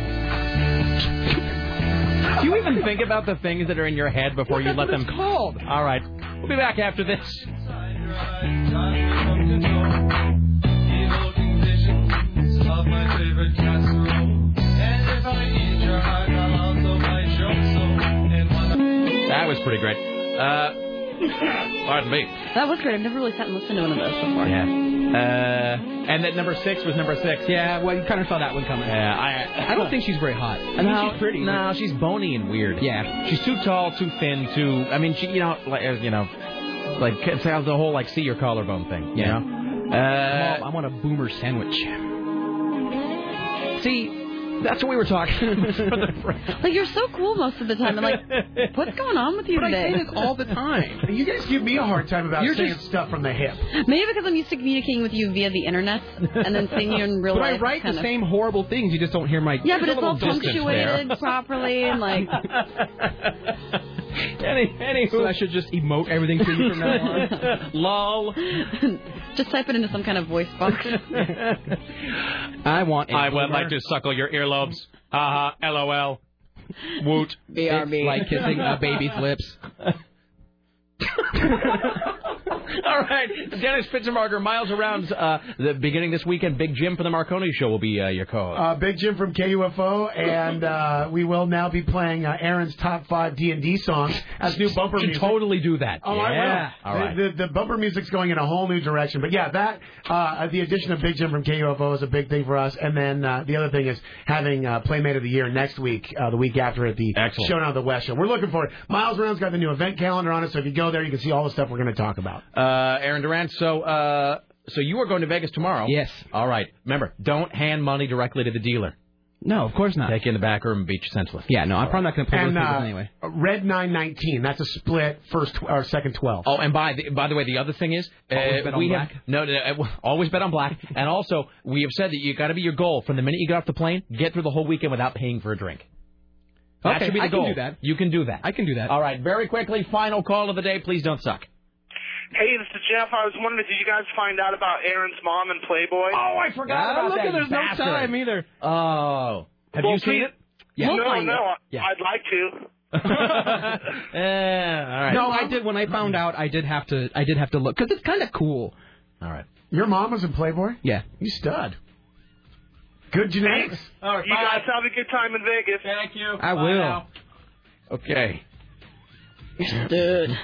Speaker 2: Do you even think about the things that are in your head before you let them?
Speaker 10: called.
Speaker 2: All right, we'll be back after this.
Speaker 11: Evoking visions of my favorite casserole. And if I eat your heart, I'll also bite your soul. And when I...
Speaker 2: That was pretty great. Uh, pardon me.
Speaker 4: That was great. I've never really sat and listened to one of those before.
Speaker 2: Yeah. Uh, and that number six was number six.
Speaker 10: Yeah, well, you kind of saw that one coming.
Speaker 2: Yeah, I.
Speaker 10: I don't think she's very hot. I mean,
Speaker 2: no,
Speaker 10: she's pretty.
Speaker 2: No, she's bony and weird. Yeah, she's too tall, too thin, too. I mean, she, you know, like uh, you know, like it's how the whole like see your collarbone thing. You
Speaker 10: Yeah.
Speaker 2: know. Uh,
Speaker 10: Mom, I want a boomer sandwich.
Speaker 2: See, that's what we were talking about. for the-
Speaker 4: Like you're so cool most of the time. I'm like, what's going on with you
Speaker 30: But I
Speaker 4: today?
Speaker 30: say this all the
Speaker 10: time.
Speaker 30: You guys give me a hard time about
Speaker 4: You're
Speaker 30: saying
Speaker 4: just-
Speaker 30: stuff from the hip.
Speaker 4: Maybe because I'm used to communicating with you via the internet and then seeing you in real
Speaker 10: but
Speaker 4: life.
Speaker 10: I write
Speaker 4: kind
Speaker 10: the
Speaker 4: of-
Speaker 10: same horrible things. You just don't hear my.
Speaker 4: Yeah, but
Speaker 10: There's
Speaker 4: it's
Speaker 10: a
Speaker 4: all
Speaker 10: little distance
Speaker 4: punctuated
Speaker 10: there.
Speaker 4: properly and like.
Speaker 2: Any, anywho.
Speaker 10: So I should just emote everything to you from now on.
Speaker 2: Lol.
Speaker 4: Just type it into some kind of voice box.
Speaker 2: I want.
Speaker 10: a
Speaker 2: I would
Speaker 10: boomer.
Speaker 2: like to suckle your earlobes. Haha. LOL. Woot.
Speaker 4: BRB.
Speaker 10: It's like kissing a baby's lips.
Speaker 2: All right, Dennis Fitzmarger, Miles Around. Uh, the beginning this weekend, Big Jim from the Marconi Show will be uh, your co-host.
Speaker 30: Uh, Big Jim from KUFO, and uh, we will now be playing uh, Aaron's top five D and D songs as new bumper
Speaker 2: You
Speaker 30: music.
Speaker 2: totally do that.
Speaker 30: Oh,
Speaker 2: yeah.
Speaker 30: I
Speaker 2: All
Speaker 30: will.
Speaker 2: right.
Speaker 30: The, the, the bumper music's going in a whole new direction. But yeah, that uh, the addition of Big Jim from KUFO is a big thing for us. And then uh, the other thing is having uh, Playmate of the Year next week, uh, the week after at the
Speaker 2: Excellent.
Speaker 30: Showdown of the West Show. We're looking for it. Miles Round's got the new event calendar on it, so if you go there, you can see all the stuff we're going to talk about.
Speaker 2: Uh, Aaron Durant. So, uh, so you are going to Vegas tomorrow?
Speaker 10: Yes.
Speaker 2: All right. Remember, don't hand money directly to the dealer.
Speaker 10: No, of course not.
Speaker 2: Take it in the back room and beat you senseless.
Speaker 10: Yeah, no, I'm probably not going to play
Speaker 30: And
Speaker 10: those people
Speaker 30: uh,
Speaker 10: anyway.
Speaker 30: Red nine nineteen. That's a split first tw- or second twelve.
Speaker 2: Oh, and by the, by the way, the other thing is, uh,
Speaker 10: Always bet on
Speaker 2: we
Speaker 10: black?
Speaker 2: have no, no, no, uh, always bet on black, and also we have said that you got to be your goal from the minute you get off the plane, get through the whole weekend without paying for a drink. That
Speaker 10: Okay,
Speaker 2: should be the
Speaker 10: I can
Speaker 2: goal.
Speaker 10: do that.
Speaker 2: You can do that.
Speaker 10: I can do that.
Speaker 2: All right, very quickly, final call of the day. Please don't suck.
Speaker 18: Hey, this is Jeff. I was wondering, did you guys find out about Aaron's mom and Playboy?
Speaker 2: Oh, I forgot about that bastard.
Speaker 10: either.
Speaker 2: Oh, have
Speaker 18: Well,
Speaker 2: you seen
Speaker 18: please-
Speaker 2: it?
Speaker 10: Yeah.
Speaker 18: No,
Speaker 10: Find
Speaker 18: no,
Speaker 10: it.
Speaker 18: I-
Speaker 2: Yeah.
Speaker 18: I'd like to.
Speaker 2: Eh, all right.
Speaker 10: No, I did. When I found out, I did have to. I did have to look because it's kind of cool.
Speaker 2: All right.
Speaker 30: Your mom was in Playboy.
Speaker 10: Yeah.
Speaker 30: You stud. Good genetics.
Speaker 2: All right.
Speaker 18: You guys have a good time in Vegas.
Speaker 2: Thank you.
Speaker 10: I will. now.
Speaker 2: Okay.
Speaker 4: Dude.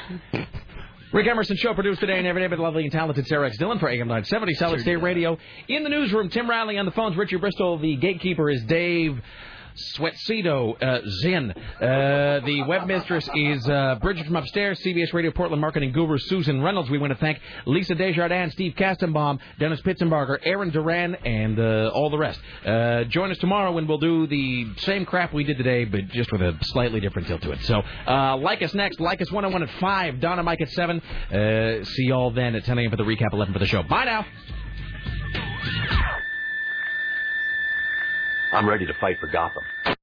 Speaker 2: Rick Emerson Show produced today and every day by the lovely and talented Sarah X. Dillon for AM 970 Solid State Radio. In the newsroom, Tim Riley on the phones, Richard Bristol. The gatekeeper is Dave Sweatsedo uh, Zinn. Uh, the web mistress is uh, Bridget from upstairs, CBS Radio Portland marketing guru Susan Reynolds. We want to thank Lisa Desjardins, Steve Kastenbaum, Dennis Pitzenbarger, Aaron Duran, and uh, all the rest. Uh, join us tomorrow when we'll do the same crap we did today, but just with a slightly different tilt to it. So, uh, like us next. Like us 101 at 5. Donna Mike at 7. Uh, see y'all then at 10 a.m. for the recap, 11 for the show. Bye now.
Speaker 26: I'm ready to fight for Gotham.